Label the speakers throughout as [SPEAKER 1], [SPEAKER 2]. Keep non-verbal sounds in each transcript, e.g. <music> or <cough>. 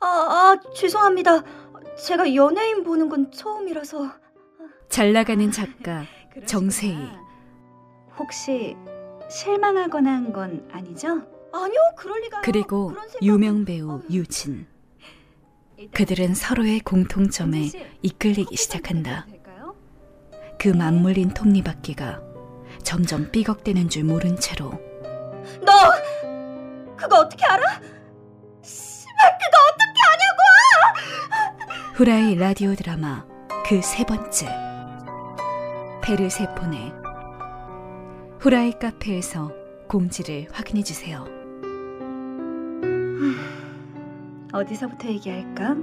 [SPEAKER 1] 아, 아, 죄송합니다. 제가 연예인 보는 건 처음이라서.
[SPEAKER 2] 잘 나가는 작가 정세희.
[SPEAKER 3] 혹시 실망하거나 한 건 아니죠?
[SPEAKER 1] 아니요, 그럴 리가요.
[SPEAKER 2] 그리고
[SPEAKER 1] 그런 생각은-
[SPEAKER 2] 유명 배우 유진. 그들은 서로의 공통점에 이끌리기 시작한다. 그 맞물린 톱니바퀴가 점점 삐걱대는 줄 모른 채로
[SPEAKER 1] 너 그거 어떻게 알아? 씨발 그거 어떻게 아냐고!
[SPEAKER 2] 후라이 라디오 드라마 그 세 번째 페르세포네 후라이 카페에서 공지를 확인해 주세요.
[SPEAKER 3] 어디서부터 얘기할까?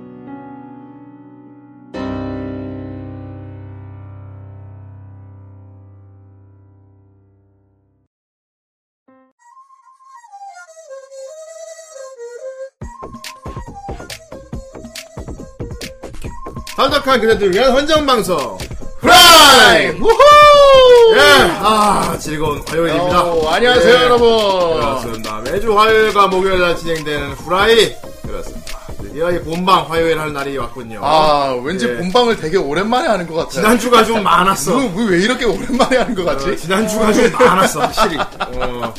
[SPEAKER 4] 탈덕한 그녀들을 위한 헌정방송 프라임!
[SPEAKER 5] 우후!
[SPEAKER 4] 예! 아 즐거운 화요일입니다
[SPEAKER 5] 어, 안녕하세요,
[SPEAKER 4] 예.
[SPEAKER 5] 여러분.
[SPEAKER 4] 그렇습니다 매주 화요일과 목요일날 진행되는 후라이 그렇습니다 드디어 이 본방 화요일 할 날이 왔군요
[SPEAKER 5] 아, 네. 왠지
[SPEAKER 4] 예.
[SPEAKER 5] 본방을 되게 오랜만에 하는 것 같아요.
[SPEAKER 4] 지난주가 좀 많았어
[SPEAKER 5] 뭐, 뭐왜 이렇게 오랜만에 하는 것
[SPEAKER 4] 어,
[SPEAKER 5] 같지?
[SPEAKER 4] 지난주가 좀 많았어 확실히 어,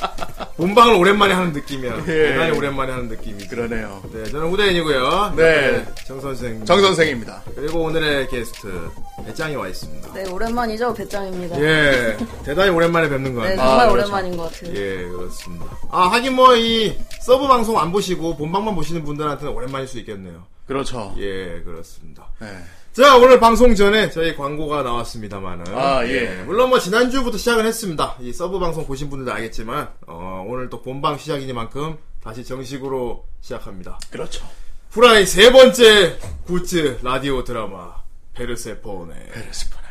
[SPEAKER 4] 본방을 오랜만에 하는 느낌이야
[SPEAKER 5] 예.
[SPEAKER 4] 대단히 오랜만에 하는 느낌이
[SPEAKER 5] 그러네요.
[SPEAKER 4] 네 저는 후대인이고요
[SPEAKER 5] 네.
[SPEAKER 4] 정선생
[SPEAKER 5] 정 선생입니다.
[SPEAKER 4] 그리고 오늘의 게스트 배짱이 와 있습니다
[SPEAKER 6] 네, 오랜만이죠, 배짱입니다.
[SPEAKER 4] 예 대단히 오랜만에 뵙는 것
[SPEAKER 6] 네,
[SPEAKER 4] 같아요
[SPEAKER 6] 정말
[SPEAKER 5] 그렇죠.
[SPEAKER 6] 오랜만인 것 같아요.
[SPEAKER 4] 예, 그렇습니다. 아, 하긴 뭐 이 서브 방송 안 보시고 본방만 보시는 분들한테는 오랜만일 수 있겠네요.
[SPEAKER 5] 그렇죠.
[SPEAKER 4] 예, 그렇습니다.
[SPEAKER 5] 네.
[SPEAKER 4] 자, 오늘 방송 전에 저희 광고가 나왔습니다만은.
[SPEAKER 5] 아, 예.
[SPEAKER 4] 물론 뭐 지난주부터 시작을 했습니다. 이 서브 방송 보신 분들도 알겠지만, 어, 오늘 또 본방 시작이니만큼 다시 정식으로 시작합니다.
[SPEAKER 5] 그렇죠.
[SPEAKER 4] 후라이 세 번째 굿즈 라디오 드라마, 베르세포네.
[SPEAKER 5] 베르스파네.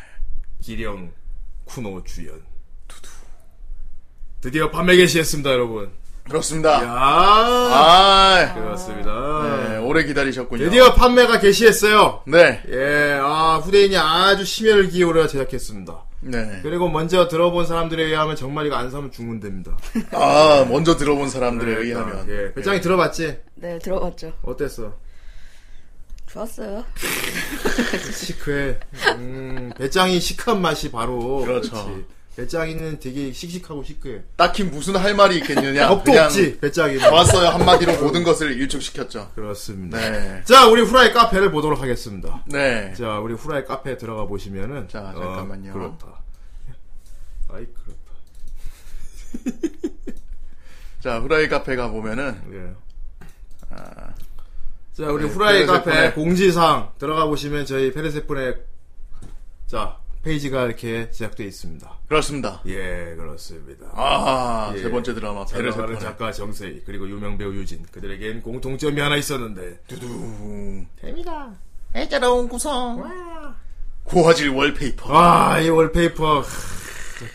[SPEAKER 4] 기령 쿠노 주연. 두두. 드디어 밤에 개시했습니다, 여러분.
[SPEAKER 5] 그렇습니다.
[SPEAKER 4] 야
[SPEAKER 5] 아,
[SPEAKER 4] 그렇습니다.
[SPEAKER 5] 네, 오래 기다리셨군요.
[SPEAKER 4] 드디어 판매가 개시했어요.
[SPEAKER 5] 네.
[SPEAKER 4] 예, 아, 후대인이 아주 심혈을 기울여 제작했습니다.
[SPEAKER 5] 네.
[SPEAKER 4] 그리고 먼저 들어본 사람들에 의하면 정말 이거 안 사면 중문됩니다.
[SPEAKER 5] 아, 먼저 들어본 사람들에 의하면.
[SPEAKER 4] 예. 배짱이 들어봤지?
[SPEAKER 6] 네, 들어봤죠.
[SPEAKER 4] 어땠어?
[SPEAKER 6] 좋았어요.
[SPEAKER 4] 시크해. 음, 배짱이 시크한 맛이 바로.
[SPEAKER 5] 그렇죠.
[SPEAKER 4] 그렇지. 배짱이는 되게 씩씩하고 시크해.
[SPEAKER 5] 딱히 무슨 할 말이 있겠느냐.
[SPEAKER 4] <laughs> 겁도
[SPEAKER 5] 아, 그냥
[SPEAKER 4] 없지, 배짱이는.
[SPEAKER 5] 좋았어요. 한마디로 모든 것을 일축시켰죠.
[SPEAKER 4] 그렇습니다.
[SPEAKER 5] 네.
[SPEAKER 4] 자, 우리 후라이 카페를 보도록 하겠습니다.
[SPEAKER 5] 네.
[SPEAKER 4] 자, 우리 후라이 카페에 들어가 보시면은.
[SPEAKER 5] 자, 잠깐만요.
[SPEAKER 4] 어, 그렇다. 아이, 그렇다.
[SPEAKER 5] 자, 후라이 카페 가보면은,
[SPEAKER 4] 예. 자, 우리
[SPEAKER 5] 아. 네,
[SPEAKER 4] 후라이 카페
[SPEAKER 5] 페르세폰의
[SPEAKER 4] 공지사항 들어가 보시면 저희 페르세폰의 자 페이지가 이렇게 제작되어 있습니다.
[SPEAKER 5] 그렇습니다.
[SPEAKER 4] 예, 그렇습니다.
[SPEAKER 5] 아,
[SPEAKER 4] 예.
[SPEAKER 5] 세 번째 드라마,
[SPEAKER 4] 베르세
[SPEAKER 5] 베르세포네.
[SPEAKER 4] 폰 작가 정세희 그리고 유명 배우 유진 그들에겐 공통점이 하나 있었는데
[SPEAKER 5] 두둥.
[SPEAKER 4] 재미다 해자로운 구성 어?
[SPEAKER 5] 고화질 월페이퍼.
[SPEAKER 4] 와이 월페이퍼 하,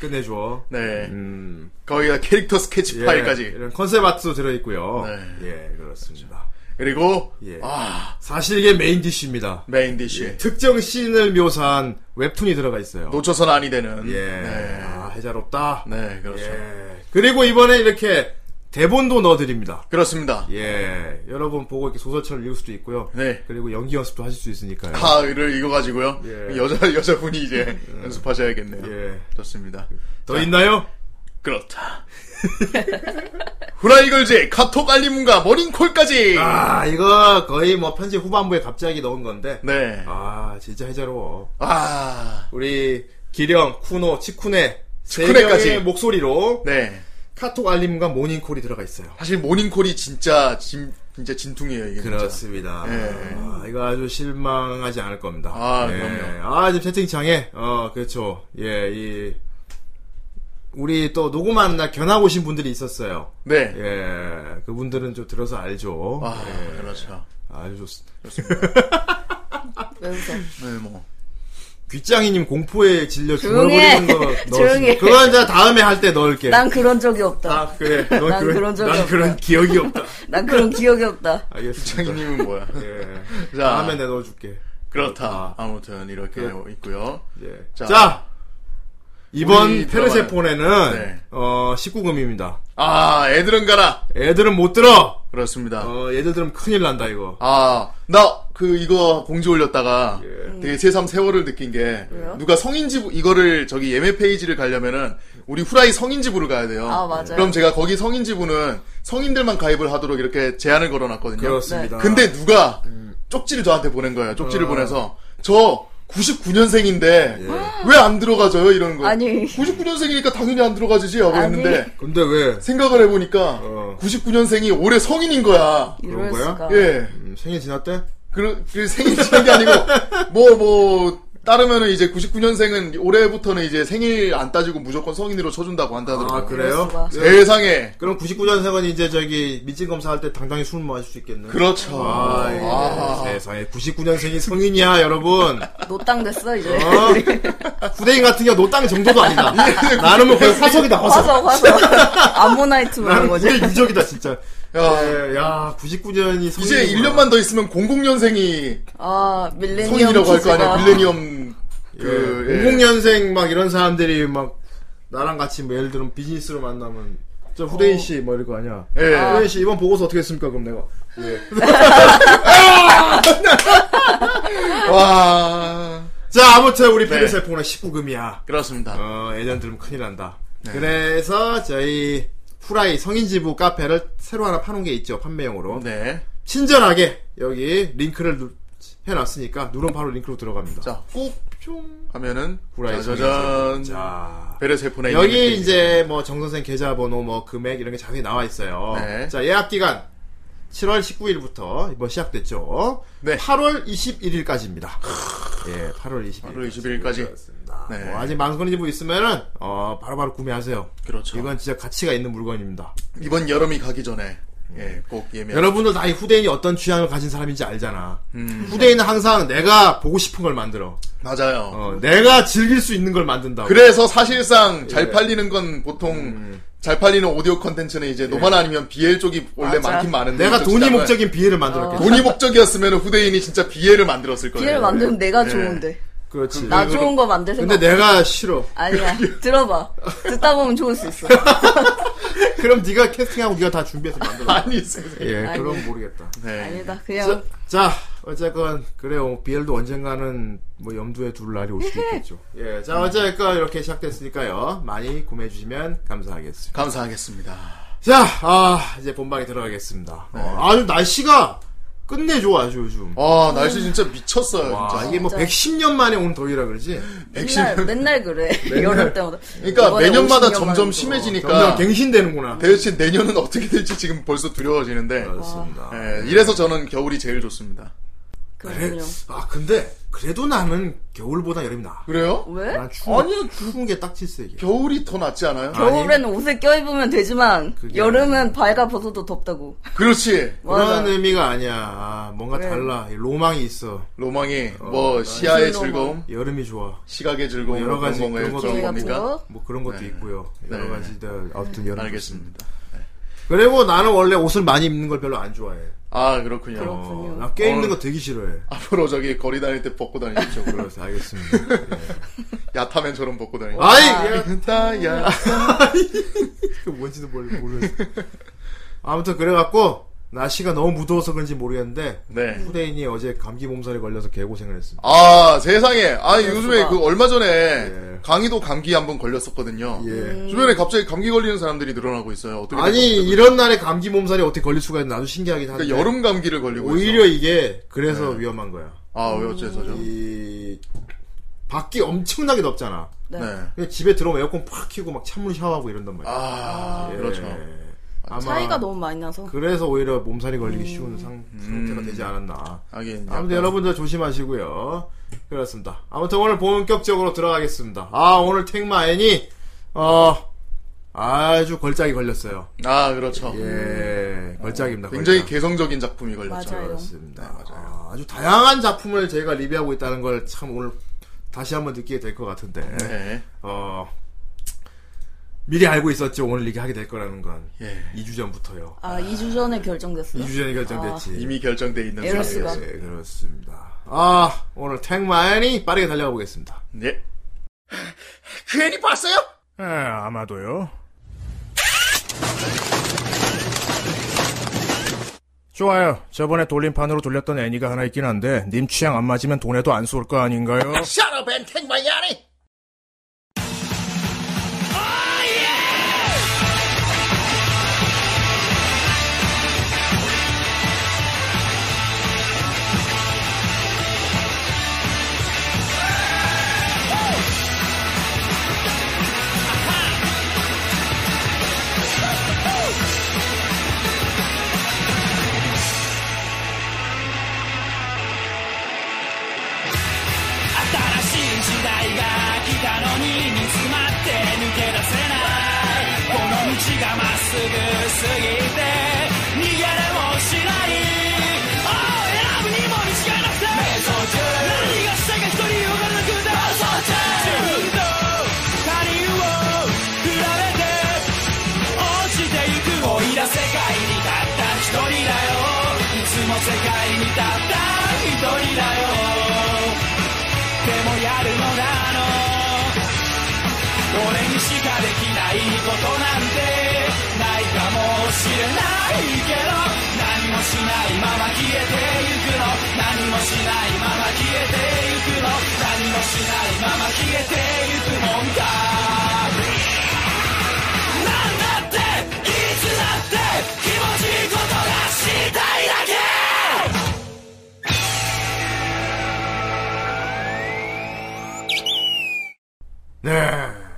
[SPEAKER 4] 끝내줘
[SPEAKER 5] 네.
[SPEAKER 4] 음,
[SPEAKER 5] 거기다 캐릭터 스케치
[SPEAKER 4] 예,
[SPEAKER 5] 파일까지.
[SPEAKER 4] 이런 컨셉 아트도 들어있고요
[SPEAKER 5] 네.
[SPEAKER 4] 예 그렇습니다
[SPEAKER 5] 그리고,
[SPEAKER 4] 예.
[SPEAKER 5] 아,
[SPEAKER 4] 사실 이게 메인 디쉬입니다
[SPEAKER 5] 메인 디쉬.
[SPEAKER 4] 특정 씬을 묘사한 웹툰이 들어가 있어요.
[SPEAKER 5] 놓쳐선 아니 되는.
[SPEAKER 4] 예.
[SPEAKER 5] 네.
[SPEAKER 4] 아, 해자롭다.
[SPEAKER 5] 네, 그렇죠.
[SPEAKER 4] 예. 그리고 이번에 이렇게 대본도 넣어드립니다.
[SPEAKER 5] 그렇습니다.
[SPEAKER 4] 예. 여러분 보고 이렇게 소설처럼 읽을 수도 있고요.
[SPEAKER 5] 네. 아,
[SPEAKER 4] 그리고 연기 연습도 하실 수 있으니까요.
[SPEAKER 5] 하를 이거 가지고요.
[SPEAKER 4] 예.
[SPEAKER 5] 여자 여자분이 이제 연습하셔야겠네요.
[SPEAKER 4] 예.
[SPEAKER 5] 좋습니다.
[SPEAKER 4] 더 있나요?
[SPEAKER 5] 그렇다. <laughs> 후라이걸즈의 카톡 알림문과 머린콜까지.
[SPEAKER 4] 아, 이거 거의 뭐 편집 후반부에 갑자기 넣은 건데.
[SPEAKER 5] 네.
[SPEAKER 4] 아, 진짜 해자로워.
[SPEAKER 5] 아,
[SPEAKER 4] 우리 기령, 쿠노, 치쿠네. 세
[SPEAKER 5] 치쿠네까지.
[SPEAKER 4] 명의 목소리로
[SPEAKER 5] 네.
[SPEAKER 4] 카톡 알림과 모닝콜이 들어가 있어요.
[SPEAKER 5] 사실 모닝콜이 진짜 진 진짜 진퉁이에요 이게. 진짜.
[SPEAKER 4] 그렇습니다.
[SPEAKER 5] 예.
[SPEAKER 4] 아, 이거 아주 실망하지 않을 겁니다.
[SPEAKER 5] 아,
[SPEAKER 4] 예.
[SPEAKER 5] 그럼요.
[SPEAKER 4] 아, 지금 채팅창에, 어, 그렇죠. 예, 이, 우리 또 녹음하는 날 견학 오신 분들이 있었어요.
[SPEAKER 5] 네.
[SPEAKER 4] 예, 그분들은 좀 들어서 알죠.
[SPEAKER 5] 아,
[SPEAKER 4] 예.
[SPEAKER 5] 그렇죠.
[SPEAKER 4] 아주 좋습니다.
[SPEAKER 6] 왜 웃어?
[SPEAKER 5] 네, 뭐.
[SPEAKER 4] 귀짱이님 공포에 질려
[SPEAKER 6] 조용히 해.
[SPEAKER 4] 중얼거리는 거
[SPEAKER 6] 조용히
[SPEAKER 4] 넣었습니다.
[SPEAKER 6] 해.
[SPEAKER 4] 그건 이제 다음에 할 때
[SPEAKER 5] 예.
[SPEAKER 4] 넣을게.
[SPEAKER 6] 난 그런 적이 없다.
[SPEAKER 4] 아, 그래. 넌
[SPEAKER 6] 난
[SPEAKER 4] 그런,
[SPEAKER 6] 그런 적이
[SPEAKER 4] 난
[SPEAKER 6] 없다.
[SPEAKER 4] 그런 기억이 없다.
[SPEAKER 6] 난 그런 기억이 없다.
[SPEAKER 4] 알겠습니다.
[SPEAKER 5] 장인님은
[SPEAKER 4] <laughs>
[SPEAKER 5] 뭐야?
[SPEAKER 4] 예.
[SPEAKER 5] 자.
[SPEAKER 4] 다음에 내 넣어줄게. 네.
[SPEAKER 5] 그렇다. 아무튼 이렇게 있고요.
[SPEAKER 4] 예.
[SPEAKER 5] 자.
[SPEAKER 4] 자 이번
[SPEAKER 5] 우리
[SPEAKER 4] 페르세폰에는
[SPEAKER 5] 네.
[SPEAKER 4] 어 19금입니다.
[SPEAKER 5] 아, 애들은 가라.
[SPEAKER 4] 애들은 못 들어.
[SPEAKER 5] 그렇습니다.
[SPEAKER 4] 어 얘들 들으면 큰일 난다 이거.
[SPEAKER 5] 아, 나 그 이거 공지 올렸다가
[SPEAKER 4] 예.
[SPEAKER 5] 되게 새삼 세월을 느낀 게
[SPEAKER 6] 왜요?
[SPEAKER 5] 누가 성인지부 이거를 저기 예매 페이지를 가려면은 우리 후라이 성인지부를 가야 돼요.
[SPEAKER 6] 아, 맞아요.
[SPEAKER 5] 그럼 제가 거기 성인지부는 성인들만 가입을 하도록 이렇게 제한을 걸어놨거든요.
[SPEAKER 4] 그렇습니다.
[SPEAKER 5] 네. 근데 누가
[SPEAKER 4] 음.
[SPEAKER 5] 쪽지를 저한테 보낸 거예요. 쪽지를
[SPEAKER 4] 어.
[SPEAKER 5] 보내서 저 99년생인데
[SPEAKER 4] 예.
[SPEAKER 5] 왜 안 들어가져요? 이러는 거예요.
[SPEAKER 6] 아니.
[SPEAKER 5] 99년생이니까 당연히 안 들어가지지 하고
[SPEAKER 6] 아니.
[SPEAKER 5] 했는데
[SPEAKER 4] 근데 왜
[SPEAKER 5] 생각을 해보니까
[SPEAKER 4] 어.
[SPEAKER 5] 99년생이 올해 성인인 거야.
[SPEAKER 4] 그런 거야?
[SPEAKER 6] 이럴수가.
[SPEAKER 5] 예.
[SPEAKER 4] 음, 생일 지났대?
[SPEAKER 5] 그, 그 생일 지낸 게 아니고, 뭐, 뭐, 따르면은 이제 99년생은 올해부터는 이제 생일 안 따지고 무조건 성인으로 쳐준다고 한다더라고요.
[SPEAKER 4] 아 그래요?
[SPEAKER 6] 그럴 수가.
[SPEAKER 4] 예.
[SPEAKER 5] 세상에.
[SPEAKER 4] 그럼 99년생은 이제 저기 미친 검사할 때 당당히 술 마실 수 있겠네.
[SPEAKER 5] 그렇죠.
[SPEAKER 4] 아, 예.
[SPEAKER 5] 아.
[SPEAKER 4] 세상에 99년생이 성인이야 여러분.
[SPEAKER 6] 노땅 됐어 이제.
[SPEAKER 4] 어? <laughs> 후대인 같은 경우 노땅 정도도
[SPEAKER 5] <laughs>
[SPEAKER 4] 아니다.
[SPEAKER 5] 예,
[SPEAKER 4] 나는 뭐 거의 화석이다
[SPEAKER 5] 아,
[SPEAKER 4] 화석.
[SPEAKER 6] <laughs> 화석 화석. <laughs> 아모나이트
[SPEAKER 4] 나는
[SPEAKER 6] 말하는 거지.
[SPEAKER 4] 우리 유적이다 진짜.
[SPEAKER 5] 야,
[SPEAKER 4] 예, 야 99년이 성인.
[SPEAKER 5] 이제 1년만 더 있으면 00년생이
[SPEAKER 6] 아 밀레니엄
[SPEAKER 5] 성인이라고 할 거
[SPEAKER 6] 기지가.
[SPEAKER 5] 아니야. 밀레니엄, 그, 예.
[SPEAKER 4] 그 00년생 막 이런 사람들이 막 나랑 같이 뭐 예를 들면 비즈니스로 만나면 저 후대인 씨 뭐 이럴 거 아니야.
[SPEAKER 5] 어. 예.
[SPEAKER 4] 후대인 씨 이번 보고서 어떻게 했습니까? 그럼 내가 <laughs> 아.
[SPEAKER 5] 와.
[SPEAKER 4] 자 아무튼 우리
[SPEAKER 5] 네.
[SPEAKER 4] 페르세폰은 19금이야.
[SPEAKER 5] 그렇습니다.
[SPEAKER 4] 어, 예전 들으면 큰일 난다.
[SPEAKER 5] 네.
[SPEAKER 4] 그래서 저희 후라이 성인지부 카페를 새로 하나 파놓은 게 있죠. 판매용으로.
[SPEAKER 5] 네.
[SPEAKER 4] 친절하게 여기 링크를 누- 해놨으니까 누르면 바로 링크로 들어갑니다.
[SPEAKER 5] 자, 꾹
[SPEAKER 4] 뿅.
[SPEAKER 5] 하면은,
[SPEAKER 4] 후라이
[SPEAKER 5] 짜자잔.
[SPEAKER 4] 성인지부. 자.
[SPEAKER 5] 베레세포나
[SPEAKER 4] 여기 이제 뭐 정선생 계좌번호 뭐 금액 이런 게 자세히 나와 있어요.
[SPEAKER 5] 네.
[SPEAKER 4] 자, 예약 기간 7월 19일부터 이번 시작됐죠.
[SPEAKER 5] 네.
[SPEAKER 4] 8월 21일까지입니다. 예, 8월 21일.
[SPEAKER 5] 8월 21일 까지. 네.
[SPEAKER 4] 뭐 아직 망설이고 있으면은 어, 바로바로 구매하세요.
[SPEAKER 5] 그렇죠.
[SPEAKER 4] 이건 진짜 가치가 있는 물건입니다.
[SPEAKER 5] 이번 여름이 가기 전에 예, 꼭 예매.
[SPEAKER 4] 여러분들 나이 후대인이 어떤 취향을 가진 사람인지 알잖아.
[SPEAKER 5] 음.
[SPEAKER 4] 후대인은 항상 내가 보고 싶은 걸 만들어.
[SPEAKER 5] 맞아요.
[SPEAKER 4] 어, 내가 즐길 수 있는 걸 만든다고.
[SPEAKER 5] 그래서 사실상 잘
[SPEAKER 4] 예. 음.
[SPEAKER 5] 팔리는 건 보통 잘 팔리는 오디오 컨텐츠는 이제 노반 아니면 BL 쪽이 원래
[SPEAKER 6] 맞아.
[SPEAKER 5] 많긴 많은데
[SPEAKER 4] 예. 내가
[SPEAKER 5] 이쪽
[SPEAKER 4] 돈이
[SPEAKER 5] 시장은
[SPEAKER 4] 목적인 비애를 만들었겠지.
[SPEAKER 5] 돈이 목적이었으면 후대인이 진짜 BL을 만들었을 거예요.
[SPEAKER 6] 비를 만들면 내가 좋은데.
[SPEAKER 4] 그렇지.
[SPEAKER 6] 나 좋은 거 만들 생각.
[SPEAKER 4] 근데 내가 싫어.
[SPEAKER 5] <laughs>
[SPEAKER 6] 아니야. 들어봐. 듣다 보면 좋을 수 있어.
[SPEAKER 4] 그럼 네가 캐스팅하고 네가 다 준비해서 만들어.
[SPEAKER 5] <laughs> 아니 세상에.
[SPEAKER 4] 예,
[SPEAKER 6] 아니.
[SPEAKER 4] 그럼 모르겠다.
[SPEAKER 5] 네.
[SPEAKER 6] 아니다. 그냥
[SPEAKER 4] 자, 자, 어쨌건 그래요. 비엘도 언젠가는 뭐 염두에 둘 날이 올 수도 있겠죠. 예, 자 어쨌건 이렇게 시작됐으니까요. 많이 구매해 주시면 감사하겠습니다.
[SPEAKER 5] 감사하겠습니다.
[SPEAKER 4] 자, 아 이제 본방에 들어가겠습니다. 어, 아주 날씨가 끝내 좋아 아주 요즘.
[SPEAKER 5] 아 날씨 진짜 미쳤어요.
[SPEAKER 4] 와
[SPEAKER 5] 진짜.
[SPEAKER 4] 이게 뭐 110년 만에 온 더위라 그러지.
[SPEAKER 6] 맨날 맨날 그래. <laughs> 여름 때마다.
[SPEAKER 5] 그러니까
[SPEAKER 6] 이번에
[SPEAKER 5] 매년마다
[SPEAKER 6] 50년
[SPEAKER 5] 점점
[SPEAKER 6] 만도.
[SPEAKER 5] 심해지니까
[SPEAKER 4] 점점 갱신되는구나.
[SPEAKER 5] 그러니까. 대체 내년은 <laughs> 어떻게 될지 지금 벌써 두려워지는데.
[SPEAKER 4] 그렇습니다.
[SPEAKER 5] 예, 이래서 저는 겨울이 제일 좋습니다.
[SPEAKER 6] 그렇군요.
[SPEAKER 4] 아 근데 그래도 나는 겨울보다 여름이 나.
[SPEAKER 5] 그래요?
[SPEAKER 6] 왜?
[SPEAKER 4] 난 추운, 아니요 추운 게 딱 질색이야.
[SPEAKER 5] 겨울이 더 낫지 않아요?
[SPEAKER 6] 겨울에는 옷을 껴입으면 되지만
[SPEAKER 4] 그게
[SPEAKER 6] 여름은 발가 벗어도 덥다고.
[SPEAKER 5] 그렇지.
[SPEAKER 4] 그런
[SPEAKER 6] 맞아.
[SPEAKER 4] 의미가 아니야. 아, 뭔가
[SPEAKER 6] 그래.
[SPEAKER 4] 달라. 이 로망이 있어.
[SPEAKER 5] 로망이 뭐 시야의
[SPEAKER 6] 무슨
[SPEAKER 5] 즐거움,
[SPEAKER 4] 여름이 좋아.
[SPEAKER 5] 시각의 즐거움
[SPEAKER 4] 여러 가지
[SPEAKER 5] 그런 거에
[SPEAKER 4] 그런 것도
[SPEAKER 5] 그런
[SPEAKER 6] 저희가
[SPEAKER 5] 겁니까?
[SPEAKER 6] 뭐
[SPEAKER 4] 뭐 그런 것도
[SPEAKER 5] 네.
[SPEAKER 4] 있고요. 여러
[SPEAKER 5] 네.
[SPEAKER 4] 가지들 아무튼 여름.
[SPEAKER 5] 알겠습니다.
[SPEAKER 4] 그리고 나는 원래 옷을 많이 입는 걸 별로 안 좋아해.
[SPEAKER 5] 아 그렇군요.
[SPEAKER 6] 그럼.
[SPEAKER 4] 어,
[SPEAKER 6] 그렇군요.
[SPEAKER 4] 나꽤 입는
[SPEAKER 5] 어.
[SPEAKER 4] 거 되게 싫어해.
[SPEAKER 5] 앞으로 저기 거리 다닐 때 벗고 다니십시오. 그럼
[SPEAKER 4] 그래서 알겠습니다.
[SPEAKER 5] <laughs>
[SPEAKER 4] 네.
[SPEAKER 5] 야타맨처럼 벗고 다니십시오.
[SPEAKER 4] 아이, 야, <laughs>
[SPEAKER 5] 야타야.
[SPEAKER 4] 그 뭔지도 몰- 모르겠어. 아무튼 그래갖고 날씨가 너무 무더워서 그런지 모르겠는데
[SPEAKER 5] 네.
[SPEAKER 4] 후대인이 어제 감기 몸살에 걸려서 개고생을 했습니다.
[SPEAKER 5] 아 세상에. 아 요즘에
[SPEAKER 6] 수가.
[SPEAKER 5] 그 얼마 전에
[SPEAKER 4] 네, 예.
[SPEAKER 5] 강의도 감기 한번 걸렸었거든요.
[SPEAKER 4] 예.
[SPEAKER 5] 주변에 갑자기 감기 걸리는 사람들이 늘어나고 있어요. 어떻게
[SPEAKER 4] 아니 이런 날에 감기 몸살이 어떻게 걸릴 수가 있나 나도 신기하긴 한데
[SPEAKER 5] 그러니까 여름 감기를 걸리고
[SPEAKER 4] 오히려
[SPEAKER 5] 있어. 네.
[SPEAKER 4] 이게 예. 그래서 위험한 거야.
[SPEAKER 5] 아왜 어째서죠?
[SPEAKER 4] 이 밖이 엄청나게 덥잖아.
[SPEAKER 5] 네.
[SPEAKER 4] 근데 집에 들어오면 에어컨 팍 켜고 막 찬물 샤워하고 이런단 말이야.
[SPEAKER 5] 아
[SPEAKER 4] 예.
[SPEAKER 5] 그렇죠.
[SPEAKER 4] 아마
[SPEAKER 6] 차이가 너무 음. 많이 나서.
[SPEAKER 4] 그래서 오히려 몸살이 걸리기 쉬운 상, 상태가 되지 않았나.
[SPEAKER 5] 하긴. 음. 약간-
[SPEAKER 4] 아무튼 여러분들 조심하시고요. 그렇습니다. 아무튼 오늘 본격적으로 들어가겠습니다. 아 오늘 택마엔이 어 아주 걸작이 걸렸어요.
[SPEAKER 5] 아 그렇죠.
[SPEAKER 4] 예, 걸작입니다.
[SPEAKER 5] 음. 굉장히
[SPEAKER 4] 걸작.
[SPEAKER 5] 개성적인 작품이 걸렸죠.
[SPEAKER 6] 맞아요.
[SPEAKER 4] 그렇습니다. 아, 아주 다양한 작품을 저희가 리뷰하고 있다는 걸 참 오늘 다시 한번 느끼게 될 것 같은데.
[SPEAKER 5] 네.
[SPEAKER 4] 어, 미리 알고 있었죠. 오늘 이게 하게 될 거라는 건.
[SPEAKER 5] 예.
[SPEAKER 4] 2주 전부터요.
[SPEAKER 6] 아, 2주 전에 결정됐어요.
[SPEAKER 4] 2주 전에 결정됐지.
[SPEAKER 7] 아,
[SPEAKER 5] 이미 결정돼 있는
[SPEAKER 6] 에러스가.
[SPEAKER 5] 사람이었어요.
[SPEAKER 4] 네, 그렇습니다. 아, 오늘 택마연이 빠르게 달려가 보겠습니다.
[SPEAKER 5] 예. 네. <laughs> 괜히 봤어요?
[SPEAKER 7] 에, 예, 아마도요. 좋아요. 저번에 돌림판으로 돌렸던 애니가 하나 있긴 한데 님 취향 안 맞으면 돈에도 안 쏠 거 아닌가요?
[SPEAKER 5] 샤라 벤 탱마이 아니.
[SPEAKER 4] 네.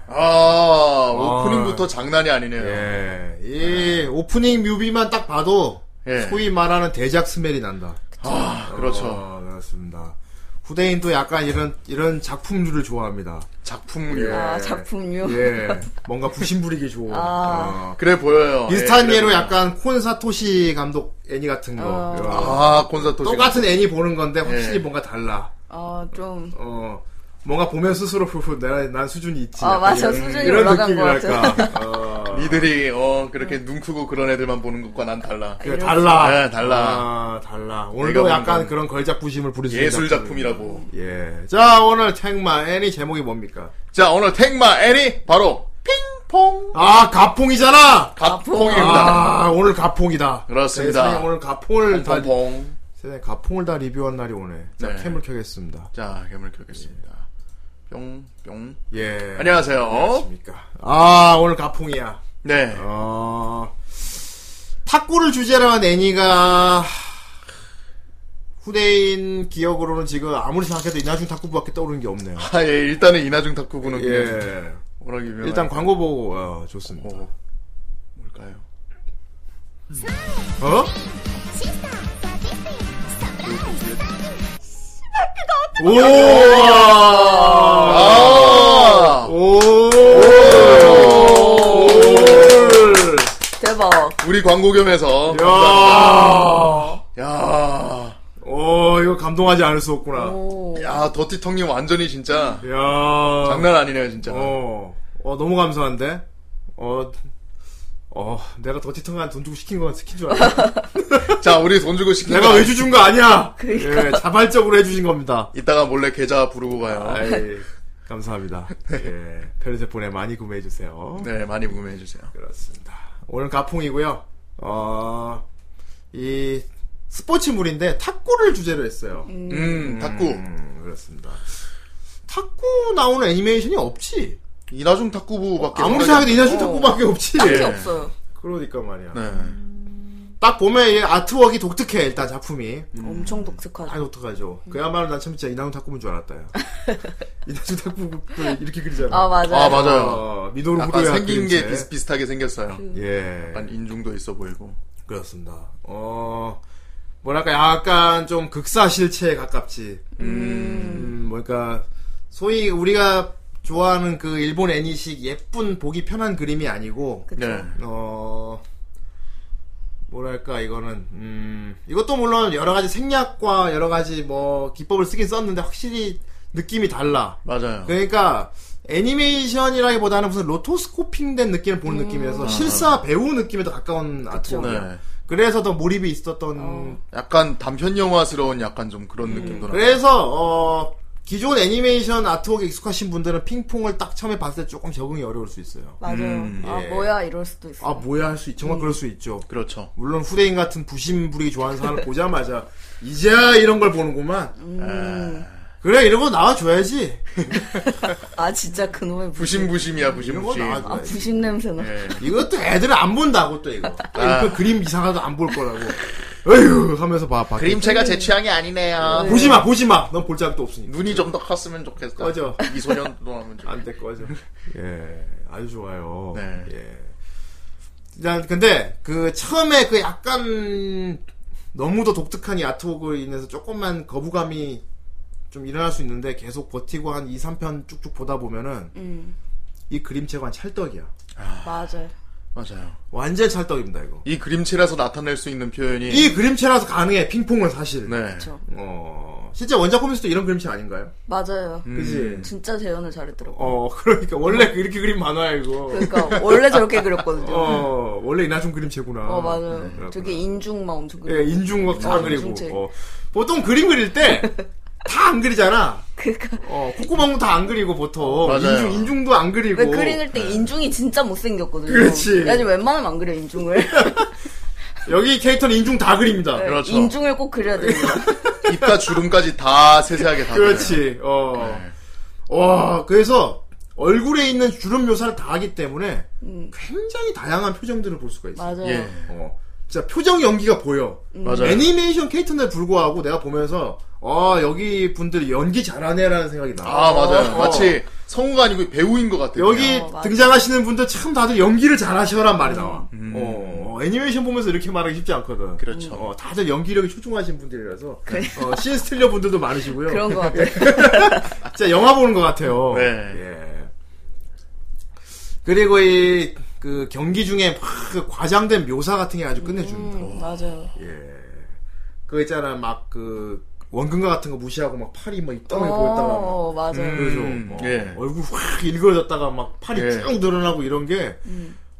[SPEAKER 5] 아 오프닝부터 장난이 아니네요.
[SPEAKER 4] 예. 이 오프닝 뮤비만 딱 봐도
[SPEAKER 5] 예.
[SPEAKER 4] 소위 말하는 대작 스멜이 난다.
[SPEAKER 5] 아 그렇죠.
[SPEAKER 4] 어, 그렇습니다. 후대인도 약간 이런 이런 작품류를 좋아합니다.
[SPEAKER 5] 작품류.
[SPEAKER 6] 아, 작품류.
[SPEAKER 4] 예. 뭔가 부심부리기 좋아.
[SPEAKER 6] 아.
[SPEAKER 4] 어.
[SPEAKER 5] 그래 보여요.
[SPEAKER 4] 비슷한
[SPEAKER 5] 예, 그래
[SPEAKER 4] 예로
[SPEAKER 5] 보여요.
[SPEAKER 4] 약간 콘사토시 감독 애니 같은 거. 어.
[SPEAKER 5] 아 콘서트
[SPEAKER 4] 똑같은 애니 보는 건데 확실히
[SPEAKER 5] 예.
[SPEAKER 4] 뭔가 달라.
[SPEAKER 6] 아, 좀.
[SPEAKER 4] 어. 뭔가 보면 스스로 풀풀 내가 난 수준이 있지.
[SPEAKER 6] 아,
[SPEAKER 4] 약간
[SPEAKER 6] 맞아.
[SPEAKER 4] 이런-
[SPEAKER 6] 수준이
[SPEAKER 4] 이런
[SPEAKER 6] 올라간
[SPEAKER 4] 느낌이랄까. 어.
[SPEAKER 5] 니들이 어 그렇게 눈 크고 그런 애들만 보는 것과 난 달라.
[SPEAKER 4] 그래, 달라.
[SPEAKER 5] 네, 달라.
[SPEAKER 4] 아, 달라.
[SPEAKER 5] 내가
[SPEAKER 4] 오늘도
[SPEAKER 5] 보는
[SPEAKER 4] 약간
[SPEAKER 5] 건
[SPEAKER 4] 그런 걸작부심을 부릴 수 있는
[SPEAKER 5] 예술
[SPEAKER 4] 작품이에요.
[SPEAKER 5] 작품이라고.
[SPEAKER 4] 예. 자, 오늘 택마 애니 제목이 뭡니까?
[SPEAKER 5] 자 오늘 택마 애니 바로 핑퐁
[SPEAKER 4] 아, 가퐁이잖아!
[SPEAKER 5] 갑퐁입니다.
[SPEAKER 4] 아, 오늘 가퐁이다.
[SPEAKER 5] 그렇습니다.
[SPEAKER 4] 세상에 오늘 가퐁을 다,
[SPEAKER 5] 퐁퐁.
[SPEAKER 4] 세상에 가퐁을 다 리뷰한 날이 오네. 자,
[SPEAKER 5] 네.
[SPEAKER 4] 캠을 켜겠습니다.
[SPEAKER 5] 자 괴물 켜겠습니다. 뿅뿅.
[SPEAKER 4] 예.
[SPEAKER 5] 안녕하세요.
[SPEAKER 4] 안녕하십니까. 아, 오늘 가퐁이야.
[SPEAKER 5] 네.
[SPEAKER 4] 어, 탁구를 주제로 한 애니가 후대인 기억으로는 지금 아무리 생각해도 이나중 탁구밖에 떠오르는 게 없네요.
[SPEAKER 5] 아, 예, 일단은 이나중 탁구부는 그냥
[SPEAKER 4] 예.
[SPEAKER 5] 워낙 유명.
[SPEAKER 4] 일단 광고 보고 어, 좋습니다.
[SPEAKER 5] 어, 뭘까요?
[SPEAKER 4] 어?
[SPEAKER 5] 아!
[SPEAKER 4] 오! 오!
[SPEAKER 6] 대박.
[SPEAKER 5] 우리 광고 겸해서.
[SPEAKER 4] 야!
[SPEAKER 5] 야,
[SPEAKER 4] 오, 이거 감동하지 않을 수 없구나.
[SPEAKER 6] 오.
[SPEAKER 5] 야, 더티 텅님 완전히 진짜
[SPEAKER 4] 야.
[SPEAKER 5] 장난 아니네요, 진짜.
[SPEAKER 4] 음. 어, 어 너무 감사한데. 어, 어, 내가 더티텅한 돈 주고 시킨 건 시킨 줄 알아.
[SPEAKER 5] 자, 우리 돈 주고 시킨
[SPEAKER 4] 내가
[SPEAKER 5] 거
[SPEAKER 4] 왜 주준 거 아니야.
[SPEAKER 6] 그러니까.
[SPEAKER 4] 예, 자발적으로 해주신 겁니다.
[SPEAKER 5] 이따가 몰래 계좌 부르고 가요.
[SPEAKER 4] 아이, 예. 감사합니다. 예, 페르세폰에 많이 구매해 주세요.
[SPEAKER 5] 네, 많이 구매해 주세요.
[SPEAKER 4] 그렇습니다. 오늘 가풍이고요. 어, 이 스포츠물인데 탁구를 주제로 했어요.
[SPEAKER 5] 음, 탁구.
[SPEAKER 4] 음, 그렇습니다. 탁구 나오는 애니메이션이 없지.
[SPEAKER 5] 이나중 탁구부밖에.
[SPEAKER 4] 아무리
[SPEAKER 5] 생각이
[SPEAKER 4] 생각해도 이나준
[SPEAKER 6] 어.
[SPEAKER 4] 탁구밖에 없지.
[SPEAKER 6] 딱히 없어요.
[SPEAKER 4] 그러니까 말이야.
[SPEAKER 5] 안- 네.
[SPEAKER 4] 딱 보면 이 아트웍이 독특해 일단 작품이
[SPEAKER 5] 네.
[SPEAKER 6] 엄청 독특하죠.
[SPEAKER 4] 많이 독특하죠. 그야말로 난 처음에 진짜 이나훈 탁구인 줄 알았다.
[SPEAKER 5] <laughs>
[SPEAKER 4] 야. 이나훈 탁구를 이렇게 그리잖아.
[SPEAKER 6] 아, 맞아요.
[SPEAKER 5] 아, 맞아요.
[SPEAKER 4] 어, 미도르
[SPEAKER 5] 약간
[SPEAKER 4] 후루야
[SPEAKER 5] 생긴 게
[SPEAKER 4] 그림체.
[SPEAKER 5] 비슷비슷하게 생겼어요.
[SPEAKER 4] 예,
[SPEAKER 5] 약간 인중도 있어 보이고.
[SPEAKER 4] 그렇습니다. 어 뭐랄까 약간 좀 극사 실체에 가깝지. 음, 뭐랄까 소위 우리가 좋아하는 그 일본 애니식 예쁜 보기 편한 그림이 아니고
[SPEAKER 6] 그쵸.
[SPEAKER 5] 네.
[SPEAKER 4] 어 뭐랄까 이거는 음 이것도 물론 여러 가지 생략과 여러 가지 뭐 기법을 쓰긴 썼는데 확실히 느낌이 달라.
[SPEAKER 5] 맞아요.
[SPEAKER 4] 그러니까 애니메이션이라기보다는 무슨 로토스코핑된 느낌을 보는 느낌이라서 실사 배우 느낌에 더 가까운 아트웍이에요.
[SPEAKER 5] 네.
[SPEAKER 4] 그래서 더 몰입이 있었던 음.
[SPEAKER 5] 약간 단편 영화스러운 약간 좀 그런 느낌도 나고.
[SPEAKER 4] 그래서 어 기존 애니메이션 아트웍에 익숙하신 분들은 핑퐁을 딱 처음에 봤을 때 조금 적응이 어려울 수 있어요.
[SPEAKER 6] 맞아요.
[SPEAKER 5] 음,
[SPEAKER 6] 아
[SPEAKER 4] 예.
[SPEAKER 6] 뭐야 이럴 수도 있어.
[SPEAKER 4] 아 뭐야 할 수 있, 정말 그럴 수 있죠.
[SPEAKER 5] 그렇죠.
[SPEAKER 4] 물론 후대인 같은 부심부리기 좋아하는 사람을 보자마자 이제야 이런 걸 보는구만. 음. 그래 이런 거 나와줘야지.
[SPEAKER 6] 아 진짜 그놈의 부심.
[SPEAKER 5] 부심부심이야
[SPEAKER 4] 이런 거
[SPEAKER 5] 부심부심.
[SPEAKER 6] 아
[SPEAKER 4] 음. 나와줘야지.
[SPEAKER 6] 부심 냄새나.
[SPEAKER 5] 예.
[SPEAKER 4] 이것도 애들은 안 본다고 또 이거. 또
[SPEAKER 5] 아.
[SPEAKER 4] 그 그림 이상하도 안 볼 거라고. 에휴 하면서 봐 봐.
[SPEAKER 5] 그림체가 제 취향이 아니네요.
[SPEAKER 4] 보지 마 보지 마. 넌 볼 자격도 없으니까.
[SPEAKER 5] 눈이 좀 더 컸으면 좋겠다.
[SPEAKER 4] 꺼져.
[SPEAKER 5] 미소년도 하면 좀.
[SPEAKER 4] 안될 거죠. 예, 아주 좋아요.
[SPEAKER 5] 네.
[SPEAKER 4] 예. 자, 근데 그 처음에 그 약간 너무도 독특한 이 아트웍을 인해서 조금만 거부감이 좀 일어날 수 있는데 계속 버티고 한 2, 3편 쭉쭉 보다 보면은
[SPEAKER 6] 음
[SPEAKER 4] 이 그림체가 완전 찰떡이야.
[SPEAKER 6] 맞아요.
[SPEAKER 5] 맞아요.
[SPEAKER 4] 완전 찰떡입니다, 이거.
[SPEAKER 5] 이 그림체라서 나타낼 수 있는 표현이.
[SPEAKER 4] 이 그림체라서 가능해, 핑퐁은 사실.
[SPEAKER 5] 예. 네.
[SPEAKER 6] 그렇죠.
[SPEAKER 4] 어, 실제 원작 코믹스도 이런 그림체 아닌가요?
[SPEAKER 6] 맞아요.
[SPEAKER 4] 그지?
[SPEAKER 6] 진짜 재현을 잘했더라고. 요
[SPEAKER 4] 음. 어, 그러니까 원래 이렇게 그림 많아야 이거.
[SPEAKER 6] 그러니까
[SPEAKER 4] <laughs>
[SPEAKER 6] 원래 저렇게 그렸거든요. 어,
[SPEAKER 4] 어, 원래 이나중 그림체구나. 음,
[SPEAKER 6] 맞아요.
[SPEAKER 4] 그렇구나.
[SPEAKER 6] 되게 인중 막 엄청
[SPEAKER 4] 예,
[SPEAKER 6] 그려.
[SPEAKER 4] 인중각 다
[SPEAKER 6] 어,
[SPEAKER 4] 그리고.
[SPEAKER 6] 인중책.
[SPEAKER 4] 어. 보통 그림 그릴 때, 다 안 그리잖아.
[SPEAKER 6] 그러니까
[SPEAKER 4] 어, 콧구멍도 다 안 그리고, 보통.
[SPEAKER 5] 맞아요.
[SPEAKER 4] 인중, 인중도 안 그리고. 네.
[SPEAKER 6] 왜 그릴 때 인중이 진짜 못생겼거든요.
[SPEAKER 4] 그렇지.
[SPEAKER 6] 야, 지금 웬만하면 안 그려 인중을.
[SPEAKER 4] 여기 캐릭터는 인중 다 <laughs> 그립니다.
[SPEAKER 6] 네.
[SPEAKER 5] 그렇죠.
[SPEAKER 6] 인중을 꼭 그려야 됩니다.
[SPEAKER 4] <laughs>
[SPEAKER 5] 입과 주름까지 다 세세하게 다. 그려요.
[SPEAKER 4] 그렇지, 어.
[SPEAKER 5] 네.
[SPEAKER 4] 와, 그래서, 얼굴에 있는 주름 묘사를 다 하기 때문에,
[SPEAKER 6] 음.
[SPEAKER 4] 굉장히 다양한 표정들을 볼 수가 있어요.
[SPEAKER 6] 맞아요.
[SPEAKER 5] 예.
[SPEAKER 4] 어. 진짜 표정 연기가 보여.
[SPEAKER 6] 음.
[SPEAKER 5] 맞아요.
[SPEAKER 4] 애니메이션 캐릭터인데 불구하고 내가 보면서, 아, 여기 분들 연기 잘하네라는 생각이 나.
[SPEAKER 5] 아, 맞아요.
[SPEAKER 4] 어.
[SPEAKER 5] 마치 성우가 아니고 배우인 것 같아요.
[SPEAKER 4] 여기
[SPEAKER 6] 어, 맞아.
[SPEAKER 4] 등장하시는 분들 참 다들 연기를 잘하셔란 말이 나와. 어, 어, 애니메이션 보면서 이렇게 말하기 쉽지 않거든.
[SPEAKER 5] 음. 그렇죠.
[SPEAKER 4] 어, 다들 연기력이 초중하신 분들이라서 어, 신스틸러 분들도 많으시고요.
[SPEAKER 6] 그런 것
[SPEAKER 4] 예.
[SPEAKER 6] 같아요.
[SPEAKER 4] 진짜 영화 보는 것 같아요.
[SPEAKER 5] 네.
[SPEAKER 4] 예. 그리고 이 그 경기 중에 막그 과장된 묘사 같은 게 아주 끝내줍니다.
[SPEAKER 6] 음, 맞아요.
[SPEAKER 4] 예. 그거 있잖아 막 그 원근과 같은 거 무시하고 막 팔이 막 입덩에 보였다가 막
[SPEAKER 6] 어, 맞아요.
[SPEAKER 5] 음.
[SPEAKER 4] 그죠. 뭐,
[SPEAKER 5] 예.
[SPEAKER 4] 얼굴 확 일그러졌다가 막 팔이
[SPEAKER 5] 예.
[SPEAKER 4] 쭉 늘어나고 이런 게,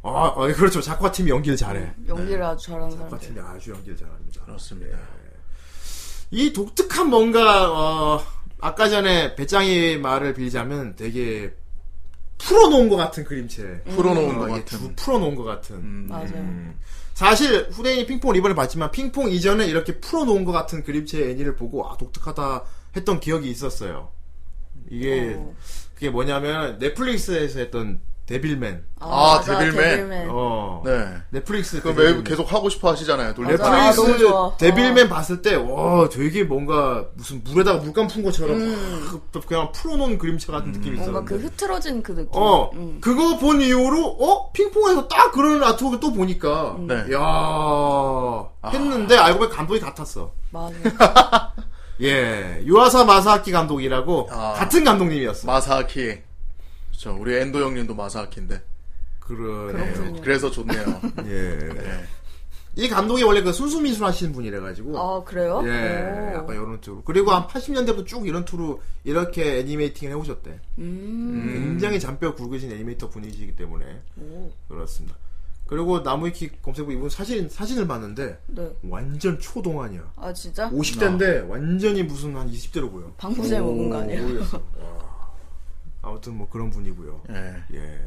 [SPEAKER 4] 아, 아, 그렇죠. 작화 팀이 연기를 잘해.
[SPEAKER 6] 연기를 아주 잘하는
[SPEAKER 4] 작화
[SPEAKER 6] 사람.
[SPEAKER 4] 팀이 아주 연기를 잘합니다.
[SPEAKER 5] 그렇습니다.
[SPEAKER 4] 이 독특한 뭔가, 어, 아까 전에 배짱이 말을 빌자면 되게 풀어놓은 것 같은 그림체.
[SPEAKER 5] 풀어놓은
[SPEAKER 4] 어,
[SPEAKER 5] 것
[SPEAKER 4] 이게
[SPEAKER 5] 같은. 음.
[SPEAKER 4] 주- 풀어놓은 것 같은.
[SPEAKER 6] 맞아요.
[SPEAKER 4] 음. 사실 후대인이 핑퐁 이번에 봤지만 핑퐁 이전에 이렇게 풀어놓은 것 같은 그림체의 애니를 보고 아 독특하다 했던 기억이 있었어요. 이게
[SPEAKER 6] 어.
[SPEAKER 4] 그게 뭐냐면 넷플릭스에서 했던 데빌맨.
[SPEAKER 5] 아,
[SPEAKER 6] 맞아,
[SPEAKER 5] 데빌맨.
[SPEAKER 4] 어.
[SPEAKER 5] 네.
[SPEAKER 4] 넷플릭스
[SPEAKER 5] 그
[SPEAKER 4] 데빌맨.
[SPEAKER 5] 매우 계속 하고 싶어 하시잖아요. 네. 돌려봐.
[SPEAKER 4] 네,
[SPEAKER 6] 맞아. 아, 너무
[SPEAKER 4] 넷플릭스
[SPEAKER 6] 좋아. 어.
[SPEAKER 4] 데빌맨 봤을 때 와 되게 뭔가 무슨 물에다가 물감 푼 것처럼 확 그냥 풀어놓은 그림체 같은 느낌이
[SPEAKER 6] 음. 뭔가 그
[SPEAKER 4] 있었는데.
[SPEAKER 6] 흐트러진 그 느낌.
[SPEAKER 4] 어,
[SPEAKER 6] 음.
[SPEAKER 4] 그거 본 이후로, 어? 핑퐁에서 딱 그런 아트웍을 또 보니까,
[SPEAKER 5] 네. 아.
[SPEAKER 4] 야 했는데, 알고 보니 감독이 같았어. <laughs>
[SPEAKER 6] 맞아요.
[SPEAKER 4] 예. 유아사 마사키 감독이라고,
[SPEAKER 5] 아.
[SPEAKER 4] 같은 감독님이었어.
[SPEAKER 5] 마사키. 그렇죠. 우리 엔도 형님도 마사키인데.
[SPEAKER 4] 그러네요.
[SPEAKER 5] 그래서 좋네요.
[SPEAKER 4] 예.
[SPEAKER 5] 네.
[SPEAKER 4] 이 감독이 원래 그 순수미술 하시는 분이래가지고,
[SPEAKER 6] 아, 그래요?
[SPEAKER 4] 예.
[SPEAKER 6] 오.
[SPEAKER 4] 약간 이런 쪽으로. 그리고 한 80년대부터 쭉 이런 투로 이렇게 애니메이팅을 해오셨대.
[SPEAKER 6] 음.
[SPEAKER 4] 굉장히 잔뼈 굵으신 애니메이터 분이시기 때문에,
[SPEAKER 6] 오.
[SPEAKER 4] 그렇습니다. 그리고 나무위키 검색해 이분 사진, 사진을 봤는데,
[SPEAKER 6] 네.
[SPEAKER 4] 완전 초동안이야.
[SPEAKER 6] 아, 진짜?
[SPEAKER 4] 50대인데 완전히 무슨 한 20대로 보여.
[SPEAKER 6] 방부제 먹은 거 네, 아니에요?
[SPEAKER 4] 모르겠어. 와. 아무튼 뭐 그런 분이고요.
[SPEAKER 5] 예.
[SPEAKER 4] 예.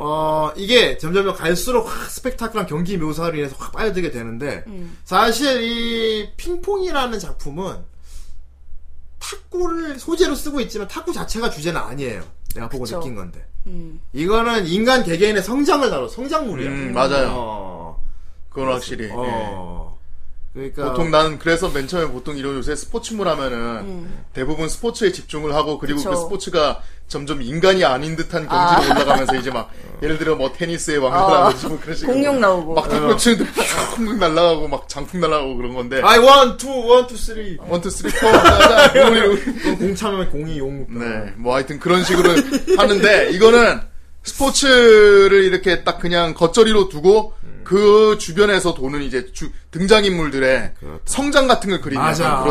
[SPEAKER 4] 어 이게 점점 갈수록 확 스펙타클한 경기 묘사를 인해서 확 빠져들게 되는데
[SPEAKER 6] 음.
[SPEAKER 4] 사실 이 핑퐁이라는 작품은 탁구를 소재로 쓰고 있지만 탁구 자체가 주제는 아니에요. 내가 보고
[SPEAKER 6] 그쵸.
[SPEAKER 4] 느낀 건데 <laughs>
[SPEAKER 6] 음.
[SPEAKER 4] 이거는 인간 개개인의 성장을 다뤄 성장물이야.
[SPEAKER 5] 음, 맞아요.
[SPEAKER 4] 어,
[SPEAKER 5] 그건 확실히. 예.
[SPEAKER 4] 어. 그러니까
[SPEAKER 5] 보통 나는 그래서 맨 처음에 보통 이런 요새 스포츠물 하면은 대부분 스포츠에 집중을 하고 그리고 그
[SPEAKER 6] 그쵸.
[SPEAKER 5] 스포츠가 점점 인간이 아닌 듯한 경지로 올라가면서 이제 막 예를 들어 뭐 테니스의
[SPEAKER 4] 아,
[SPEAKER 5] 왕자라든지 뭐 그런 식으로
[SPEAKER 6] 아, 공룡 나오고.
[SPEAKER 5] 막 탁구 치는데 팍 날라가고 막 장풍 날라가고 그런 건데
[SPEAKER 4] I want to one two three.
[SPEAKER 5] 원투 쓰리 포 하자, 뭐 이러고.
[SPEAKER 4] 그건 공차면 공이 용. 어.
[SPEAKER 5] 네, 뭐 하여튼 그런 식으로 <laughs> 하는데 이거는 스포츠를 이렇게 딱 그냥 겉절이로 두고
[SPEAKER 4] 음.
[SPEAKER 5] 그 주변에서 도는 이제 주- 등장인물들의 성장 같은 걸 그리는
[SPEAKER 4] 맞아. 어.
[SPEAKER 5] 약간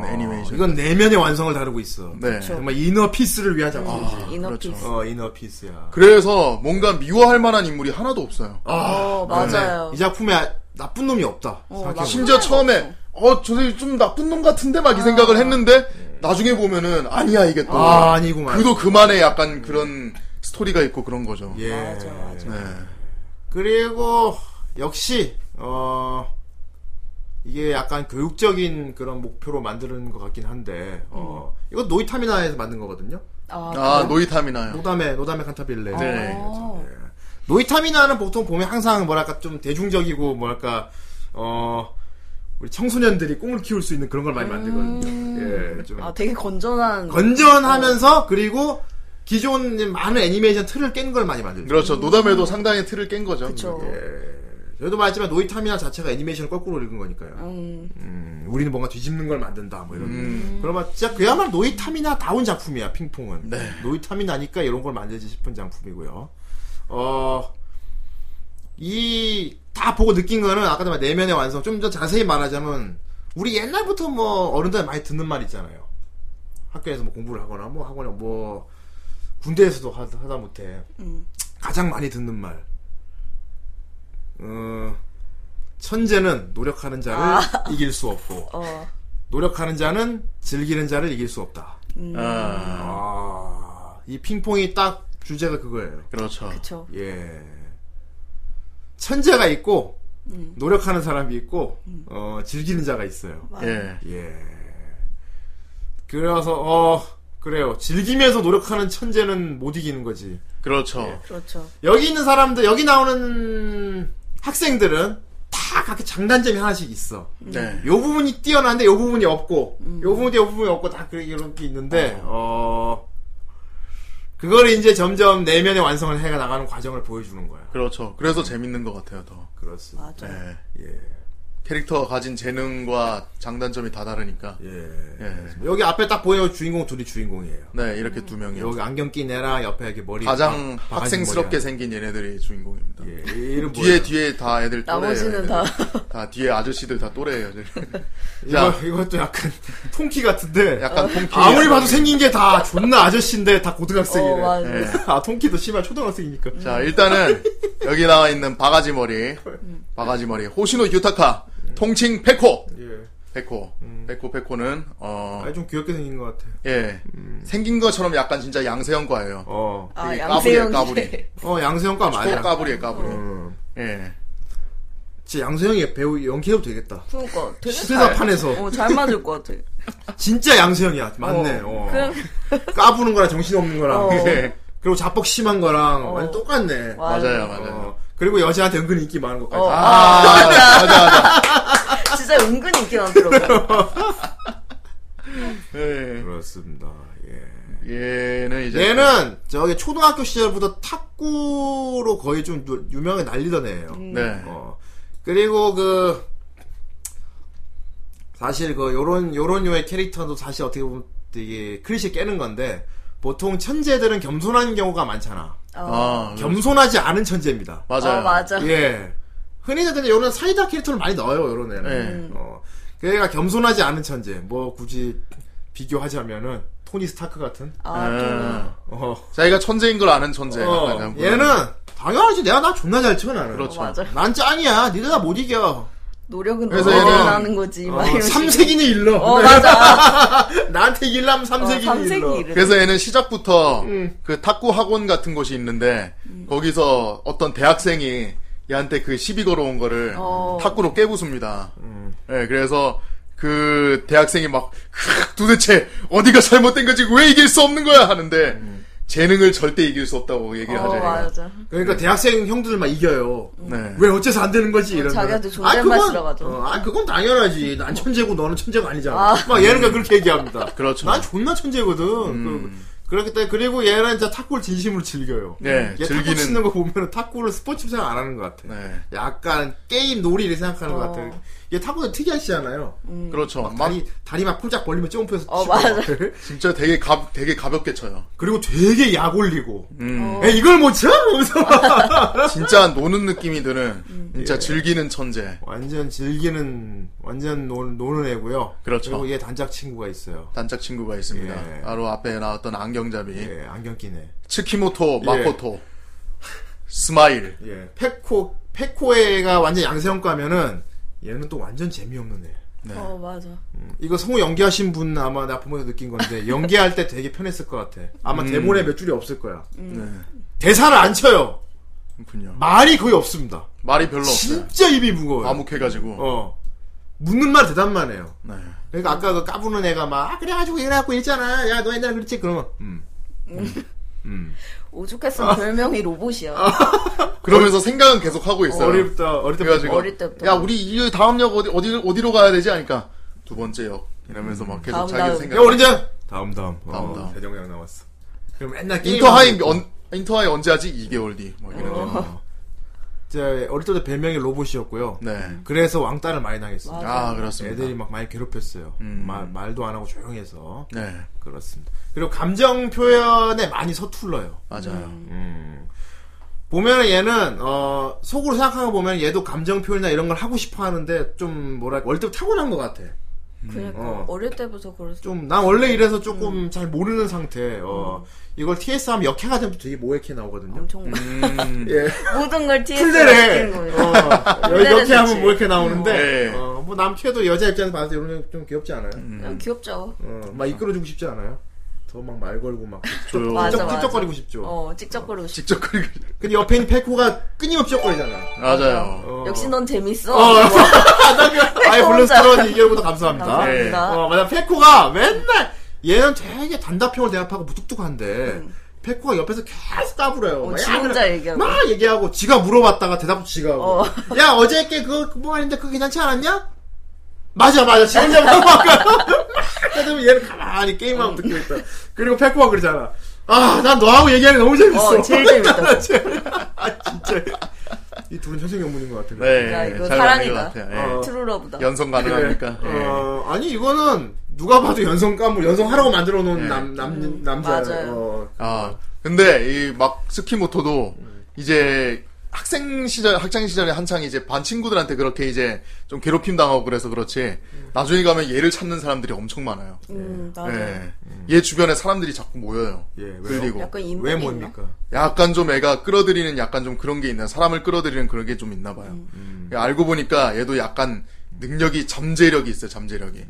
[SPEAKER 5] 그런 애니메이션.
[SPEAKER 4] 이건 내면의 완성을 다루고 있어.
[SPEAKER 5] 네. 아.
[SPEAKER 4] 정말 이너 피스를 위한 작품이지.
[SPEAKER 6] 이너피스.
[SPEAKER 4] 어, 이너 피스야.
[SPEAKER 5] 그래서 뭔가 미워할 만한 인물이 하나도
[SPEAKER 4] 아,
[SPEAKER 5] 없어요. 아.
[SPEAKER 6] 어, 맞아요.
[SPEAKER 4] 네.
[SPEAKER 6] 어,
[SPEAKER 4] 이 작품에 나쁜 놈이 없다. 생각해보면.
[SPEAKER 6] 맞아.
[SPEAKER 5] 심지어 처음에 어, 저 사람이 좀 나쁜 놈 같은데 막 이 생각을 했는데 나중에 보면은 아니야 이게 또
[SPEAKER 4] 아, 아니구만.
[SPEAKER 5] 그도 그만의 약간 그런 스토리가 있고 그런 거죠.
[SPEAKER 4] 예.
[SPEAKER 6] 맞아, 맞아.
[SPEAKER 5] 네.
[SPEAKER 4] 그리고 역시 어 이게 약간 교육적인 그런 목표로 만드는 것 같긴 한데 어
[SPEAKER 6] 음.
[SPEAKER 4] 이건 노이타미나에서 만든 거거든요.
[SPEAKER 5] 아,
[SPEAKER 6] 그래요?
[SPEAKER 5] 노이타미나요.
[SPEAKER 4] 노담의 노담의 칸타빌레.
[SPEAKER 5] 네.
[SPEAKER 6] 어.
[SPEAKER 4] 노이타미나는 보통 보면 항상 뭐랄까 좀 대중적이고 뭐랄까 어 우리 청소년들이 꿈을 키울 수 있는 그런 걸 많이 만들거든요. 예, 좀
[SPEAKER 6] 아, 되게 건전한.
[SPEAKER 4] 건전하면서 그리고 기존 많은 애니메이션 틀을 깬 걸 많이 만들죠.
[SPEAKER 5] 그렇죠. 노담에도 상당히 틀을 깬 거죠.
[SPEAKER 6] 그쵸.
[SPEAKER 4] 예. 저희도 말했지만 노이타미나 자체가 애니메이션을 거꾸로 읽은 거니까요.
[SPEAKER 6] 음,
[SPEAKER 4] 음, 우리는 뭔가 뒤집는 걸 만든다 뭐 이런.
[SPEAKER 5] 음.
[SPEAKER 4] 그러면 진짜 그야말로 노이타미나 다운 작품이야 핑퐁은.
[SPEAKER 5] 네.
[SPEAKER 4] 노이타미나니까 이런 걸 만들지 싶은 작품이고요. 어. 이 다 보고 느낀 거는 아까도 말 내면의 완성 좀 더 자세히 말하자면 우리 옛날부터 뭐 어른들 많이 듣는 말 있잖아요. 학교에서 뭐 공부를 하거나 뭐 학원에 뭐 군대에서도 하- 하다 못해
[SPEAKER 6] 음.
[SPEAKER 4] 가장 많이 듣는 말. 어, 천재는 노력하는 자를 이길 수 없고
[SPEAKER 6] 아. <laughs> 어.
[SPEAKER 4] 노력하는 자는 즐기는 자를 이길 수 없다.
[SPEAKER 6] 음.
[SPEAKER 5] 아,
[SPEAKER 4] 아, 이 핑퐁이 딱 주제가 그거예요.
[SPEAKER 5] 그렇죠.
[SPEAKER 6] 그쵸.
[SPEAKER 4] 예. 천재가 있고
[SPEAKER 6] 음.
[SPEAKER 4] 노력하는 사람이 있고 어, 즐기는 자가 있어요.
[SPEAKER 6] 맞아.
[SPEAKER 5] 예.
[SPEAKER 4] 예. 그래서 어 그래요. 즐기면서 노력하는 천재는 못 이기는 거지.
[SPEAKER 5] 그렇죠.
[SPEAKER 6] 그렇죠.
[SPEAKER 4] 여기 있는 사람들, 여기 나오는 학생들은 다 각기 장단점이 하나씩 있어.
[SPEAKER 5] 네. 음.
[SPEAKER 4] 요 부분이 뛰어난데 요 부분이 없고, 요 부분이 요 부분이 없고 다 그렇게 이렇게 있는데, 어, 그걸 이제 점점 내면의 완성을 해가 나가는 과정을 보여주는 거야.
[SPEAKER 5] 그렇죠. 그래서 재밌는 것 같아요, 더.
[SPEAKER 4] 그렇습니다.
[SPEAKER 6] 맞아.
[SPEAKER 5] 예.
[SPEAKER 4] 예.
[SPEAKER 5] 캐릭터가 가진 재능과 장단점이 다 다르니까.
[SPEAKER 4] 예.
[SPEAKER 5] 예.
[SPEAKER 4] 여기 앞에 딱 보여요. 주인공 둘이 주인공이에요.
[SPEAKER 5] 네, 이렇게 두 명이요.
[SPEAKER 4] 여기 안경 낀 애랑 옆에 이렇게 머리.
[SPEAKER 5] 가장
[SPEAKER 4] 바- 바가지
[SPEAKER 5] 학생스럽게
[SPEAKER 4] 머리랑.
[SPEAKER 5] 생긴 얘네들이 주인공입니다.
[SPEAKER 4] 예. 이름
[SPEAKER 5] 뒤에
[SPEAKER 4] 뭐예요?
[SPEAKER 5] 뒤에 다 애들 또래예요.
[SPEAKER 6] 나머지는
[SPEAKER 5] 애들.
[SPEAKER 6] 다.
[SPEAKER 5] <laughs> 다 뒤에 아저씨들 다 또래예요. 애들. <laughs>
[SPEAKER 4] 이거, 이것도 약간 <laughs> 통키 같은데.
[SPEAKER 6] 어.
[SPEAKER 5] 약간 통키.
[SPEAKER 4] 아무리 봐도 생긴 게 다 존나 아저씨인데 다 고등학생이래.
[SPEAKER 6] 어, 맞아. 음.
[SPEAKER 5] 예.
[SPEAKER 4] 아, 통키도 씨발 초등학생이니까.
[SPEAKER 5] 자, 일단은 여기 나와 있는 바가지 머리,
[SPEAKER 6] 음.
[SPEAKER 5] 바가지 머리 호시노 유타카, 통칭 페코,
[SPEAKER 4] 예.
[SPEAKER 5] 페코, 페코 페코는 어,
[SPEAKER 4] 아, 좀 귀엽게 생긴 것 같아.
[SPEAKER 5] 예, 생긴 것처럼 약간 진짜 양세형과예요.
[SPEAKER 4] 음. 어.
[SPEAKER 6] 아,
[SPEAKER 5] 되게
[SPEAKER 6] 양세형.
[SPEAKER 5] 까불이에요,
[SPEAKER 6] <laughs> 씨.
[SPEAKER 4] 어, 양세형과
[SPEAKER 5] 또
[SPEAKER 4] 맞아.
[SPEAKER 5] 까불이에요, 까불이.
[SPEAKER 4] 음.
[SPEAKER 5] 예,
[SPEAKER 4] 진짜 양세형이 배우 연기해도 되겠다.
[SPEAKER 6] 그러니까 되게 잘.
[SPEAKER 4] 시세다판에서.
[SPEAKER 6] 어, 잘 맞을 것 같아.
[SPEAKER 4] 진짜 양세형이야. 맞네. 어. 까부는 거랑 정신없는 거랑.
[SPEAKER 6] 어.
[SPEAKER 4] <laughs>
[SPEAKER 5] 예,
[SPEAKER 4] 그리고 자뻑 심한 거랑
[SPEAKER 6] 어.
[SPEAKER 4] 완전 똑같네.
[SPEAKER 6] 와.
[SPEAKER 5] 맞아요, 맞아요.
[SPEAKER 4] 어. 그리고 여자한테 은근 인기 많은 것까지.
[SPEAKER 6] 어.
[SPEAKER 4] 아,
[SPEAKER 5] 아, 맞아, 맞아.
[SPEAKER 6] 진짜 은근 인기 많더라고요.
[SPEAKER 5] 예,
[SPEAKER 4] 그렇습니다. 예.
[SPEAKER 5] 얘는 이제
[SPEAKER 4] 음. 얘는 저기 초등학교 시절부터 탁구로 거의 좀 유- 유명하게 날리던 애예요.
[SPEAKER 5] 네,
[SPEAKER 4] 어. 그리고 그 사실 그 요런 요런 요의 캐릭터도 사실 어떻게 보면 되게 클리셰 깨는 건데 보통 천재들은 겸손한 경우가 많잖아.
[SPEAKER 5] <laughs>
[SPEAKER 4] 어,
[SPEAKER 5] 아,
[SPEAKER 4] 겸손하지 않은 천재입니다.
[SPEAKER 5] 맞아요.
[SPEAKER 6] 어, 맞아.
[SPEAKER 4] 예. 흔히들 근데 요런 사이다 캐릭터를 많이 넣어요, 요런 애는.
[SPEAKER 5] 네.
[SPEAKER 4] 어. 그러니까 겸손하지 않은 천재. 뭐 굳이 비교하자면은 토니 스타크 같은.
[SPEAKER 6] 아, 좀.
[SPEAKER 5] 예.
[SPEAKER 4] 어.
[SPEAKER 5] 자기가 천재인 걸 아는 천재.
[SPEAKER 4] 어,
[SPEAKER 5] 약간 그런-
[SPEAKER 4] 얘는 당연하지 내가 나 존나 잘쳐 나는
[SPEAKER 5] 그렇죠.
[SPEAKER 6] 어, 맞아.
[SPEAKER 4] 난 짱이야 니들 다 못 이겨
[SPEAKER 6] 노력은
[SPEAKER 5] 그래서
[SPEAKER 6] 너무
[SPEAKER 5] 얘는, 어,
[SPEAKER 6] 하는 거지. 막 이런 식으로.
[SPEAKER 4] 3세기는 일러
[SPEAKER 6] 어, 맞아.
[SPEAKER 4] <laughs> 나한테 일남
[SPEAKER 6] 어,
[SPEAKER 4] 3세기는 일러
[SPEAKER 6] 삼색이 이래.
[SPEAKER 5] 그래서 얘는 시작부터
[SPEAKER 6] 음.
[SPEAKER 5] 그 탁구 학원 같은 곳이 있는데 거기서 어떤 대학생이 얘한테 그 시비 걸어온 거를
[SPEAKER 6] 어.
[SPEAKER 5] 탁구로 깨부숩니다.
[SPEAKER 4] 음.
[SPEAKER 5] 예, 그래서 그 대학생이 막 "크으, 도대체 어디가 잘못된 거지 왜 이길 수 없는 거야 하는데
[SPEAKER 4] 음.
[SPEAKER 5] 재능을 절대 이길 수 없다고 얘기를 하죠.
[SPEAKER 6] 어,
[SPEAKER 5] 얘가.
[SPEAKER 6] 맞아.
[SPEAKER 4] 그러니까 대학생 형들만 이겨요
[SPEAKER 5] 네.
[SPEAKER 4] 왜 어째서 안 되는 거지 이런
[SPEAKER 6] 자기한테
[SPEAKER 4] 거는. 아,
[SPEAKER 6] 존댓말
[SPEAKER 4] 그건-
[SPEAKER 6] 들어가죠.
[SPEAKER 4] 어, 아 그건 당연하지 난 천재고 너는 천재가 아니잖아
[SPEAKER 6] 아.
[SPEAKER 4] 막 얘는 그냥 그렇게 얘기합니다
[SPEAKER 5] <laughs> 그렇죠. 음.
[SPEAKER 4] 난 존나 천재거든 그, 그렇기 때문에 그리고 얘는 진짜 탁구를 진심으로 즐겨요
[SPEAKER 5] 네,
[SPEAKER 4] 얘 탁구
[SPEAKER 5] 즐기는-
[SPEAKER 4] 치는 거 보면 탁구를 스포츠 생각 안 하는 것 같아
[SPEAKER 5] 네.
[SPEAKER 4] 약간 게임 놀이를 생각하는 것
[SPEAKER 6] 어.
[SPEAKER 4] 같아요. 얘 탁구는 특이하시잖아요.
[SPEAKER 5] 그렇죠. 막
[SPEAKER 4] 다리, 다리 막 폴짝 벌리면 점프해서
[SPEAKER 6] 어,
[SPEAKER 4] 치고.
[SPEAKER 6] 맞아.
[SPEAKER 5] 진짜 되게 가, 되게 가볍게
[SPEAKER 6] <laughs>
[SPEAKER 5] 쳐요.
[SPEAKER 4] <laughs> 그리고 되게 약 올리고.
[SPEAKER 5] 음.
[SPEAKER 6] 어.
[SPEAKER 4] 야, 이걸 못 쳐? 하면서.
[SPEAKER 5] 진짜 노는 느낌이
[SPEAKER 6] 음.
[SPEAKER 5] 드는
[SPEAKER 4] 예.
[SPEAKER 5] 진짜 즐기는 천재.
[SPEAKER 4] 완전 즐기는, 완전 노는, 노는 애고요.
[SPEAKER 5] 그렇죠.
[SPEAKER 4] 리고얘 단짝 친구가 있어요.
[SPEAKER 5] 단짝 친구가 있습니다.
[SPEAKER 4] 예.
[SPEAKER 5] 바로 앞에 나왔던 안경잡이.
[SPEAKER 4] 예, 안경 끼네.
[SPEAKER 5] 츠키모토
[SPEAKER 6] 예.
[SPEAKER 5] 마코토 스마일
[SPEAKER 4] 예. 페코, 페코애가 완전 양세형과면은 얘는 또 완전 재미없는 애.
[SPEAKER 5] 네.
[SPEAKER 6] 어 맞아.
[SPEAKER 4] 이거 성우 연기하신 분 아마 나 보면서 느낀
[SPEAKER 5] <laughs>
[SPEAKER 4] 건데 연기할 때 되게 편했을 것 같아. 아마
[SPEAKER 5] 음.
[SPEAKER 4] 대본에 몇 줄이 없을 거야.
[SPEAKER 6] 음. 네,
[SPEAKER 4] 대사를 안 쳐요.
[SPEAKER 5] 그렇군요.
[SPEAKER 4] 말이 거의 없습니다.
[SPEAKER 5] 말이 별로 없어요.
[SPEAKER 4] 진짜 입이 무거워요.
[SPEAKER 5] 과묵해가지고.
[SPEAKER 4] 어 묻는 말 대답만 해요.
[SPEAKER 5] 네.
[SPEAKER 4] 그러니까 아까 그 까부는 애가 막 아, 그래가지고 이래갖고 이랬잖아. 야 너 옛날에 그랬지 그러면 음.
[SPEAKER 5] 아.
[SPEAKER 6] 오죽했으면 별명이 로봇이야.
[SPEAKER 5] 그러면서 생각은 계속 하고 있어요.
[SPEAKER 4] 어릴 때 어릴 때
[SPEAKER 5] 그래가지고
[SPEAKER 6] 어릴 때부터.
[SPEAKER 5] 야 우리 이 다음 역 어디 어디 어디로 가야 되지? 하니까 두 번째 역 이러면서 막 계속
[SPEAKER 6] 다음,
[SPEAKER 5] 자기
[SPEAKER 6] 다음.
[SPEAKER 4] 야
[SPEAKER 5] 생각.
[SPEAKER 4] 어린 자 다음 다음
[SPEAKER 5] 다음,
[SPEAKER 4] 어,
[SPEAKER 5] 다음.
[SPEAKER 4] 대정량 나왔어. 그럼 맨날 게임
[SPEAKER 5] 인터하이 언, 인터하이 언제 하지? 2개월 뒤. 막 이런
[SPEAKER 6] 어.
[SPEAKER 5] 거.
[SPEAKER 4] 제 어릴 때도 별명이 로봇이었고요.
[SPEAKER 5] 어. 네.
[SPEAKER 4] 그래서 왕따를 많이 당했습니다.
[SPEAKER 5] 아 그렇습니다.
[SPEAKER 4] 애들이 막 많이 괴롭혔어요.
[SPEAKER 5] 음.
[SPEAKER 4] 말, 말도 안 하고 조용히 해서.
[SPEAKER 5] 네
[SPEAKER 4] 그렇습니다. 그리고 감정 표현에 많이 서툴러요.
[SPEAKER 5] 맞아요.
[SPEAKER 4] 음. 보면은 얘는, 어, 속으로 생각하고 보면 얘도 감정 표현이나 이런 걸 하고 싶어 하는데 좀 뭐랄까, 원래 때부터 타고난 것 같아.
[SPEAKER 6] 그러니까
[SPEAKER 5] 음,
[SPEAKER 4] 어.
[SPEAKER 6] 어. 릴 때부터 그랬어.
[SPEAKER 4] 좀, 난 원래 이래서 조금 잘 모르는 상태. 어, 이걸 TS 하면 역해가 되면 되게 모호하게 나오거든요.
[SPEAKER 6] 엄청
[SPEAKER 5] 음,
[SPEAKER 4] 예.
[SPEAKER 6] 모든 걸 TS로
[SPEAKER 4] 풀대래.
[SPEAKER 6] 시키는 거예요. <laughs>
[SPEAKER 4] 어,
[SPEAKER 6] 풀대래
[SPEAKER 4] 이렇게 하면
[SPEAKER 6] 좋지.
[SPEAKER 4] 뭐 이렇게 나오는데,
[SPEAKER 5] 네.
[SPEAKER 4] 어, 뭐 남캐도 여자 입장에서 봤을 때 이런 게 좀 귀엽지 않아요?
[SPEAKER 5] 음.
[SPEAKER 6] 그냥 귀엽죠.
[SPEAKER 4] 어, 막 이끌어주고 싶지 않아요? 더 막 말 걸고 막
[SPEAKER 5] 조용.
[SPEAKER 6] 맞아, 맞아.
[SPEAKER 4] 쩍쩍거리고 싶죠.
[SPEAKER 5] 음.
[SPEAKER 6] 어 찍적거리고 싶어.
[SPEAKER 5] 직접 그리고
[SPEAKER 4] 근데 옆에 있는 페코가 끊임없이
[SPEAKER 6] <laughs>
[SPEAKER 4] 쩍거리잖아.
[SPEAKER 5] 맞아요.
[SPEAKER 4] 어.
[SPEAKER 6] 역시 넌 재밌어. 뭐,
[SPEAKER 4] 아이 블루스트런 이겨보다 감사합니다.
[SPEAKER 5] 예.
[SPEAKER 6] 감사합니다.
[SPEAKER 4] 어, 맞아. 페코가 맨날 얘는 되게 단답형을 대답하고 무뚝뚝한데 페코가 옆에서 계속 까불어요.
[SPEAKER 6] 음. 어,
[SPEAKER 4] <laughs> 막
[SPEAKER 6] 지
[SPEAKER 4] 야,
[SPEAKER 6] 혼자
[SPEAKER 4] 그래.
[SPEAKER 6] 얘기하고.
[SPEAKER 4] 막 얘기하고 지가 물어봤다가 대답도 지가 하고.
[SPEAKER 6] 어.
[SPEAKER 4] 야 어저께 그거 뭐 했는데 그거 괜찮지 않았냐? 맞아 맞아 지 혼자 막 <laughs> 막. 그러면 얘는 가만히 게임하고 듣고 있다. 그리고 페코가 그러잖아. 아, 난 너하고 얘기하는 게 너무 재밌어. <laughs>
[SPEAKER 6] 어, 제일 재밌다고.
[SPEAKER 4] 나 제일- 아, 진짜. 이 둘은 선생 연문인 것 같아.
[SPEAKER 5] 네.
[SPEAKER 6] 야, 이거
[SPEAKER 5] 잘 맞는 것
[SPEAKER 6] 사랑이다.
[SPEAKER 5] 같아요.
[SPEAKER 4] 어.
[SPEAKER 5] 예.
[SPEAKER 6] 트루러브다.
[SPEAKER 5] 연성 가능합니까? 예.
[SPEAKER 4] 어, 아니 이거는 누가 봐도 연성 까물 연성하라고 만들어 놓은
[SPEAKER 5] 네.
[SPEAKER 4] 남, 남, 남자.
[SPEAKER 6] 음, 맞아요.
[SPEAKER 4] 어,
[SPEAKER 5] 아 근데 이 막 스키모토도 이제 학생 시절 학창 시절에 한창 이제 반 친구들한테 그렇게 이제 좀 괴롭힘 당하고 그래서 그렇지 나중에 가면 얘를 찾는 사람들이 엄청 많아요.
[SPEAKER 6] 음,
[SPEAKER 4] 네.
[SPEAKER 6] 맞아.
[SPEAKER 5] 예. 얘 주변에 사람들이 자꾸 모여요.
[SPEAKER 4] 예, 왜요?
[SPEAKER 5] 그리고
[SPEAKER 6] 약간 인물이
[SPEAKER 4] 왜
[SPEAKER 6] 있나?
[SPEAKER 4] 뭡니까?
[SPEAKER 5] 약간 좀 애가 끌어들이는 약간 좀 그런 게 있나 사람을 끌어들이는 그런 게 좀 있나 봐요.
[SPEAKER 6] 음.
[SPEAKER 5] 음. 예, 알고 보니까 얘도 약간 능력이 잠재력이 있어요. 잠재력이.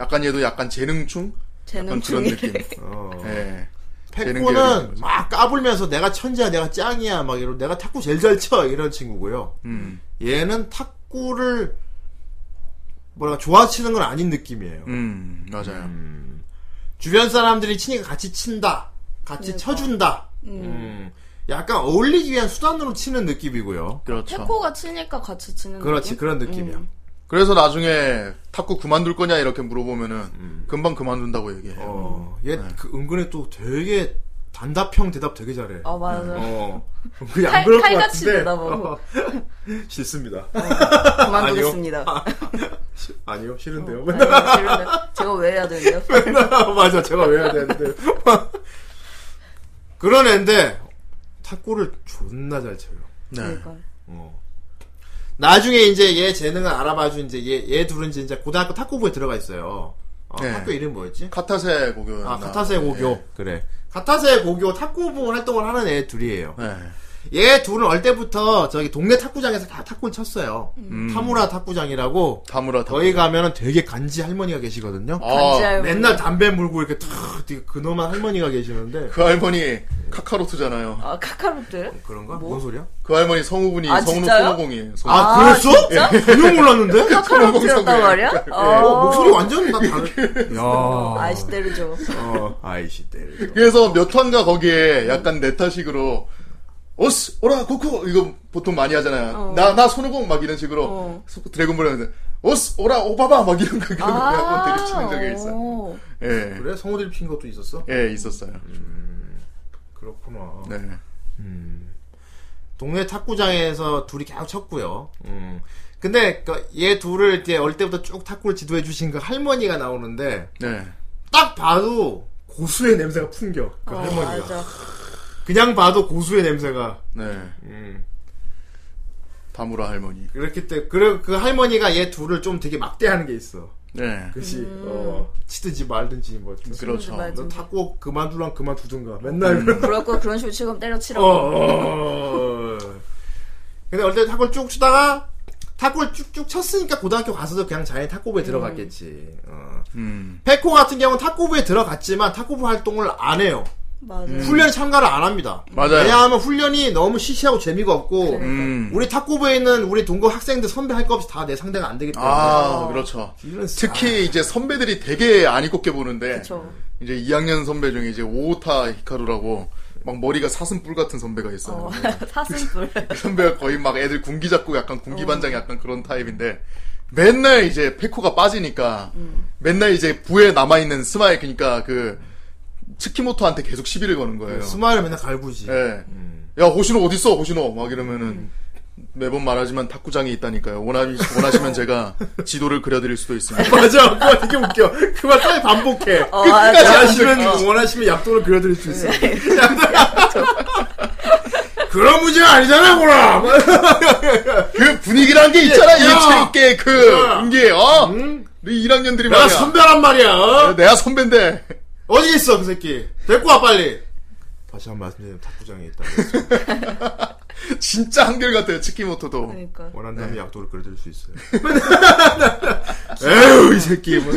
[SPEAKER 5] 약간 얘도 약간 재능충? 약간 그런
[SPEAKER 6] 재능충이. <laughs>
[SPEAKER 5] 느낌.
[SPEAKER 4] 어.
[SPEAKER 5] 예. 재능 계열인
[SPEAKER 4] 페코는
[SPEAKER 5] 거죠.
[SPEAKER 4] 막 까불면서 내가 천재야, 내가 짱이야, 막 이런, 내가 탁구 제일 잘 쳐, 이런 친구고요.
[SPEAKER 5] 음.
[SPEAKER 4] 얘는 탁구를, 뭐랄까, 좋아치는 건 아닌 느낌이에요.
[SPEAKER 5] 음, 맞아요.
[SPEAKER 4] 주변 사람들이 치니까 같이 친다.
[SPEAKER 6] 그러니까.
[SPEAKER 4] 같이 쳐준다. 음. 약간 어울리기 위한 수단으로 치는 느낌이고요.
[SPEAKER 5] 그렇죠.
[SPEAKER 6] 태코가 치니까 같이 치는
[SPEAKER 4] 그렇지,
[SPEAKER 6] 느낌? 음.
[SPEAKER 4] 그런 느낌이야.
[SPEAKER 5] 그래서 나중에 탁구 그만둘 거냐 이렇게 물어보면은 금방 그만둔다고 얘기해요.
[SPEAKER 4] 음. 어, 얘 그, 은근히 또 되게 단답형 대답 되게 잘해.
[SPEAKER 6] 아 맞아.
[SPEAKER 4] 어, 은근히 안
[SPEAKER 6] 칼-
[SPEAKER 4] 그럴 것
[SPEAKER 6] 칼같이
[SPEAKER 4] 같은데.
[SPEAKER 6] 대답하고.
[SPEAKER 4] 어, <laughs>
[SPEAKER 6] <laughs>
[SPEAKER 4] 싫습니다. 어,
[SPEAKER 6] 그만두겠습니다.
[SPEAKER 4] 아, 아니요, 싫은데요. <laughs>
[SPEAKER 6] 아니, 그러면 제가 왜 해야 되는데요?
[SPEAKER 4] 네. 맞아, 제가 왜 해야 되는데. <laughs> 그런 애인데, 탁구를 존나 잘 쳐요.
[SPEAKER 5] 네.
[SPEAKER 6] 그러니까.
[SPEAKER 4] 어. 나중에 이제 얘 재능을 알아봐준 이제 얘, 얘 둘은 이제 이제 고등학교 탁구부에 들어가 있어요. 어,
[SPEAKER 5] 네.
[SPEAKER 4] 학교 이름 뭐였지?
[SPEAKER 5] 카타세 고교.
[SPEAKER 4] 아, 카타세 고교. 그래. 카타세 고교 탁구부 활동을 하는 애 둘이에요.
[SPEAKER 5] 네.
[SPEAKER 4] 얘 둘은 어릴 때부터 저기 동네 탁구장에서 다 탁구를 쳤어요.
[SPEAKER 5] 음.
[SPEAKER 4] 타무라 탁구장이라고
[SPEAKER 5] 다무라 탁구.
[SPEAKER 4] 저희 가면은 되게 간지 할머니가 계시거든요.
[SPEAKER 5] 아,
[SPEAKER 6] 할머니.
[SPEAKER 4] 어, 맨날 담배 물고 이렇게 탁 되게 그놈한 할머니가 계시는데
[SPEAKER 5] 그 할머니 카카로트잖아요.
[SPEAKER 6] 아 카카로트?
[SPEAKER 4] 그런가? 뭔 소리야?
[SPEAKER 5] 그 할머니 성우분이
[SPEAKER 6] 아,
[SPEAKER 5] 성우
[SPEAKER 6] 진짜요?
[SPEAKER 5] 소노공이에요.
[SPEAKER 4] 아,
[SPEAKER 5] 성우.
[SPEAKER 4] 그랬어? 예. 전혀 몰랐는데?
[SPEAKER 6] 카카로트였단
[SPEAKER 5] 성공성공.
[SPEAKER 6] 말이야?
[SPEAKER 4] 어,
[SPEAKER 6] 어.
[SPEAKER 4] 목소리 완전 나 다른.
[SPEAKER 7] 야.
[SPEAKER 6] 아이씨 때리죠.
[SPEAKER 4] 어, 아이씨 때려.
[SPEAKER 5] 그래서 몇 화인가 거기에 약간 네타식으로 오스 오라 고쿠 이거 보통 많이 하잖아요. 나 나 손오공 막 이런 식으로
[SPEAKER 6] 어.
[SPEAKER 5] 소- 드래곤볼 하는데 오스 오라 오바바 막 이런 거 그런 거
[SPEAKER 6] 아.
[SPEAKER 4] 어,
[SPEAKER 5] 한번 들이치는 적이 있어요.
[SPEAKER 6] 오.
[SPEAKER 5] 예.
[SPEAKER 4] 아, 그래? 성우들 핀 것도 있었어?
[SPEAKER 5] 예, 있었어요.
[SPEAKER 4] 그렇구나. 음.
[SPEAKER 5] 네.
[SPEAKER 4] 동네 탁구장에서 둘이 계속 쳤고요. 음. 근데 그얘 둘을 이제 어릴 때부터 쭉 탁구를 지도해 주신 그 할머니가 나오는데
[SPEAKER 5] 네.
[SPEAKER 4] 딱 봐도 고수의 냄새가 풍겨. 그
[SPEAKER 6] 어,
[SPEAKER 4] 할머니가.
[SPEAKER 6] 맞아.
[SPEAKER 4] 그냥 봐도 고수의 냄새가.
[SPEAKER 5] 네.
[SPEAKER 4] 음.
[SPEAKER 5] 다무라 할머니.
[SPEAKER 4] 그렇기 때문에 그, 그 할머니가 얘 둘을 좀 되게 막대하는 게 있어.
[SPEAKER 5] 네.
[SPEAKER 4] 그치. 어, 치든지 말든지 뭐.
[SPEAKER 5] 그렇죠.
[SPEAKER 6] 맞아.
[SPEAKER 4] 너 탁구 그만두랑
[SPEAKER 5] 어.
[SPEAKER 4] 그만두든가. 맨날.
[SPEAKER 5] 음.
[SPEAKER 4] 그런-
[SPEAKER 6] 그럴 거 그런 식으로 지금
[SPEAKER 4] 어,
[SPEAKER 6] 때려치라고.
[SPEAKER 4] 어, 어. 근데 어릴 때 탁구를 쭉 치다가 탁구를 쭉쭉 쳤으니까 고등학교 가서도 그냥 자연히 탁구부에 들어갔겠지. 어.
[SPEAKER 5] 음.
[SPEAKER 4] 페코 같은 경우는 탁구부에 들어갔지만 탁구부 활동을 안 해요.
[SPEAKER 6] 맞아.
[SPEAKER 4] 훈련 참가를 안 합니다.
[SPEAKER 5] 음. 맞아요.
[SPEAKER 4] 왜냐하면 훈련이 너무 시시하고 재미가 없고
[SPEAKER 5] 음.
[SPEAKER 4] 우리 탁구부에 있는 우리 동거 학생들 선배 할 거 없이 다 내 상대가 안 되기 때문에
[SPEAKER 5] 아, 그렇죠.
[SPEAKER 4] 이런
[SPEAKER 5] 특히 이제 선배들이 되게 안 이꼽게 보는데
[SPEAKER 6] 그쵸.
[SPEAKER 5] 이제 2학년 선배 중에 이제 오타 히카루라고 막 머리가 사슴뿔 같은 선배가 있어요.
[SPEAKER 6] 어, <laughs> 사슴뿔.
[SPEAKER 5] 그 선배가 거의 막 애들 군기 잡고 약간
[SPEAKER 6] 어.
[SPEAKER 5] 군기 반장 약간 그런 타입인데 맨날 이제 페코가 빠지니까
[SPEAKER 6] 음.
[SPEAKER 5] 맨날 이제 부에 남아 있는 스마일 그러니까 그 츠키모토한테 계속 시비를 거는 거예요.
[SPEAKER 4] 네, 스마일을 맨날 갈구지.
[SPEAKER 5] 예. 야 호시노 어디 있어 호시노 막 이러면은 매번 말하지만 탁구장이 있다니까요. 원하, 원하시면 제가 지도를 그려드릴 수도 있습니다.
[SPEAKER 4] <laughs> 맞아, 그거 되게 웃겨. 그말 빨리 반복해.
[SPEAKER 6] 어,
[SPEAKER 4] 끝까지
[SPEAKER 6] 아,
[SPEAKER 4] 하시면 원하시면 약도를 그려드릴 수 있어.
[SPEAKER 6] 네.
[SPEAKER 4] <laughs> 그런 문제가 아니잖아, 고라.
[SPEAKER 5] 그 분위기란 게 있잖아
[SPEAKER 4] 야.
[SPEAKER 5] 일체육계 그
[SPEAKER 4] 야.
[SPEAKER 5] 음계 어. 우리 1학년들이
[SPEAKER 4] 내가
[SPEAKER 5] 말이야.
[SPEAKER 4] 선배란 말이야. 어?
[SPEAKER 5] 내가 선배인데. <laughs>
[SPEAKER 4] 어디 있어, 그 새끼? 데리고 와 빨리. 다시 한 번 말씀드리면 탁구장에 있다.
[SPEAKER 5] 진짜 한결같아요, 치키모토도.
[SPEAKER 6] 그러니까.
[SPEAKER 4] 원한다면 약도를 그려드릴 수 있어요. <laughs> 에휴, 이 새끼. 뭐.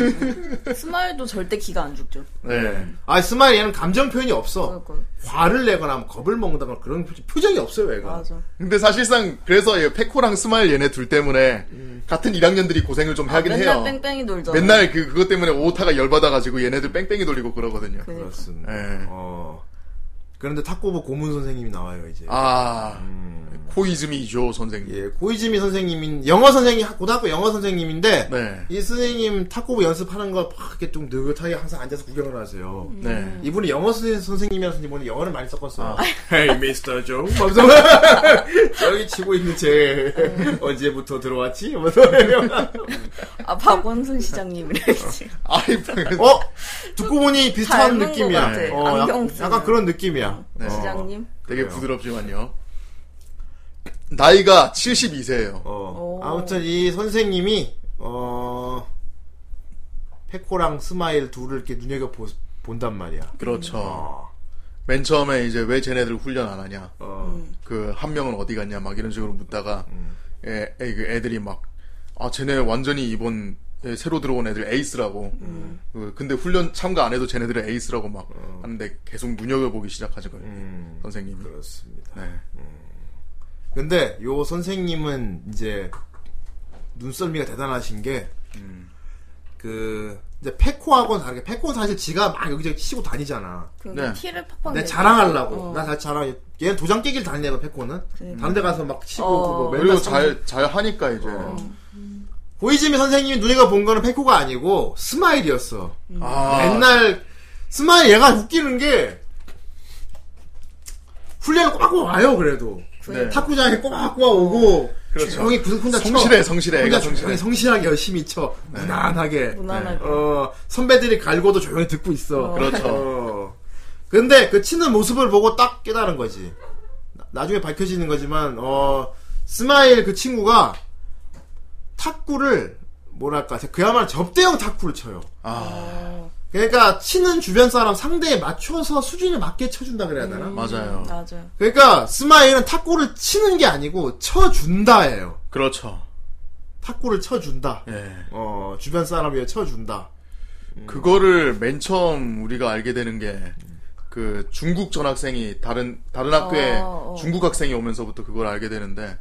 [SPEAKER 6] 어, 스마일도 절대 기가 안 죽죠.
[SPEAKER 5] 네.
[SPEAKER 4] 아, 스마일 얘는 감정 표현이 없어.
[SPEAKER 6] 그러니까.
[SPEAKER 4] 화를 내거나 뭐 겁을 먹는다거나 그런 표정- 표정이 없어요, 얘가.
[SPEAKER 6] 맞아.
[SPEAKER 5] 근데 사실상, 그래서 얘 페코랑 스마일 얘네 둘 때문에, 같은 1학년들이 고생을 좀 하긴
[SPEAKER 6] 아, 맨날
[SPEAKER 5] 해요.
[SPEAKER 6] 뺑뺑이 놀잖아.
[SPEAKER 5] 맨날 그, 그것 때문에 오타가 열받아가지고 얘네들 뺑뺑이 돌리고 그러거든요.
[SPEAKER 6] 그러니까.
[SPEAKER 4] 그렇습니다.
[SPEAKER 5] 예.
[SPEAKER 4] 어. 그런데 탁구부 고문 선생님이 나와요, 이제. 음.
[SPEAKER 5] 아, 코이즈미죠, 선생님.
[SPEAKER 4] 예, 고이즈미 선생님인, 영어 선생님, 고등학교 영어 선생님인데,
[SPEAKER 5] 네.
[SPEAKER 4] 이 선생님 탁구부 연습하는 걸 막 이렇게 좀 느긋하게 항상 앉아서 구경을 하세요.
[SPEAKER 5] 네. 아.
[SPEAKER 4] 이분이 영어 선- 선생님이라서 이번에 영어를 많이 섞었어요.
[SPEAKER 7] 헤이 미스터 조.
[SPEAKER 4] 하면서 <laughs> 저기 치고 있는 쟤
[SPEAKER 5] 음.
[SPEAKER 4] 언제부터 들어왔지? 하면서 <laughs>
[SPEAKER 6] 아, 박원순 시장님이랬지.
[SPEAKER 5] <laughs> 아이,
[SPEAKER 4] 어? 듣고 보니 비슷한
[SPEAKER 6] 닮은 것
[SPEAKER 4] 느낌이야.
[SPEAKER 6] 같아.
[SPEAKER 4] 어, 약-
[SPEAKER 6] 안경
[SPEAKER 4] 약간,
[SPEAKER 6] 쓰는.
[SPEAKER 4] 그런 느낌이야. 어.
[SPEAKER 5] 네.
[SPEAKER 6] 시장님?
[SPEAKER 5] 되게
[SPEAKER 4] 그래요.
[SPEAKER 5] 부드럽지만요. 나이가 72세예요.
[SPEAKER 4] 어.
[SPEAKER 6] 오.
[SPEAKER 4] 아무튼 이 선생님이 어 페코랑 스마일 둘을 이렇게 눈여겨 보, 본단 말이야.
[SPEAKER 5] 그렇죠.
[SPEAKER 4] 어.
[SPEAKER 5] 맨 처음에 이제 왜 쟤네들 훈련 안 하냐.
[SPEAKER 4] 어.
[SPEAKER 6] 음.
[SPEAKER 5] 그 한 명은 어디 갔냐 막 이런 식으로 묻다가
[SPEAKER 4] 음.
[SPEAKER 5] 애, 애, 그 애들이 막 아 쟤네 완전히 이번 에 새로 들어온 애들 에이스라고
[SPEAKER 4] 음.
[SPEAKER 5] 그, 근데 훈련 참가 안 해도 쟤네들은 에이스라고 막 하는데 계속 눈여겨보기 시작하죠 거예요
[SPEAKER 4] 어. 음.
[SPEAKER 5] 선생님이
[SPEAKER 4] 그렇습니다.
[SPEAKER 5] 네.
[SPEAKER 4] 근데 요 선생님은 이제 눈썰미가 대단하신 게,
[SPEAKER 6] 음.
[SPEAKER 4] 그, 이제 페코하고는 다르게, 페코는 사실 지가 막 여기저기 치고 다니잖아.
[SPEAKER 6] 그러니까
[SPEAKER 5] 네.
[SPEAKER 6] 티를 팍팍
[SPEAKER 4] 내
[SPEAKER 6] 내고.
[SPEAKER 4] 자랑하려고.
[SPEAKER 6] 어. 그러니까.
[SPEAKER 4] 나 잘 자랑, 얘는 도장 깨기를 다니네, 페코는. 다른 데 가서 막 치고,
[SPEAKER 6] 어.
[SPEAKER 4] 그거 맨날
[SPEAKER 5] 그리고
[SPEAKER 4] 선-
[SPEAKER 5] 잘 잘 하니까 이제
[SPEAKER 4] 어. 고이즈미 선생님이 눈이가 본 거는 페코가 아니고, 스마일이었어.
[SPEAKER 6] 음.
[SPEAKER 5] 아
[SPEAKER 4] 맨날, 스마일 얘가 웃기는 게, 훈련을 꼬박꼬박 와요, 그래도.
[SPEAKER 5] 네.
[SPEAKER 4] 탁구장에 꼬박꼬박 오고,
[SPEAKER 5] 그렇죠.
[SPEAKER 4] 조용히 구- 혼자 쳐.
[SPEAKER 5] 성실해 성실해 애가
[SPEAKER 4] 혼자
[SPEAKER 5] 성실해 네.
[SPEAKER 4] 조용히 성실하게 열심히 쳐 무난하게
[SPEAKER 6] 무난하게.
[SPEAKER 4] 어 선배들이 갈고도 조용히 듣고 있어
[SPEAKER 5] 그렇죠
[SPEAKER 4] 어. 근데 그 치는 모습을 보고 딱 깨달은 거지 나- 나중에 밝혀지는 거지만 어 스마일 그 친구가 탁구를 뭐랄까 그야말로 접대형 탁구를 쳐요
[SPEAKER 6] 음.
[SPEAKER 5] 아
[SPEAKER 4] 그러니까 치는 주변 사람 상대에 맞춰서 수준에 맞게 쳐준다 그래야 되나
[SPEAKER 5] 맞아요
[SPEAKER 6] 음, 맞아요.
[SPEAKER 4] 그러니까 스마일은 탁구를 치는 게 아니고 쳐준다예요
[SPEAKER 5] 그렇죠
[SPEAKER 4] 탁구를 쳐준다
[SPEAKER 5] 예
[SPEAKER 4] 어, 주변 사람 위해 쳐준다.
[SPEAKER 5] 그거를 맨 처음 우리가 알게 되는 게 그 중국 전학생이 다른 다른 학교에
[SPEAKER 6] 어, 어.
[SPEAKER 5] 중국 학생이 오면서부터 그걸 알게 되는데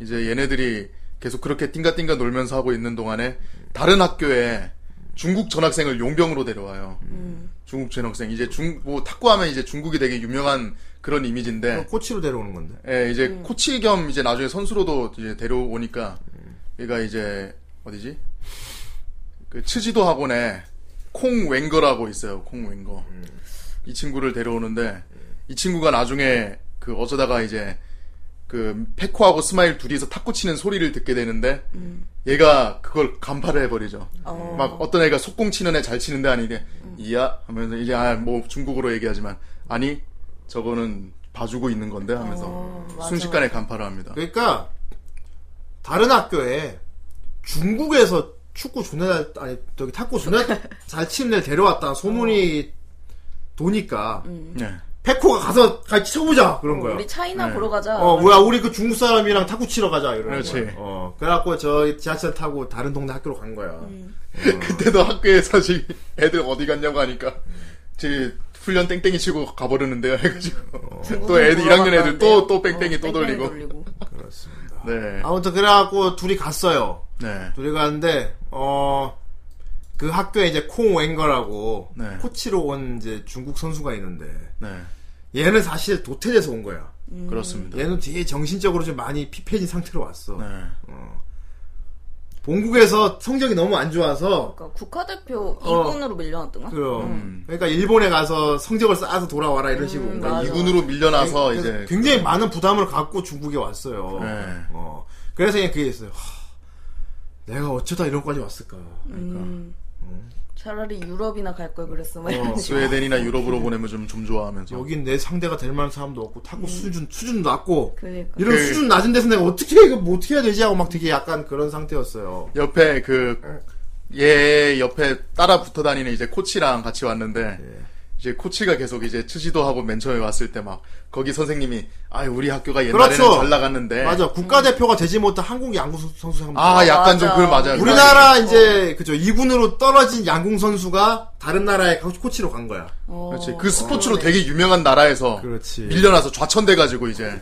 [SPEAKER 5] 이제 얘네들이 계속 그렇게 띵가띵가 놀면서 하고 있는 동안에 다른 학교에 중국 전학생을 용병으로 데려와요.
[SPEAKER 6] 음.
[SPEAKER 5] 중국 전학생 이제 중 뭐 탁구하면 이제 중국이 되게 유명한 그런
[SPEAKER 6] 예. 그렇죠.
[SPEAKER 5] 이미지인데
[SPEAKER 4] 그럼 코치로 데려오는 건데.
[SPEAKER 5] 예, 이제 코치 겸 이제 나중에 선수로도 이제 데려오니까 얘가 이제 어디지? 그 츠지도 학원에 콩 웬거라고 있어요. 콩 웬거. 이 친구를 데려오는데 이 친구가 나중에 그 어쩌다가 이제 그 페코하고 스마일 둘이서 탁구 치는 소리를 듣게 되는데 얘가 그걸 간파를 해버리죠.
[SPEAKER 6] 어.
[SPEAKER 5] 막 어떤 애가 속공 치는 애 잘 치는데 아니게 이야 하면서 이제 아 뭐 중국어로 얘기하지만 아니 저거는 봐주고 있는 건데 하면서
[SPEAKER 6] 어, 맞아,
[SPEAKER 5] 순식간에 간파를 합니다.
[SPEAKER 4] 그러니까 다른 학교에 중국에서 축구 존나 잘- 아니 저기
[SPEAKER 6] <laughs> 어.
[SPEAKER 4] 탁구 존나 잘 치는 애를 데려왔다 소문이 도니까
[SPEAKER 5] 네. <laughs>
[SPEAKER 4] 페코가 가서 같이 쳐보자 그런 거야.
[SPEAKER 6] 음. 어, 우리 차이나 보러 가자.
[SPEAKER 4] 어, 뭐야, 우리 그 중국 사람이랑 탁구 치러 가자, 이러는
[SPEAKER 5] 그렇지.
[SPEAKER 4] 거야. 어, 그래갖고 저 지하철 타고 다른 동네 학교로 간 거야.
[SPEAKER 6] 음.
[SPEAKER 5] 그때도 학교에서 지금 애들 어디 갔냐고 하니까 저기 훈련 땡땡이 치고 가버렸는데요 <laughs> 해가지고
[SPEAKER 6] 네.
[SPEAKER 5] 또 애들 1학년 애들 또 또
[SPEAKER 6] 어,
[SPEAKER 5] 뺑뺑이 또 돌리고
[SPEAKER 4] 그렇습니다.
[SPEAKER 5] 네.
[SPEAKER 4] 아무튼 그래갖고 둘이 갔어요.
[SPEAKER 5] 네.
[SPEAKER 4] 둘이 갔는데, 어, 그 학교에 이제 콩 웬거라고
[SPEAKER 5] 네.
[SPEAKER 4] 코치로 온 이제 중국 선수가 있는데,
[SPEAKER 5] 네.
[SPEAKER 4] 얘는 사실 도태돼서 온 거야.
[SPEAKER 5] 그렇습니다.
[SPEAKER 4] 얘는 되게 정신적으로 좀 많이 피폐해진 상태로 왔어.
[SPEAKER 5] 네.
[SPEAKER 4] 본국에서 성적이 너무 안 좋아서,
[SPEAKER 6] 그러니까 국가대표
[SPEAKER 4] 어.
[SPEAKER 6] 2군으로 밀려났던가?
[SPEAKER 4] 그럼.
[SPEAKER 5] 음.
[SPEAKER 4] 그러니까 일본에 가서 성적을 쌓아서 돌아와라 이런 식으로 온 거야.
[SPEAKER 6] 음, 맞아.
[SPEAKER 5] 이군으로 밀려나서
[SPEAKER 4] 그래서
[SPEAKER 5] 이제
[SPEAKER 4] 굉장히 많은 부담을 갖고 중국에 왔어요.
[SPEAKER 5] 네.
[SPEAKER 4] 어. 그래서 그냥 그게 있어요. 하, 내가 어쩌다 이런 까지 왔을까.
[SPEAKER 6] 음. 차라리 유럽이나 갈 걸 그랬어. 막 이런
[SPEAKER 4] 어.
[SPEAKER 6] 식으로.
[SPEAKER 5] 스웨덴이나 유럽으로 보내면 좀 좀 좋아하면서
[SPEAKER 4] 여긴 내 상대가 될 만한 사람도 없고 타고 수준 수준 낮고
[SPEAKER 6] 그러니까.
[SPEAKER 4] 이런
[SPEAKER 5] 그-
[SPEAKER 4] 수준 낮은 데서 내가 어떻게 해, 이거 뭐 어떻게 해야 되지 하고 막 되게 약간 그런 상태였어요.
[SPEAKER 5] 옆에 그 얘 옆에 따라 붙어 다니는 이제 코치랑 같이 왔는데
[SPEAKER 4] 예.
[SPEAKER 5] 이제 코치가 계속 이제 치지도 하고 맨 처음에 왔을 때 막 거기 선생님이 아 우리 학교가 옛날에는
[SPEAKER 4] 그렇죠.
[SPEAKER 5] 잘 나갔는데
[SPEAKER 4] 맞아 국가 대표가 되지 못한 한국 양궁 선수 생각.
[SPEAKER 5] 네. 아 약간 좀
[SPEAKER 6] 맞아.
[SPEAKER 5] 그걸 맞아요. 어.
[SPEAKER 4] 우리나라 이제 그죠 2군으로 떨어진 양궁 선수가 다른 나라의 코치로 간 거야.
[SPEAKER 6] 어.
[SPEAKER 5] 그렇지. 그 스포츠로 되게 유명한 나라에서
[SPEAKER 4] 그렇지.
[SPEAKER 5] 밀려나서 좌천돼 가지고 이제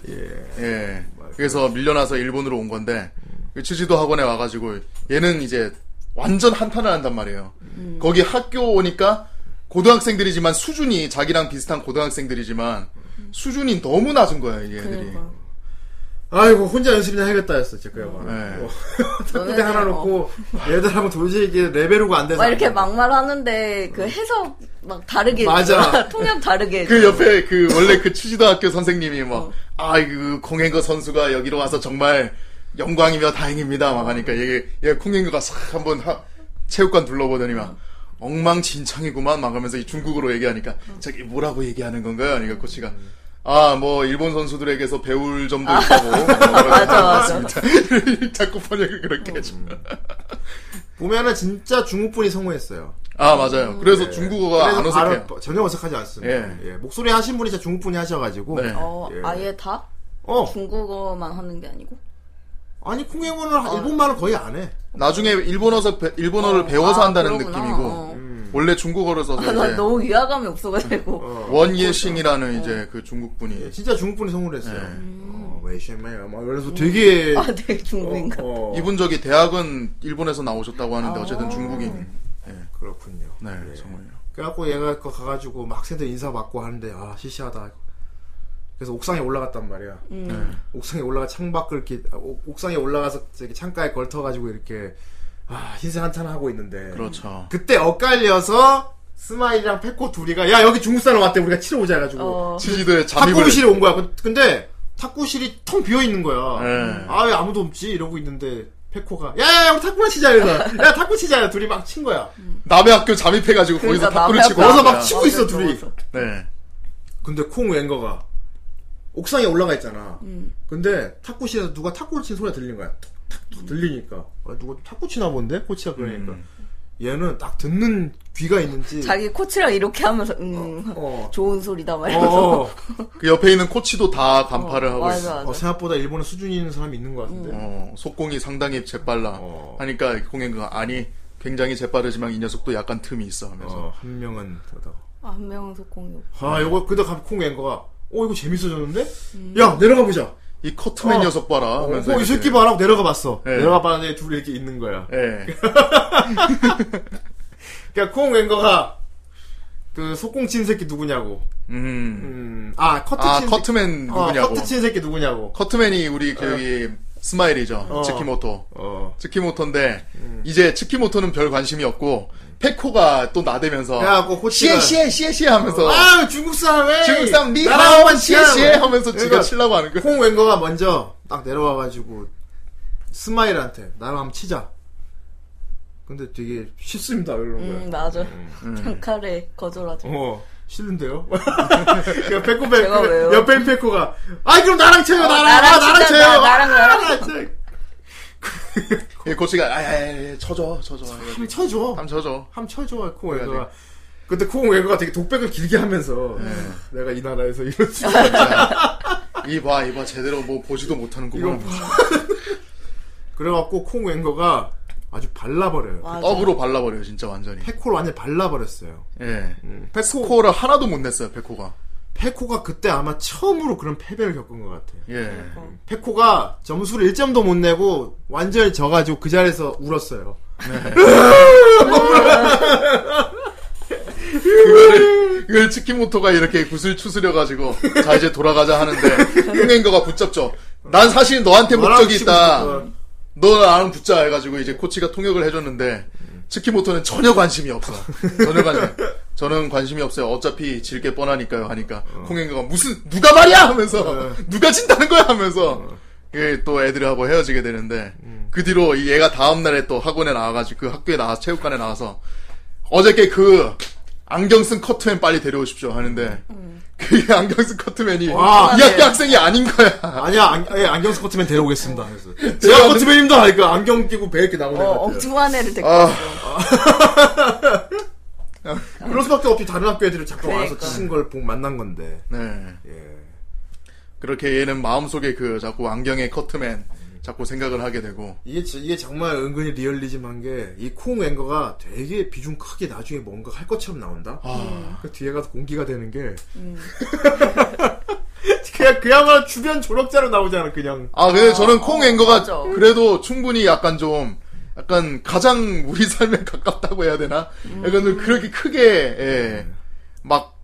[SPEAKER 5] 예. 그래서 밀려나서 일본으로 온 건데 그 치지도 학원에 와 가지고 얘는 이제 완전 한탄을 한단 말이에요. 거기 학교 오니까 고등학생들이지만 수준이 자기랑 비슷한 고등학생들이지만 수준이 너무 낮은 거야, 이 애들이.
[SPEAKER 6] 그러니까.
[SPEAKER 4] 아이고 혼자 연습이나 해야겠다 했어 제가
[SPEAKER 5] 네.
[SPEAKER 4] 탁구대 하나 놓고 얘들하고 도저히 이게 레벨로가 안 돼서
[SPEAKER 6] 막 어. 이렇게 막말 하는데 그 해석 막 다르게
[SPEAKER 4] 맞아.
[SPEAKER 6] 해줘. <laughs> 통역 다르게
[SPEAKER 5] 그
[SPEAKER 6] 해줘.
[SPEAKER 5] 옆에 그 원래 그 치지도 학교 선생님이 막 아, 그 공행거 선수가 여기로 와서 정말 영광이며 다행입니다. 막 하니까 얘, 얘 공행거가 싹 한번 하- 체육관 둘러보더니 막 엉망진창이구만 막 하면서 이 중국어로 얘기하니까 저기 뭐라고 얘기하는 건가요? 그러니까 코치가 아, 뭐, 일본 선수들에게서 배울 점도
[SPEAKER 6] 아.
[SPEAKER 5] 있다고. 뭐
[SPEAKER 6] 맞아 맞아.
[SPEAKER 5] <laughs> 자꾸 번역을 그렇게
[SPEAKER 6] 음.
[SPEAKER 5] 해주면.
[SPEAKER 4] 보면은 진짜 중국분이 성공했어요.
[SPEAKER 5] 아, 맞아요. 그래서
[SPEAKER 6] 네.
[SPEAKER 5] 중국어가 안
[SPEAKER 4] 그래서
[SPEAKER 5] 어색해요.
[SPEAKER 4] 바로 전혀 어색하지 않습니다.
[SPEAKER 5] 예.
[SPEAKER 4] 예, 목소리 하신 분이 진짜 중국분이 하셔가지고
[SPEAKER 5] 네.
[SPEAKER 6] 어
[SPEAKER 4] 예.
[SPEAKER 6] 아예 다
[SPEAKER 4] 어
[SPEAKER 6] 중국어만 하는 게 아니고.
[SPEAKER 4] 아니 콩행원을 일본말을 거의 안 해.
[SPEAKER 5] 나중에 일본어서, 배- 일본어를
[SPEAKER 6] 어,
[SPEAKER 5] 배워서
[SPEAKER 6] 아,
[SPEAKER 5] 한다는
[SPEAKER 6] 그러구나.
[SPEAKER 5] 느낌이고.
[SPEAKER 6] 어.
[SPEAKER 5] 원래 중국어를 네. 써서
[SPEAKER 6] 아, 난
[SPEAKER 5] 이제
[SPEAKER 6] 너무 위화감이 없어가지고.
[SPEAKER 5] 원예싱이라는 이제 그 중국 분이
[SPEAKER 4] 예, 진짜 중국분이 성공했어요.
[SPEAKER 5] 네.
[SPEAKER 4] 어, 웨이션맨 막 그래서 되게
[SPEAKER 6] 아, 되게 중국인가?
[SPEAKER 4] 어, 어,
[SPEAKER 5] 이분 저기 대학은 일본에서 나오셨다고 하는데 어쨌든 중국인.
[SPEAKER 4] 그렇군요.
[SPEAKER 5] 네,
[SPEAKER 4] 예.
[SPEAKER 5] 정말요.
[SPEAKER 4] 그래갖고 얘가 그 가가지고 막 학생들 인사 받고 하는데 아 시시하다. 그래서 옥상에 올라갔단 말이야. 네. 옥상에 올라가 창밖을 이렇게 아, 옥- 옥상에 올라가서 저기 창가에 걸터가지고 이렇게 아 흰색 한탄 하고 있는데.
[SPEAKER 5] 그렇죠.
[SPEAKER 4] 그때 엇갈려서 스마일이랑 페코 둘이가 야 여기 중국 사람 왔대 우리가 치러 오자 해가지고
[SPEAKER 6] 어.
[SPEAKER 5] 치지도에 잠입을.
[SPEAKER 4] 탁구실에 온 거야. 그- 근데 탁구실이 텅 비어 있는 거야.
[SPEAKER 5] 네.
[SPEAKER 4] 아 왜 아무도 없지 이러고 있는데. 페코가 야야 우리 탁구나 치자 이래서 야 탁구 치자 둘이 막 친 거야.
[SPEAKER 5] 남의 학교 잠입해가지고
[SPEAKER 6] 그러니까
[SPEAKER 5] 거기서 탁구를
[SPEAKER 6] 남의
[SPEAKER 5] 치고.
[SPEAKER 6] 학교
[SPEAKER 4] 와서 막
[SPEAKER 5] 하니까.
[SPEAKER 4] 치고 있어 둘이.
[SPEAKER 5] 네.
[SPEAKER 4] 근데 콩 웬거가 옥상에 올라가 있잖아.
[SPEAKER 6] 음.
[SPEAKER 4] 근데 탁구실에서 누가 탁구를 친 소리가 들린 거야. 탁탁 들리니까 아, 누가 탁구 치나 본데 코치가 그러니까
[SPEAKER 5] 음.
[SPEAKER 4] 얘는 딱 듣는 귀가 있는지
[SPEAKER 6] 자기 코치랑 이렇게 하면서 음
[SPEAKER 4] 어.
[SPEAKER 6] 좋은 소리다 막 이러면서.
[SPEAKER 4] 어, 어.
[SPEAKER 5] 그 옆에 있는 코치도 다 간파를 하고
[SPEAKER 6] <laughs> 맞아, 음.
[SPEAKER 5] 있어.
[SPEAKER 4] 어,
[SPEAKER 6] 맞아.
[SPEAKER 4] 생각보다 일본에 수준이 있는 사람이 있는 것 같은데
[SPEAKER 5] 어, 속공이 상당히 재빨라.
[SPEAKER 4] 어.
[SPEAKER 5] 하니까 공행가 아니 굉장히 재빠르지만 이 녀석도 약간 틈이 있어 하면서.
[SPEAKER 4] 어, 한 명은 그러다가
[SPEAKER 6] 아, 한 명은 속공이 없고.
[SPEAKER 4] 아 요거 근데 갑자기 콩 웬거가 어 이거 재밌어졌는데
[SPEAKER 6] 음.
[SPEAKER 4] 야 내려가 보자
[SPEAKER 5] 이 커트맨
[SPEAKER 4] 어.
[SPEAKER 5] 녀석 봐라
[SPEAKER 4] 어,
[SPEAKER 5] 하면서.
[SPEAKER 4] 이
[SPEAKER 5] 아, 이렇게.
[SPEAKER 4] 새끼 봐라 하고 내려가 봤어
[SPEAKER 5] 네.
[SPEAKER 4] 내려가 봤는데 둘이 이렇게 있는 거야
[SPEAKER 5] 예.
[SPEAKER 4] 그러니까 콩 웬거가 그 속공 친 새끼 누구냐고
[SPEAKER 5] 음.
[SPEAKER 4] 음, 아 커트
[SPEAKER 5] 아
[SPEAKER 4] 친
[SPEAKER 5] 커트맨
[SPEAKER 4] 어,
[SPEAKER 5] 누구냐고.
[SPEAKER 4] 커트 친 새끼 누구냐고.
[SPEAKER 5] 커트맨이 우리 그 여기 스마일이죠.
[SPEAKER 4] 어. 음.
[SPEAKER 5] 치키모토.
[SPEAKER 4] 어.
[SPEAKER 5] 치키모토인데 이제 치키모토는 별 관심이 없고 페코가 또 나대면서
[SPEAKER 4] 야, 그
[SPEAKER 5] 시에
[SPEAKER 4] 호치가-
[SPEAKER 5] 시에 시에 시에 하면서
[SPEAKER 4] 아 중국 사람 왜?
[SPEAKER 5] 중국 사람 니
[SPEAKER 4] 나랑
[SPEAKER 5] 하나만
[SPEAKER 4] 한번
[SPEAKER 5] 시에
[SPEAKER 4] 치자고.
[SPEAKER 5] 시에 하면서 지가
[SPEAKER 4] 그러니까 <laughs>
[SPEAKER 5] 치려고 하는 거.
[SPEAKER 4] 콩 웬거가 먼저 딱 내려와가지고 스마일한테 나랑 한번 치자. 근데 되게 쉽습니다 이러는 거야.
[SPEAKER 6] 음 맞아. 장칼에 거절하죠.
[SPEAKER 4] 어
[SPEAKER 6] <laughs>
[SPEAKER 4] 싫은데요? 그러니까 페코 페
[SPEAKER 6] 제가 왜요? 어,
[SPEAKER 4] 옆에 페코가 아 그럼 나랑 쳐요 나랑
[SPEAKER 6] 나랑
[SPEAKER 4] 아, 나랑
[SPEAKER 6] 치자,
[SPEAKER 4] 쳐요
[SPEAKER 6] 나- 나랑, 나랑.
[SPEAKER 4] 아, 나랑
[SPEAKER 5] 예, 고치가 아야야 쳐줘 쳐줘.
[SPEAKER 4] 쳐. 쳐줘 <laughs>
[SPEAKER 5] 참 쳐줘.
[SPEAKER 4] 함 쳐줘 콩 웬거가 근데 콩 외교가 되게 독백을 길게 하면서 내가 이 나라에서 이런 짓
[SPEAKER 5] <laughs> 이봐 이봐 제대로 뭐 보지도 못하는구나.
[SPEAKER 4] 이거 뭐 그래갖고 콩 웬거가 아주 발라버려요.
[SPEAKER 6] 맞아.
[SPEAKER 5] 떡으로 발라버려 요 진짜 완전히.
[SPEAKER 4] 페코를 완전 히 발라버렸어요.
[SPEAKER 5] 예.
[SPEAKER 4] 페코
[SPEAKER 5] 스코어를 하나도 못 냈어요 페코가.
[SPEAKER 4] 페코가 그때 아마 처음으로 그런 패배를 겪은 것 같아요.
[SPEAKER 5] 예.
[SPEAKER 4] 페코가 점수를 1점도 못 내고 완전히 져가지고 그 자리에서 울었어요.
[SPEAKER 5] 이걸 치키모토가 이렇게 굿을 추스려가지고 자 이제 돌아가자 하는데 흥행거가 붙잡죠. 난 사실 너한테
[SPEAKER 4] 너랑
[SPEAKER 5] 목적이
[SPEAKER 4] 치고
[SPEAKER 5] 있다.
[SPEAKER 4] 싶었던.
[SPEAKER 5] 너 나랑 붙자 해가지고 이제 코치가 통역을 해줬는데 치키모토는 전혀 관심이 없어. 전혀 관심. 저는 관심이 없어요. 어차피 질 게 뻔하니까요. 하니까 홍행거가 무슨 누가 말이야 하면서 누가 진다는 거야 하면서 예, 또 애들하고 헤어지게 되는데 그 뒤로 이 얘가 다음 날에 또 학원에 나와가지고 그 학교에 나와 서 체육관에 나와서 어저께 그 안경 쓴 커트맨 빨리 데려오십시오 하는데 그게 안경 쓴 커트맨이
[SPEAKER 4] 와,
[SPEAKER 5] 이 학교 학생이 아닌 거야.
[SPEAKER 4] 아니야, 안, 예, 안경 스코트맨 데려오겠습니다. 그래서 제가 코트맨입니다. 그러니까 안경 끼고 배 이렇게 나오는
[SPEAKER 6] 어,
[SPEAKER 4] 것 같아요.
[SPEAKER 6] 엉뚱한 애를 데리고.
[SPEAKER 5] 아.
[SPEAKER 4] 그럴 수밖에 없지 다른 학교 애들을 자꾸 와서
[SPEAKER 6] 그러니까.
[SPEAKER 4] 치신 걸 보고 만난 건데.
[SPEAKER 5] 네.
[SPEAKER 4] 예.
[SPEAKER 5] 그렇게 얘는 마음속에 그 자꾸 안경의 커트맨 자꾸 생각을 하게 되고
[SPEAKER 4] 이게 지- 이게 정말 은근히 리얼리즘한 게 이 콩 앵거가 되게 비중 크게 나중에 뭔가 할 것처럼 나온다.
[SPEAKER 5] 아,
[SPEAKER 4] 그 뒤에 가서 공기가 되는 게
[SPEAKER 6] 음.
[SPEAKER 4] <laughs> 그냥 그야말로 주변 조력자로 나오잖아 그냥.
[SPEAKER 5] 아 근데 저는 콩 앵거가
[SPEAKER 6] 맞아.
[SPEAKER 5] 그래도 충분히 약간 좀 약간 가장 우리 삶에 <laughs> 가깝다고 해야 되나 약간 좀 그렇게 크게 예, 막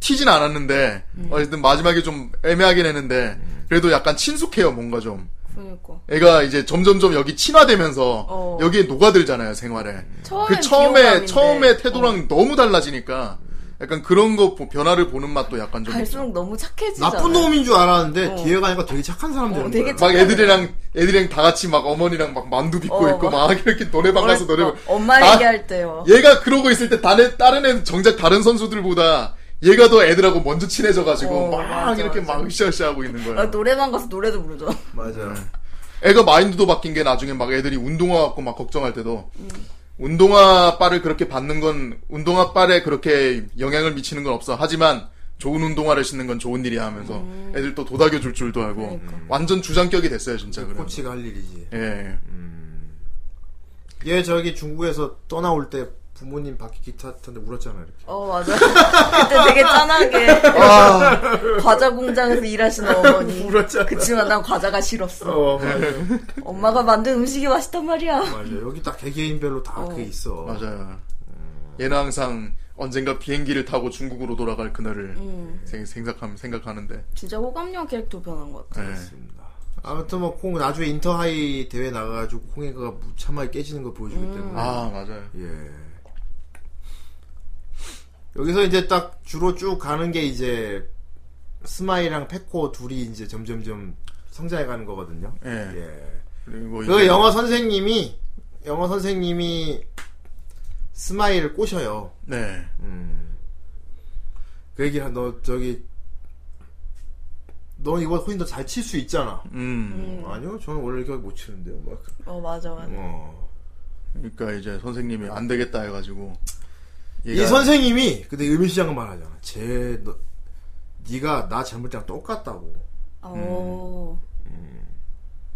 [SPEAKER 5] 튀진 않았는데
[SPEAKER 6] 음.
[SPEAKER 5] 어쨌든 마지막에 좀 애매하긴 했는데 그래도 약간 친숙해요 뭔가 좀
[SPEAKER 6] 그러니까.
[SPEAKER 5] 애가 이제 점점점 여기 친화되면서
[SPEAKER 6] 어.
[SPEAKER 5] 여기에 녹아들잖아요 생활에
[SPEAKER 6] 처음에
[SPEAKER 5] 그 처음에 처음에
[SPEAKER 6] 어.
[SPEAKER 5] 태도랑 너무 달라지니까 약간 그런 거 보- 변화를 보는 맛도 약간 좀 있죠.
[SPEAKER 6] 갈수록 너무 착해지잖아.
[SPEAKER 4] 나쁜 놈인 줄 알았는데
[SPEAKER 6] 어.
[SPEAKER 4] 뒤에 가니까 되게 착한 사람 되는
[SPEAKER 6] 어, 되게
[SPEAKER 4] 거야.
[SPEAKER 5] 막 애들이랑 애들이랑 다 같이 막 어머니랑 막 만두 빚고
[SPEAKER 6] 어,
[SPEAKER 5] 있고 막 이렇게 노래방 가서 노래 아!
[SPEAKER 6] 어, 엄마
[SPEAKER 5] 나-
[SPEAKER 6] 얘기할 때요.
[SPEAKER 5] 얘가 그러고 있을 때 다른 다른 애 정작 다른 선수들보다 얘가 더 애들하고 먼저 친해져 가지고
[SPEAKER 6] 어,
[SPEAKER 5] 막
[SPEAKER 6] 맞아,
[SPEAKER 5] 이렇게
[SPEAKER 6] 맞아.
[SPEAKER 5] 막 으쌰으쌰 하고 있는 거야.
[SPEAKER 6] 나 아, 노래방 가서 노래도 부르죠.
[SPEAKER 4] 맞아.
[SPEAKER 5] 애가 마인드도 바뀐 게 나중에 막 애들이 운동화 갖고 막 걱정할 때도 운동화 빨을 그렇게 받는 건 운동화 빨에 그렇게 영향을 미치는 건 없어. 하지만 좋은 운동화를 신는 건 좋은 일이야 하면서
[SPEAKER 4] 음.
[SPEAKER 5] 애들 또 도닥여 줄 줄도 알고
[SPEAKER 4] 그러니까.
[SPEAKER 5] 음. 완전 주장격이 됐어요 진짜 그래.
[SPEAKER 4] 코치가 할 일이지.
[SPEAKER 5] 예.
[SPEAKER 4] 얘 저기 중국에서 떠나올 때 부모님 바퀴 기타 탄데 울었잖아 이렇게. <laughs>
[SPEAKER 6] 어 맞아. 그때 되게 짠하게
[SPEAKER 5] 아,
[SPEAKER 6] 과자 공장에서 일하시는 어머니.
[SPEAKER 4] 울었잖아.
[SPEAKER 6] 그치만 난 과자가 싫었어.
[SPEAKER 4] 어 맞아.
[SPEAKER 6] 엄마가 만든 음식이 맛있단 말이야.
[SPEAKER 4] 맞아. 여기 딱 개개인별로 다 그게 있어.
[SPEAKER 5] 맞아요. 얘는 항상 언젠가 비행기를 타고 중국으로 돌아갈 그날을
[SPEAKER 4] 음.
[SPEAKER 5] 생- 생각함 생각하는데.
[SPEAKER 6] 음, 진짜 호감형 캐릭터 변한 것 같아.
[SPEAKER 5] 예.
[SPEAKER 4] 맞습니다. 아무튼 뭐 콩 나중에 인터하이 대회 나가가지고 콩이가 무참하게 깨지는 걸 보여주기 때문에
[SPEAKER 5] 아 맞아요.
[SPEAKER 4] 예 여기서 이제 딱 주로 쭉 가는 게 이제 스마이랑 페코 둘이 이제 점점점 성장해 가는 거거든요.
[SPEAKER 5] 예.
[SPEAKER 4] 예.
[SPEAKER 5] 그리고
[SPEAKER 4] 그
[SPEAKER 5] 이제-
[SPEAKER 4] 영어 선생님이 영어 선생님이 스마일을 꼬셔요.
[SPEAKER 5] 네.
[SPEAKER 4] 음. 그 얘기를 한- 너 저기 너 이거 훨씬 더 잘 칠 수 있잖아.
[SPEAKER 5] 음.
[SPEAKER 4] 아니요, 저는 원래 이렇게 못 치는데요. 막.
[SPEAKER 6] 어 맞아 맞아.
[SPEAKER 4] 어.
[SPEAKER 5] 그러니까 이제 선생님이 안 되겠다 해가지고
[SPEAKER 4] 이 선생님이 근데 의미시장은 말하잖아. 쟤 너, 네가 나 젊을 때랑 똑같다고.
[SPEAKER 6] 어.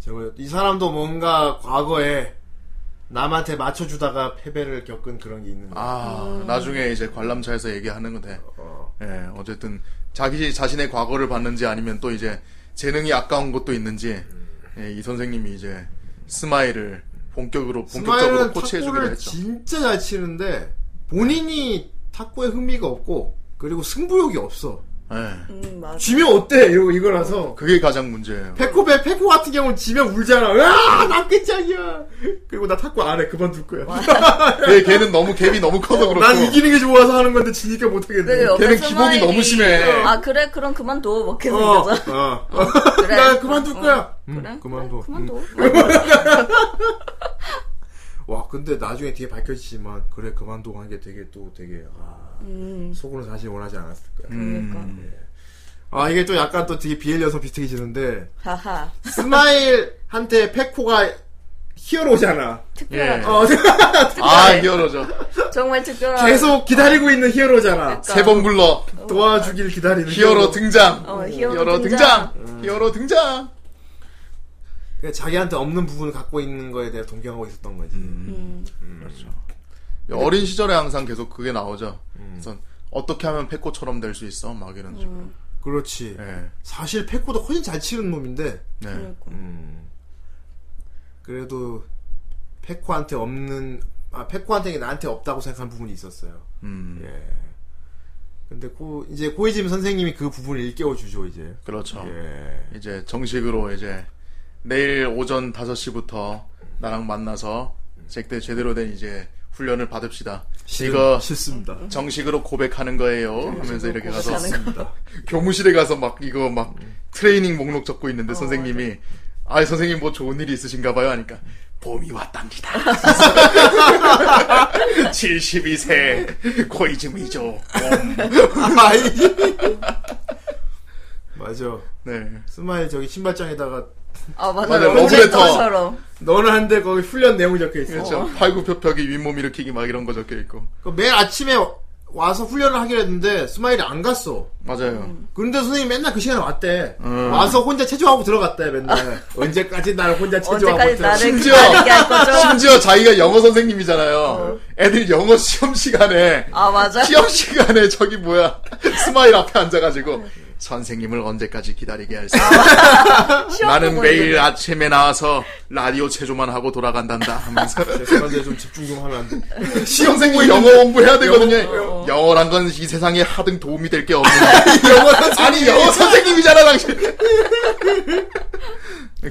[SPEAKER 4] 저거 이 사람도 뭔가 과거에 남한테 맞춰주다가 패배를 겪은 그런 게 있는 거.
[SPEAKER 5] 아 나중에 이제 관람차에서 얘기하는 건데
[SPEAKER 4] 어.
[SPEAKER 5] 예 어쨌든 자기 자신의 과거를 봤는지 아니면 또 이제 재능이 아까운 것도 있는지
[SPEAKER 4] 음.
[SPEAKER 5] 예, 이 선생님이 이제 스마일을 본격으로 본격적으로
[SPEAKER 4] 스마일은
[SPEAKER 5] 코치해주기로
[SPEAKER 4] 탁구를
[SPEAKER 5] 했죠.
[SPEAKER 4] 진짜 잘 치는데 본인이 탁구에 흥미가 없고 그리고 승부욕이 없어.
[SPEAKER 5] 예
[SPEAKER 6] 음 맞아.
[SPEAKER 4] 지면 어때? 이거 이거라서.
[SPEAKER 5] 그게 가장 문제예요.
[SPEAKER 4] 페코배 페코 같은 경우는 지면 울잖아. 으아! 나 끝장이야. 그리고 나 탁구 안 해. 그만둘 거야.
[SPEAKER 5] 예, 걔, 걔는 너무 갭이 너무 커서 그렇고
[SPEAKER 4] 난 이기는 게 좋아서 하는 건데 지니까
[SPEAKER 6] 그
[SPEAKER 4] 못하겠네.
[SPEAKER 6] 옆에
[SPEAKER 5] 걔는
[SPEAKER 6] 스마일이-
[SPEAKER 5] 기복이 너무 심해.
[SPEAKER 6] 아 그래 그럼 그만둬 막 계속
[SPEAKER 4] 어,
[SPEAKER 6] 이러잖아.
[SPEAKER 4] 어.
[SPEAKER 6] 그래.
[SPEAKER 4] <laughs>
[SPEAKER 6] 어.
[SPEAKER 4] 나 그만둘 거야. 음,
[SPEAKER 6] 그래?
[SPEAKER 4] 그만둬.
[SPEAKER 6] 그래, 그만둬.
[SPEAKER 4] 와, 근데 나중에 뒤에 밝혀지지만 그래 그만둬 한 게 되게 또 되게 아,
[SPEAKER 6] 음.
[SPEAKER 4] 속으로 사실 원하지 않았을 거야.
[SPEAKER 5] 음.
[SPEAKER 6] 그러니까.
[SPEAKER 4] 아 이게 또 약간 또 되게 비엘 연성 비슷해지는데
[SPEAKER 6] 하하.
[SPEAKER 4] 스마일한테 페코가 히어로잖아.
[SPEAKER 6] 특별한.
[SPEAKER 5] 예.
[SPEAKER 4] 어, <laughs>
[SPEAKER 5] 아, 히어로죠.
[SPEAKER 6] 그러니까. 정말 특별한.
[SPEAKER 4] 계속 기다리고 있는 히어로잖아.
[SPEAKER 6] 그러니까.
[SPEAKER 5] 세 번 굴러.
[SPEAKER 4] 도와주길 기다리는
[SPEAKER 5] 히어로 등장.
[SPEAKER 6] 어, 히어로,
[SPEAKER 5] 히어로
[SPEAKER 6] 등장.
[SPEAKER 5] 등장.
[SPEAKER 4] 음.
[SPEAKER 5] 히어로 등장.
[SPEAKER 4] 그러니까 자기한테 없는 부분을 갖고 있는 거에 대해 동경하고 있었던 거지.
[SPEAKER 5] 음.
[SPEAKER 6] 음,
[SPEAKER 5] 예. 어린 시절에 항상 계속 그게 나오죠. 우선 어떻게 하면 패코처럼 될 수 있어? 막 이런 식으로.
[SPEAKER 4] 그렇지.
[SPEAKER 5] 예.
[SPEAKER 4] 사실 페코도 훨씬 잘 치는 놈인데
[SPEAKER 5] 네.
[SPEAKER 4] 음. 그래도 페코한테 없는 아 페코한테 이게 나한테 없다고 생각한 부분이 있었어요.
[SPEAKER 5] 음.
[SPEAKER 4] 예. 근데 고 이제 고이짐 선생님이 그 부분을 일깨워 주죠 이제.
[SPEAKER 5] 그렇죠.
[SPEAKER 4] 예.
[SPEAKER 5] 이제 정식으로 이제 내일 오전 5시부터 나랑 만나서 제때 제대로 된 이제 훈련을 받읍시다. 이거
[SPEAKER 4] 싫습니다.
[SPEAKER 5] 음. 정식으로 고백하는 거예요. 하면서 이렇게 가서
[SPEAKER 6] 고백하는
[SPEAKER 4] 싫습니다.
[SPEAKER 5] 교무실에 가서 막 이거 막 트레이닝 목록 적고
[SPEAKER 6] 어,
[SPEAKER 5] 있는데
[SPEAKER 6] 네.
[SPEAKER 5] 선생님이 아 선생님 뭐 좋은 일이 있으신가 봐요 하니까 봄이
[SPEAKER 6] <laughs>
[SPEAKER 5] 왔답니다. 72세 고이즈미죠. 봄.
[SPEAKER 4] <laughs> 아이. 맞아.
[SPEAKER 5] 네.
[SPEAKER 4] 스마일 저기 신발장에다가
[SPEAKER 6] 아,
[SPEAKER 5] 맞아요.
[SPEAKER 6] 맞아요.
[SPEAKER 5] 러브레터.
[SPEAKER 6] 러브레터처럼.
[SPEAKER 4] 너는 한데 거기 훈련 내용이 적혀 있어.
[SPEAKER 5] 그렇죠. 팔굽혀펴기 윗몸 일으키기 막 이런 거 적혀 있고.
[SPEAKER 4] 그 매일 아침에 와서 훈련을 하기로 했는데 스마일이 안 갔어.
[SPEAKER 5] 맞아요.
[SPEAKER 6] 음.
[SPEAKER 4] 그런데 선생님 맨날 그 시간에 왔대. 와서 혼자 체조하고 들어갔대 맨날. 언제까지 나를 혼자 체조하고
[SPEAKER 6] 언제까지
[SPEAKER 4] 있어?
[SPEAKER 6] 나를
[SPEAKER 5] 심지어-
[SPEAKER 6] 기다리게 할 거죠?
[SPEAKER 5] 심지어 자기가 영어 선생님이잖아요. 애들 영어 시험 시간에
[SPEAKER 6] 아, 맞아?
[SPEAKER 5] 시험 시간에 저기 뭐야 스마일 앞에 앉아가지고 선생님을 언제까지 기다리게 할지
[SPEAKER 6] 아,
[SPEAKER 5] 나는 매일 아침에 나와서 라디오 체조만 하고 돌아간단다 하면서
[SPEAKER 4] 죄송한데 좀 집중 좀 하면 안 돼.
[SPEAKER 5] <laughs>
[SPEAKER 4] 아,
[SPEAKER 5] 시험 공부 영어 공부해야 되거든요 영어, 란 건 이 세상에 하등 도움이 될 게 <laughs> 없는 영어 아니 영어 선생님이잖아 당신 <laughs>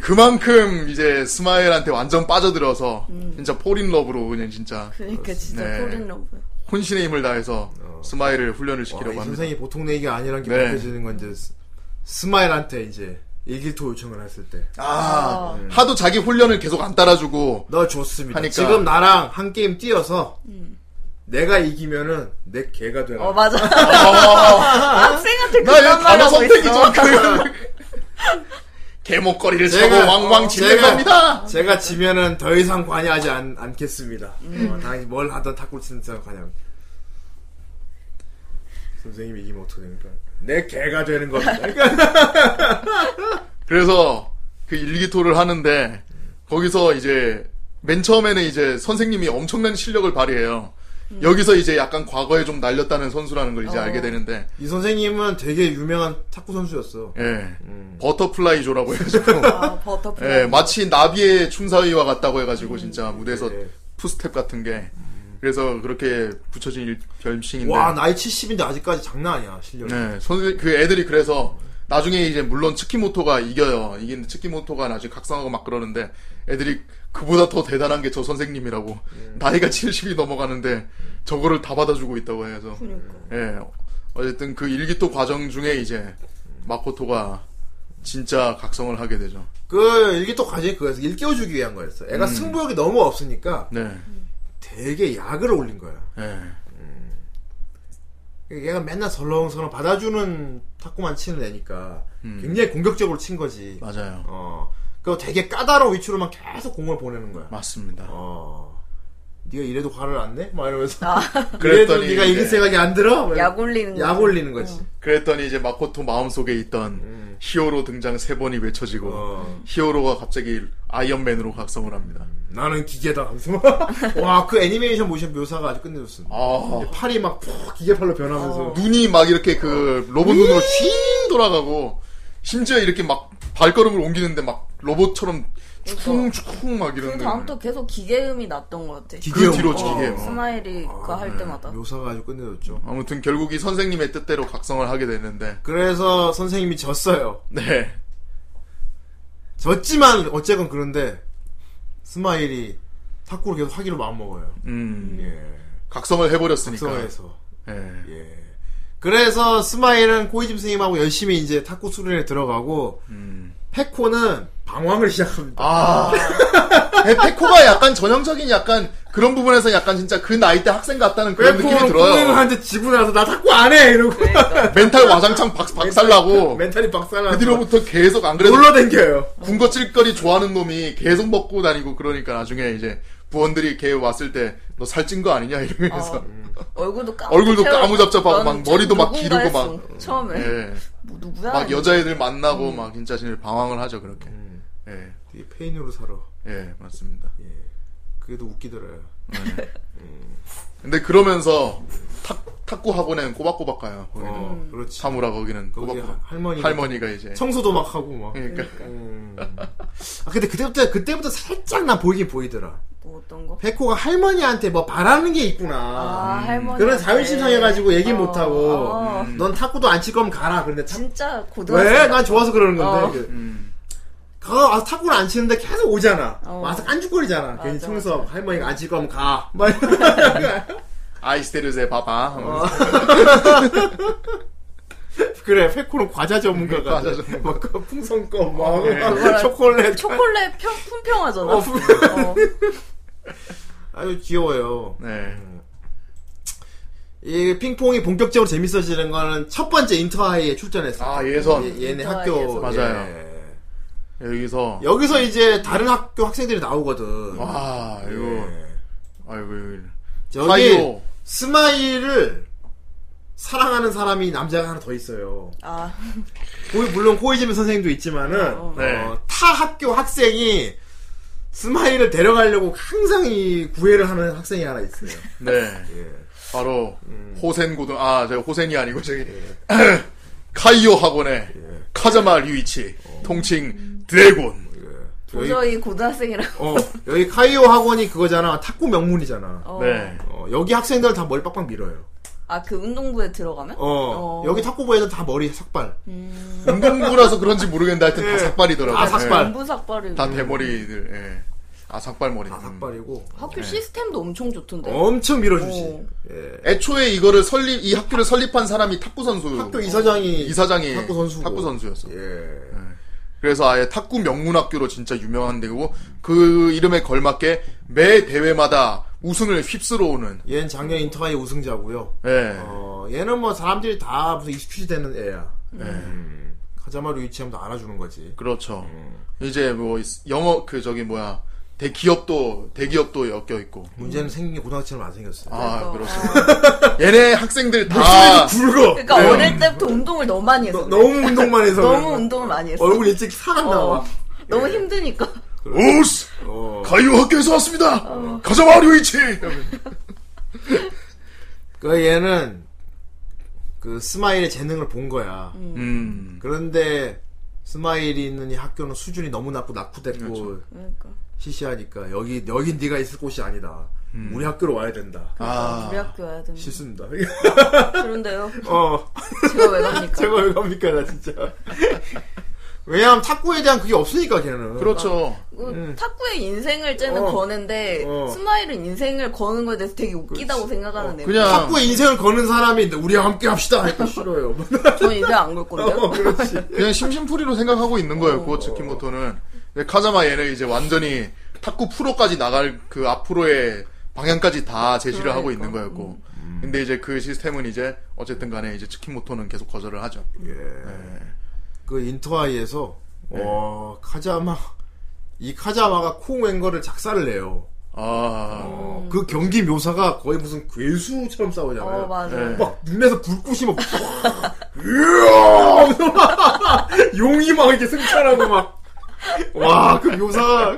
[SPEAKER 5] 그만큼 이제 스마일한테 완전 빠져들어서 진짜 폴인러브로 그냥 진짜
[SPEAKER 6] 그러니까 진짜
[SPEAKER 5] 네.
[SPEAKER 6] 코린 러브.
[SPEAKER 5] 혼신의 힘을 다해서 스마일을 훈련을
[SPEAKER 4] 와,
[SPEAKER 5] 시키려고
[SPEAKER 4] 이
[SPEAKER 5] 합니다.
[SPEAKER 4] 선생이 보통 내기가 아니란 게
[SPEAKER 5] 네.
[SPEAKER 4] 밝혀지는 건 이제 스- 스마일한테 이제 일기토 요청을 했을 때.
[SPEAKER 5] 아, 하도 자기 훈련을 계속 안 따라주고
[SPEAKER 4] 너 좋습니다.
[SPEAKER 5] 하니까.
[SPEAKER 4] 지금 나랑 한 게임 뛰어서 내가 이기면은 내 개가 되라.
[SPEAKER 6] 어, 맞아. <laughs> 학생한테
[SPEAKER 5] 어. 나 이거
[SPEAKER 6] 그런 말
[SPEAKER 5] 단어
[SPEAKER 6] 하고
[SPEAKER 5] 선택이
[SPEAKER 6] 있어.
[SPEAKER 5] 좀 그. <laughs> 개목걸이를 차고
[SPEAKER 4] 제가-
[SPEAKER 5] 왕왕 짖는
[SPEAKER 4] 제가-
[SPEAKER 5] 겁니다.
[SPEAKER 4] 제가 지면은 더 이상 관여하지 않, 않겠습니다. 어, 당연히 뭘 하든 탁구 치는 사람 관여. 선생님이 이기면 어떻게 됩니까? 내 개가 되는 겁니다. 그러니까
[SPEAKER 5] 그래서 그 일기토를 하는데 거기서 이제 맨 처음에는 이제 선생님이 엄청난 실력을 발휘해요. 여기서 이제 약간 과거에 좀 날렸다는 선수라는 걸 이제 알게 되는데
[SPEAKER 4] 이 선생님은 되게 유명한 탁구 선수였어. 음.
[SPEAKER 5] 예 버터플라이조라고 해가지고
[SPEAKER 6] 아, 버터플라이.
[SPEAKER 5] 예, 마치 나비의 춤사위와 같다고 해가지고 진짜 무대에서
[SPEAKER 4] 예.
[SPEAKER 5] 푸스텝 같은 게 그래서 그렇게 붙여진 일- 별칭인데
[SPEAKER 4] 와 나이 70인데 아직까지 장난 아니야 실력. 이
[SPEAKER 5] 네, 선생 그 애들이 그래서 나중에 이제 물론 츠키모토가 이겨요 이기는데 츠키모토가 나중에 각성하고 막 그러는데 애들이 그보다 더 대단한 게 저 선생님이라고
[SPEAKER 4] 음.
[SPEAKER 5] 나이가 70이 넘어가는데 저거를 다 받아주고 있다고 해서
[SPEAKER 6] 그러니까.
[SPEAKER 5] 예 어쨌든 그 일기토 과정 중에 이제 마코토가 진짜 각성을 하게 되죠
[SPEAKER 4] 그 일기토 과정이 그거였어. 일깨워주기 위한 거였어.
[SPEAKER 5] 음.
[SPEAKER 4] 애가 승부욕이 너무 없으니까
[SPEAKER 5] 네
[SPEAKER 4] 되게 약을 올린 거야. 그러니까
[SPEAKER 5] 예.
[SPEAKER 4] 얘가 맨날 설렁설렁 받아주는 탁구만 치는 애니까
[SPEAKER 5] 음.
[SPEAKER 4] 굉장히 공격적으로 친 거지.
[SPEAKER 5] 맞아요
[SPEAKER 4] 어. 그리고 되게 까다로운 위치로만 계속 공을 보내는 거야.
[SPEAKER 5] 맞습니다
[SPEAKER 4] 어. 네가 이래도 화를 안 내? 막 이러면서. <laughs> 그래도
[SPEAKER 5] 그랬더니
[SPEAKER 4] 네가
[SPEAKER 5] 이제-
[SPEAKER 4] 이길 생각이 안 들어? 막
[SPEAKER 6] 약 올리는
[SPEAKER 4] 약
[SPEAKER 6] 거지.
[SPEAKER 4] 올리는 거지.
[SPEAKER 5] 그랬더니 이제 마코토 마음속에 있던 히어로 등장 세 번이 외쳐지고
[SPEAKER 4] 어.
[SPEAKER 5] 히어로가 갑자기 아이언맨으로 각성을 합니다.
[SPEAKER 4] 음. 나는 기계다. 하면서. <laughs> 와, 그 애니메이션 모션 묘사가 아주 끝내줬어.
[SPEAKER 5] 아 어.
[SPEAKER 4] 팔이 막 푹 기계팔로 변하면서.
[SPEAKER 5] 눈이 막 이렇게 그 로봇
[SPEAKER 4] 음.
[SPEAKER 5] 눈으로 휙 돌아가고 심지어 이렇게 막 발걸음을 옮기는데 막 로봇처럼 축쿵축쿵 막
[SPEAKER 6] 그
[SPEAKER 5] 이러는
[SPEAKER 6] 다음부터 계속 기계음이 났던 것 같아.
[SPEAKER 5] 그 뒤로 아, 네.
[SPEAKER 4] 기계음.
[SPEAKER 5] 기계
[SPEAKER 6] 어, 스마일이 그 할 때마다.
[SPEAKER 4] 묘사가 아주 끝내줬죠.
[SPEAKER 5] 아무튼 결국 이 선생님의 뜻대로 각성을 하게 되는데
[SPEAKER 4] 그래서 선생님이 졌어요.
[SPEAKER 5] 네
[SPEAKER 4] 졌지만 어쨌건 그런데 스마일이 탁구를 계속 하기로 마음먹어요.
[SPEAKER 5] 음, 그러니까.
[SPEAKER 4] 예.
[SPEAKER 5] 각성을 해버렸으니까
[SPEAKER 4] 각성해서.
[SPEAKER 5] 예.
[SPEAKER 4] 예. 그래서 스마일은 코이짐 선생님하고 열심히 이제 탁구 수련에 들어가고
[SPEAKER 5] 음.
[SPEAKER 4] 페코는 방황을 시작합니다.
[SPEAKER 5] 아. 페코가 약간 전형적인 약간 그런 부분에서 약간 진짜 그 나이 때 학생 같다는 그런 느낌이
[SPEAKER 4] 페코는 공행을
[SPEAKER 5] 들어요.
[SPEAKER 4] 하는데 지고 나서 나 자꾸 안 해! 이러고.
[SPEAKER 5] 멘탈 와장창 박, 박살나고
[SPEAKER 4] <laughs> 멘탈이 박살나고.
[SPEAKER 5] 그 뒤로부터 계속 안 그래도
[SPEAKER 4] 놀러댕겨요.
[SPEAKER 5] 군것질거리 좋아하는 놈이 계속 먹고 다니고 그러니까 나중에 이제 부원들이 걔 왔을 때 너 살찐 거 아니냐 이러면서
[SPEAKER 6] 얼굴도 까
[SPEAKER 5] 얼굴도 까무잡잡하고 막 머리도 막 기르고
[SPEAKER 6] 막 처음에
[SPEAKER 5] 예.
[SPEAKER 6] 뭐 누구야
[SPEAKER 5] 막 여자애들 만나고
[SPEAKER 4] 음.
[SPEAKER 5] 막 진짜 진짜 방황을 하죠 그렇게 예.
[SPEAKER 4] 되게 페인으로 살아.
[SPEAKER 5] 예, 맞습니다.
[SPEAKER 4] 그게 더 웃기더라요.
[SPEAKER 5] 근데 그러면서 탁, 탁구 학원에는 꼬박꼬박 가요. 거기는.
[SPEAKER 4] 어, 그렇지.
[SPEAKER 5] 사무라 거기는
[SPEAKER 4] 거기
[SPEAKER 5] 꼬박꼬박.
[SPEAKER 4] 할머니가
[SPEAKER 5] 할머니가 이제
[SPEAKER 4] 청소도 막 하고 막.
[SPEAKER 5] 그러니까
[SPEAKER 4] 음. 아 근데 그때부터 그때부터 살짝 나 보이긴 보이더라.
[SPEAKER 6] 뭐 어떤 거?
[SPEAKER 4] 백호가 할머니한테 뭐 바라는 게 있구나.
[SPEAKER 6] 아, 할머니.
[SPEAKER 4] 그런 자존심 상해가지고 얘기
[SPEAKER 6] 어,
[SPEAKER 4] 못 하고
[SPEAKER 6] 어.
[SPEAKER 4] 넌 탁구도 안 칠 거면 가라. 근데 참
[SPEAKER 6] 진짜 고등학생.
[SPEAKER 4] 왜? 난 좋아서 그러는 건데.
[SPEAKER 6] 어.
[SPEAKER 4] 그-
[SPEAKER 5] 음.
[SPEAKER 4] 가 와서 탁구를 안 치는데 계속 오잖아.
[SPEAKER 6] 어.
[SPEAKER 4] 와서 깐죽거리잖아. 괜히
[SPEAKER 6] 맞아,
[SPEAKER 4] 청소 할머니가 안 칠 거면 가. 막 이러-
[SPEAKER 5] 아이스테르세 봐봐. 하면서.
[SPEAKER 4] <laughs> 어. 그래 페코는 과자 전문가가
[SPEAKER 5] 과자
[SPEAKER 4] 돼. 막 그 풍선껌 막
[SPEAKER 5] 예.
[SPEAKER 6] 그거랑
[SPEAKER 4] 초콜릿
[SPEAKER 6] 초콜릿 평, 품평하잖아.
[SPEAKER 4] 어,
[SPEAKER 6] 어,
[SPEAKER 4] 아주 귀여워요.
[SPEAKER 5] 네.
[SPEAKER 4] 이 핑퐁이 본격적으로 재밌어지는 거는 첫 번째 인터하이에 출전했어요.
[SPEAKER 5] 아, 예선.
[SPEAKER 4] 예, 얘네
[SPEAKER 6] 인터하이에서.
[SPEAKER 4] 학교
[SPEAKER 5] 맞아요.
[SPEAKER 4] 예.
[SPEAKER 5] 여기서
[SPEAKER 4] 여기서 이제 다른 학교 학생들이 나오거든.
[SPEAKER 5] 와
[SPEAKER 4] 예.
[SPEAKER 5] 이거 아이고 이거.
[SPEAKER 4] 저기
[SPEAKER 5] 아, 사이오.
[SPEAKER 4] 스마일을 사랑하는 사람이 남자가 하나 더 있어요.
[SPEAKER 6] 아,
[SPEAKER 4] 고- 물론 코이즈미 선생도 있지만은
[SPEAKER 6] 어.
[SPEAKER 5] 네.
[SPEAKER 4] 어, 타 학교 학생이 스마일을 데려가려고 항상 이 구애를 하는 학생이 하나 있어요.
[SPEAKER 5] 네.
[SPEAKER 4] 예. 음.
[SPEAKER 5] 바로 호센 고등 아, 저 호센이 아니고 저기
[SPEAKER 4] 예.
[SPEAKER 5] <laughs> 카이오 학원의 카자마 류이치
[SPEAKER 4] 어.
[SPEAKER 5] 통칭 드래곤.
[SPEAKER 4] 여기,
[SPEAKER 6] 도저히 고등학생이랑.
[SPEAKER 4] 어, 여기 카이오 학원이 그거잖아. 탁구 명문이잖아.
[SPEAKER 6] 어.
[SPEAKER 5] 네.
[SPEAKER 4] 어, 여기 학생들 다 머리 빡빡 밀어요.
[SPEAKER 6] 아, 그 운동부에 들어가면?
[SPEAKER 4] 어,
[SPEAKER 6] 어.
[SPEAKER 4] 여기 탁구부에는 다 머리 삭발.
[SPEAKER 5] 운동부라서 그런지 모르겠는데 하여튼
[SPEAKER 4] 예.
[SPEAKER 5] 다 삭발이더라고요.
[SPEAKER 4] 다 삭발.
[SPEAKER 6] 공부 네. 삭발이.
[SPEAKER 5] 예. 다 대머리들. 예. 아, 삭발머리.
[SPEAKER 6] 음.
[SPEAKER 4] 다 삭발이고
[SPEAKER 6] 학교 시스템도 엄청 좋던데.
[SPEAKER 4] 엄청 네. 밀어주지.
[SPEAKER 6] 어.
[SPEAKER 4] 예.
[SPEAKER 5] 음. 애초에 이거를 설립 이 학교를 설립한 사람이 탁구 선수
[SPEAKER 4] 학교 이사장이
[SPEAKER 5] 이사장이
[SPEAKER 4] 탁구 선수고.
[SPEAKER 5] 탁구 선수였어.
[SPEAKER 4] 예.
[SPEAKER 5] 그래서 아예 탁구 명문학교로 진짜 유명한 데고 그 이름에 걸맞게 매 대회마다 우승을 휩쓸어 오는
[SPEAKER 4] 얘는 작년 인터하이 우승자고요.
[SPEAKER 5] 예.
[SPEAKER 4] 어, 얘는 뭐 사람들이 다 무슨 익스큐즈 되는 애야.
[SPEAKER 5] 예.
[SPEAKER 4] 음. 가자마루 유치하면 알아주는 거지.
[SPEAKER 5] 그렇죠. 이제 뭐 있- 영어 그 저기 뭐야 대기업도 대기업도 엮여 있고.
[SPEAKER 4] 문제는 생긴 게 고등학생처럼 안 생겼어. 요
[SPEAKER 5] 아
[SPEAKER 6] 그래서,
[SPEAKER 5] 그렇습니다. 얘네 학생들 다
[SPEAKER 4] 아, 굵어.
[SPEAKER 6] 그러니까 어릴 때부터 운동을 너무 많이 해서.
[SPEAKER 4] 너,
[SPEAKER 6] 그래.
[SPEAKER 4] 너무 운동만 해서.
[SPEAKER 6] 너무
[SPEAKER 4] 그런가?
[SPEAKER 6] 운동을 많이 했어.
[SPEAKER 4] 얼굴 일찍 사람 나와.
[SPEAKER 6] 어.
[SPEAKER 4] 네.
[SPEAKER 6] 너무 힘드니까.
[SPEAKER 4] 아.
[SPEAKER 5] 오스
[SPEAKER 4] 어.
[SPEAKER 5] 가요 학교에서 왔습니다.
[SPEAKER 6] 어.
[SPEAKER 5] 가자마 류이치.
[SPEAKER 6] 음.
[SPEAKER 4] 그 얘는 그 스마일의 재능을 본 거야.
[SPEAKER 5] 음.
[SPEAKER 4] 그런데 스마일이 있는 이 학교는 수준이 너무 낮고 낙후됐고
[SPEAKER 6] 그러니까.
[SPEAKER 4] 시시하니까 여기 여기 네가 있을 곳이 아니다. 우리 학교로 와야 된다.
[SPEAKER 5] 아.
[SPEAKER 6] 우리 학교 와야 되는데.
[SPEAKER 4] 싫습니다. <laughs>
[SPEAKER 6] 그런데요.
[SPEAKER 4] 어,
[SPEAKER 6] 제가 왜
[SPEAKER 4] <laughs>
[SPEAKER 6] 갑니까?
[SPEAKER 4] 제가 왜 갑니까 나 진짜. 왜냐하면 탁구에 대한 그게 없으니까 걔는.
[SPEAKER 5] 그렇죠.
[SPEAKER 6] 그 탁구의 인생을 째는
[SPEAKER 4] 음. 어.
[SPEAKER 6] 거는데
[SPEAKER 4] 어.
[SPEAKER 6] 스마일은 인생을 거는 거에 대해서 되게 웃기다고 생각하는 애. 요 <laughs>
[SPEAKER 5] 그냥
[SPEAKER 4] 탁구에 인생을 거는 사람이 우리와 함께 합시다. 하니까 싫어요. <laughs>
[SPEAKER 6] 전 인생 안 걸 건데요.
[SPEAKER 4] 어, 그렇지.
[SPEAKER 5] 그냥 심심풀이로 생각하고 있는 거예요. 그거 츠키모토는 근데 카자마 얘는 이제 완전히 탁구 프로까지 나갈 그 앞으로의 방향까지 다 제시를 하고 있는 거였고. 근데 이제 그 시스템은 이제 어쨌든 간에 이제 츠키모토는 계속 거절을 하죠.
[SPEAKER 4] 그 인터하이에서 어, 카자마 이 카자마가 콩웬거를 작사를 해요.
[SPEAKER 5] 아.
[SPEAKER 4] 어, 그 경기 묘사가 거의 무슨 괴수처럼 싸우잖아요.
[SPEAKER 6] 어 맞아.
[SPEAKER 5] 네.
[SPEAKER 4] 막 눈에서 불꽃이 막 으아! 하면서 막 <laughs> 용이 막 이렇게 승천하고 막 와, 그 묘사가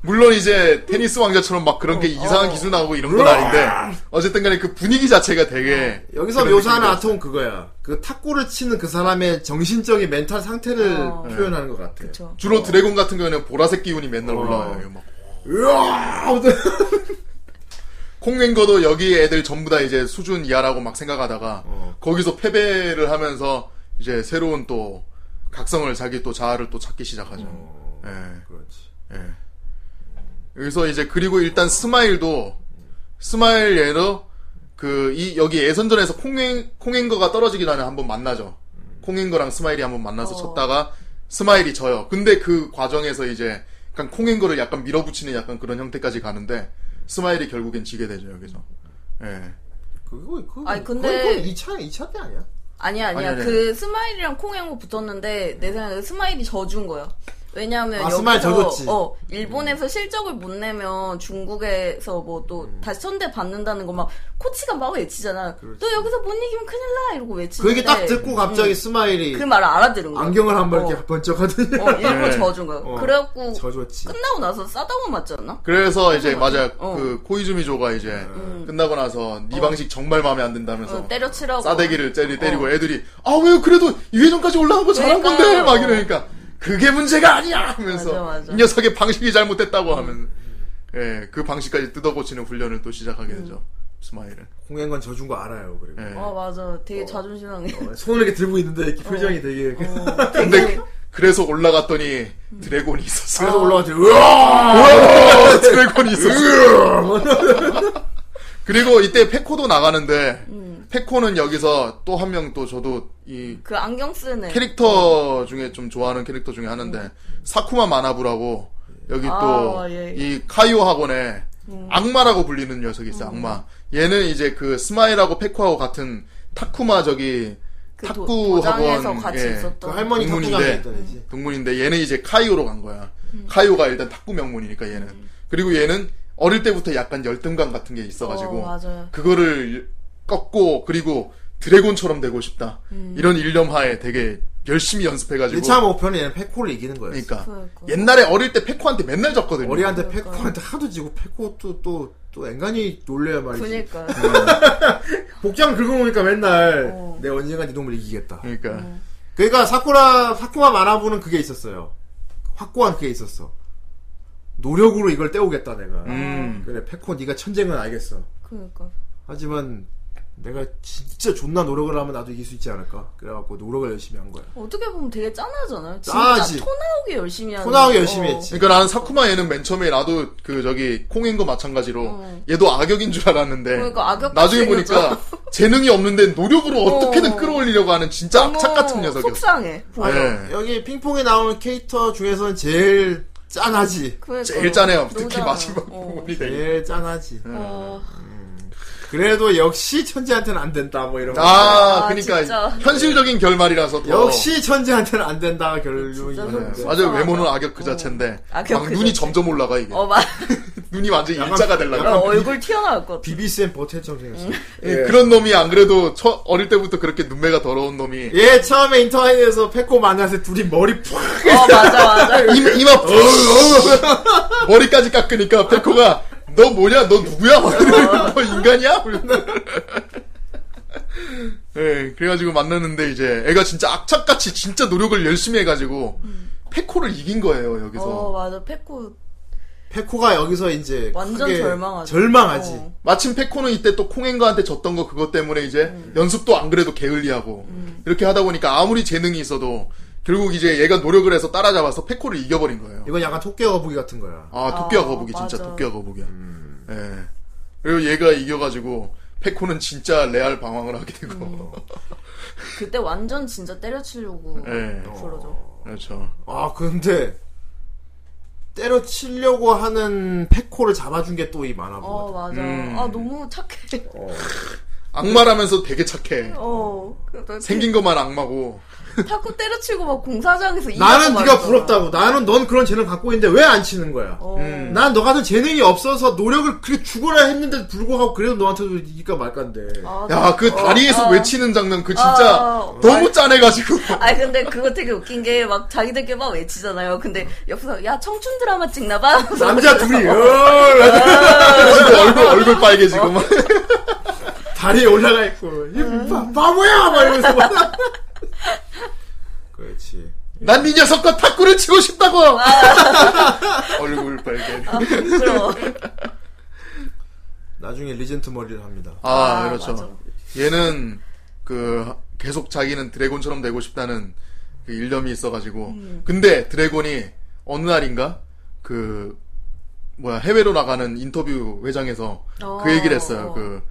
[SPEAKER 5] 물론 이제 테니스 왕자처럼 막 그런 게 이상한 기술 나오고 이런 건 아닌데 어쨌든 간에 그 분위기 자체가 되게
[SPEAKER 4] 여기서
[SPEAKER 5] 그런
[SPEAKER 4] 묘사하는
[SPEAKER 5] 느낌이었어요.
[SPEAKER 4] 아톰은 그거야. 그 탁구를 치는 그 사람의 정신적인 멘탈 상태를
[SPEAKER 6] 어.
[SPEAKER 4] 표현하는 것 같아. 요
[SPEAKER 6] 그쵸.
[SPEAKER 5] 주로 드래곤 같은 경우는 보라색 기운이 맨날
[SPEAKER 4] 어.
[SPEAKER 5] 올라와요. 막
[SPEAKER 4] 으아! 하면서
[SPEAKER 5] 콩랭거도 여기 애들 전부 다 이제 수준 이하라고 막 생각하다가
[SPEAKER 4] 어.
[SPEAKER 5] 거기서 패배를 하면서 이제 새로운 또 각성을 자기 또 자아를 또 찾기 시작하죠.
[SPEAKER 4] 어.
[SPEAKER 5] 예,
[SPEAKER 4] 그렇지.
[SPEAKER 5] 예. 여기서 이제 그리고 일단 스마일도 스마일 얘도 그 이 여기 예선전에서 콩랭 콩랭거가 떨어지기 전에 한번 만나죠. 콩랭거랑 스마일이 한번 만나서
[SPEAKER 6] 어.
[SPEAKER 5] 쳤다가 스마일이 져요. 근데 그 과정에서 이제 약간 콩앵거를 약간 밀어붙이는 약간 그런 형태까지 가는데 스마일이 결국엔 지게 되죠 여기서. 예.
[SPEAKER 4] 그거 그거
[SPEAKER 6] 아니, 근데-
[SPEAKER 4] 그건 2차 2차 때 아니야?
[SPEAKER 6] 아니야, 아니야.
[SPEAKER 5] 아니, 아니,
[SPEAKER 6] 그 스마일이랑 콩행호 붙었는데 내 생각에 스마일이 져준 거야. 왜냐하면
[SPEAKER 4] 아,
[SPEAKER 6] 여기서
[SPEAKER 4] 스마일 져줬지.
[SPEAKER 6] 어 일본에서 실적을 못 내면 중국에서 뭐 또 다시 천대 받는다는 거 막 코치가 막 외치잖아.
[SPEAKER 4] 음. 그렇지.
[SPEAKER 6] 너 여기서 못 이기면 큰일 나 이러고
[SPEAKER 4] 그
[SPEAKER 6] 외치는데
[SPEAKER 4] 얘기 딱 듣고 갑자기 스마일이
[SPEAKER 6] 네. 그 말을 알아들은 거야.
[SPEAKER 4] 안경을 한 번
[SPEAKER 6] 어,
[SPEAKER 4] 이렇게 번쩍 하더니
[SPEAKER 6] 어,
[SPEAKER 4] <laughs>
[SPEAKER 6] 일부러
[SPEAKER 5] 네.
[SPEAKER 6] 져준 거야.
[SPEAKER 4] 어.
[SPEAKER 6] 그래갖고
[SPEAKER 4] 져줬지.
[SPEAKER 6] 끝나고 나서 싸다고 맞지 않나?
[SPEAKER 5] 그래서 이제 맞아
[SPEAKER 6] 어. 음.
[SPEAKER 5] 그 코이즈미조가 이제 끝나고 나서 네 방식 정말 마음에 안 든다면서
[SPEAKER 6] 어, 때려치라고. 어.
[SPEAKER 5] 싸대기를 때리 때리고 애들이 아 왜 그래도 2회전까지 올라가고 잘한
[SPEAKER 6] 그러니까요.
[SPEAKER 5] 건데 막 이러니까 그게 문제가 아니야 하면서
[SPEAKER 6] 맞아, 맞아. 음.
[SPEAKER 5] 이 녀석의 방식이 잘못됐다고 하면 예 그 방식까지 뜯어고치는 훈련을 또 시작하게 되죠 스마일은
[SPEAKER 4] 공연관 져준 거 알아요. 그리고
[SPEAKER 5] 예.
[SPEAKER 6] 음. 어 맞아. 되게 자존심 상해. <laughs>
[SPEAKER 4] 어, 손을 이렇게 들고 있는데 이렇게
[SPEAKER 6] 어.
[SPEAKER 4] 표정이 되게
[SPEAKER 5] 근데 그래서 올라갔더니
[SPEAKER 6] 음.
[SPEAKER 5] 드래곤이 있었어요
[SPEAKER 6] 아.
[SPEAKER 4] 그래서 올라왔지. 으아!
[SPEAKER 6] 어. 네.
[SPEAKER 4] 뭐
[SPEAKER 5] 우와, 드래곤이 있었어요 그리고 이때 페코도 나가는데
[SPEAKER 6] 음.
[SPEAKER 5] 페코는 여기서 또 한 명 또 저도 이
[SPEAKER 6] 그 안경 쓰네.
[SPEAKER 5] 캐릭터 중에 좀 좋아하는 캐릭터 중에 하나인데 사쿠마 마나부라고 여기
[SPEAKER 6] 아,
[SPEAKER 5] 또 이
[SPEAKER 6] 예. 음.
[SPEAKER 5] 카이오 학원에 악마라고 불리는 녀석이 있어요. 악마. 얘는 이제 그 스마일하고 페코하고 같은 타쿠마 저기
[SPEAKER 6] 그 도-
[SPEAKER 5] 탁구
[SPEAKER 6] 도장에서
[SPEAKER 5] 학원 예,
[SPEAKER 6] 같이 있었던.
[SPEAKER 4] 그 할머니
[SPEAKER 5] 동문인데.
[SPEAKER 4] 탁구장에 있던 애지.
[SPEAKER 5] 동문인데 얘는 이제 카이오로 간 거야.
[SPEAKER 6] 음.
[SPEAKER 5] 카이오가 일단 탁구 명문이니까 얘는. 그리고 얘는 어릴 때부터 약간 열등감 같은 게 있어가지고
[SPEAKER 6] 어, 맞아요.
[SPEAKER 5] 그거를 꺾고 그리고 드래곤처럼 되고 싶다
[SPEAKER 6] 음.
[SPEAKER 5] 이런 일념하에 되게 열심히 연습해가지고
[SPEAKER 4] 1차 목표는 얘는 페코를 이기는 거였어.
[SPEAKER 5] 그러니까
[SPEAKER 6] 그러니까.
[SPEAKER 5] 옛날에 어릴 때 페코한테 맨날
[SPEAKER 4] 그
[SPEAKER 5] 졌거든요.
[SPEAKER 4] 어리한테 페코한테 하도 지고 페코도 또또 앵간히 놀래야 말이지.
[SPEAKER 6] 그니까.
[SPEAKER 4] 복장 긁어놓으니까 맨날
[SPEAKER 6] 어.
[SPEAKER 4] 내 언젠가 네 놈을 이기겠다.
[SPEAKER 5] 그러니까
[SPEAKER 6] 음.
[SPEAKER 4] 그러니까 사쿠라 사쿠마 마나부는 그게 있었어요. 확고한 그게 있었어. 노력으로 이걸 때우겠다 내가.
[SPEAKER 5] 음.
[SPEAKER 4] 그래 페코 네가 천쟁은 알겠어.
[SPEAKER 6] 그니까.
[SPEAKER 4] 하지만 내가 진짜 존나 노력을 하면 나도 이길 수 있지 않을까. 그래갖고 노력을 열심히 한 거야.
[SPEAKER 6] 어떻게 보면 되게 짠하잖아요.
[SPEAKER 4] 짠하지.
[SPEAKER 6] 진짜 토나오게 열심히 하는.
[SPEAKER 4] 토나오게 열심히
[SPEAKER 6] 어.
[SPEAKER 4] 했지.
[SPEAKER 5] 그러니까 나는 사쿠마 얘는 맨 처음에 나도 그 저기 콩인 거 마찬가지로 얘도 악역인 줄 알았는데
[SPEAKER 6] 어. 그러니까 악역
[SPEAKER 5] 나중에
[SPEAKER 6] 같이
[SPEAKER 5] 보니까 재능이 없는데 노력으로 어떻게든
[SPEAKER 6] 어.
[SPEAKER 5] 끌어올리려고 하는 진짜
[SPEAKER 6] 너무
[SPEAKER 5] 악착 같은 녀석이었어.
[SPEAKER 6] 속상해. 보여.
[SPEAKER 5] 예.
[SPEAKER 4] 여기 핑퐁에 나오는 캐릭터 중에서는 제일 짠하지.
[SPEAKER 6] 그러니까.
[SPEAKER 5] 제일 짠해요.
[SPEAKER 6] 너무
[SPEAKER 5] 특히
[SPEAKER 6] 짠해요.
[SPEAKER 5] 마지막
[SPEAKER 6] 어.
[SPEAKER 5] 부분이 되게.
[SPEAKER 4] 제일 짠하지.
[SPEAKER 6] 어.
[SPEAKER 4] 그래도 역시 천재한테는 안 된다 뭐 이런 거.
[SPEAKER 5] 아,
[SPEAKER 6] 아,
[SPEAKER 5] 그러니까
[SPEAKER 6] 진짜.
[SPEAKER 5] 현실적인 결말이라서 더
[SPEAKER 4] 역시 천재한테는 안 된다 결론이.
[SPEAKER 6] 진짜
[SPEAKER 4] 이거야.
[SPEAKER 6] 속-
[SPEAKER 5] 맞아요.
[SPEAKER 6] 속상하다.
[SPEAKER 5] 외모는 악역 그
[SPEAKER 6] 어.
[SPEAKER 5] 자체인데
[SPEAKER 6] 악역
[SPEAKER 5] 막
[SPEAKER 6] 그
[SPEAKER 5] 눈이
[SPEAKER 6] 자체.
[SPEAKER 5] 점점 올라가 이게
[SPEAKER 6] 어, 막,
[SPEAKER 5] 눈이 완전
[SPEAKER 4] 약간-
[SPEAKER 5] 일자가 되려고
[SPEAKER 4] 약간
[SPEAKER 6] <laughs> 얼굴 튀어나올 것 같아.
[SPEAKER 4] BBCM 버튼처럼 생겼어.
[SPEAKER 5] 예, 그런 놈이 안 그래도 처- 어릴 때부터 그렇게 눈매가 더러운 놈이
[SPEAKER 4] 얘 예, 처음에 인터넷에서 페코 만나서 둘이 머리 푹
[SPEAKER 6] 어, 맞아, 맞아.
[SPEAKER 5] 이마, 이마 푹 <laughs> 머리까지 깎으니까 페코가 너 뭐냐 너 누구야 막
[SPEAKER 6] 어.
[SPEAKER 5] 이러고, 너 인간이야 <laughs> 예 그래가지고 만났는데 이제 애가 진짜 악착같이 진짜 노력을 열심히 해가지고 페코를 이긴 거예요 여기서
[SPEAKER 6] 음. 어, 맞아. 페코
[SPEAKER 4] 페코가 여기서 이제
[SPEAKER 6] 완전
[SPEAKER 4] 크게
[SPEAKER 6] 절망하지.
[SPEAKER 4] 절망하지.
[SPEAKER 6] 어.
[SPEAKER 5] 마침 페코는 이때 또 콩행가한테 졌던 거 그것 때문에 이제 연습도 안 그래도 게을리하고 이렇게 하다 보니까 아무리 재능이 있어도 결국 이제 얘가 노력을 해서 따라잡아서 페코를 이겨버린 거예요.
[SPEAKER 4] 이건 약간 토끼 거북이 같은 거야.
[SPEAKER 5] 아 도끼와
[SPEAKER 6] 아,
[SPEAKER 5] 거북이 진짜
[SPEAKER 6] 맞아.
[SPEAKER 5] 도끼와 거북이야. 예. 그리고 얘가 이겨가지고 페코는 진짜 레알 방황을 하게 되고.
[SPEAKER 6] 그때 완전 진짜 때려치려고
[SPEAKER 5] 예.
[SPEAKER 6] 부러져.
[SPEAKER 5] 그렇죠.
[SPEAKER 4] 아 근데 때려치려고 하는 페코를 잡아준 게 또 이
[SPEAKER 6] 어,
[SPEAKER 4] 만화부.
[SPEAKER 6] 맞아.
[SPEAKER 5] 음. 어.
[SPEAKER 6] 아, 너무 착해.
[SPEAKER 5] 악마라면서 되게 착해.
[SPEAKER 6] 어. 그래서
[SPEAKER 5] 생긴 것만 악마고.
[SPEAKER 6] 자꾸 때려치고 막 공사장에서 일하고
[SPEAKER 4] 나는 네가
[SPEAKER 6] 말이잖아.
[SPEAKER 4] 부럽다고. 나는 넌 그런 재능 갖고 있는데 왜 안 치는 거야? 음.
[SPEAKER 6] 어.
[SPEAKER 4] 난 너 같은 재능이 없어서 노력을 그렇게 죽어라 했는데도 불구하고 그래도 너한테도 이니까 말까인데.
[SPEAKER 6] 아,
[SPEAKER 5] 야 그 다리에서
[SPEAKER 6] 어.
[SPEAKER 5] 외치는 장면 그 진짜
[SPEAKER 6] 어, 어.
[SPEAKER 5] 너무 짠해가지고.
[SPEAKER 6] 아니 근데 그거 되게 웃긴 게 막 자기들끼리 막 외치잖아요. 근데 옆에서 야 청춘 드라마 찍나 봐.
[SPEAKER 4] 남자 둘이 어,
[SPEAKER 5] <laughs>
[SPEAKER 4] <laughs>
[SPEAKER 5] 진짜 얼굴 얼굴 빨개지고 막.
[SPEAKER 4] 다리에 올라가 있고 이
[SPEAKER 6] 음.
[SPEAKER 4] 바, 바보야 막 이러면서 막. <laughs> 그렇지.
[SPEAKER 5] 난 네 녀석과 탁구를 치고 싶다고! <laughs> 얼굴 빨개.
[SPEAKER 6] 아, 부끄러워.
[SPEAKER 4] 나중에 리젠트 머리를 합니다.
[SPEAKER 5] <laughs> 아,
[SPEAKER 6] 아,
[SPEAKER 5] 그렇죠.
[SPEAKER 6] 맞아.
[SPEAKER 5] 얘는, 그, 계속 자기는 드래곤처럼 되고 싶다는 그 일념이 있어가지고.
[SPEAKER 6] 음.
[SPEAKER 5] 근데 드래곤이 어느 날인가, 그, 뭐야, 해외로 나가는 인터뷰 회장에서
[SPEAKER 6] 어.
[SPEAKER 5] 그 얘기를 했어요. 그,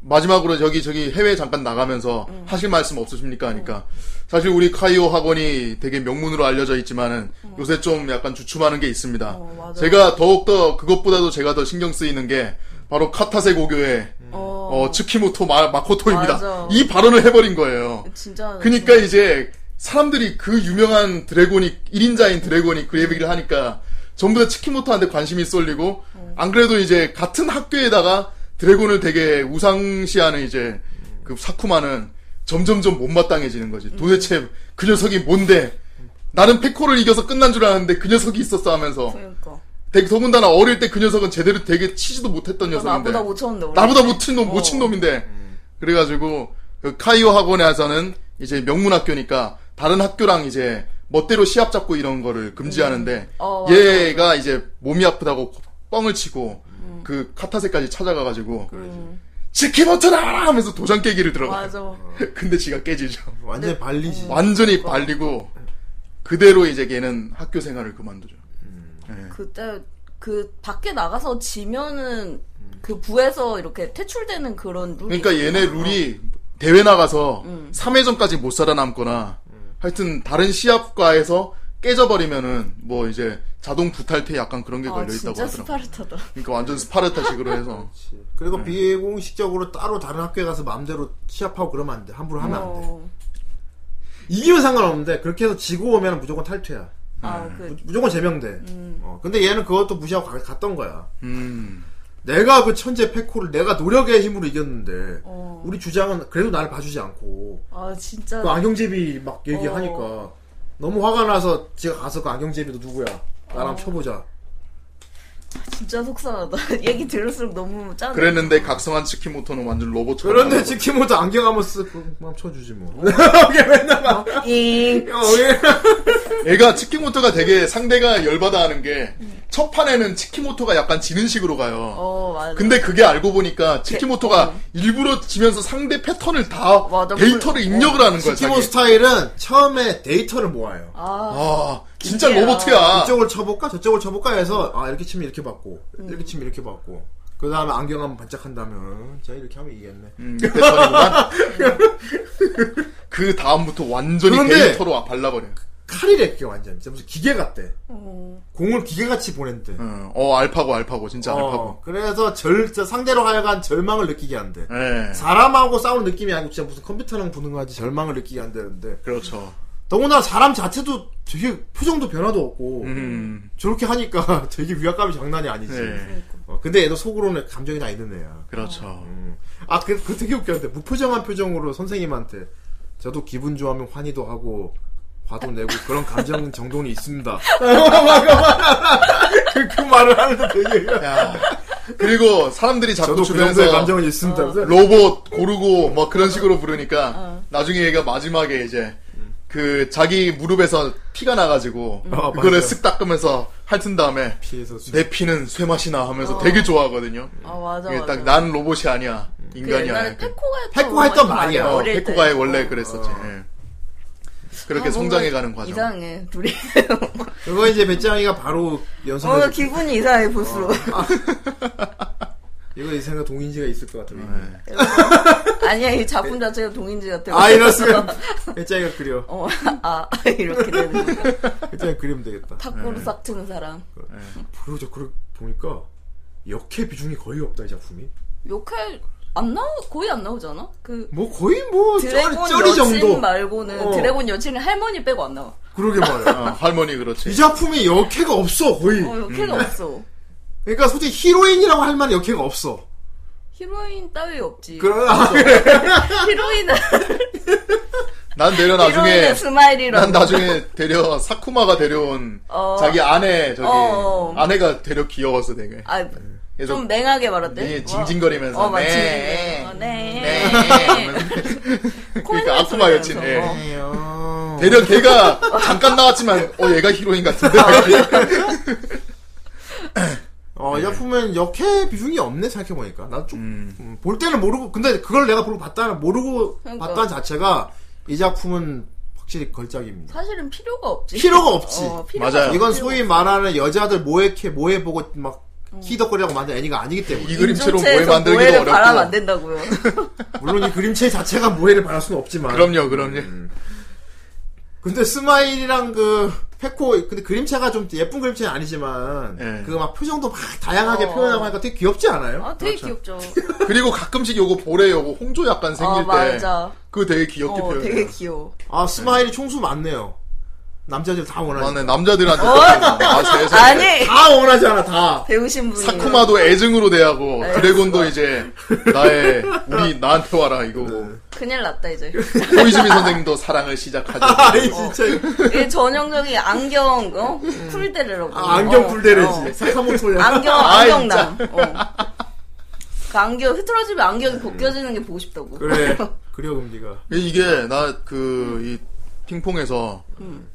[SPEAKER 5] 마지막으로 저기 저기 해외 잠깐 나가면서
[SPEAKER 6] 음.
[SPEAKER 5] 하실 말씀 없으십니까 하니까 사실 우리 카이오 학원이 되게 명문으로 알려져 있지만은 요새 좀 약간 주춤하는 게 있습니다.
[SPEAKER 6] 음. 어, 맞아요.
[SPEAKER 5] 제가 더욱더 그것보다도 제가 더 신경 쓰이는 게 바로 카타세 고교의
[SPEAKER 6] 어,
[SPEAKER 5] 어, 츠키모토 마, 마코토입니다.
[SPEAKER 6] 맞아.
[SPEAKER 5] 이 발언을 해버린 거예요.
[SPEAKER 6] 진짜.
[SPEAKER 5] 그니까 이제 사람들이 그 유명한 드래곤이 1인자인 드래곤이 그 얘기를 하니까 전부 다 치키모토한테 관심이 쏠리고 안 그래도 이제 같은 학교에다가 드래곤을 되게 우상시하는 이제 그 사쿠마는 점점점 못마땅해지는 거지. 도대체 그 녀석이 뭔데? 나는 페코를 이겨서 끝난 줄 알았는데 그 녀석이 있었어 하면서
[SPEAKER 6] 그러니까.
[SPEAKER 5] 되게 더군다나 어릴 때 그 녀석은 제대로 되게 치지도 못했던 녀석인데
[SPEAKER 6] 나보다 못 쳤는데. 원래.
[SPEAKER 5] 나보다 못친 놈,
[SPEAKER 6] 어. 음.
[SPEAKER 5] 못친 놈인데. 그래가지고, 그 카이오 학원에서는 이제 명문학교니까 다른 학교랑 이제 멋대로 시합 잡고 이런 거를 금지하는데,
[SPEAKER 6] 어, 맞아, 음.
[SPEAKER 5] 얘가 이제 몸이 아프다고 뻥을 치고, 그 카타세까지 찾아가가지고, 지키버튼 나와라! 하면서 도장 깨기를 들어가.
[SPEAKER 6] 맞아.
[SPEAKER 5] <laughs> 근데 지가 깨지죠.
[SPEAKER 6] 네.
[SPEAKER 4] 완전 발리지.
[SPEAKER 6] 어.
[SPEAKER 5] 완전히 발리고, 그대로 이제 걔는 학교 생활을 그만두죠.
[SPEAKER 6] 음.
[SPEAKER 5] 예.
[SPEAKER 6] 그때 그 밖에 나가서 지면은 그 부에서 이렇게 퇴출되는 그런 룰이
[SPEAKER 5] 그러니까 얘네
[SPEAKER 6] 있잖아요.
[SPEAKER 5] 룰이 대회 나가서 3회전까지 못 살아남거나 하여튼 다른 시합과에서 깨져버리면은 뭐 이제 자동 부탈퇴 약간 그런 게
[SPEAKER 6] 아,
[SPEAKER 5] 걸려 있다고
[SPEAKER 6] 진짜
[SPEAKER 5] 하더라고.
[SPEAKER 6] 스파르타다.
[SPEAKER 5] 그러니까 완전 스파르타식으로
[SPEAKER 6] <laughs>
[SPEAKER 5] 해서
[SPEAKER 4] 그리고 비공식적으로 따로 다른 학교에 가서 마음대로 시합하고 그러면 안 돼. 함부로 하면 안 돼.
[SPEAKER 6] 어.
[SPEAKER 4] 이기면 상관없는데 그렇게 해서 지고 오면 무조건 탈퇴야.
[SPEAKER 5] 음.
[SPEAKER 6] 아, 그
[SPEAKER 4] 무- 무조건 제명돼. 어, 근데 얘는 그것도 무시하고 가- 갔던 거야.
[SPEAKER 5] 음.
[SPEAKER 4] 내가 그 천재 페코를 내가 노력의 힘으로 이겼는데
[SPEAKER 6] 어.
[SPEAKER 4] 우리 주장은 그래도 나를 봐주지 않고
[SPEAKER 6] 아, 진짜
[SPEAKER 4] 그 안경제비 막 얘기하니까 너무 화가 나서 지가 가서 그 안경제비도 누구야 나랑 쳐보자
[SPEAKER 6] 진짜 속상하다. <laughs> 얘기 들을수록 너무 짠해.
[SPEAKER 5] 그랬는데 각성한 치키모토는 완전 로봇처럼.
[SPEAKER 4] 그런데
[SPEAKER 5] 나오고.
[SPEAKER 4] 지키모도 안경 한번 쓰고 막 쳐주지 뭐
[SPEAKER 5] 어?
[SPEAKER 6] 잉.
[SPEAKER 4] 어, 예.
[SPEAKER 5] 얘가 치키모토가 되게 상대가 열받아하는 게 첫 판에는 치키모토가 약간 지는 식으로 가요.
[SPEAKER 6] 어, 맞아. 어.
[SPEAKER 5] 근데 그게 알고 보니까 치키모토가 일부러 지면서 상대 패턴을 다
[SPEAKER 6] 맞아.
[SPEAKER 5] 데이터를 입력을 하는 거야.
[SPEAKER 4] 지키모
[SPEAKER 5] 자기.
[SPEAKER 4] 스타일은 처음에 데이터를 모아요
[SPEAKER 6] 아,
[SPEAKER 5] 아, 진짜
[SPEAKER 6] 기계야.
[SPEAKER 5] 로봇이야.
[SPEAKER 4] 이쪽을 쳐볼까 저쪽을 쳐볼까 해서 아 이렇게 치면 이렇게 받고 이렇게 치면 이렇게 받고 그 다음에 안경 한번 반짝한다면 자 이렇게 하면 이기겠네
[SPEAKER 5] 음, 배터리구만. 그 다음부터 완전히
[SPEAKER 4] 그런데-
[SPEAKER 5] 데이터로 발라버려.
[SPEAKER 4] 칼이래 그게 완전 진짜 무슨 기계 같대
[SPEAKER 6] 어.
[SPEAKER 4] 공을 기계같이 보낸대
[SPEAKER 5] 어, 어, 알파고, 알파고, 진짜
[SPEAKER 4] 어,
[SPEAKER 5] 알파고.
[SPEAKER 4] 그래서 절 저- 상대로 하여간 절망을 느끼게 한대
[SPEAKER 5] 예.
[SPEAKER 4] 사람하고 싸우는 느낌이 아니고 진짜 무슨 컴퓨터랑 보는 거지 절망을 느끼게 한다는데
[SPEAKER 5] 그렇죠.
[SPEAKER 4] 더구나 사람 자체도 되게 표정도 변화도 없고
[SPEAKER 5] 음,
[SPEAKER 4] 저렇게 하니까 <laughs> 되게 위압감이 장난이 아니지
[SPEAKER 5] 예.
[SPEAKER 4] 어, 근데 얘도 속으로는 감정이 다 있는 애야
[SPEAKER 5] 그렇죠.
[SPEAKER 4] 아 그, 그 되게 웃겼는데 무표정한 표정으로 선생님한테 저도 기분 좋아하면 환희도 하고 화도 내고 그런 감정 정돈이
[SPEAKER 5] <laughs> 어,
[SPEAKER 4] 있습니다 그, 그 말을 하는데 되게
[SPEAKER 5] 야. 그리고 사람들이
[SPEAKER 4] 저도
[SPEAKER 5] 자꾸
[SPEAKER 4] 그 정도의 어.
[SPEAKER 5] 주변에서 어.
[SPEAKER 4] 감정은 있습니다 그래서
[SPEAKER 5] 로봇 고르고 뭐 그런 식으로 부르니까
[SPEAKER 4] 어.
[SPEAKER 5] 나중에 얘가 마지막에 이제 그 자기 무릎에서 피가 나가지고
[SPEAKER 4] 아,
[SPEAKER 5] 그거를
[SPEAKER 4] 맞아.
[SPEAKER 5] 쓱 닦으면서 핥은 다음에
[SPEAKER 4] 피해서 어. 수-
[SPEAKER 5] 내 피는 쇠맛이나 하면서 되게 좋아하거든요.
[SPEAKER 6] 아, 맞아.
[SPEAKER 5] 이게
[SPEAKER 6] 맞아.
[SPEAKER 5] 딱 난 로봇이 아니야.
[SPEAKER 6] 그
[SPEAKER 5] 인간이
[SPEAKER 6] 옛날에
[SPEAKER 5] 아니야. 그러니까
[SPEAKER 6] 페코가 했던
[SPEAKER 4] 페코가 했던
[SPEAKER 6] 말이
[SPEAKER 4] 말이야.
[SPEAKER 5] 어,
[SPEAKER 6] 어릴 때. 어.
[SPEAKER 5] 페코가의 원래 그랬었지. 예. 그렇게
[SPEAKER 6] 아, 뭔가
[SPEAKER 5] 성장해가는 과정.
[SPEAKER 6] 이상해, 둘이.
[SPEAKER 4] 그거 이제 배짱이가 바로 연습을
[SPEAKER 6] 어, 기분이 이상해, 볼수록.
[SPEAKER 4] 이거 이 생각 동인지가 있을 것 같은데.
[SPEAKER 5] 예.
[SPEAKER 6] 아니야, 이 작품 자체가 동인지 같아.
[SPEAKER 4] 아 이랬으면 배짱이가 그려.
[SPEAKER 6] 어, <laughs> 아, 이렇게 되는 거.
[SPEAKER 5] 음.
[SPEAKER 4] 배짱이 그리면 되겠다.
[SPEAKER 6] 탁구로 싹 트는 사람.
[SPEAKER 4] 그리고 저 그걸 보니까 역해 비중이 거의 없다 이 작품이.
[SPEAKER 6] 욕할, 안 나오, 거의 안 나오잖아? 그,
[SPEAKER 4] 뭐 거의 뭐
[SPEAKER 6] 드래곤
[SPEAKER 4] 쩌리, 쩌리
[SPEAKER 6] 여친
[SPEAKER 4] 정도.
[SPEAKER 6] 말고는,
[SPEAKER 4] 어.
[SPEAKER 6] 드래곤 여친은 할머니 빼고 안 나와.
[SPEAKER 4] 그러게 말이야.
[SPEAKER 5] 어, 할머니
[SPEAKER 4] 이
[SPEAKER 5] 그렇지.
[SPEAKER 4] 작품이 역해가 없어 거의.
[SPEAKER 6] 어, 욕해가
[SPEAKER 5] 음.
[SPEAKER 6] 없어.
[SPEAKER 4] 그러니까 솔직히 히로인이라고 할 만한 역해가 없어.
[SPEAKER 6] 히로인 따위 없지.
[SPEAKER 4] 그러나 그래.
[SPEAKER 6] 히로인은,
[SPEAKER 5] 난 내려 나중에
[SPEAKER 6] 히로인은 스마일이라고.
[SPEAKER 5] 난 나중에 데려 사쿠마가 데려온
[SPEAKER 6] 어.
[SPEAKER 5] 자기 아내 저기
[SPEAKER 6] 어, 어.
[SPEAKER 5] 아내가 데려 귀여웠어 되게.
[SPEAKER 6] 아,
[SPEAKER 5] 계속
[SPEAKER 6] 좀 맹하게 말았대.
[SPEAKER 5] 네, 징징거리면서
[SPEAKER 6] 어, 맞
[SPEAKER 5] 네.
[SPEAKER 6] 네.
[SPEAKER 5] 네.
[SPEAKER 6] <laughs> 네.
[SPEAKER 5] 그러니까 아쿠마 여친. 예.
[SPEAKER 6] 어.
[SPEAKER 5] 데려 걔가 잠깐 나왔지만 어 얘가 히로인 같은데.
[SPEAKER 6] 아.
[SPEAKER 4] 어이 작품은 역해 비중이 없네 생각해 보니까. 나좀
[SPEAKER 5] <laughs> 음.
[SPEAKER 4] 음, 볼 때는 모르고 근데 그걸 내가 보고 봤다는 모르고
[SPEAKER 6] 그러니까.
[SPEAKER 4] 봤다는 자체가 이 작품은 확실히 걸작입니다.
[SPEAKER 6] 사실은 필요가 없지.
[SPEAKER 4] 필요가 없지.
[SPEAKER 6] 어, 필요가
[SPEAKER 5] 맞아요.
[SPEAKER 4] 이건 소위 말하는 여자들 모해캐 모해보고 막
[SPEAKER 6] 음.
[SPEAKER 4] 히덕거리라고 만든 애니가 아니기 때문에
[SPEAKER 5] 이 그림체로 모해
[SPEAKER 6] 인종체에서
[SPEAKER 5] 만들기도
[SPEAKER 6] 모해를
[SPEAKER 5] 어렵고.
[SPEAKER 6] 바라면
[SPEAKER 5] <laughs>
[SPEAKER 6] 안 된다고요.
[SPEAKER 4] 물론 이 그림체 자체가 모해를 바랄 수는 없지만
[SPEAKER 5] 그럼요, 그럼요.
[SPEAKER 4] 근데 스마일이랑 그 페코 근데 그림체가 좀 예쁜 그림체는 아니지만
[SPEAKER 5] 예.
[SPEAKER 4] 그 막 표정도 막 다양하게
[SPEAKER 6] 어.
[SPEAKER 4] 표현하고 하니까 되게 귀엽지 않아요?
[SPEAKER 5] 그렇죠.
[SPEAKER 6] 아, 되게 귀엽죠.
[SPEAKER 5] 그리고 가끔씩 요거 볼에 요거 홍조 약간 생길
[SPEAKER 6] 아,
[SPEAKER 5] 때
[SPEAKER 6] 맞아.
[SPEAKER 5] <laughs> 그거 되게 귀엽게
[SPEAKER 6] 어,
[SPEAKER 5] 표현해요.
[SPEAKER 6] 되게 귀여워.
[SPEAKER 4] 아 스마일이 총수 많네요. 남자들 다 원하지.
[SPEAKER 5] 맞네 남자들한테 아 세상에
[SPEAKER 6] 어, 아니!
[SPEAKER 4] 다 원하지 않아 다. <laughs>
[SPEAKER 6] 배우신 분이.
[SPEAKER 5] 사쿠마도 애증으로 대하고
[SPEAKER 6] 네.
[SPEAKER 5] 드래곤도 이제 나의 우리 나한테 와라 이거고
[SPEAKER 6] 큰일
[SPEAKER 5] <laughs>
[SPEAKER 6] 났다, 이제.
[SPEAKER 5] 호이즈미
[SPEAKER 4] <laughs>
[SPEAKER 5] 선생님도 사랑을 시작하죠.
[SPEAKER 4] 네. 아이
[SPEAKER 6] 어.
[SPEAKER 4] 진짜
[SPEAKER 6] 이 전형적인 안경, 어? 풀대래라고.
[SPEAKER 4] 아, 안경
[SPEAKER 6] 어,
[SPEAKER 4] 풀대래지. 사카모토야.
[SPEAKER 6] 어. 안경,
[SPEAKER 5] 아,
[SPEAKER 6] 안경남. 어. 그 안경, 흐트러지면 안경이 벗겨지는 게 보고 싶다고. <laughs>
[SPEAKER 4] 그래. 그래요 금디가.
[SPEAKER 5] 이게 나 그 이 핑퐁에서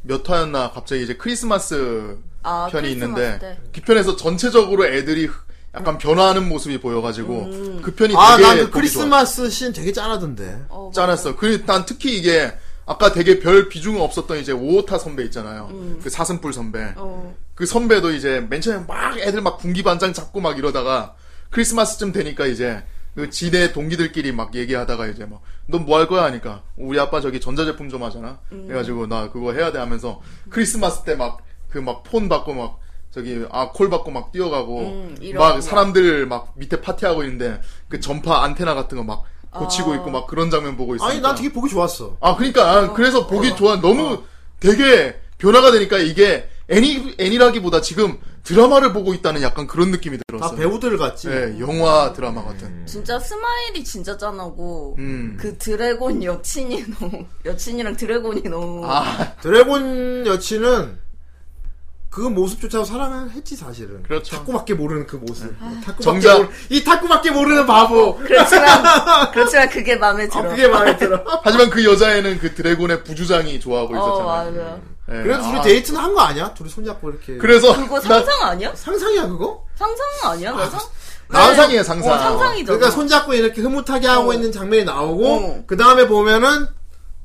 [SPEAKER 5] 몇 화였나 갑자기 이제 크리스마스
[SPEAKER 6] 음. 아,
[SPEAKER 5] 편이
[SPEAKER 6] 크리스마스
[SPEAKER 5] 있는데
[SPEAKER 6] 때.
[SPEAKER 5] 그 편에서 전체적으로 애들이 약간 변화하는 모습이 보여가지고
[SPEAKER 6] 음.
[SPEAKER 5] 그 편이
[SPEAKER 4] 아
[SPEAKER 5] 되게
[SPEAKER 4] 난 그
[SPEAKER 5] 보기
[SPEAKER 4] 크리스마스 씬 되게 짠하던데.
[SPEAKER 6] 어,
[SPEAKER 5] 좋았어. 짠했어. 그난 특히 이게 아까 되게 별 비중 없었던 이제 오오타 선배 있잖아요. 그 사슴뿔 선배.
[SPEAKER 6] 음. 어.
[SPEAKER 5] 그 선배도 이제 맨 처음에 막 애들 막 군기반장 잡고 막 이러다가 크리스마스쯤 되니까 이제 그 지대 동기들끼리 막 얘기하다가 이제 막 넌 뭐 할 거야 하니까 우리 아빠 저기 전자제품 좀 하잖아.
[SPEAKER 6] 음.
[SPEAKER 5] 그래가지고 나 그거 해야 돼 하면서 크리스마스 때 막 그 막 폰 받고 막 저기 아 콜 받고 막 뛰어가고
[SPEAKER 6] 음, 이런
[SPEAKER 5] 막
[SPEAKER 6] 거.
[SPEAKER 5] 사람들 막 밑에 파티하고 있는데 그 전파 안테나 같은 거 막 고치고 있고 막 그런 장면 보고 있어.
[SPEAKER 4] 아. 아니 난 되게 보기 좋았어. 어.
[SPEAKER 5] 아, 그러니까 아, 그래서 보기 좋아 너무 되게 변화가 되니까 이게 애니 애니라기보다 지금 드라마를 보고 있다는 약간 그런 느낌이
[SPEAKER 4] 다
[SPEAKER 5] 들었어요.
[SPEAKER 4] 배우들 같지.
[SPEAKER 5] 예, 영화 드라마 같은.
[SPEAKER 6] 진짜 스마일이 진짜 짠하고.
[SPEAKER 5] 음.
[SPEAKER 6] 그 드래곤 여친이 <laughs> 너무 여친이랑 드래곤이 너무
[SPEAKER 5] 아,
[SPEAKER 4] 드래곤 여친은 그 모습조차도 사랑을 했지 사실은.
[SPEAKER 5] 그렇죠.
[SPEAKER 4] 탁구밖에 모르는 그 모습.
[SPEAKER 6] 아.
[SPEAKER 4] 탁구밖에
[SPEAKER 5] 정작-
[SPEAKER 4] 모르- 이 탁구밖에 모르는
[SPEAKER 6] 어,
[SPEAKER 4] 바보.
[SPEAKER 6] 그렇죠. 그렇지만 그렇지만 그게 마음에
[SPEAKER 4] 아
[SPEAKER 6] 들어.
[SPEAKER 4] 그게 마음에
[SPEAKER 5] <laughs>
[SPEAKER 4] 들어.
[SPEAKER 5] 하지만 그 여자애는 그 드래곤의 부주장이 좋아하고
[SPEAKER 6] 어
[SPEAKER 5] 있었잖아요.
[SPEAKER 6] 맞아.
[SPEAKER 5] 예,
[SPEAKER 4] 그래도 둘이
[SPEAKER 5] 아,
[SPEAKER 4] 데이트는 한 거 아니야? 둘이 손잡고 이렇게.
[SPEAKER 5] 그래서
[SPEAKER 6] 그거
[SPEAKER 5] 나
[SPEAKER 6] 상상 아니야?
[SPEAKER 4] 상상이야 그거?
[SPEAKER 6] 상상 아니야? 그래서
[SPEAKER 5] 상상이에요, 상상.
[SPEAKER 6] 어, 상상이죠.
[SPEAKER 4] 그러니까 손잡고 이렇게 흐뭇하게 하고
[SPEAKER 6] 어.
[SPEAKER 4] 있는 장면이 나오고
[SPEAKER 6] 어.
[SPEAKER 4] 그 다음에 보면은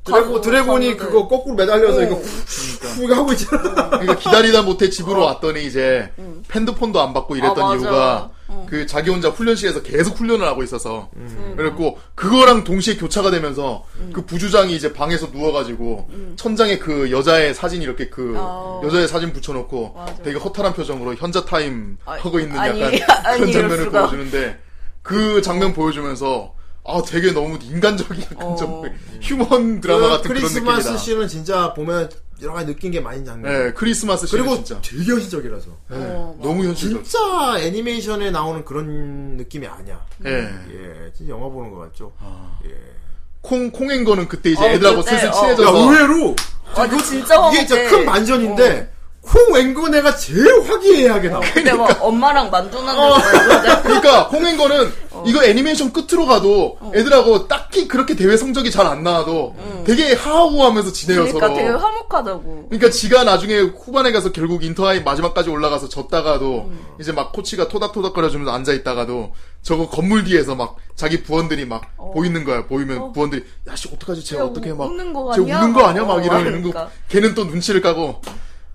[SPEAKER 6] 가고,
[SPEAKER 4] 드래곤, 드래곤이
[SPEAKER 6] 가는데.
[SPEAKER 4] 그거 거꾸로 매달려서
[SPEAKER 6] 어.
[SPEAKER 4] 이거 훅 하고 있잖아.
[SPEAKER 5] 그러니까 기다리다 못해 집으로 왔더니 이제 핸드폰도 안 받고 이랬던
[SPEAKER 6] 어. 음. 아, 맞아.
[SPEAKER 5] 이유가 그 자기 혼자 훈련실에서 계속 훈련을 하고 있어서
[SPEAKER 6] 음,
[SPEAKER 4] 네.
[SPEAKER 5] 그랬고 그거랑 동시에 교차가 되면서 그 부주장이 이제 방에서 누워가지고
[SPEAKER 6] 음.
[SPEAKER 5] 천장에 그 여자의 사진 이렇게 그
[SPEAKER 6] 아.
[SPEAKER 5] 여자의 사진 붙여놓고
[SPEAKER 6] 맞아.
[SPEAKER 5] 되게 허탈한 표정으로 현자 타임
[SPEAKER 6] 아,
[SPEAKER 5] 하고 있는
[SPEAKER 6] 아니,
[SPEAKER 5] 약간
[SPEAKER 6] <laughs> 아니,
[SPEAKER 5] 그런
[SPEAKER 6] 이럴
[SPEAKER 5] 장면을
[SPEAKER 6] 수가.
[SPEAKER 5] 보여주는데 그 장면 보여주면서 아 되게 너무 인간적인 약간
[SPEAKER 6] 어.
[SPEAKER 5] 좀 <laughs> 휴먼 드라마 같은 그런
[SPEAKER 4] 크리스마스
[SPEAKER 5] 느낌이다.
[SPEAKER 4] 씬은 진짜 보면 여러 가지 느낀 게 많이 장면.
[SPEAKER 5] 네, 크리스마스 씬
[SPEAKER 4] 그리고
[SPEAKER 5] 진짜
[SPEAKER 4] 되게 현실적이라서
[SPEAKER 5] 네,
[SPEAKER 6] 어, 맞아.
[SPEAKER 5] 너무 현실적.
[SPEAKER 4] 진짜 애니메이션에 나오는 그런 느낌이 아니야.
[SPEAKER 5] 예.
[SPEAKER 4] 예, 진짜 영화 보는 것 같죠. 예.
[SPEAKER 5] 콩, 콩인 거는 그때 이제
[SPEAKER 6] 어,
[SPEAKER 5] 애들하고
[SPEAKER 6] 그때,
[SPEAKER 5] 슬슬
[SPEAKER 6] 어.
[SPEAKER 4] 야
[SPEAKER 5] 친해져서.
[SPEAKER 4] 의외로
[SPEAKER 6] 아, 이거 진짜 화목해.
[SPEAKER 4] 이게 진짜 큰 반전인데 콩 앵근 애가 제일 화기애애하게 나와.
[SPEAKER 6] 근데 막 엄마랑
[SPEAKER 4] 어.
[SPEAKER 6] 만두나는
[SPEAKER 4] <laughs>
[SPEAKER 5] 그러니까 콩인 거는
[SPEAKER 6] 어.
[SPEAKER 5] 이거 애니메이션 끝으로 가도 애들하고 딱히 그렇게 대회 성적이 잘 안 나와도 되게
[SPEAKER 4] 네,
[SPEAKER 5] 하하호하면서 지내요
[SPEAKER 6] 음. 그러니까
[SPEAKER 5] 서로.
[SPEAKER 6] 되게 화목하다고.
[SPEAKER 5] 그러니까 지가 나중에 후반에 가서 결국 인터하이 마지막까지 올라가서 졌다가도
[SPEAKER 6] 음.
[SPEAKER 5] 이제 막 코치가 토닥토닥거려주면서 앉아있다가도 저거 건물 뒤에서 막 자기 부원들이 막 보이는 거야 보이면 부원들이 야씨 어떡하지 쟤
[SPEAKER 6] 어. 야,
[SPEAKER 5] 어떻게
[SPEAKER 6] 우-
[SPEAKER 5] 막
[SPEAKER 6] 우는 거
[SPEAKER 5] 쟤
[SPEAKER 6] 아니야?
[SPEAKER 5] 우는 거 아니야 막
[SPEAKER 6] 어,
[SPEAKER 5] 이러는 거
[SPEAKER 6] 그러니까.
[SPEAKER 5] 걔는 또 눈치를 까고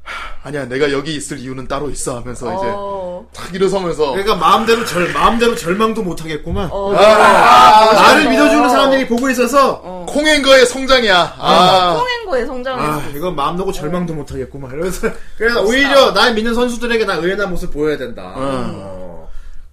[SPEAKER 5] 하, 아니야 내가 여기 있을 이유는 따로 있어 하면서
[SPEAKER 4] 음,
[SPEAKER 5] 이제
[SPEAKER 6] 어.
[SPEAKER 5] 탁 일어서면서
[SPEAKER 4] 그러니까 마음대로 절 마음대로 절망도 못 하겠구만.
[SPEAKER 6] 어.
[SPEAKER 4] 나를 믿어주는 사람들이 보고 있어서
[SPEAKER 5] 콩행거의 성장이야 아,
[SPEAKER 6] 성행고에 성장했어.
[SPEAKER 4] 아 이건 마음 놓고 절망도 못 하겠구만 이러면서 <laughs> 그래서 오히려 날 믿는 선수들에게 나 의연한 모습 보여야 된다. 어.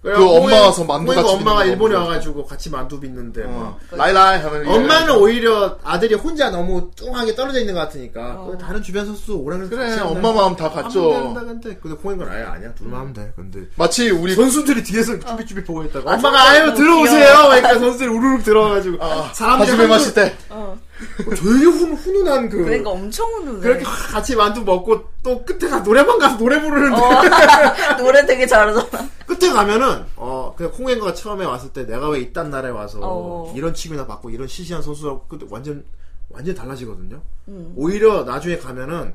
[SPEAKER 5] 그 엄마 와서 만두 같이
[SPEAKER 4] 엄마가
[SPEAKER 5] 빚는 거
[SPEAKER 4] 일본에
[SPEAKER 5] 보고.
[SPEAKER 4] 와가지고 같이 만두 빚는데 막.
[SPEAKER 5] 어, 라이라이 하면 이제
[SPEAKER 4] 엄마는 오히려 아들이 혼자 너무 뚱하게 떨어져 있는 것 같으니까
[SPEAKER 6] 어.
[SPEAKER 4] 다른 주변 선수 오라면
[SPEAKER 5] 그래 엄마 마음 다
[SPEAKER 4] 안
[SPEAKER 5] 갔죠
[SPEAKER 4] 된다 근데 근데 공인 건 아예 아니야 둘만 하면 돼 근데
[SPEAKER 5] 마치 우리
[SPEAKER 4] 선수들이
[SPEAKER 6] 어.
[SPEAKER 4] 뒤에서 쭈비쭈비 보고 있다가
[SPEAKER 6] 아,
[SPEAKER 4] 엄마가
[SPEAKER 6] 선수들
[SPEAKER 4] 아유
[SPEAKER 6] 너무
[SPEAKER 4] 들어오세요
[SPEAKER 6] 귀여워.
[SPEAKER 4] 그러니까 선수들이 우르륵 들어와가지고
[SPEAKER 5] 아,
[SPEAKER 4] 사람들이
[SPEAKER 5] 하지메 마실 때
[SPEAKER 6] 어.
[SPEAKER 4] 되게 훈, 훈훈한 그
[SPEAKER 6] 그러니까 엄청 우는.
[SPEAKER 4] 그렇게 확 같이 만두 먹고 또 끝에 가 노래방 가서 노래 부르는데
[SPEAKER 6] 어. <laughs> 노래 되게 잘하잖아.
[SPEAKER 4] <laughs> 끝에 가면은 어 그냥 콩앤거가 처음에 왔을 때 내가 왜 이딴 나라에 와서
[SPEAKER 6] 어.
[SPEAKER 4] 이런 취급이나 받고 이런 시시한 선수하고 끝 완전 완전 달라지거든요.
[SPEAKER 6] 음.
[SPEAKER 4] 오히려 나중에 가면은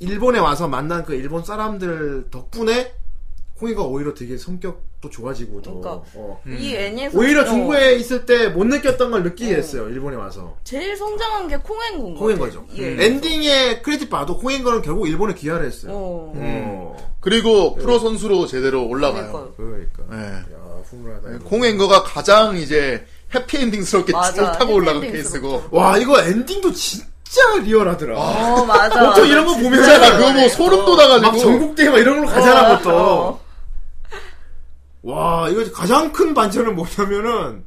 [SPEAKER 4] 일본에 와서 만난 그 일본 사람들 덕분에 홍이가 오히려 되게 성격도 좋아지고 더
[SPEAKER 6] 그러니까.
[SPEAKER 4] 어.
[SPEAKER 6] 이 애니에서
[SPEAKER 4] 오히려
[SPEAKER 6] 어,
[SPEAKER 4] 중국에 있을 때 못 느꼈던 걸 느끼게 됐어요 일본에 와서
[SPEAKER 6] 제일 성장한 게 콩행군
[SPEAKER 4] 홍인 거죠.
[SPEAKER 5] 음.
[SPEAKER 4] 음.
[SPEAKER 6] 예.
[SPEAKER 4] 엔딩에 크레딧 봐도 홍인 거는 결국 일본에 귀화를 했어요.
[SPEAKER 6] 어.
[SPEAKER 5] 음.
[SPEAKER 4] 어.
[SPEAKER 5] 그리고 프로 선수로 제대로 올라가요.
[SPEAKER 6] 네. 그러니까요.
[SPEAKER 4] 그러니까.
[SPEAKER 5] 네.
[SPEAKER 4] 야, 훈훈하다. 이거.
[SPEAKER 5] 공행거가 가장 이제 해피엔딩스럽게
[SPEAKER 6] 맞아,
[SPEAKER 5] 쭉 타고 올라간
[SPEAKER 6] 해피엔딩스럽죠.
[SPEAKER 5] 케이스고.
[SPEAKER 4] 와, 이거 엔딩도 진짜 리얼하더라.
[SPEAKER 6] 어, 맞아.
[SPEAKER 4] 보통 이런 거 보면
[SPEAKER 5] 진짜 나 그거 뭐 소름 돋아가지고.
[SPEAKER 4] 막 전국대회 막 이런 걸로 가잖아,
[SPEAKER 6] 어,
[SPEAKER 4] 보통.
[SPEAKER 6] 어.
[SPEAKER 4] 와, 이거 가장 큰 반전은 뭐냐면은,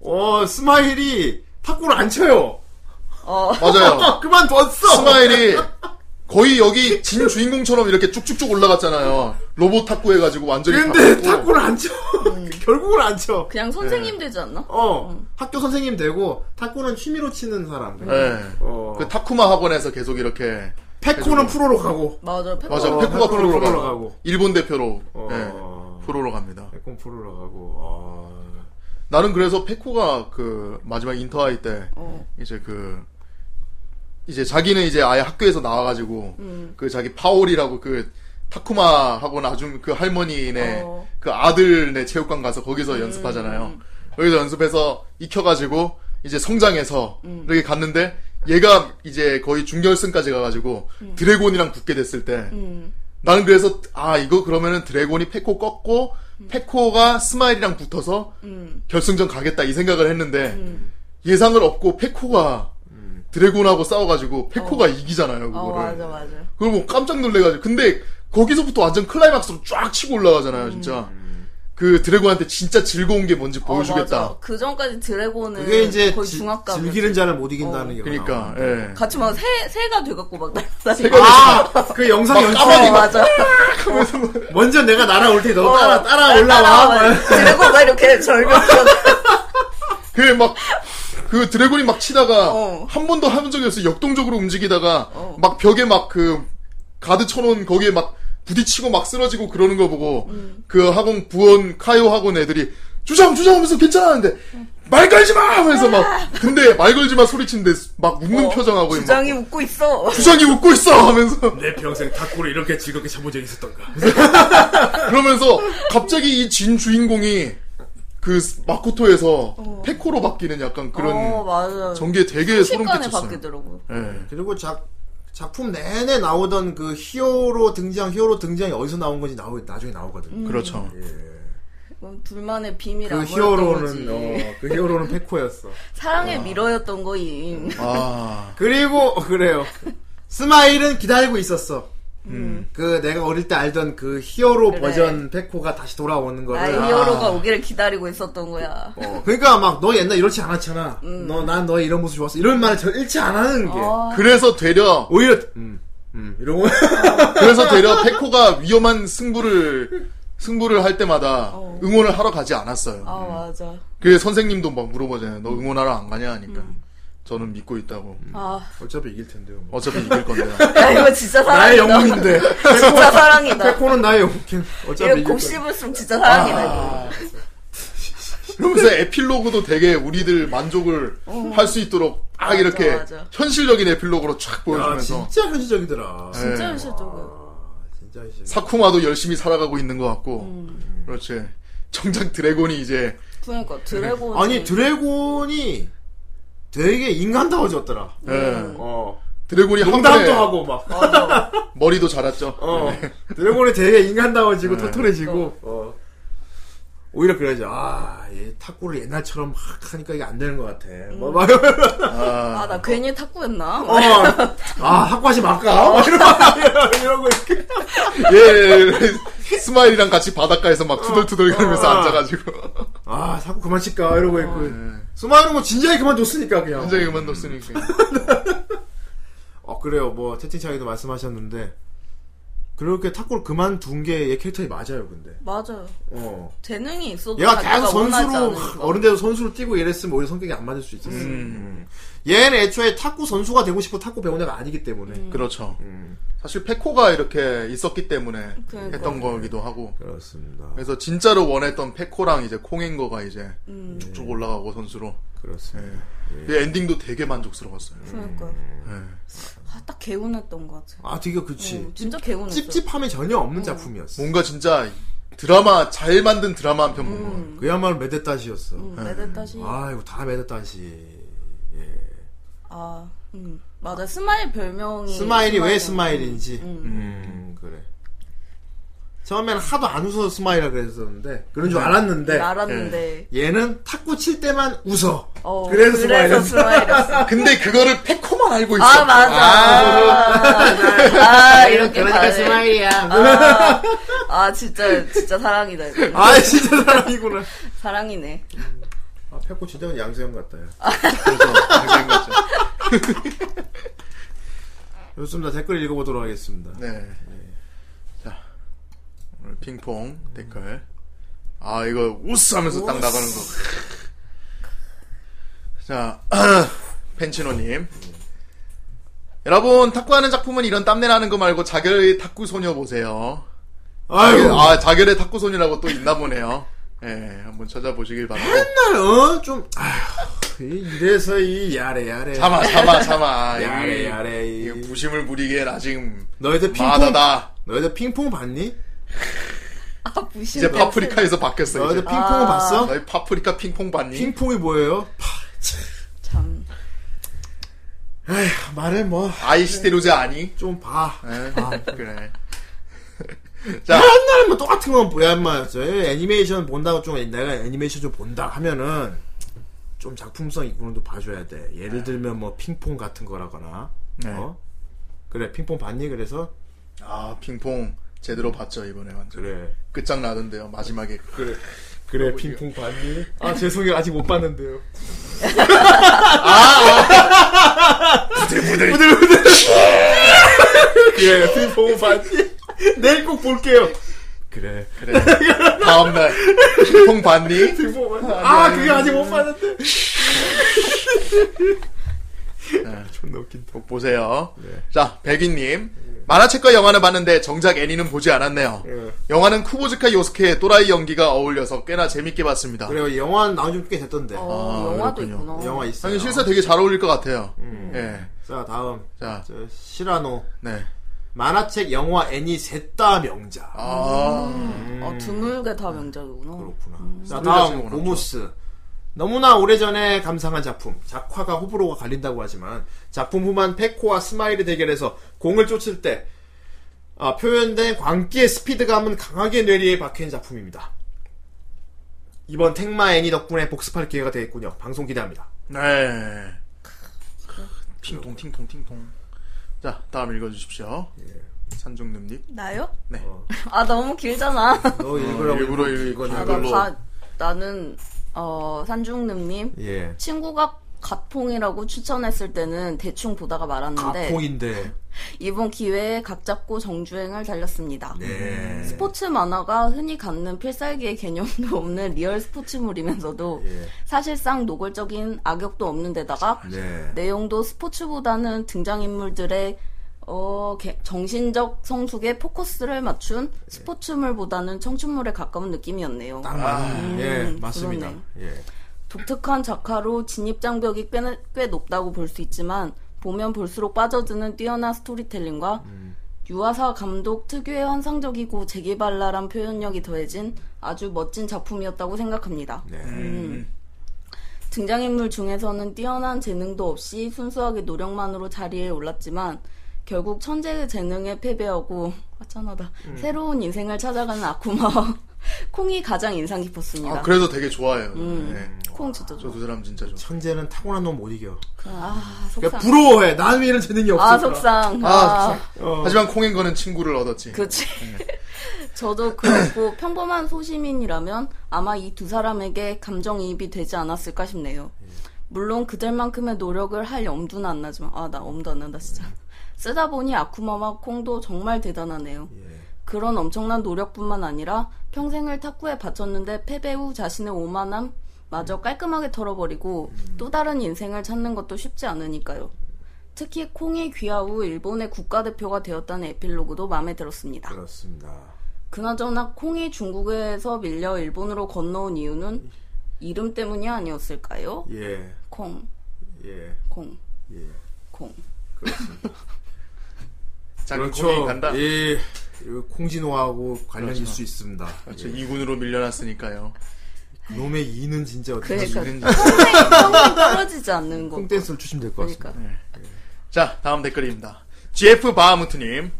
[SPEAKER 4] 어, 스마일이 탁구를 안 쳐요.
[SPEAKER 6] 어.
[SPEAKER 4] <laughs>
[SPEAKER 5] 맞아요.
[SPEAKER 4] 그만뒀어!
[SPEAKER 5] 스마일이 거의 여기 진 주인공처럼 이렇게 쭉쭉쭉 올라갔잖아요. 로봇 탁구 해가지고 완전히.
[SPEAKER 4] 근데
[SPEAKER 5] 바꿨고.
[SPEAKER 4] 탁구를 안 쳐. <laughs> 결국은 안 쳐.
[SPEAKER 5] 네.
[SPEAKER 6] 그냥 선생님 되지 않나?
[SPEAKER 4] 어, 학교 선생님 되고, 탁구는 취미로 치는 사람.
[SPEAKER 5] 네.
[SPEAKER 4] 어.
[SPEAKER 5] 그 타쿠마 학원에서 계속 이렇게
[SPEAKER 4] 페코는 프로로 가고.
[SPEAKER 6] 맞아. 요
[SPEAKER 5] 맞아
[SPEAKER 4] 어,
[SPEAKER 5] 페코가
[SPEAKER 4] 페코로
[SPEAKER 5] 프로로
[SPEAKER 4] 프로로
[SPEAKER 5] 가고.
[SPEAKER 4] 가고.
[SPEAKER 5] 일본 대표로
[SPEAKER 4] 어.
[SPEAKER 5] 예, 프로로 갑니다.
[SPEAKER 4] 페코 프로로 가고. 아.
[SPEAKER 5] 나는 그래서 페코가 그 마지막 인터하이 때
[SPEAKER 6] 어.
[SPEAKER 5] 이제 그 이제 자기는 이제 아예 학교에서 나와가지고
[SPEAKER 6] 음.
[SPEAKER 5] 그 자기 파올이라고 그 타쿠마 하고 나중 그 할머니네
[SPEAKER 6] 어. 음.
[SPEAKER 5] 그 아들네 체육관 가서 거기서 연습하잖아요. 거기서 연습해서 익혀가지고 이제 성장해서
[SPEAKER 6] 음.
[SPEAKER 5] 이렇게 갔는데 얘가 이제 거의 중결승까지 가가지고 드래곤이랑 붙게 됐을 때
[SPEAKER 6] 음.
[SPEAKER 5] 나는 그래서 아 이거 그러면은 드래곤이 페코 꺾고 페코가 스마일이랑 붙어서
[SPEAKER 6] 음.
[SPEAKER 5] 결승전 가겠다 이 생각을 했는데
[SPEAKER 6] 음.
[SPEAKER 5] 예상을 없고 페코가 드래곤하고 싸워가지고 페코가 이기잖아요
[SPEAKER 6] 어,
[SPEAKER 5] 그거를
[SPEAKER 6] 맞아, 맞아.
[SPEAKER 5] 그걸 뭐 깜짝 놀래가지고 근데 거기서부터 완전 클라이막스로 쫙 치고
[SPEAKER 6] 음.
[SPEAKER 5] 올라가잖아요 진짜 그 드래곤한테 진짜 즐거운 게 뭔지 보여주겠다
[SPEAKER 6] 그 전까지 드래곤은
[SPEAKER 4] 그게 이제
[SPEAKER 6] 네, 거의
[SPEAKER 4] 지-
[SPEAKER 6] 중학가.
[SPEAKER 4] 즐기는 자는 못 이긴다는
[SPEAKER 6] 어.
[SPEAKER 4] 게
[SPEAKER 5] 그러니까
[SPEAKER 4] 나오는데.
[SPEAKER 5] 예.
[SPEAKER 6] 같이 막 새, 새가 돼갖고 막 날아다니고.
[SPEAKER 5] 새가
[SPEAKER 4] 아, 그 영상
[SPEAKER 5] 막
[SPEAKER 4] 연출.
[SPEAKER 5] 까마귀
[SPEAKER 6] 어, 맞아.
[SPEAKER 4] 먼저 내가 날아올 테니 너
[SPEAKER 6] 어.
[SPEAKER 4] 따라 따라 올라와.
[SPEAKER 6] 따라와. 드래곤가 이렇게
[SPEAKER 5] 어.
[SPEAKER 6] 절벽.
[SPEAKER 5] 그막그 드래곤이 막 치다가
[SPEAKER 6] 어.
[SPEAKER 5] 한 번도 한 적이 없어 역동적으로 움직이다가
[SPEAKER 6] 어.
[SPEAKER 5] 막 벽에 막 그 가드 쳐놓은 거기에 막 부딪히고 막 쓰러지고 그러는 거 보고
[SPEAKER 6] 음.
[SPEAKER 5] 그 학원 부원 카이오 학원 애들이 주장 주장 하면서 괜찮았는데 말 걸지 마 하면서 막 근데 말 걸지 마 소리치는데 막 웃는 표정하고 막
[SPEAKER 6] 어. 주장이 웃고 있어.
[SPEAKER 5] 주장이 웃고 있어 하면서
[SPEAKER 4] 내 평생 탁구를 이렇게 즐겁게 쳐본 적 있었던가.
[SPEAKER 5] 그러면서 갑자기 이 진 주인공이 그 마코토에서 페코로 바뀌는 약간 그런
[SPEAKER 6] 어, 맞아.
[SPEAKER 5] 전개 되게 소름
[SPEAKER 6] 순식간에
[SPEAKER 5] 끼쳤어요.
[SPEAKER 6] 바뀌더라고.
[SPEAKER 5] 예.
[SPEAKER 4] 그리고 작 작품 내내 나오던 그 히어로 등장, 히어로 등장이 어디서 나온 건지 나오, 나중에 나오거든.
[SPEAKER 6] 음,
[SPEAKER 4] 요
[SPEAKER 5] 그렇죠.
[SPEAKER 6] 뭐 둘만의 비밀
[SPEAKER 4] 그
[SPEAKER 6] 아무래도
[SPEAKER 4] 히어로는 어, 아. 그 히어로는 페코였어.
[SPEAKER 6] 사랑의 미러였던 거임.
[SPEAKER 5] 아,
[SPEAKER 4] 그리고 어, 그래요. 스마일은 기다리고 있었어. 그 내가 어릴 때 알던 그 히어로
[SPEAKER 6] 음. 그래.
[SPEAKER 4] 버전 페코가 다시 돌아오는 거를
[SPEAKER 6] 나의
[SPEAKER 4] 아.
[SPEAKER 6] 히어로가 오기를 기다리고 있었던 거야.
[SPEAKER 4] 어, 그러니까 막 너 옛날 이렇지 않았잖아.
[SPEAKER 6] 음.
[SPEAKER 4] 너 난 너의 이런 모습 좋았어. 이런 말을 전 일치 안 하는 게
[SPEAKER 6] 어.
[SPEAKER 5] 그래서 되려
[SPEAKER 4] 오히려 음, 음 이런 거 <laughs>
[SPEAKER 5] 그래서 되려 페코가 위험한 승부를 승부를 할 때마다 응원을 하러 가지 않았어요.
[SPEAKER 6] 어. 아, 맞아.
[SPEAKER 5] 그래서 선생님도 막 물어보잖아요. 너 응원하러 안 가냐 하니까
[SPEAKER 6] 음.
[SPEAKER 5] 저는 믿고 있다고. 음.
[SPEAKER 6] 아,
[SPEAKER 4] 어차피 이길 텐데요. 뭐.
[SPEAKER 5] 어차피 이길 건데.
[SPEAKER 6] 야, 이거 진짜
[SPEAKER 4] 나의
[SPEAKER 6] 아, 사랑이다.
[SPEAKER 4] 영웅인데
[SPEAKER 6] <laughs> 진짜
[SPEAKER 4] <laughs>
[SPEAKER 6] <laughs> 사랑이다.
[SPEAKER 4] 페코는 나의 영웅. 어차피
[SPEAKER 6] 이거
[SPEAKER 4] 이길 텐데.
[SPEAKER 6] 곱씹을수록 진짜
[SPEAKER 5] 아,
[SPEAKER 6] 사랑이다.
[SPEAKER 4] 아,
[SPEAKER 6] 이거.
[SPEAKER 5] 그러면서 에필로그도 되게 우리들 만족을 할 수 있도록 딱
[SPEAKER 6] 어. 맞아,
[SPEAKER 5] 이렇게
[SPEAKER 6] 맞아.
[SPEAKER 5] 현실적인 에필로그로 촥
[SPEAKER 4] 아,
[SPEAKER 5] 보여주면서
[SPEAKER 4] 진짜 현실적이더라.
[SPEAKER 5] 예.
[SPEAKER 6] 진짜 현실적이야.
[SPEAKER 4] 진짜 현실.
[SPEAKER 5] 사쿠마도 열심히 살아가고 있는 것 같고
[SPEAKER 6] 음.
[SPEAKER 5] 그렇지. 정작 드래곤이 이제
[SPEAKER 6] 그러니까 드래곤.
[SPEAKER 4] 아니 드래곤이 되게 인간다워졌더라.
[SPEAKER 5] 예.
[SPEAKER 6] 음.
[SPEAKER 4] 어
[SPEAKER 5] 드래곤이
[SPEAKER 4] 농담도
[SPEAKER 5] 학원에
[SPEAKER 4] 하고 막.
[SPEAKER 6] 맞아.
[SPEAKER 5] 머리도 자랐죠.
[SPEAKER 4] 어.
[SPEAKER 5] 네.
[SPEAKER 4] 드래곤이 되게 인간다워지고 토털해지고. 어. 오히려 그래야지. 아, 얘 탁구를 옛날처럼 막 하니까 이게 안 되는 것 같아.
[SPEAKER 5] 음.
[SPEAKER 4] 뭐, 막,
[SPEAKER 6] 아, 나 괜히 탁구했나?
[SPEAKER 4] 어. 아, 학과지
[SPEAKER 5] 어.
[SPEAKER 4] 말까? 막 이러고, 이러고 이렇게.
[SPEAKER 5] 예, <laughs> 스마일이랑 같이 바닷가에서 막 투덜투덜 거리면서
[SPEAKER 4] 어.
[SPEAKER 5] 앉아가지고
[SPEAKER 4] 아, 탁구 그만 칠까?
[SPEAKER 5] 어,
[SPEAKER 4] 이러고 있고.
[SPEAKER 5] 네.
[SPEAKER 4] 수많은 거 진지하게 그만뒀으니까, 그냥.
[SPEAKER 5] 현장에 그만뒀으니까
[SPEAKER 6] <laughs>
[SPEAKER 4] 어, 그래요. 뭐, 채팅창에도 말씀하셨는데. 그렇게 탁구를 그만둔 게 얘 캐릭터에 맞아요, 근데.
[SPEAKER 6] 맞아요.
[SPEAKER 4] 어.
[SPEAKER 6] 재능이 있어도
[SPEAKER 4] 얘가
[SPEAKER 6] 자기가
[SPEAKER 4] 계속
[SPEAKER 6] 원하지
[SPEAKER 4] 선수로
[SPEAKER 6] 않으니까.
[SPEAKER 4] 어른 돼서 선수로 뛰고 이랬으면 오히려 성격이 안 맞을 수 있었어. 요
[SPEAKER 6] 음.
[SPEAKER 4] 음. 얘는 애초에 탁구 선수가 되고 싶고 탁구 배운 애가 아니기 때문에.
[SPEAKER 6] 음.
[SPEAKER 4] 음.
[SPEAKER 5] 그렇죠 사실 페코가 이렇게 있었기 때문에
[SPEAKER 6] 그러니까.
[SPEAKER 5] 했던 거기도 하고
[SPEAKER 4] 그렇습니다.
[SPEAKER 5] 그래서 진짜로 원했던 페코랑 이제 콩행거가 이제
[SPEAKER 6] 음.
[SPEAKER 5] 쭉쭉 올라가고 선수로
[SPEAKER 4] 그렇습니다.
[SPEAKER 6] 네.
[SPEAKER 5] 이 엔딩도 되게 만족스러웠어요 예.
[SPEAKER 6] 그러니까. 아, 딱 개운했던 것 같아.
[SPEAKER 4] 아, 되게 그치.
[SPEAKER 6] 어, 진짜 개운했어.
[SPEAKER 4] 찝찝함이 전혀 없는 작품이었어.
[SPEAKER 5] 뭔가 진짜 드라마 잘 만든 드라마 한 편 본 거.
[SPEAKER 6] 음,
[SPEAKER 4] 그야말로 메데타시였어.
[SPEAKER 6] 음, 메데타시.
[SPEAKER 4] 아 이거 다 메데타시.
[SPEAKER 6] 아, 음, 맞아. 스마일 별명이.
[SPEAKER 4] 음, 스마일이 왜
[SPEAKER 6] 스마일이야.
[SPEAKER 4] 스마일인지.
[SPEAKER 6] 음.
[SPEAKER 4] 음, 그래. 처음에는 하도 안 웃어서 스마일이라 그랬었는데 그런 줄 음, 알았는데
[SPEAKER 6] 알았는데.
[SPEAKER 4] 얘는 탁구 칠 때만 웃어.
[SPEAKER 6] 어,
[SPEAKER 4] 예. 그래서 스마일이었어.
[SPEAKER 6] 스마일이었어.
[SPEAKER 5] 근데 그거를 페코만 알고 있어.
[SPEAKER 6] 아, 맞아. 아, 이렇게. 다들.
[SPEAKER 4] 그러니까 스마일이야.
[SPEAKER 6] 아, 아, 진짜, 진짜 사랑이다. 이거.
[SPEAKER 4] <laughs> 아 진짜 사람이구나.
[SPEAKER 6] 사랑이네.
[SPEAKER 4] 아 팩고 진짜 양세형 같다. 야. <laughs> 좋습니다. 댓글 읽어보도록 하겠습니다.
[SPEAKER 5] 네. 자, 오늘 핑퐁 댓글. 아, 이거 우스 하면서 딱 나가는 거. 자, <clears throat> 펜치노님. 여러분, 탁구하는 작품은 이런 땀내 나는 거 말고 자결의 탁구 소녀 보세요.
[SPEAKER 4] 아유, 아,
[SPEAKER 5] 아, 자결의 탁구 소녀라고 또 있나 보네요. 예, 한번 찾아보시길 바라고.
[SPEAKER 4] 맨날 어? 좀 아휴 이- 이래서 이 야래 야래
[SPEAKER 5] 참아, 참아, 참아.
[SPEAKER 4] 야래 야래
[SPEAKER 5] 이, 이
[SPEAKER 4] 이
[SPEAKER 5] 부심을 부리기엔 아직
[SPEAKER 4] 너희들 핑퐁
[SPEAKER 5] 마다다.
[SPEAKER 4] 너희들 핑퐁 봤니?
[SPEAKER 6] 아, 부심.
[SPEAKER 5] 이제 파프리카에서 바뀌었어,
[SPEAKER 4] 너희들
[SPEAKER 5] 이제.
[SPEAKER 4] 핑퐁 을 봤어?
[SPEAKER 5] 너희 파프리카 핑퐁 봤니?
[SPEAKER 4] 아. 핑퐁이 뭐예요?
[SPEAKER 6] 참.
[SPEAKER 4] 아, 말해
[SPEAKER 5] 아이시테로제 아니?
[SPEAKER 4] 뭐 좀 봐.
[SPEAKER 5] 에? 그래. 자,
[SPEAKER 4] 맨날 뭐 똑같은 건 뭐야 인마였어. 애니메이션 본다고 좀 내가 애니메이션 좀 본다 하면은 좀 작품성 있고는도 봐줘야 돼. 예를 들면 뭐 핑퐁 같은 거라거나.
[SPEAKER 5] 네.
[SPEAKER 4] 어? 그래 핑퐁 봤니? 그래서
[SPEAKER 5] 아 핑퐁 제대로 봤죠 이번에 완전.
[SPEAKER 4] 그래
[SPEAKER 5] 끝장 나던데요 마지막에. 그래.
[SPEAKER 4] 그래 핑퐁 봤니? 아 죄송해요 아직 못 봤는데요. 아, 어. <laughs>
[SPEAKER 5] 부들부들.
[SPEAKER 4] 그래 핑퐁 봤니? 내일 꼭 볼게요. 그래
[SPEAKER 5] 그래. 다음 날 핑퐁 봤니?
[SPEAKER 4] 핑퐁 봤니? 아 그게 아직 못 봤는데. 존나 웃긴다.
[SPEAKER 5] 꼭 보세요.
[SPEAKER 4] 네.
[SPEAKER 5] 자 백인님 만화책과 영화는 봤는데 정작 애니는 보지 않았네요.
[SPEAKER 4] 예.
[SPEAKER 5] 영화는 쿠보즈카 요스케의 또라이 연기가 어울려서 꽤나 재밌게 봤습니다.
[SPEAKER 4] 그래요 영화 나온 지 꽤 됐던데.
[SPEAKER 6] 어,
[SPEAKER 5] 아,
[SPEAKER 6] 영화도
[SPEAKER 5] 그렇군요.
[SPEAKER 6] 있구나.
[SPEAKER 4] 영화 있어요.
[SPEAKER 5] 아니 실사 되게 잘 어울릴 것 같아요.
[SPEAKER 4] 음.
[SPEAKER 5] 예.
[SPEAKER 4] 자 다음
[SPEAKER 5] 자,
[SPEAKER 4] 저 시라노.
[SPEAKER 5] 네.
[SPEAKER 4] 만화책, 영화, 애니 셋 다 명작.
[SPEAKER 5] 아,
[SPEAKER 6] 어, 드물게 다 명작이구나.
[SPEAKER 4] 그렇구나. 자,
[SPEAKER 5] 소리가
[SPEAKER 4] 다음
[SPEAKER 5] 지는구나,
[SPEAKER 4] 고무스. 너무나 오래전에 감상한 작품. 작화가 호불호가 갈린다고 하지만 작품 후만 페코와 스마일이 대결해서 공을 쫓을 때 아, 표현된 광기의 스피드감은 강하게 뇌리에 박힌 작품입니다. 이번 택마 애니 덕분에 복습할 기회가 되겠군요. 방송 기대합니다.
[SPEAKER 5] 네. 팅통 팅통 팅통. 자 다음 읽어주십시오.
[SPEAKER 4] 예.
[SPEAKER 5] 산중沼님.
[SPEAKER 6] 나요?
[SPEAKER 5] 네.
[SPEAKER 4] 어.
[SPEAKER 6] 아, 너무 길잖아.
[SPEAKER 4] 너 읽으라고
[SPEAKER 5] 일부러
[SPEAKER 4] 읽은
[SPEAKER 5] 읽-
[SPEAKER 4] 거냐?
[SPEAKER 6] 아, 나
[SPEAKER 5] 이걸로.
[SPEAKER 6] 다, 나는, 어, 산중님님.
[SPEAKER 4] 예.
[SPEAKER 6] 친구가 가풍이라고 추천했을 때는 대충 보다가 말았는데
[SPEAKER 4] 가포인데.
[SPEAKER 6] 이번 기회에 각 잡고 정주행을 달렸습니다.
[SPEAKER 4] 네.
[SPEAKER 6] 스포츠 만화가 흔히 갖는 필살기의 개념도 없는 리얼 스포츠물이면서도
[SPEAKER 4] 예.
[SPEAKER 6] 사실상 노골적인 악역도 없는 데다가
[SPEAKER 4] 네.
[SPEAKER 6] 내용도 스포츠보다는 등장인물들의 어, 개- 정신적 성숙에 포커스를 맞춘 스포츠물보다는 청춘물에 가까운 느낌이었네요.
[SPEAKER 4] 네. 딱 맞네. 예, 맞습니다.
[SPEAKER 6] 그러네.
[SPEAKER 4] 예.
[SPEAKER 6] 독특한 작화로 진입장벽이 꽤, 꽤 높다고 볼 수 있지만 보면 볼수록 빠져드는 뛰어난 스토리텔링과
[SPEAKER 4] 음.
[SPEAKER 6] 유아사 감독 특유의 환상적이고 재기발랄한 표현력이 더해진 아주 멋진 작품이었다고 생각합니다.
[SPEAKER 4] 네.
[SPEAKER 5] 음.
[SPEAKER 6] 음. 등장인물 중에서는 뛰어난 재능도 없이 순수하게 노력만으로 자리에 올랐지만 결국 천재의 재능에 패배하고 <laughs> 하찮아다
[SPEAKER 4] 음.
[SPEAKER 6] 새로운 인생을 찾아가는 아쿠마 <laughs> 콩이 가장 인상 깊었습니다.
[SPEAKER 5] 아 그래서 되게 좋아해요.
[SPEAKER 6] 음.
[SPEAKER 5] 네.
[SPEAKER 6] 콩 진짜 좋아.
[SPEAKER 5] 저두 사람 진짜 좋아.
[SPEAKER 4] 천재는 타고난 놈 못 이겨.
[SPEAKER 6] 아
[SPEAKER 4] 그러니까
[SPEAKER 6] 속상.
[SPEAKER 4] 부러워해. 나는 왜 이런 재능이 없을까?
[SPEAKER 6] 아 속상.
[SPEAKER 5] 아,
[SPEAKER 6] 아,
[SPEAKER 4] 어.
[SPEAKER 5] 하지만 콩인 거는 친구를 얻었지.
[SPEAKER 6] 그치. <laughs> 저도 그렇고 평범한 소시민이라면 아마 이 두 사람에게 감정이입이 되지 않았을까 싶네요.
[SPEAKER 4] 예.
[SPEAKER 6] 물론 그들만큼의 노력을 할 염두는 안 나지만 아 나 엄두 안 난다 진짜. 쓰다 보니 아쿠마와 콩도 정말 대단하네요.
[SPEAKER 4] 예.
[SPEAKER 6] 그런 엄청난 노력뿐만 아니라 평생을 탁구에 바쳤는데 패배 후 자신의 오만함 마저 깔끔하게 털어버리고 또 다른 인생을 찾는 것도 쉽지 않으니까요. 특히 콩이 귀화 후 일본의 국가대표가 되었다는 에필로그도 마음에 들었습니다.
[SPEAKER 4] 그렇습니다.
[SPEAKER 6] 그나저나 콩이 중국에서 밀려 일본으로 건너온 이유는 이름 때문이 아니었을까요?
[SPEAKER 4] 예,
[SPEAKER 6] 콩,
[SPEAKER 4] 예,
[SPEAKER 6] 콩,
[SPEAKER 4] 예.
[SPEAKER 6] 콩.
[SPEAKER 5] 자기 공이 간다.
[SPEAKER 4] 그렇죠. 예, 이 콩진호하고 관련일
[SPEAKER 5] 그렇죠.
[SPEAKER 4] 수 있습니다.
[SPEAKER 5] 그렇죠. 이군으로 밀려났으니까요.
[SPEAKER 6] 아.
[SPEAKER 4] 예. 놈의 이는 진짜 어떻게
[SPEAKER 6] 그러니까
[SPEAKER 5] 이는-
[SPEAKER 6] 평생 평생 떨어지지 않는 거.
[SPEAKER 4] 콩 댄스를 추시면 될 것 같습니다.
[SPEAKER 6] 그러니까
[SPEAKER 5] 자, 다음 댓글입니다. GF 바하무트님.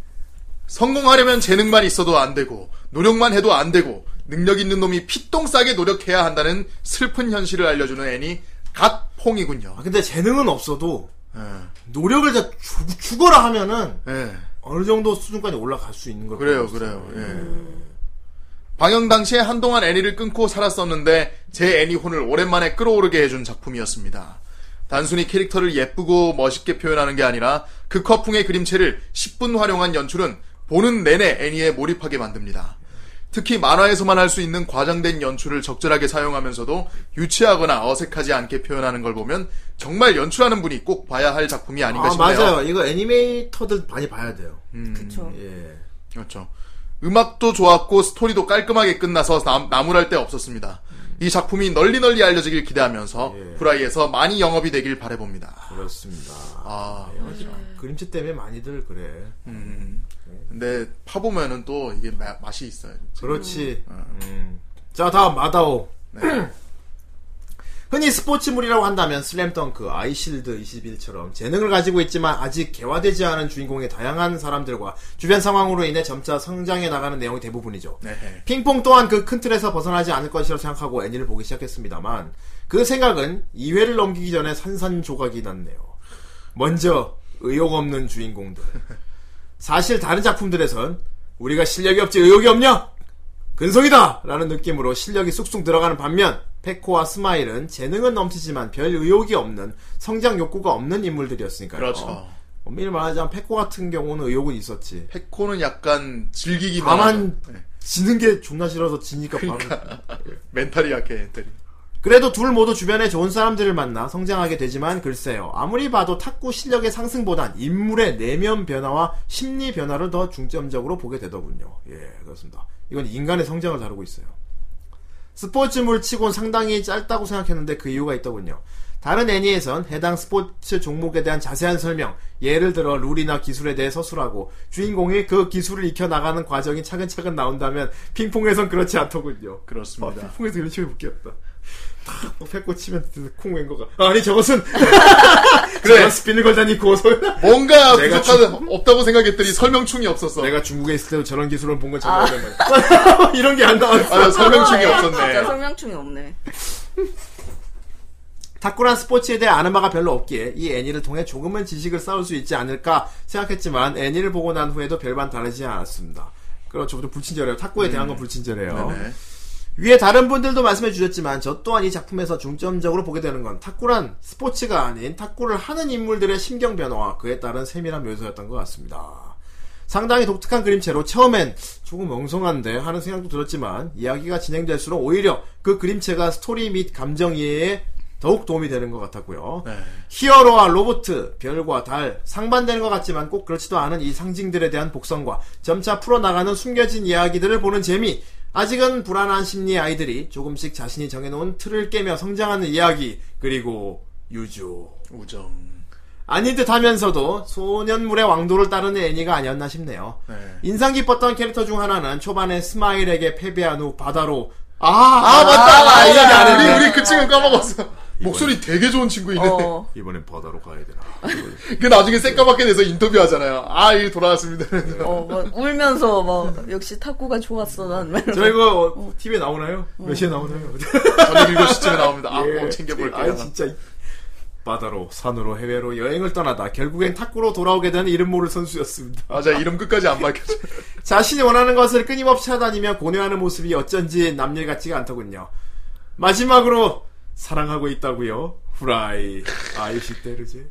[SPEAKER 5] 성공하려면 재능만 있어도 안 되고, 노력만 해도 안 되고, 능력 있는 놈이 피똥 싸게 노력해야 한다는 슬픈 현실을 알려주는 애니, 갓퐁이군요.
[SPEAKER 4] 아, 근데 재능은 없어도
[SPEAKER 5] 예,
[SPEAKER 4] 노력을 다 죽, 죽어라 하면은
[SPEAKER 5] 예,
[SPEAKER 4] 어느 정도 수준까지 올라갈 수 있는 걸
[SPEAKER 5] 그래요,
[SPEAKER 4] 보여줬어요.
[SPEAKER 5] 그래요, 예. 방영 당시에 한동안 애니를 끊고 살았었는데, 제 애니혼을 오랜만에 끌어오르게 해준 작품이었습니다. 단순히 캐릭터를 예쁘고 멋있게 표현하는 게 아니라, 극화풍의 그림체를 10분 활용한 연출은 보는 내내 애니에 몰입하게 만듭니다. 특히 만화에서만 할 수 있는 과장된 연출을 적절하게 사용하면서도 유치하거나 어색하지 않게 표현하는 걸 보면 정말 연출하는 분이 꼭 봐야 할 작품이 아닌가
[SPEAKER 4] 아,
[SPEAKER 5] 싶네요.
[SPEAKER 4] 맞아요. 이거 애니메이터들 많이 봐야 돼요.
[SPEAKER 6] 그쵸.
[SPEAKER 4] 예.
[SPEAKER 5] 그렇죠. 음악도 좋았고 스토리도 깔끔하게 끝나서 남, 나무랄 데 없었습니다. 이 작품이 널리 널리 알려지길 기대하면서
[SPEAKER 4] 예.
[SPEAKER 5] 후라이에서 많이 영업이 되길 바래봅니다.
[SPEAKER 4] 그렇습니다.
[SPEAKER 5] 아,
[SPEAKER 4] 예. 그림체 때문에 많이들 그래.
[SPEAKER 5] 음. 근데 파보면은 또 이게 마- 맛이 있어요.
[SPEAKER 4] 그렇지. 음. 네. 자, 다음 마다오. <clears throat> 흔히 스포츠물이라고 한다면 슬램덩크, 아이실드 21처럼 재능을 가지고 있지만 아직 개화되지 않은 주인공의 다양한 사람들과 주변 상황으로 인해 점차 성장해 나가는 내용이 대부분이죠.
[SPEAKER 5] 네.
[SPEAKER 4] 핑퐁 또한 그 큰 틀에서 벗어나지 않을 것이라고 생각하고 애니를 보기 시작했습니다만 그 생각은 2회를 넘기기 전에 산산조각이 났네요. 먼저 의욕 없는 주인공들. 사실 다른 작품들에선 우리가 실력이 없지 의욕이 없냐? 근성이다! 라는 느낌으로 실력이 쑥쑥 들어가는 반면 페코와 스마일은 재능은 넘치지만 별 의욕이 없는 성장 욕구가 없는 인물들이었으니까요.
[SPEAKER 5] 그렇죠.
[SPEAKER 4] 엄밀히 말하자면 페코 같은 경우는 의욕은 있었지.
[SPEAKER 5] 페코는 약간 즐기기만
[SPEAKER 4] 다만
[SPEAKER 5] 하죠. 네.
[SPEAKER 4] 지는 게 존나 싫어서 지니까 바로
[SPEAKER 5] 그러니까. 멘탈이 약해. 멘탈이.
[SPEAKER 4] 그래도 둘 모두 주변에 좋은 사람들을 만나 성장하게 되지만 글쎄요. 아무리 봐도 탁구 실력의 상승보단 인물의 내면 변화와 심리 변화를 더 중점적으로 보게 되더군요. 예, 그렇습니다. 이건 인간의 성장을 다루고 있어요. 스포츠물 치곤 상당히 짧다고 생각했는데 그 이유가 있더군요. 다른 애니에선 해당 스포츠 종목에 대한 자세한 설명, 예를 들어 룰이나 기술에 대해 서술하고 주인공이 그 기술을 익혀 나가는 과정이 차근차근 나온다면 핑퐁에선 그렇지 않더군요.
[SPEAKER 5] 그렇습니다.
[SPEAKER 4] 아, 핑퐁에서 이런 식으로 웃겼다. 탁, 패고 치면 콩 웬거가. 아니,
[SPEAKER 5] <laughs>
[SPEAKER 4] 저것은!
[SPEAKER 5] 그래.
[SPEAKER 4] 저런 스피는 걸다니 고소.
[SPEAKER 5] 뭔가
[SPEAKER 4] 내가
[SPEAKER 5] 부족하다 없다고 생각했더니 설명충이 없었어.
[SPEAKER 4] 내가 중국에 있을 때도 저런 기술을 본 건 정말 오랜만이야. <laughs> 이런 게 안 나왔어.
[SPEAKER 5] 아, 설명충이
[SPEAKER 6] 아,
[SPEAKER 5] 없었네.
[SPEAKER 6] 진짜 설명충이 없네.
[SPEAKER 4] 탁구란 스포츠에 대해 아는 바가 별로 없기에 이 애니를 통해 조금은 지식을 쌓을 수 있지 않을까 생각했지만 애니를 보고 난 후에도 별반 다르지 않았습니다. 그렇죠. 좀 불친절해요. 탁구에 대한 건 불친절해요.
[SPEAKER 5] 네네.
[SPEAKER 4] 위에 다른 분들도 말씀해 주셨지만 저 또한 이 작품에서 중점적으로 보게 되는 건 탁구란 스포츠가 아닌 탁구를 하는 인물들의 심경 변화와 그에 따른 세밀한 묘사였던 것 같습니다. 상당히 독특한 그림체로 처음엔 조금 엉성한데 하는 생각도 들었지만 이야기가 진행될수록 오히려 그 그림체가 스토리 및 감정 이해에 더욱 도움이 되는 것 같았고요.
[SPEAKER 5] 네.
[SPEAKER 4] 히어로와 로봇, 별과 달, 상반되는 것 같지만 꼭 그렇지도 않은 이 상징들에 대한 복선과 점차 풀어나가는 숨겨진 이야기들을 보는 재미, 아직은 불안한 심리 아이들이 조금씩 자신이 정해놓은 틀을 깨며 성장하는 이야기, 그리고 유주.
[SPEAKER 5] 우정.
[SPEAKER 4] 아닌 듯 하면서도 소년물의 왕도를 따르는 애니가 아니었나 싶네요.
[SPEAKER 5] 네.
[SPEAKER 4] 인상 깊었던 캐릭터 중 하나는 초반에 스마일에게 패배한 후 바다로 아, 아,
[SPEAKER 5] 아 맞다
[SPEAKER 4] 아, 이야기 안
[SPEAKER 5] 우리
[SPEAKER 4] 했네.
[SPEAKER 5] 우리 그 친구 까먹었어 목소리 되게 좋은 친구 있는데
[SPEAKER 6] 어.
[SPEAKER 4] 이번엔 바다로 가야 되나.
[SPEAKER 5] 그 나중에 새까맣게 돼서 인터뷰 하잖아요 아 일 돌아왔습니다 <laughs>
[SPEAKER 6] 어, 막 울면서 막 역시 탁구가 좋았어 난. 막
[SPEAKER 4] <laughs> 저 이거 어, TV에 나오나요? 몇 시에 나오나요?
[SPEAKER 5] 저녁 7시쯤에
[SPEAKER 4] <laughs>
[SPEAKER 5] 나옵니다 아
[SPEAKER 4] 예.
[SPEAKER 5] 꼭 챙겨볼게요
[SPEAKER 4] 아이, 진짜. 바다로, 산으로, 해외로 여행을 떠나다 결국엔 탁구로 돌아오게 된 이름 모를 선수였습니다.
[SPEAKER 5] 맞아 이름 끝까지 안 밝혀져
[SPEAKER 4] 자신이 원하는 것을 끊임없이 찾아다니며 고뇌하는 모습이 어쩐지 남녀 같지가 않더군요. 마지막으로 사랑하고 있다고요. 후라이 아이시 때르지.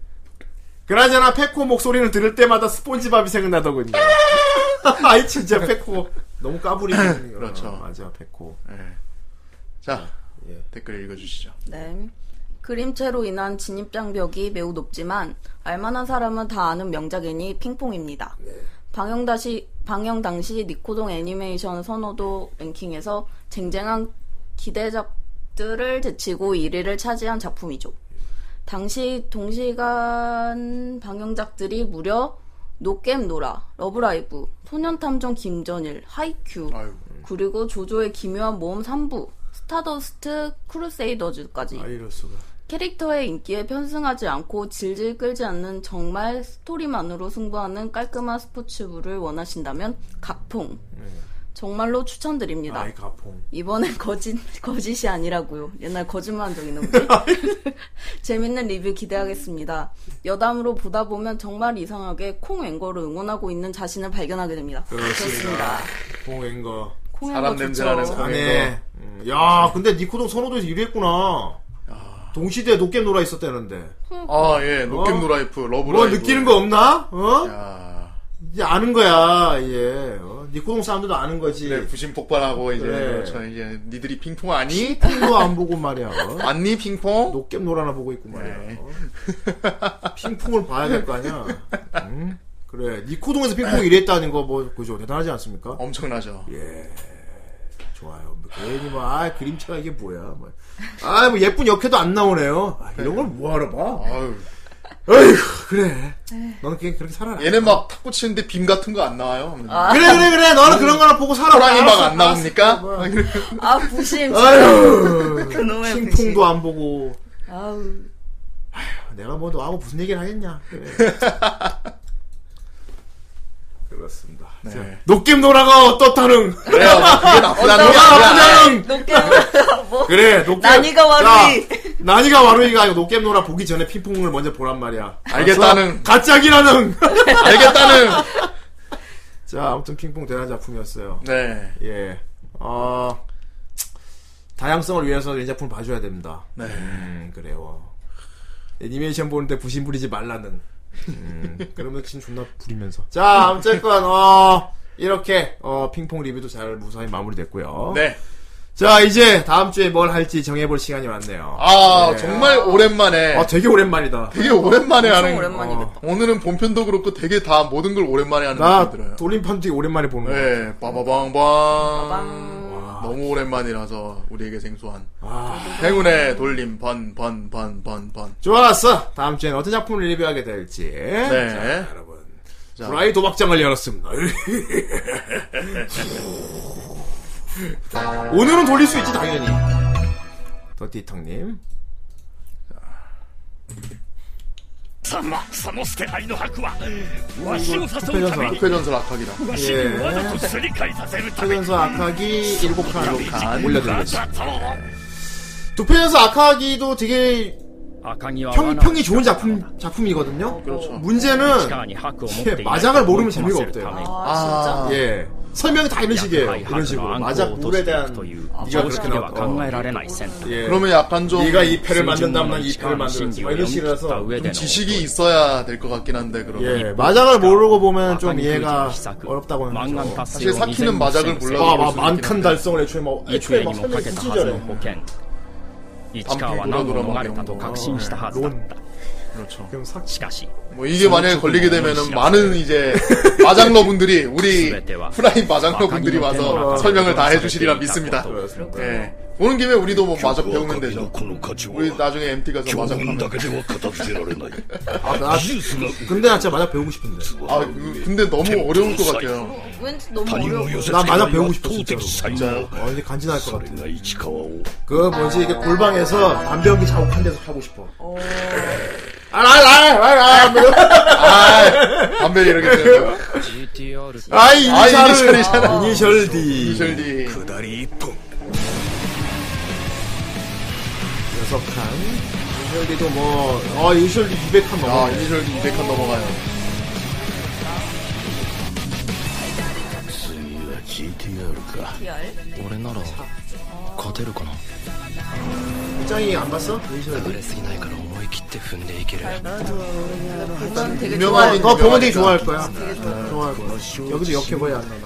[SPEAKER 4] 그나저나 페코 목소리를 들을 때마다 스폰지밥이 생각나더군요. <laughs> 아이 진짜 페코 너무 까불이거든요.
[SPEAKER 5] <laughs> 그렇죠.
[SPEAKER 4] 맞아 페코.
[SPEAKER 5] 예. 자
[SPEAKER 4] 예.
[SPEAKER 5] 댓글 읽어주시죠
[SPEAKER 6] 네. 그림체로 인한 진입장벽이 매우 높지만 알만한 사람은 다 아는 명작이니 핑퐁입니다. 방영 다시 방영 당시 니코동 애니메이션 선호도 랭킹에서 쟁쟁한 기대작들을 제치고 1위를 차지한 작품이죠. 당시 동시간 방영작들이 무려 노겜 노라, 러브라이브, 소년탐정 김전일, 하이큐,
[SPEAKER 4] 어,
[SPEAKER 5] 아유.
[SPEAKER 6] 그리고 조조의 기묘한 모험 3부, 스타더스트, 크루세이더즈까지
[SPEAKER 4] 아 이럴 수가.
[SPEAKER 6] 캐릭터의 인기에 편승하지 않고 질질 끌지 않는 정말 스토리만으로 승부하는 깔끔한 스포츠부를 원하신다면 각풍 정말로 추천드립니다.
[SPEAKER 4] 아이 가풍.
[SPEAKER 6] 이번엔 <laughs> 거짓 거짓이 아니라고요. 옛날 거짓말한 적 있는데 <laughs> 재밌는 리뷰 기대하겠습니다. 여담으로 보다 보면 정말 이상하게 콩 앵거를 응원하고 있는 자신을 발견하게 됩니다.
[SPEAKER 4] 그렇습니다. 봉앵거.
[SPEAKER 6] 콩
[SPEAKER 5] 사람
[SPEAKER 6] 앵거
[SPEAKER 5] 냄새
[SPEAKER 6] 좋죠.
[SPEAKER 5] 나는 사람.
[SPEAKER 4] 안에. 음, 야, 근데 니코동 선호도에서 1위했구나. 동시대 노겜 놀아 있었다는데.
[SPEAKER 5] 아, 예. 노겜
[SPEAKER 4] 어?
[SPEAKER 5] 노라이프, 러브라이브.
[SPEAKER 4] 뭐
[SPEAKER 5] 아,
[SPEAKER 4] 느끼는 거 없나? 어?
[SPEAKER 5] 야,
[SPEAKER 4] 이제 아는 거야. 예. 어? 니코동 사람들도 아는 거지.
[SPEAKER 5] 그래, 네, 부심 폭발하고, 이제,
[SPEAKER 4] 그래.
[SPEAKER 5] 그렇죠. 이제, 니들이 핑퐁 아니?
[SPEAKER 4] 핑퐁도 안 보고 말이야. 어?
[SPEAKER 5] 아니, 핑퐁?
[SPEAKER 4] 노겜 놀아나 보고 있고 말이야.
[SPEAKER 5] 네.
[SPEAKER 4] 어? 핑퐁을 봐야 될 거 아니야. 응? 그래. 니코동에서 핑퐁 이랬다는 거 뭐 그죠? 대단하지 않습니까?
[SPEAKER 5] 엄청나죠.
[SPEAKER 4] 예. 좋아요. 뭐 괜히 막, 아, 그림체가 이게 뭐야. 뭐. 아, 뭐 예쁜 역해도 안 나오네요. 아, 이런 걸 뭐하러 봐.
[SPEAKER 5] 아유.
[SPEAKER 4] 어휴, 그래. 너는 그냥 그렇게 살아라.
[SPEAKER 5] 얘는 막 탁구 치는데 빔 같은 거 안 나와요.
[SPEAKER 4] 그래, 그래, 그래. 너는 그런 거나 보고 살아.
[SPEAKER 5] 호랑이 막 안
[SPEAKER 4] 알았어,
[SPEAKER 5] 나옵니까?
[SPEAKER 4] 알았어.
[SPEAKER 5] 아, 이래.
[SPEAKER 6] 아 부심.
[SPEAKER 4] 아유.
[SPEAKER 6] 그놈의
[SPEAKER 4] 핑퐁도 안 보고.
[SPEAKER 6] 아우
[SPEAKER 4] 내가 뭐 너하고 무슨 얘기를 하겠냐. 그래. <laughs> 그렇습니다.
[SPEAKER 5] 네.
[SPEAKER 4] 자, 녹김 노라가
[SPEAKER 6] <laughs>
[SPEAKER 4] 어떻다는.
[SPEAKER 5] 그래요. 뭐 그게 나쁘다는 게 아니라.
[SPEAKER 4] 어떻다는.
[SPEAKER 6] 높게
[SPEAKER 4] <laughs> 그래, 녹겜.
[SPEAKER 6] 난이가 와루이.
[SPEAKER 4] 자, 난이가 와루이가 아니고 녹겜 노라 보기 전에 핑퐁을 먼저 보란 말이야. 아,
[SPEAKER 5] 알겠다는. <laughs>
[SPEAKER 4] 가짜기라는.
[SPEAKER 5] 알겠다는.
[SPEAKER 4] 자, 아무튼 핑퐁 대단한 작품이었어요.
[SPEAKER 5] 네.
[SPEAKER 4] 예. 어, 다양성을 위해서 이 작품을 봐줘야 됩니다.
[SPEAKER 5] 네.
[SPEAKER 4] 음, 그래요. 애니메이션 보는데 부심 부리지 말라는. 음, <laughs> 그러면 진 존나 부리면서. 자, 아무쨌건, 어, 이렇게, 어, 핑퐁 리뷰도 잘 무사히 마무리됐고요.
[SPEAKER 5] 네.
[SPEAKER 4] 자, 이제 다음 주에 뭘 할지 정해볼 시간이 왔네요.
[SPEAKER 5] 아,
[SPEAKER 4] 네.
[SPEAKER 5] 정말 오랜만에.
[SPEAKER 4] 아, 되게 오랜만이다.
[SPEAKER 5] 되게 오랜만에
[SPEAKER 6] 엄청
[SPEAKER 5] 하는.
[SPEAKER 6] 오랜만이겠다.
[SPEAKER 5] 어. 오늘은 본편도 그렇고 되게 다 모든 걸 오랜만에 하는
[SPEAKER 4] 나
[SPEAKER 5] 느낌 아, 들어요.
[SPEAKER 4] 돌림판 되게 오랜만에 보는 거.
[SPEAKER 5] 네, 빠바방방. 너무 오랜만이라서 우리에게 생소한
[SPEAKER 4] 아,
[SPEAKER 5] 행운의 돌림 번 번 번 번 번.
[SPEAKER 4] 좋았어. 다음 주엔 어떤 작품을 리뷰하게 될지.
[SPEAKER 5] 네.
[SPEAKER 4] 자, 여러분.
[SPEAKER 5] 자,
[SPEAKER 4] 브라이 도박장을
[SPEAKER 5] <laughs>
[SPEAKER 4] 열었습니다. 오늘은 돌릴 수 있지 당연히. 더티텅님.
[SPEAKER 8] 貴様サノスケ愛の白はわしを誘うために
[SPEAKER 5] 국회전설 악학이라.
[SPEAKER 4] 네.
[SPEAKER 8] わしにわざとすり替えさせるために
[SPEAKER 4] 예. 두편에서 악하기 7칸 올려드리겠습니다.
[SPEAKER 8] だぞ
[SPEAKER 4] 두편에서 악하기도 되게
[SPEAKER 8] 赤城は
[SPEAKER 4] 평평이 좋은 작품 작품이거든요.
[SPEAKER 5] 그렇죠.
[SPEAKER 4] 문제는
[SPEAKER 8] に白を持っ
[SPEAKER 4] 이렇게 마작을 모르면 재미가 없대요.
[SPEAKER 5] 아,
[SPEAKER 4] 예. 설명이 다 이런 식이에요.
[SPEAKER 8] に
[SPEAKER 4] 이런
[SPEAKER 8] 白の
[SPEAKER 4] 식으로
[SPEAKER 8] 暗
[SPEAKER 4] 마작
[SPEAKER 8] 号を落とし
[SPEAKER 4] 룰에
[SPEAKER 8] てい
[SPEAKER 4] 대한
[SPEAKER 8] くという
[SPEAKER 4] 네가
[SPEAKER 8] 常
[SPEAKER 4] 그렇게
[SPEAKER 8] 識では考
[SPEAKER 4] 아, 나왔다.
[SPEAKER 8] えられない選択
[SPEAKER 4] 예.
[SPEAKER 5] 그러면 약간 좀
[SPEAKER 4] 네가 이 패를 만든다면 난
[SPEAKER 8] 만
[SPEAKER 4] 이 패를 만들었지. 뭐 이런 식이라서
[SPEAKER 8] 좀
[SPEAKER 5] 지식이 있어야 될 것 같긴 한데 그러면.
[SPEAKER 4] 예, 마작을 모르고 보면 좀 이해가 어렵다고 하는 거죠.
[SPEAKER 5] 사실 사키는 마작을 몰라도
[SPEAKER 4] 아,
[SPEAKER 5] 볼
[SPEAKER 4] 막
[SPEAKER 5] 수는 있긴
[SPEAKER 4] 만칸
[SPEAKER 5] 한데.
[SPEAKER 4] 달성을 애초에 막 애초에
[SPEAKER 8] 1
[SPEAKER 4] 막
[SPEAKER 8] に
[SPEAKER 5] 뭐
[SPEAKER 8] もか
[SPEAKER 4] 설명이 뭐
[SPEAKER 8] けたはず
[SPEAKER 4] 진짜래.
[SPEAKER 8] の保険市川は難を逃れた
[SPEAKER 5] 어,
[SPEAKER 8] と確信したはずだった
[SPEAKER 5] 그렇죠.
[SPEAKER 4] 그럼 사
[SPEAKER 8] しかし
[SPEAKER 5] 뭐 이게 만약에 걸리게 되면은 많은 이제 마장러분들이 우리 프라이 마장러분들이 와서 설명을 다 해주시리라 믿습니다. 예. 오는 김에 우리도 뭐 마작 배우면 되죠.
[SPEAKER 8] この価値
[SPEAKER 5] 우리 나중에 MT 가서 마작 하면
[SPEAKER 8] だけでは片付けられない
[SPEAKER 4] 아, 나
[SPEAKER 8] 技術が
[SPEAKER 4] 근데 나 진짜 마작 배우고 싶은데.
[SPEAKER 5] 아, 그- 근데 너무 어려울 것 같아요.
[SPEAKER 6] 왠지 너무
[SPEAKER 8] 他人
[SPEAKER 5] 뭐
[SPEAKER 6] 어려워.
[SPEAKER 8] を寄せ
[SPEAKER 4] 나
[SPEAKER 8] 付けない
[SPEAKER 4] 마작
[SPEAKER 8] 圧
[SPEAKER 4] 배우고
[SPEAKER 8] 倒
[SPEAKER 4] 싶어
[SPEAKER 8] 的才
[SPEAKER 4] 진짜로.
[SPEAKER 8] 能
[SPEAKER 4] 어, 이제 간지날 것
[SPEAKER 8] それ
[SPEAKER 4] 같아.
[SPEAKER 8] が市川を
[SPEAKER 4] 그 뭐지 이게 골방에서 담배 연기 자욱한 데서 하고 싶어. 아, 아, 아, 아, 아,
[SPEAKER 5] 아, 담배를 이렇게 되는
[SPEAKER 4] 아, 이
[SPEAKER 5] 아,
[SPEAKER 4] 이니셜을
[SPEAKER 5] 이니셜이잖아.
[SPEAKER 4] 이니셜 D.
[SPEAKER 5] 이셜디.
[SPEAKER 8] 下り一本
[SPEAKER 4] 여섯 칸. 이니셜 D도 뭐, 어, 이니셜 D 200칸
[SPEAKER 5] 아,
[SPEAKER 4] 넘어.
[SPEAKER 5] 이니셜디 200칸 넘어가요.
[SPEAKER 8] 次は GTR か俺なら勝てるかな
[SPEAKER 4] 입장이 안 봤어? 이니셜 D.
[SPEAKER 8] れすぎないから思い切って踏んでいける
[SPEAKER 5] 유명한
[SPEAKER 4] 너 보면 되게 좋아할 거야. 좋아할 거야. 여기도 역해봐야 안 나와.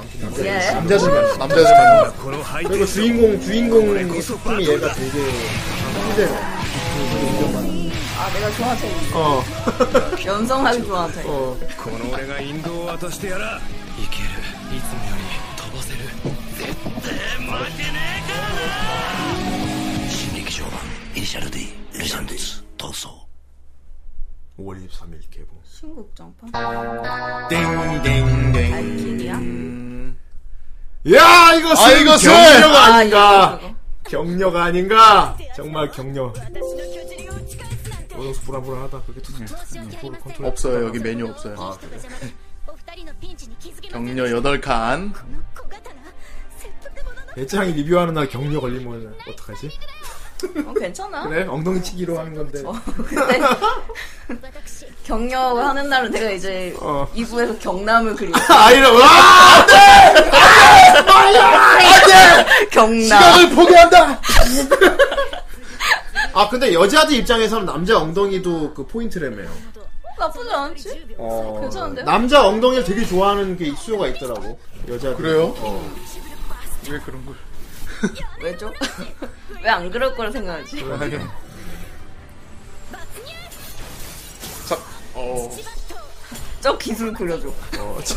[SPEAKER 6] 예.
[SPEAKER 4] 남자들만.
[SPEAKER 5] 남자들만.
[SPEAKER 8] このハイテン
[SPEAKER 4] 그리고 주인공, 주인공 소품이 얘가 되게 힘들어.
[SPEAKER 6] 아 내가 좋아하는
[SPEAKER 4] 어,
[SPEAKER 6] 연성하기 좋아하는
[SPEAKER 4] 어.
[SPEAKER 8] この俺が引導を渡してやらいけるいつもより飛ばせる絶対負けねえからな新劇場版イニシャル D ルシャンディス逃走
[SPEAKER 4] 5월 23일 개봉.
[SPEAKER 6] 신국장판?
[SPEAKER 4] 땡땡땡.
[SPEAKER 6] 알킬이야?
[SPEAKER 4] 야 이것은
[SPEAKER 5] 아, 이것은!
[SPEAKER 4] 경력
[SPEAKER 6] 아,
[SPEAKER 4] 아닌가?
[SPEAKER 6] 이거, 이거.
[SPEAKER 4] 경력 아닌가? 정말 경력. 오동수 불안불안하다. 그렇게 툭툭툭 볼을 컨트롤.
[SPEAKER 5] 없어요 여기 메뉴 없어요.
[SPEAKER 4] 아,
[SPEAKER 5] 격려 8칸
[SPEAKER 4] 배짱이 리뷰하는 날 경력 걸리면 어떡하지?
[SPEAKER 6] 어, 괜찮아.
[SPEAKER 4] 그래 엉덩이치기로 하는 건데.
[SPEAKER 6] 어, 근데 경력을 하는 날은 내가 이제
[SPEAKER 4] 어.
[SPEAKER 6] 이부에서 경남을
[SPEAKER 4] <laughs>
[SPEAKER 6] 그리고
[SPEAKER 4] 아이러 와
[SPEAKER 6] 경남.
[SPEAKER 5] 시각을 포기한다.
[SPEAKER 4] <laughs> 아 근데 여자들 입장에서는 남자 엉덩이도 그 포인트라며요.
[SPEAKER 6] 나쁘지 않지?
[SPEAKER 4] 어,
[SPEAKER 6] 괜찮은데요?
[SPEAKER 4] 남자 엉덩이를 되게 좋아하는 게 수요가 있더라고. 여자
[SPEAKER 5] 그래요?
[SPEAKER 4] 어.
[SPEAKER 5] 왜 그런 걸?
[SPEAKER 6] 왜죠? <laughs> 왜 안 그럴 거라 생각하지?
[SPEAKER 5] 자, 어,
[SPEAKER 6] 저 기술 그려줘.
[SPEAKER 4] 어,
[SPEAKER 6] <laughs>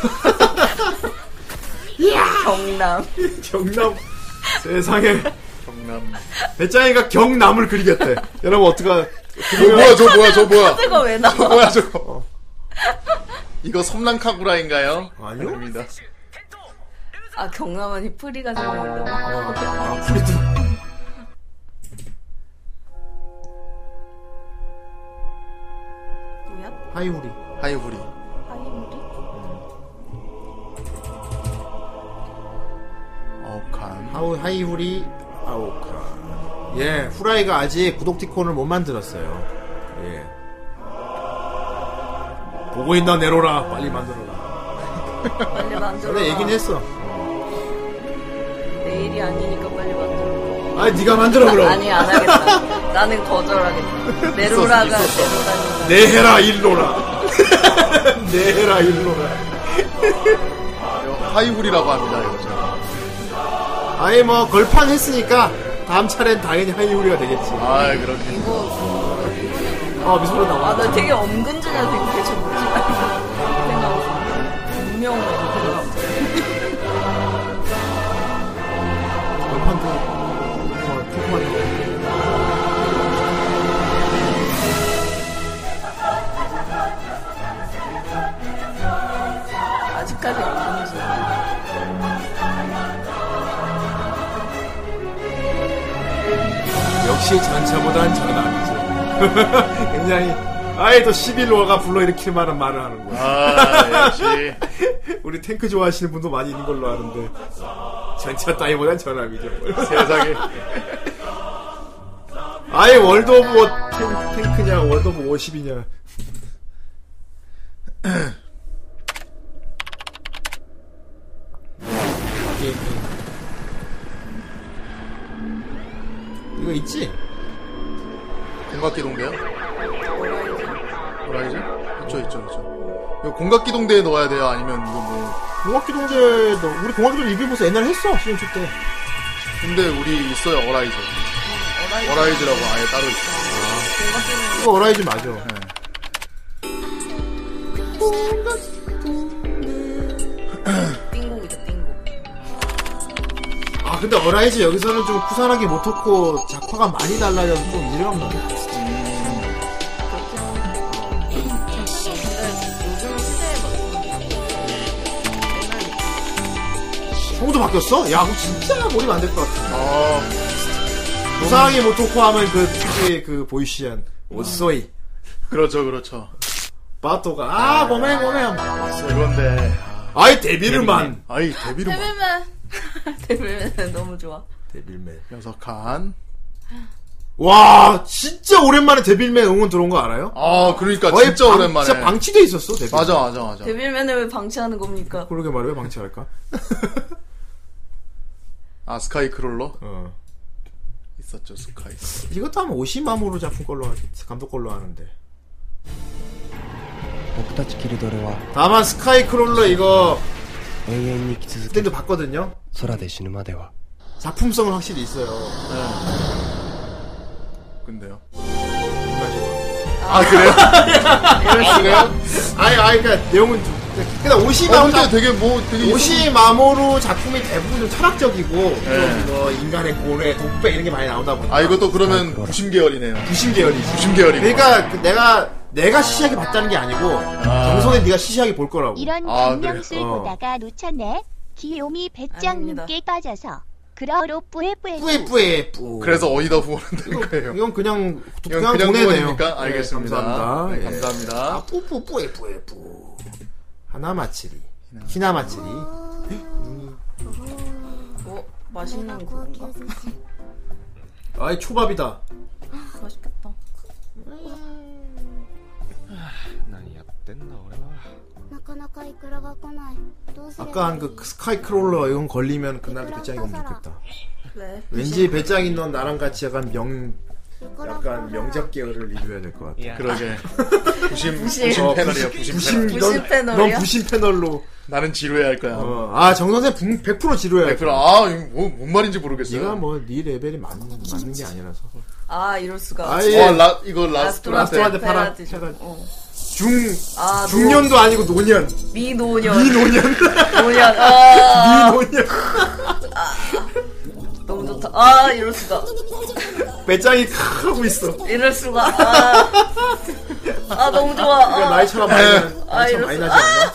[SPEAKER 6] 경남.
[SPEAKER 5] <laughs>
[SPEAKER 4] 경남 세상에
[SPEAKER 5] 경남.
[SPEAKER 4] 배짱이가 경남을 그리겠대. 여러분 어떡하?
[SPEAKER 5] 저 뭐야 저 뭐야 저 뭐야?
[SPEAKER 6] 이거 왜 나와?
[SPEAKER 5] 저 뭐야
[SPEAKER 4] 어.
[SPEAKER 5] 저거? 이거 섬랑카구라인가요?
[SPEAKER 4] 아니요.
[SPEAKER 5] 아닙니다.
[SPEAKER 6] 아 경남은 이 프리가 생각난다.
[SPEAKER 4] 아 프리드.
[SPEAKER 6] 뭐야?
[SPEAKER 4] 하이우리.
[SPEAKER 5] 하이브리.
[SPEAKER 6] 하이무리?
[SPEAKER 5] 아홉 칸.
[SPEAKER 4] 하우 하이후리 아오카. 예, 후라이가 아직 구독티콘을 못 만들었어요. 예. 보고 있나 내로라. 빨리 만들어라.
[SPEAKER 6] 빨리 만들어.
[SPEAKER 4] 전에 얘긴 했어.
[SPEAKER 6] 내일이 아니니까 빨리 만들어.
[SPEAKER 4] 아, 네가 만들어 그럼.
[SPEAKER 6] 아니 안 하겠다.
[SPEAKER 4] <laughs>
[SPEAKER 6] 나는 거절하겠다. 내로라가 내로라니까.
[SPEAKER 4] 내해라 일로라. <laughs> 내해라 일로라.
[SPEAKER 5] 어, 하이브리라고 합니다 이거 제가.
[SPEAKER 4] 아예 뭐 걸판 했으니까 다음 차례는 당연히 하이후리가 되겠지.
[SPEAKER 5] 아 그렇게.
[SPEAKER 4] 아 미소로 나와.
[SPEAKER 6] 아나 되게 엄근진해서 이거 대체 뭐지? 생각하고 있어. 분명 들어가고.
[SPEAKER 4] 걸판도 어, 조금만
[SPEAKER 6] 아직까지 엄근진.
[SPEAKER 4] 더. 역시 전차보단 전함이죠. <laughs> 굉장히 아예 또 11로가 불러일으킬 만한 말을 하는 거야.
[SPEAKER 5] 아 <laughs> 역시.
[SPEAKER 4] <laughs> 우리 탱크 좋아하시는 분도 많이 있는 걸로 아는데 전차 따위보단 전함이죠. <laughs>
[SPEAKER 5] 세상에.
[SPEAKER 4] 아예 월드 오브 워 탱, 탱크냐 월드 오브 워십이냐 게임, 게임. <clears throat> 이거 있지?
[SPEAKER 5] 공각기동대요? 호라이즌? 있죠 있죠 있죠. 이거 공각기동대에 넣어야 돼요? 아니면 이거 뭐?
[SPEAKER 4] 공학기동제도 우리 공학기동 리뷰보스 옛날에 했어 시즌 2 때.
[SPEAKER 5] 근데 우리 있어요 어라이즌. 어라이즈라고 아예 따로 있어.
[SPEAKER 4] 이거 어라이즈 맞아.
[SPEAKER 6] 띵곡이다 띵곡.
[SPEAKER 4] 아 근데 어라이즈 여기서는 좀 쿠사나기 모토코 작화가 많이 달라져서 좀 이름 나네.
[SPEAKER 6] 요즘 시대에 맞춰.
[SPEAKER 4] 성우도 바뀌었어? 야, 그럼 진짜 몰입 안 될 것 같아.
[SPEAKER 5] 아
[SPEAKER 4] 부상이 모토코 하면 그 특유의 그 보이시한 오소이
[SPEAKER 5] 그렇죠 그렇죠.
[SPEAKER 4] 바토가 아 고멘 고멘
[SPEAKER 5] 이건데.
[SPEAKER 4] 아이 데빌만
[SPEAKER 5] 아이 데뷔를 뭐. 못.
[SPEAKER 6] <laughs> 데빌맨 너무 좋아.
[SPEAKER 4] 데빌맨
[SPEAKER 5] 여섯 칸.
[SPEAKER 4] 와 진짜 오랜만에 데빌맨 응원 들어온 거 알아요?
[SPEAKER 5] 아 그러니까
[SPEAKER 4] 거의
[SPEAKER 5] 진짜
[SPEAKER 4] 방-
[SPEAKER 5] 오랜만에.
[SPEAKER 4] 진짜 방치돼 있었어 데빌
[SPEAKER 5] 맞아 맞아 맞아.
[SPEAKER 6] 데빌맨을 왜 방치하는 겁니까?
[SPEAKER 4] 그러게 말해 왜 방치할까?
[SPEAKER 5] 아 스카이 크롤러
[SPEAKER 4] 어
[SPEAKER 5] 있었죠 스카이.
[SPEAKER 4] 이것도 하면 오시마모로 작품 걸로 하- 감독 걸로 하는데
[SPEAKER 9] 僕たちキルドレは
[SPEAKER 4] 다만 스카이크롤러 이거
[SPEAKER 9] 永遠に生き続け
[SPEAKER 4] 그때도 봤거든요
[SPEAKER 9] 空で死ぬまでは
[SPEAKER 4] 작품성은 확실히 있어요
[SPEAKER 5] 근데요.
[SPEAKER 4] 아 그래요? 아니 아니 그러니까 내용은 좀 근데
[SPEAKER 5] 아
[SPEAKER 4] 오시마모
[SPEAKER 5] 어, 근데 되게 뭐 되게
[SPEAKER 4] 오시마모로 작품이 대부분 좀 철학적이고
[SPEAKER 5] 네.
[SPEAKER 4] 좀뭐 인간의 고뇌, 독백 이런 게 많이 나오다 보니까
[SPEAKER 5] 아 이것도 그러면 부심 계열이네요.
[SPEAKER 4] 부심 계열이지.
[SPEAKER 5] 부심 계열이.
[SPEAKER 4] 그러니까 그 내가 내가 시시하게 봤다는 게 아니고 정성에 네가 시시하게 볼 거라고.
[SPEAKER 10] 이런
[SPEAKER 5] 아,
[SPEAKER 10] 강명술
[SPEAKER 4] 그래요? 어.
[SPEAKER 10] 보다가 놓쳤네. 기요미 배짱
[SPEAKER 6] 아닙니다.
[SPEAKER 10] 눈게 빠져서 그러로 뿌에뿌에
[SPEAKER 4] 뿌에뿌에 뿌.
[SPEAKER 5] 그래서 어디다 후원한다는 거예요.
[SPEAKER 4] 이건 그냥
[SPEAKER 5] 이건
[SPEAKER 4] 그냥
[SPEAKER 5] 그냥
[SPEAKER 4] 보내네요.
[SPEAKER 5] 후원이니까 알겠습니다.
[SPEAKER 4] 네, 감사합니다.
[SPEAKER 5] 네,
[SPEAKER 4] 예.
[SPEAKER 5] 감사합니다.
[SPEAKER 4] 아, 뿌뿌 뿌에 뿌에 뿌. 하나마치리. 히나마치리.
[SPEAKER 6] 어, 맛있는 그건가?
[SPEAKER 4] 아이 초밥이다.
[SPEAKER 6] 맛있겠다.
[SPEAKER 9] 何やってんだ俺は
[SPEAKER 10] なかなかイクラが来ない。どう
[SPEAKER 4] 아까 한 그 스카이크롤러 이건 걸리면 그날도 배짱이가 먹겠다.
[SPEAKER 6] 왜?
[SPEAKER 4] 왠지 배짱이 넌 나랑 같이 약간 명 약간 명작 계열을 리뷰해야 될 것
[SPEAKER 6] 예.
[SPEAKER 4] 같아.
[SPEAKER 5] 그러게.
[SPEAKER 4] <laughs>
[SPEAKER 5] 부심, 부심
[SPEAKER 4] 어,
[SPEAKER 5] 패널이야, 부심 패널.
[SPEAKER 6] 부심
[SPEAKER 4] 넌-
[SPEAKER 6] 예. 패널이야?
[SPEAKER 4] 넌 부심 패널로.
[SPEAKER 5] 나는 지루해 할 거야.
[SPEAKER 4] 어, 아 정선생 100% 지루해.
[SPEAKER 5] 100% 아, 이거 뭐, 뭔 말인지 모르겠어요.
[SPEAKER 4] 네가 뭐 네 레벨이 맞, 맞는 게 아니라서.
[SPEAKER 6] 아, 이럴 수가.
[SPEAKER 4] 아예
[SPEAKER 5] 와, 어, 라, 이거 라스트한테.
[SPEAKER 4] 라스트한테 팔아.
[SPEAKER 6] 페라디죠.
[SPEAKER 4] 팔아.
[SPEAKER 6] 어.
[SPEAKER 4] 중
[SPEAKER 6] 아,
[SPEAKER 4] 중년도 아니고 노년.
[SPEAKER 6] 노- 미노년. 미노년. 노년. 아,
[SPEAKER 4] 네 미노년.
[SPEAKER 6] 너무 좋다. 아, 이럴 수가.
[SPEAKER 4] 배짱이 캬 하고 있어.
[SPEAKER 6] 이럴 수가. 아, 아 너무 좋아.
[SPEAKER 4] 그러니까
[SPEAKER 6] 아,
[SPEAKER 4] 나이 차가 많이 나-
[SPEAKER 6] 아,
[SPEAKER 4] 나이 차
[SPEAKER 6] 이럴
[SPEAKER 4] 많이
[SPEAKER 6] 수-
[SPEAKER 4] 나지 않나?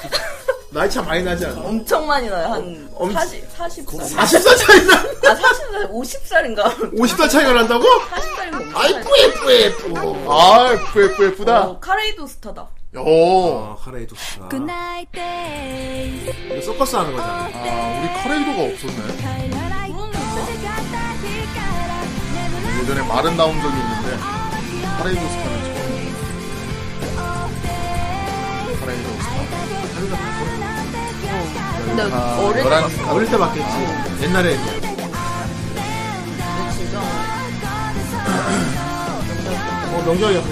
[SPEAKER 4] 나이 차 많이 나지 않나?
[SPEAKER 6] 엄청 많이 나요. 한
[SPEAKER 4] 엄-
[SPEAKER 6] 40, 40살.
[SPEAKER 4] 40살 차이 나?
[SPEAKER 6] 아, 40살, 50살인가?
[SPEAKER 4] 50살 차이가 난다고?
[SPEAKER 6] 40살인가?
[SPEAKER 4] 아이 뿌에 뿌에 뿌.
[SPEAKER 5] 아, 예쁘, 예쁘, 예쁘다.
[SPEAKER 6] 어, 카레이도 스타다.
[SPEAKER 5] 오.
[SPEAKER 4] 아 카레이도 좋다.
[SPEAKER 2] 굿나잇 데이
[SPEAKER 4] 이거 서커스 하는 거잖아.
[SPEAKER 5] 아, 우리 카레이도가 없었네. 예전에 말은 나온 적이 있는데, 카레이도 스타는 처음. 카레이도 스타.
[SPEAKER 6] 근데
[SPEAKER 5] 아,
[SPEAKER 6] 어릴 때
[SPEAKER 5] 열한 스타.
[SPEAKER 4] 어릴 때 봤겠지. 옛날에 얘기야.
[SPEAKER 6] 아, 진짜.
[SPEAKER 4] 어 명절이 앞에.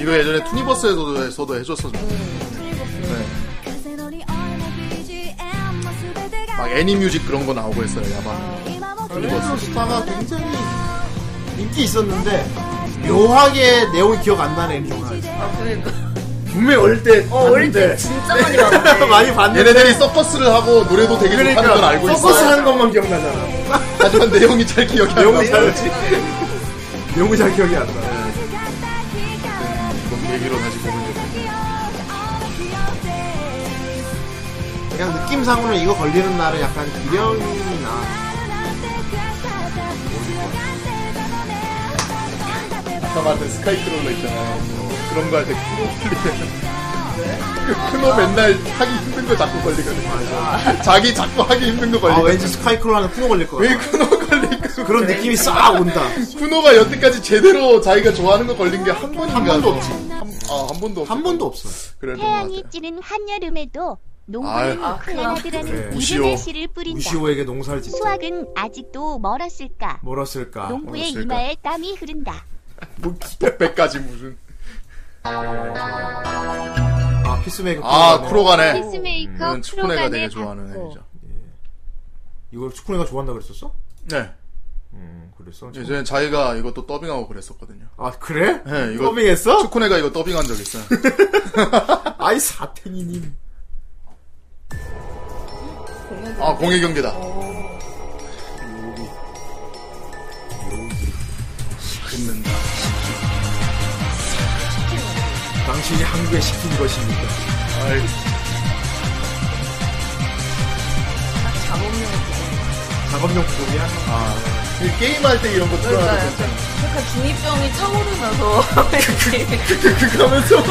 [SPEAKER 5] 이거 예전에 투니버스에서도 서도 해줬었는데. 막 애니뮤직 그런 거 나오고 했어요, 야밤.
[SPEAKER 4] 카레이도 스타가 굉장히 인기 있었는데 묘하게 내용이 기억 안 나네 애니 영화.
[SPEAKER 6] 아, 그러니까.
[SPEAKER 4] 분명히 어릴 때
[SPEAKER 6] 어, 어릴 때 진짜 많이 봤는데.
[SPEAKER 4] <laughs> 많이 봤는데
[SPEAKER 5] 얘네들이 서커스를 하고 노래도 되게 좋다는 건 알고
[SPEAKER 4] 그러니까
[SPEAKER 5] 있어.
[SPEAKER 4] 서커스 하는 것만 기억나잖아.
[SPEAKER 5] <laughs> 하지만 내용이 잘 기억이 안
[SPEAKER 4] 내용이
[SPEAKER 5] 나.
[SPEAKER 4] 잘지 내용이 잘 기억이 안 나.
[SPEAKER 5] 그럼 얘기로 다시 보면 되
[SPEAKER 4] 그냥 느낌상으로 이거 걸리는 날은 약간 기령이나
[SPEAKER 5] 아까 말했던 스카이크롤러 있잖아요. 어, 그런 거 할 때 크노 걸리네. 크노 맨날 하기 힘든 거 자꾸 걸리거든. 맞아. 자기 자꾸 하기 힘든 거
[SPEAKER 4] 아
[SPEAKER 5] 걸리거든.
[SPEAKER 4] 왠지 스카이크로 하는 쿠노 걸릴 것
[SPEAKER 5] 왜
[SPEAKER 4] 같아
[SPEAKER 5] 크노 걸릴까?
[SPEAKER 4] 그, 그런 느낌이 싹 온다
[SPEAKER 5] 쿠노가 여태까지 제대로 자기가 좋아하는 거 걸린 게 한 번인가?
[SPEAKER 4] 한 번도
[SPEAKER 5] 더.
[SPEAKER 4] 없지.
[SPEAKER 5] 한, 아, 한 번도 없어.
[SPEAKER 4] 한 번도 없어
[SPEAKER 5] 그래도
[SPEAKER 10] 태양이 찌는 한여름에도 농부는
[SPEAKER 5] 아유.
[SPEAKER 10] 우크라나드라는
[SPEAKER 5] 우시오.
[SPEAKER 10] 이름의 씨를 뿌린다.
[SPEAKER 4] 우시오에게 농사를 짓고
[SPEAKER 10] 수학은 아직도 멀었을까?
[SPEAKER 4] 멀었을까
[SPEAKER 10] 농부의
[SPEAKER 5] 멀었을까?
[SPEAKER 10] 이마에 땀이 흐른다.
[SPEAKER 5] 뭐, 백배까지 무슨.
[SPEAKER 4] 아 피스메이커
[SPEAKER 5] 아,
[SPEAKER 4] 쿠노가네.
[SPEAKER 5] 쿠로가네.
[SPEAKER 10] 피스메이커
[SPEAKER 5] 이건 축구네가 되게 좋아하는 애죠.
[SPEAKER 4] 이걸 축구네가 좋아한다 그랬었어?
[SPEAKER 5] 네.
[SPEAKER 4] 음 그랬어
[SPEAKER 5] 예전에 자기가 이것도 더빙하고 그랬었거든요.
[SPEAKER 4] 아 그래?
[SPEAKER 5] 네, 이거-
[SPEAKER 4] 더빙했어?
[SPEAKER 5] 축구네가 이거 더빙한
[SPEAKER 4] <laughs>
[SPEAKER 5] 적 있어요.
[SPEAKER 4] 아이 사탱이님
[SPEAKER 5] 아, 공의 경기다.
[SPEAKER 4] 어.
[SPEAKER 5] 긋는다.
[SPEAKER 4] 당신이 한국에 시킨 것입니까?
[SPEAKER 5] 아이,
[SPEAKER 6] 작업용.
[SPEAKER 4] 작업용 구독이야?
[SPEAKER 5] 이 게임할 때 이런 거 틀어놔도
[SPEAKER 6] 그러니까요.
[SPEAKER 5] 괜찮아.
[SPEAKER 6] 약간 중이병이
[SPEAKER 4] <laughs>
[SPEAKER 6] 차오르면서 이렇게
[SPEAKER 4] 그러면서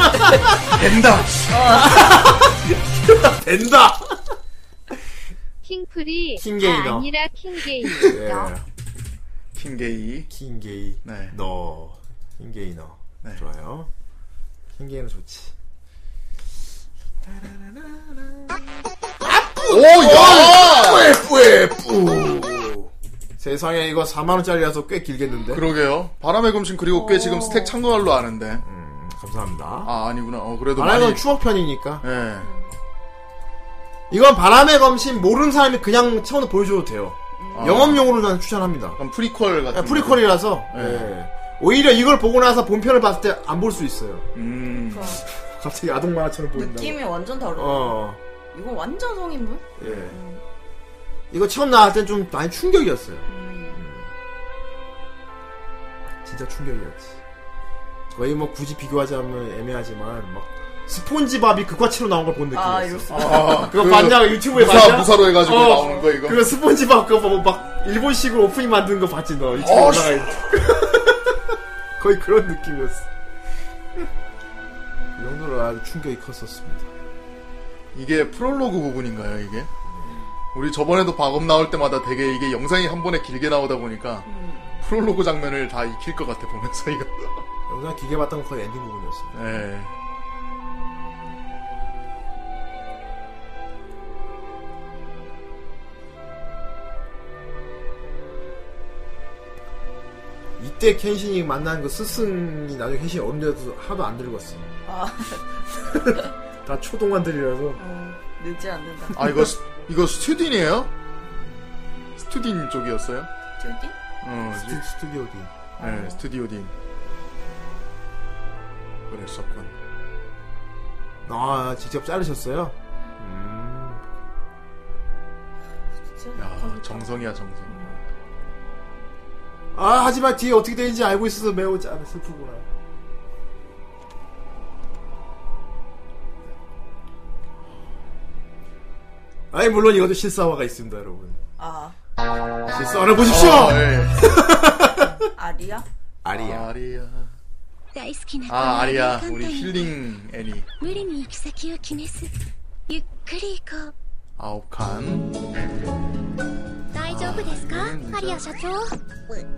[SPEAKER 5] 된다!
[SPEAKER 4] 된다!
[SPEAKER 10] 킹프리
[SPEAKER 4] 킹게이너.
[SPEAKER 10] 아니라 킹게이.
[SPEAKER 4] 예
[SPEAKER 5] 킹게이.
[SPEAKER 4] 킹게이
[SPEAKER 5] 네.
[SPEAKER 4] 너 킹게이 너
[SPEAKER 5] 네.
[SPEAKER 4] 좋아요 킹게이는 좋지
[SPEAKER 5] 오,
[SPEAKER 4] 어!
[SPEAKER 5] 야!
[SPEAKER 4] 뿌에뿌에뿌 세상에 이거 4만원짜리라서 꽤 길겠는데
[SPEAKER 5] 그러게요. 바람의 금신 그리고
[SPEAKER 10] 어.
[SPEAKER 5] 꽤 지금 스택 찬 걸로 아는데.
[SPEAKER 4] 음, 감사합니다
[SPEAKER 5] 아, 아니구나. 어, 그래도
[SPEAKER 4] 바람의
[SPEAKER 5] 많이.
[SPEAKER 4] 건 추억편이니까
[SPEAKER 5] 예.
[SPEAKER 4] 이건 바람의 검신 모르는 사람이 그냥 처음에 보여줘도 돼요
[SPEAKER 5] 아.
[SPEAKER 4] 영업용으로 나는 추천합니다
[SPEAKER 5] 약간 프리퀄 같은.
[SPEAKER 4] 그냥 예, 프리퀄이라서
[SPEAKER 5] 네.
[SPEAKER 4] 예. 오히려 이걸 보고 나서 본편을 봤을 때 안 볼 수 있어요
[SPEAKER 5] 거. 음.
[SPEAKER 6] 그러니까.
[SPEAKER 4] 갑자기 아동 만화처럼 보인다
[SPEAKER 6] 느낌이 완전 다르고
[SPEAKER 4] 어
[SPEAKER 6] 이거 완전 성인물?
[SPEAKER 4] 예. 이거 처음 나왔을 땐 좀 많이 충격이었어요.
[SPEAKER 6] 음.
[SPEAKER 4] 음. 진짜 충격이었지. 거의 뭐 굳이 비교하자면 애매하지만 막 스폰지밥이 극화체로 나온 걸 본 느낌이었어.
[SPEAKER 6] 아, 이럴 수가.
[SPEAKER 5] 아,
[SPEAKER 4] 그거
[SPEAKER 5] 그
[SPEAKER 4] 봤냐? 유튜브에
[SPEAKER 5] 무사-
[SPEAKER 4] 봤냐? 어.
[SPEAKER 5] 무사로 해가지고 나오는 거, 이거?
[SPEAKER 4] 그거 스폰지밥 그거 보고 막 일본식으로 오프닝 만든 거 봤지 너 유튜브
[SPEAKER 5] 어,
[SPEAKER 4] 올라가 있지. <laughs> 거의 그런 느낌이었어. 이 정도로 아주 충격이 컸었습니다.
[SPEAKER 5] 이게 프롤로그 부분인가요, 이게? 우리 저번에도 박업 나올 때마다 되게 이게 영상이 한 번에 길게 나오다 보니까
[SPEAKER 4] 음.
[SPEAKER 5] 프롤로그 장면을 다 익힐 것 같아, 보면서 이거. <laughs>
[SPEAKER 4] 영상 기계 봤던 건 거의 엔딩 부분이었습니다.
[SPEAKER 5] 예.
[SPEAKER 4] 이때 켄신이 만난 그 스승이 나중에 켄신이 어른 돼서 하도 안 늙었어.
[SPEAKER 6] 아.
[SPEAKER 4] <laughs> 다 초동안들이라서.
[SPEAKER 6] 어, 늦지 않는다.
[SPEAKER 5] 아, 이거, 스- 이거 스튜딘이에요? 스튜딘 쪽이었어요?
[SPEAKER 6] 저기?
[SPEAKER 5] 어,
[SPEAKER 4] 스튜, 스튜디오 D.
[SPEAKER 5] 네, 스튜디오 딘. 그랬었군.
[SPEAKER 4] 아, 직접 자르셨어요?
[SPEAKER 6] 진짜?
[SPEAKER 5] 야, 정성이야, 정성.
[SPEAKER 4] 아, 하지만 뒤에 어떻게 되는지 알고 있어서 매우 짠, 슬프구나. 아니, 물론 이것도 실사화가 있습니다, 여러분.
[SPEAKER 6] 아,
[SPEAKER 4] 실사화를 보십시오!
[SPEAKER 5] 어, 예.
[SPEAKER 6] 아리야?
[SPEAKER 4] 아리야.
[SPEAKER 5] 아리야.
[SPEAKER 11] 大好きな
[SPEAKER 5] 아
[SPEAKER 11] 子は
[SPEAKER 5] 아리야
[SPEAKER 11] 簡
[SPEAKER 5] 우리
[SPEAKER 11] 単に
[SPEAKER 5] 힐링 애니
[SPEAKER 11] 無理に行き先を決めずゆっくり行こう
[SPEAKER 5] 아홉 칸
[SPEAKER 11] 大丈夫ですか
[SPEAKER 5] あー
[SPEAKER 11] ハリア社長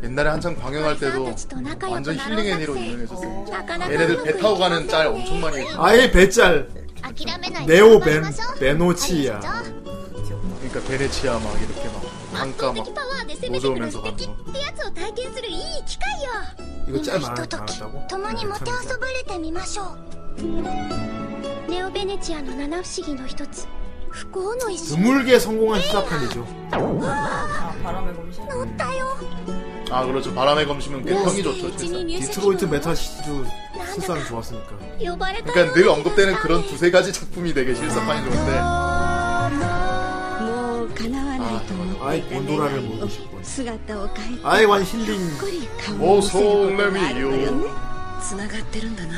[SPEAKER 5] 옛날에 한창 방영할
[SPEAKER 11] さん
[SPEAKER 5] 때도
[SPEAKER 11] たちと仲良く
[SPEAKER 5] 완전
[SPEAKER 11] なろ
[SPEAKER 5] 힐링
[SPEAKER 11] う学
[SPEAKER 5] 애니로
[SPEAKER 11] 生
[SPEAKER 5] 유명해졌어요
[SPEAKER 11] なかなか
[SPEAKER 5] 얘네들 배 타고 가는 짤 엄청 많이 했어요.
[SPEAKER 4] 아예 배짤.
[SPEAKER 11] 諦めないで
[SPEAKER 4] 네오
[SPEAKER 11] 頑張り
[SPEAKER 4] 벤
[SPEAKER 11] ましょうハリ
[SPEAKER 4] 베노치야.
[SPEAKER 11] ア社長
[SPEAKER 5] 그러니까 베네치아 막 이렇게 막 강가
[SPEAKER 11] 圧倒
[SPEAKER 5] 막
[SPEAKER 11] 的パワーで攻めてくる
[SPEAKER 5] 뭐
[SPEAKER 11] 素
[SPEAKER 5] 좋으면서
[SPEAKER 11] 敵ってやつを体験するいい機会よ
[SPEAKER 4] 이거
[SPEAKER 11] 今
[SPEAKER 4] 짤
[SPEAKER 11] ひ
[SPEAKER 4] 많아-
[SPEAKER 11] ととき
[SPEAKER 4] 많았다고?
[SPEAKER 11] 共にもてあそぶれてみましょうネオベネチアの七不思議の一つ不幸の石乗
[SPEAKER 4] 드물게 성공한 시사판이죠.
[SPEAKER 6] 아, 바람의 검신?
[SPEAKER 11] ったよ
[SPEAKER 5] 아 그렇죠 바람의 검심은 꽤 평이 좋죠
[SPEAKER 11] 一
[SPEAKER 5] 최상.
[SPEAKER 11] に入籍
[SPEAKER 4] 디트로이트 메타시도 실사는 좋았으니까.
[SPEAKER 11] 呼ばれた
[SPEAKER 5] 그러니까 늘 언급되는 그런 두세 가지 작품이 되게 실사판이 좋은데
[SPEAKER 2] もう叶わないと思ってい
[SPEAKER 4] 아이 네,
[SPEAKER 2] た
[SPEAKER 4] 곤도라를
[SPEAKER 2] 願い
[SPEAKER 4] 보고 어?
[SPEAKER 2] を
[SPEAKER 4] 싶군.
[SPEAKER 2] 姿を変えて
[SPEAKER 4] 아이 완 힐링.
[SPEAKER 2] ほっこり顔を
[SPEAKER 5] 오
[SPEAKER 2] 見せることがあるのよ
[SPEAKER 5] 소울레미요 <laughs>
[SPEAKER 2] ねつながってるんだな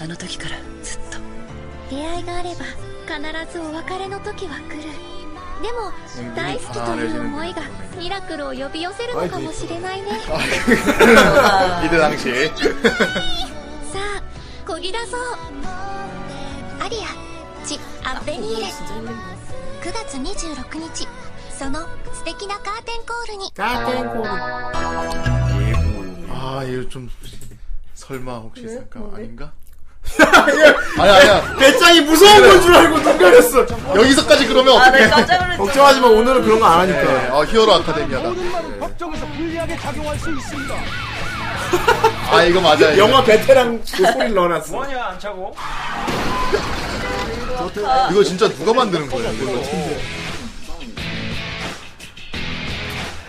[SPEAKER 2] あの時からずっと
[SPEAKER 11] 出会いがあれば必ずお別れの時は来るでも大好きという思いがミラクルを呼び寄せるのかもしれないねさ
[SPEAKER 5] 이때 당시
[SPEAKER 11] あこぎ出そうアリアチ・アッベニーレ
[SPEAKER 6] 진짜 힘들네.
[SPEAKER 11] 9月26日その素敵なカーテンコールに
[SPEAKER 5] 아 이거 좀 설마 혹시 잠깐 아닌가? <laughs> 아니 아니야
[SPEAKER 4] 배짱이 무서운 건 줄 알고 눈 가렸어.
[SPEAKER 5] 여기서까지 그러면
[SPEAKER 6] 아,
[SPEAKER 5] 어떻게
[SPEAKER 6] 나 깜짝 놀랐잖아.
[SPEAKER 4] 걱정하지 마. 오늘은 그런 거 안 하니까.
[SPEAKER 5] 아 히어로 아카데미아다 예.
[SPEAKER 12] 법정에서 불리하게 작용할 수 있습니다.
[SPEAKER 5] 아 이거 맞아요 이거.
[SPEAKER 4] 영화 베테랑 그 소리를 넣어놨어.
[SPEAKER 12] 뭐냐 안 차고?
[SPEAKER 5] 이거 진짜 누가 만드는 거예요? 이거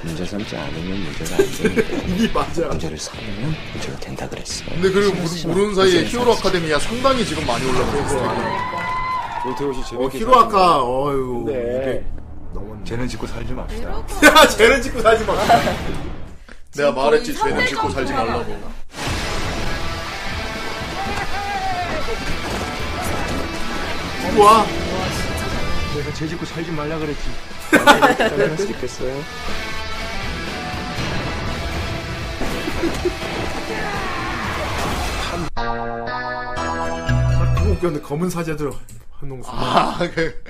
[SPEAKER 13] 문제 삼지 않으면 문제가 안
[SPEAKER 5] <laughs>
[SPEAKER 13] 되니까
[SPEAKER 4] 이게 맞아.
[SPEAKER 13] 문제를 삼으면 문제가 된다 그랬어.
[SPEAKER 5] 근데 그리고 모르- 모르는 사이에 히어로 아카데미아 상당히 지금 많이 올라가고
[SPEAKER 13] 조태호 씨 재밌게
[SPEAKER 4] 어, 히로아카, 어유
[SPEAKER 13] 네.
[SPEAKER 4] 너무.
[SPEAKER 13] 쟤는 짓고 살지
[SPEAKER 5] <laughs>
[SPEAKER 13] 맙시다.
[SPEAKER 4] 야, 쟤는 짓고 사지 마.
[SPEAKER 5] 내가 말했지
[SPEAKER 6] 거의
[SPEAKER 5] 죄는 짓고
[SPEAKER 6] 상대적으로
[SPEAKER 5] 살지 말라고
[SPEAKER 4] 우와.
[SPEAKER 13] 내가 죄 짓고 살지 말라
[SPEAKER 4] <laughs>
[SPEAKER 13] 그랬지. 잘할 수 있겠어요?
[SPEAKER 4] 아, 그거 웃겼는데 검은 사제들 한동수.
[SPEAKER 5] 아그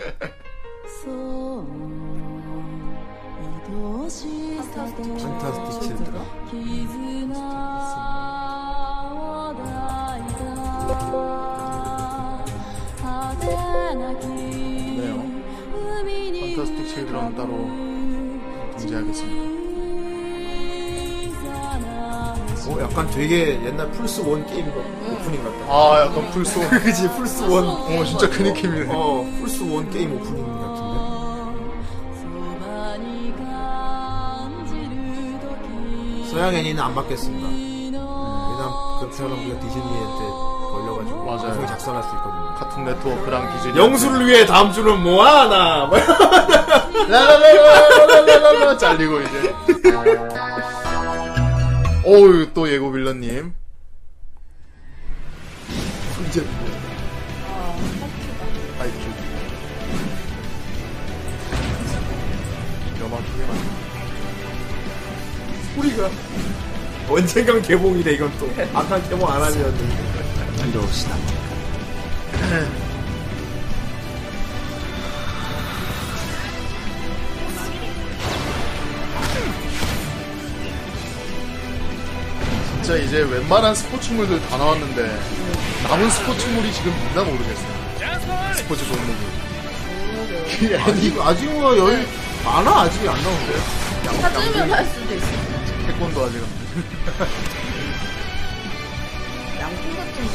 [SPEAKER 4] 판타스틱 칠드라.
[SPEAKER 5] 그래요 판타스틱 칠드럼 따로 공지하겠습니다
[SPEAKER 4] 어, 약간 되게 옛날 플스 원 게임 거
[SPEAKER 6] 음.
[SPEAKER 4] 오프닝
[SPEAKER 6] 어.
[SPEAKER 4] 같다.
[SPEAKER 5] 아 약간 풀소
[SPEAKER 4] 그지 플스 원.
[SPEAKER 5] 어 진짜 그 느낌이네
[SPEAKER 4] 어, 플스 원 게임 오프닝 같은데. 네, 서양 애니는 안 받겠습니다. 왜냐면 그 사람 우리가 디즈니한테 걸려가지고
[SPEAKER 5] 맞아요.
[SPEAKER 4] 방송이 작살날 수 있거든요.
[SPEAKER 5] 카툰 네트워크랑 기질
[SPEAKER 4] 영수를 위해 다음 주는 뭐 하나? <laughs> 뭐
[SPEAKER 5] 라라라라라라라라 잘리고 이제 어우 또 예고 빌런님 훈제 아이큐 기가 막히게 만 소리가
[SPEAKER 4] 언젠간 개봉이래 이건 또 아까 개봉 안 하면
[SPEAKER 5] 진짜 이제 웬만한 스포츠물들 다 나왔는데 남은 스포츠물이 지금 뭔가 모르겠어요 스포츠 종목이
[SPEAKER 4] 아직 아직 뭐 여유 많아 아직 안 나오는데.
[SPEAKER 6] 찾으면 할 수도 있어.
[SPEAKER 5] 태권도 아직 안
[SPEAKER 6] 양품 같은 거.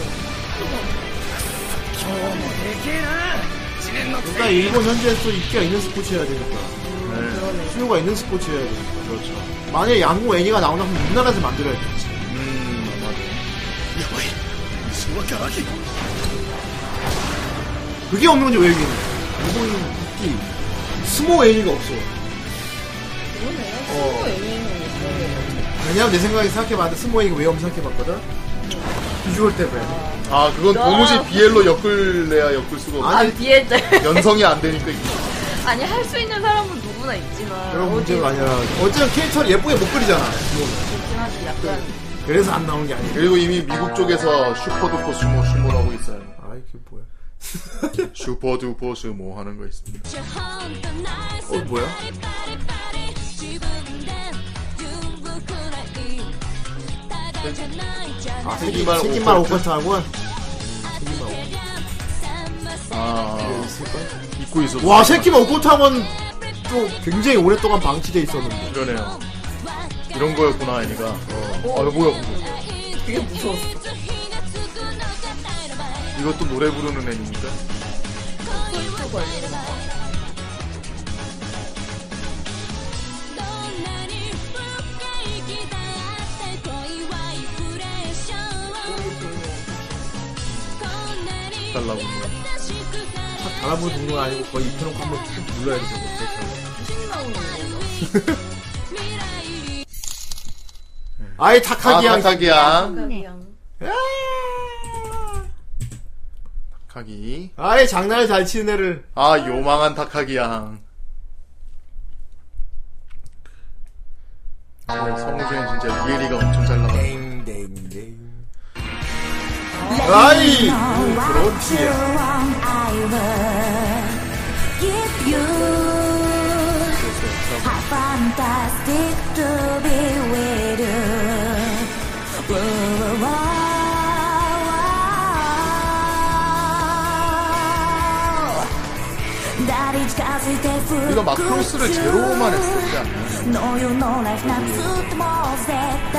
[SPEAKER 4] 그러니까 일단 일본 현지에서 인기가 있는 스포츠 해야 되니까.
[SPEAKER 6] 음,
[SPEAKER 4] 수요가 있는 스포츠 해야 되니까. 그렇죠. 만약에 양궁 애니가 나오나 하면 우리나라에서 만들어야 돼.
[SPEAKER 5] 음, 맞아.
[SPEAKER 4] 그게 없는 건지 왜 얘기해? 일본 인기. 스모 애니가 없어. 어.
[SPEAKER 6] 또 애니는 있어요.
[SPEAKER 4] 왜냐면 내 생각에 생각해봤는데 스모 애니가 왜 없는지 생각해봤거든?
[SPEAKER 6] 음.
[SPEAKER 4] 비주얼 때문에.
[SPEAKER 5] 아 그건 도무지 BL로 엮을래야 엮을 수가 없어
[SPEAKER 6] 아, 뒤에 때.
[SPEAKER 5] 연성이 안 되니까 이게.
[SPEAKER 6] <laughs> 아니, 할 수 있는 사람은 누구나 있지만.
[SPEAKER 4] 그런 문제가 아니라. 어쨌든 캐릭터를 예쁘게 못 그리잖아. 스모는.
[SPEAKER 6] 있긴 하지, 약간.
[SPEAKER 4] 그래서 안 나온 게 아니야.
[SPEAKER 5] 그리고 이미 미국 쪽에서 슈퍼두퍼 스모 스모라고 있어요
[SPEAKER 4] 아, 이게 뭐야.
[SPEAKER 5] 슈퍼두퍼 스모 하는 거 있습니다
[SPEAKER 4] 어, 뭐야? 아,
[SPEAKER 5] 생기말
[SPEAKER 4] 생기말, 생기말
[SPEAKER 5] 오컬트.
[SPEAKER 4] 오컬트 하고.
[SPEAKER 5] 아 입고 있었어
[SPEAKER 4] 와, 새끼만 오컬트 하고는 또 굉장히 오랫동안 방치돼 있었는데.
[SPEAKER 5] 그러네요 이런 거였구나 애니가 어. 아 뭐야 그거
[SPEAKER 6] 되게 무서웠어.
[SPEAKER 5] 이것도 노래 부르는 애니입니까? 달라고
[SPEAKER 4] 바라보는 건 아니고 거의 입혀놓고 한번 쭉 눌러야 되죠. 그렇게. 아이,
[SPEAKER 5] 아
[SPEAKER 4] 타카기양.
[SPEAKER 5] 타카기야
[SPEAKER 6] 그냥.
[SPEAKER 5] 타카기
[SPEAKER 4] 아이, 장난을 잘 치는 애를.
[SPEAKER 5] 아 요망한 타카기양 아, 성우주엔 진짜 리에리가 엄청 잘 나가
[SPEAKER 4] 땡땡땡. 아이! 그렇지.
[SPEAKER 5] 우리가 막 크로스를 제로만 했을 때 아니야?
[SPEAKER 11] の世のライフなずっともう絶対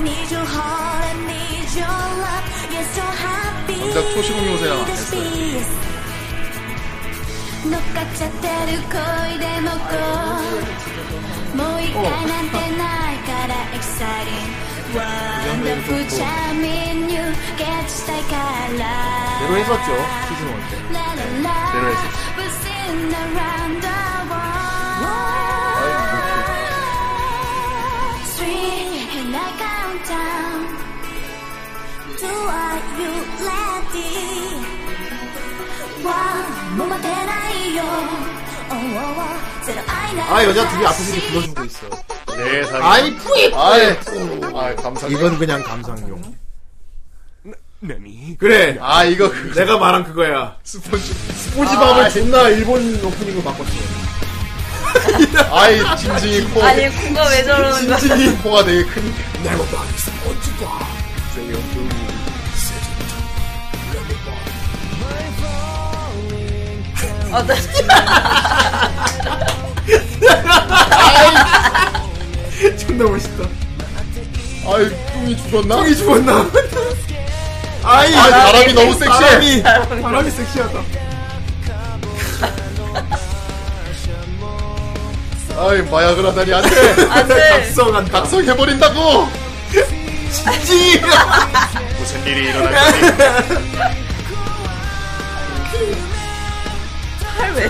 [SPEAKER 11] Need your heart and need your love Yes, you're happy
[SPEAKER 5] 정작 초시공 요새랑 안
[SPEAKER 11] This
[SPEAKER 5] 했어요.
[SPEAKER 11] beast 乗っかっちゃってる恋でもこうもう一回なんてないから Exciting Wonderful charming you catch したいから
[SPEAKER 4] 대로 했었죠. 시즌 1 때.
[SPEAKER 11] 내려야지.
[SPEAKER 4] 아, 여자 둘이 앞에서 이렇게 불러주고 있어.
[SPEAKER 5] 세상에.
[SPEAKER 4] 네, 아이, 뿌이!
[SPEAKER 5] 아이, 아이, 감사합니다.
[SPEAKER 4] 이건 그냥 감상용.
[SPEAKER 8] 何
[SPEAKER 4] 그래.
[SPEAKER 5] 아, 이거, 그,
[SPEAKER 4] 내가 말한 그거야.
[SPEAKER 5] 스펀지.
[SPEAKER 4] 꼬집밥을
[SPEAKER 5] 아,
[SPEAKER 4] 존나 일본 오프닝으로 바꿨어.
[SPEAKER 5] 아이, 진진이 코.
[SPEAKER 6] 어, 아니, 쿵가 왜 저러는 거야?
[SPEAKER 5] 진진이 코가 되게 크니까.
[SPEAKER 4] 내가 말한 스펀지밥.
[SPEAKER 6] 아, 나
[SPEAKER 4] 존나 멋있다.
[SPEAKER 5] 아이, 뚱이 죽었나?
[SPEAKER 4] 똥이 죽었나? 아이,
[SPEAKER 5] 아, 바람이 너무
[SPEAKER 4] <laughs>
[SPEAKER 5] 섹시해.
[SPEAKER 4] 바람이, 바람이 섹시하다.
[SPEAKER 5] 아이, 마약을 하다니, 안 돼.
[SPEAKER 6] 안 돼.
[SPEAKER 4] <laughs> 각성한다.
[SPEAKER 5] 각성해버린다고!
[SPEAKER 4] <laughs> 진지!
[SPEAKER 5] 무슨 일이 일어났지?
[SPEAKER 6] 할매.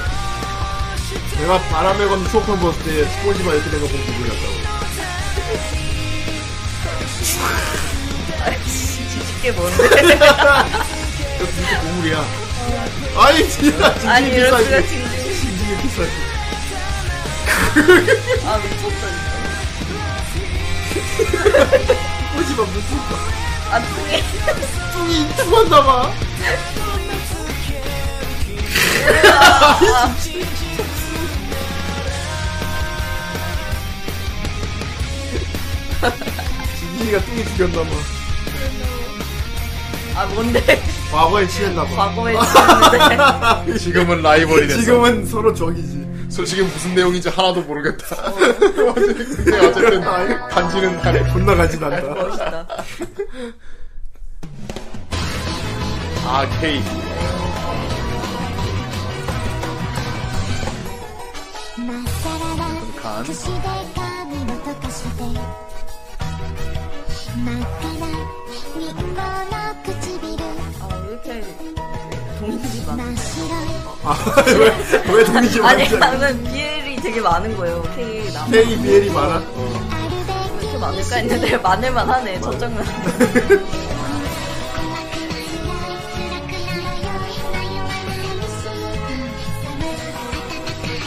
[SPEAKER 4] 내가 바람에 건 쇼크를 벗을 때 스폰지바 이렇게 된거 보고 기분이 났다고.
[SPEAKER 14] 아이씨, 지게 뭔데?
[SPEAKER 4] <laughs> 이거 진짜 동물이야. 아이, 진짜 진지
[SPEAKER 14] 아니,
[SPEAKER 4] 비싸지.
[SPEAKER 14] 이럴 수가,
[SPEAKER 4] 진지. 진지 비싸지.
[SPEAKER 6] 아 미쳤다.
[SPEAKER 4] 스폰지바 무슨.
[SPEAKER 6] 아 뚱해.
[SPEAKER 4] 뚱이 인투한다봐. 진지가 뚱이 죽였나봐.
[SPEAKER 6] 아 뭔데?
[SPEAKER 4] 과거에 취했나봐.
[SPEAKER 6] 과거에
[SPEAKER 4] 아,
[SPEAKER 6] 취했는데.
[SPEAKER 5] 지금은 라이벌이 됐어.
[SPEAKER 4] 지금은 서로 적이지.
[SPEAKER 5] 솔직히 무슨 내용인지 하나도 모르겠다. 근데 어쨌든 간지는 나네.
[SPEAKER 4] 존나 간지난다.
[SPEAKER 6] 멋있다.
[SPEAKER 5] 아, 케이. 간.
[SPEAKER 11] くしで髪を溶かして真っ赤なリンゴの唇
[SPEAKER 6] 아 왜 이렇게 동인지 많아?
[SPEAKER 4] 为同情
[SPEAKER 6] 아니 나는 비엘이 되게 많은 거예요. K 남.
[SPEAKER 4] K 비엘이 많아?
[SPEAKER 6] 왜 이렇게 많을까 했는데 <laughs> 많을만 하네. 저쪽은.
[SPEAKER 11] この世界は儚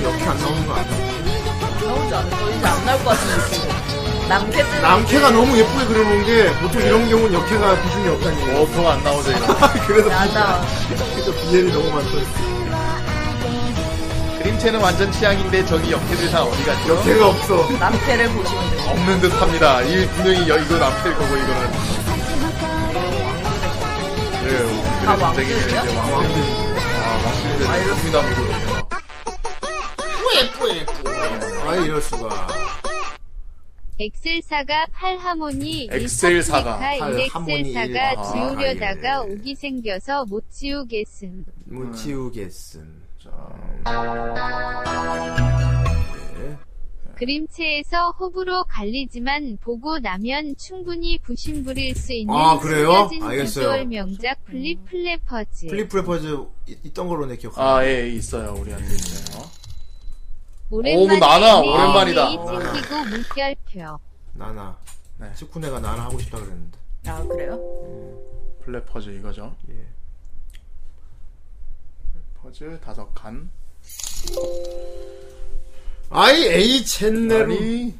[SPEAKER 4] 이렇게 안 나오는 거 아니야?
[SPEAKER 6] 나오지 않을 거 이제 안 나올 것 같은 느낌. 남캐 때문에.
[SPEAKER 4] 남캐가 너무 예쁘게 그려놓은 게
[SPEAKER 6] 네.
[SPEAKER 4] 보통 이런 경우는 역캐가 기준이 없다니.
[SPEAKER 5] 워퍼가 안 나오죠,
[SPEAKER 4] 그래서
[SPEAKER 6] 맞아.
[SPEAKER 4] 그래서 비엘이 너무 많다.
[SPEAKER 5] 그림체는 완전 취향인데 저기 역캐들 다 어디 갔죠?
[SPEAKER 4] 역캐가 없어.
[SPEAKER 6] 남캐를 보시면 돼요.
[SPEAKER 5] 없는 듯 합니다. 이 분명히 여, 이거 남캐일 거고, 이거는. 예,
[SPEAKER 6] 아,
[SPEAKER 5] 그래서 갑자기 이제
[SPEAKER 6] 왕실이요?
[SPEAKER 5] 왕실. 아, 왕실인데 국민남이거든요.
[SPEAKER 4] 아 이럴 수가.
[SPEAKER 15] 엑셀사가 팔하모니
[SPEAKER 5] 엑셀사가 팔하모니
[SPEAKER 15] 엑셀사가
[SPEAKER 5] 일. 아,
[SPEAKER 15] 지우려다가 옥이 생겨서 못 지우겠음.
[SPEAKER 4] 못 지우겠음. 자.
[SPEAKER 15] 그림체에서 호불호 갈리지만 보고 나면 충분히 부심부릴 수 있는
[SPEAKER 4] 아, 그래요?
[SPEAKER 15] 숨겨진
[SPEAKER 4] 알겠어요.
[SPEAKER 15] 유돌 명작 플립 플래퍼즈.
[SPEAKER 4] 플립 프레퍼즈 있- 있던 걸로 내 기억.
[SPEAKER 5] 아, 예, 있어요, 우리 한테. 어?
[SPEAKER 15] 오랜만에
[SPEAKER 5] 오, 나나,
[SPEAKER 15] 내
[SPEAKER 5] 오랜만이다.
[SPEAKER 15] 일이 찍히고 물결표.
[SPEAKER 4] 나나. 스쿠네가 나나 하고 싶다 그랬는데.
[SPEAKER 6] 아 그래요?
[SPEAKER 5] 플랫퍼즈 이거죠.
[SPEAKER 4] 예.
[SPEAKER 5] 퍼즐 다섯 칸.
[SPEAKER 4] 아이 A 챗넬이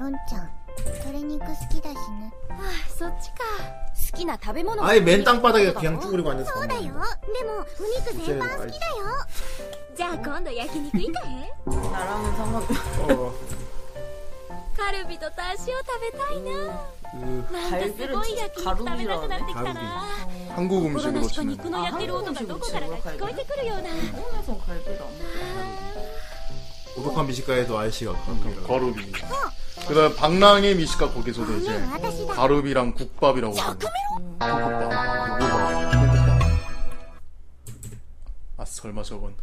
[SPEAKER 11] ロンちゃん鶏肉好きだしねああそっちか好きな食べ物
[SPEAKER 4] 아예 맨 땅바닥에 그냥 쭈그리고 앉아서
[SPEAKER 11] そうだよで
[SPEAKER 4] 먹는
[SPEAKER 11] もお肉全般好きだよじゃあ今度焼肉行かへん
[SPEAKER 6] 나랑은 상관.
[SPEAKER 4] 거.
[SPEAKER 11] カルビとタン塩食べたいな
[SPEAKER 4] 그
[SPEAKER 11] なんかすごい焼き肉食べなくなってきたな
[SPEAKER 5] 한국
[SPEAKER 11] 心な
[SPEAKER 5] 음식으로
[SPEAKER 11] しか
[SPEAKER 5] 치는.
[SPEAKER 11] 肉の焼ける音がどこからか聞こえてくるような
[SPEAKER 6] 일본에선 갈비가 안 먹어.
[SPEAKER 4] 고독한 미식가에도 아이씨가
[SPEAKER 5] 거루비 그다음 방랑의 미식가 거기서도 이제
[SPEAKER 11] <laughs>
[SPEAKER 5] 가루비랑 국밥이라고. 하거든요. 국밥. 국밥. 국밥. 아 설마 저건.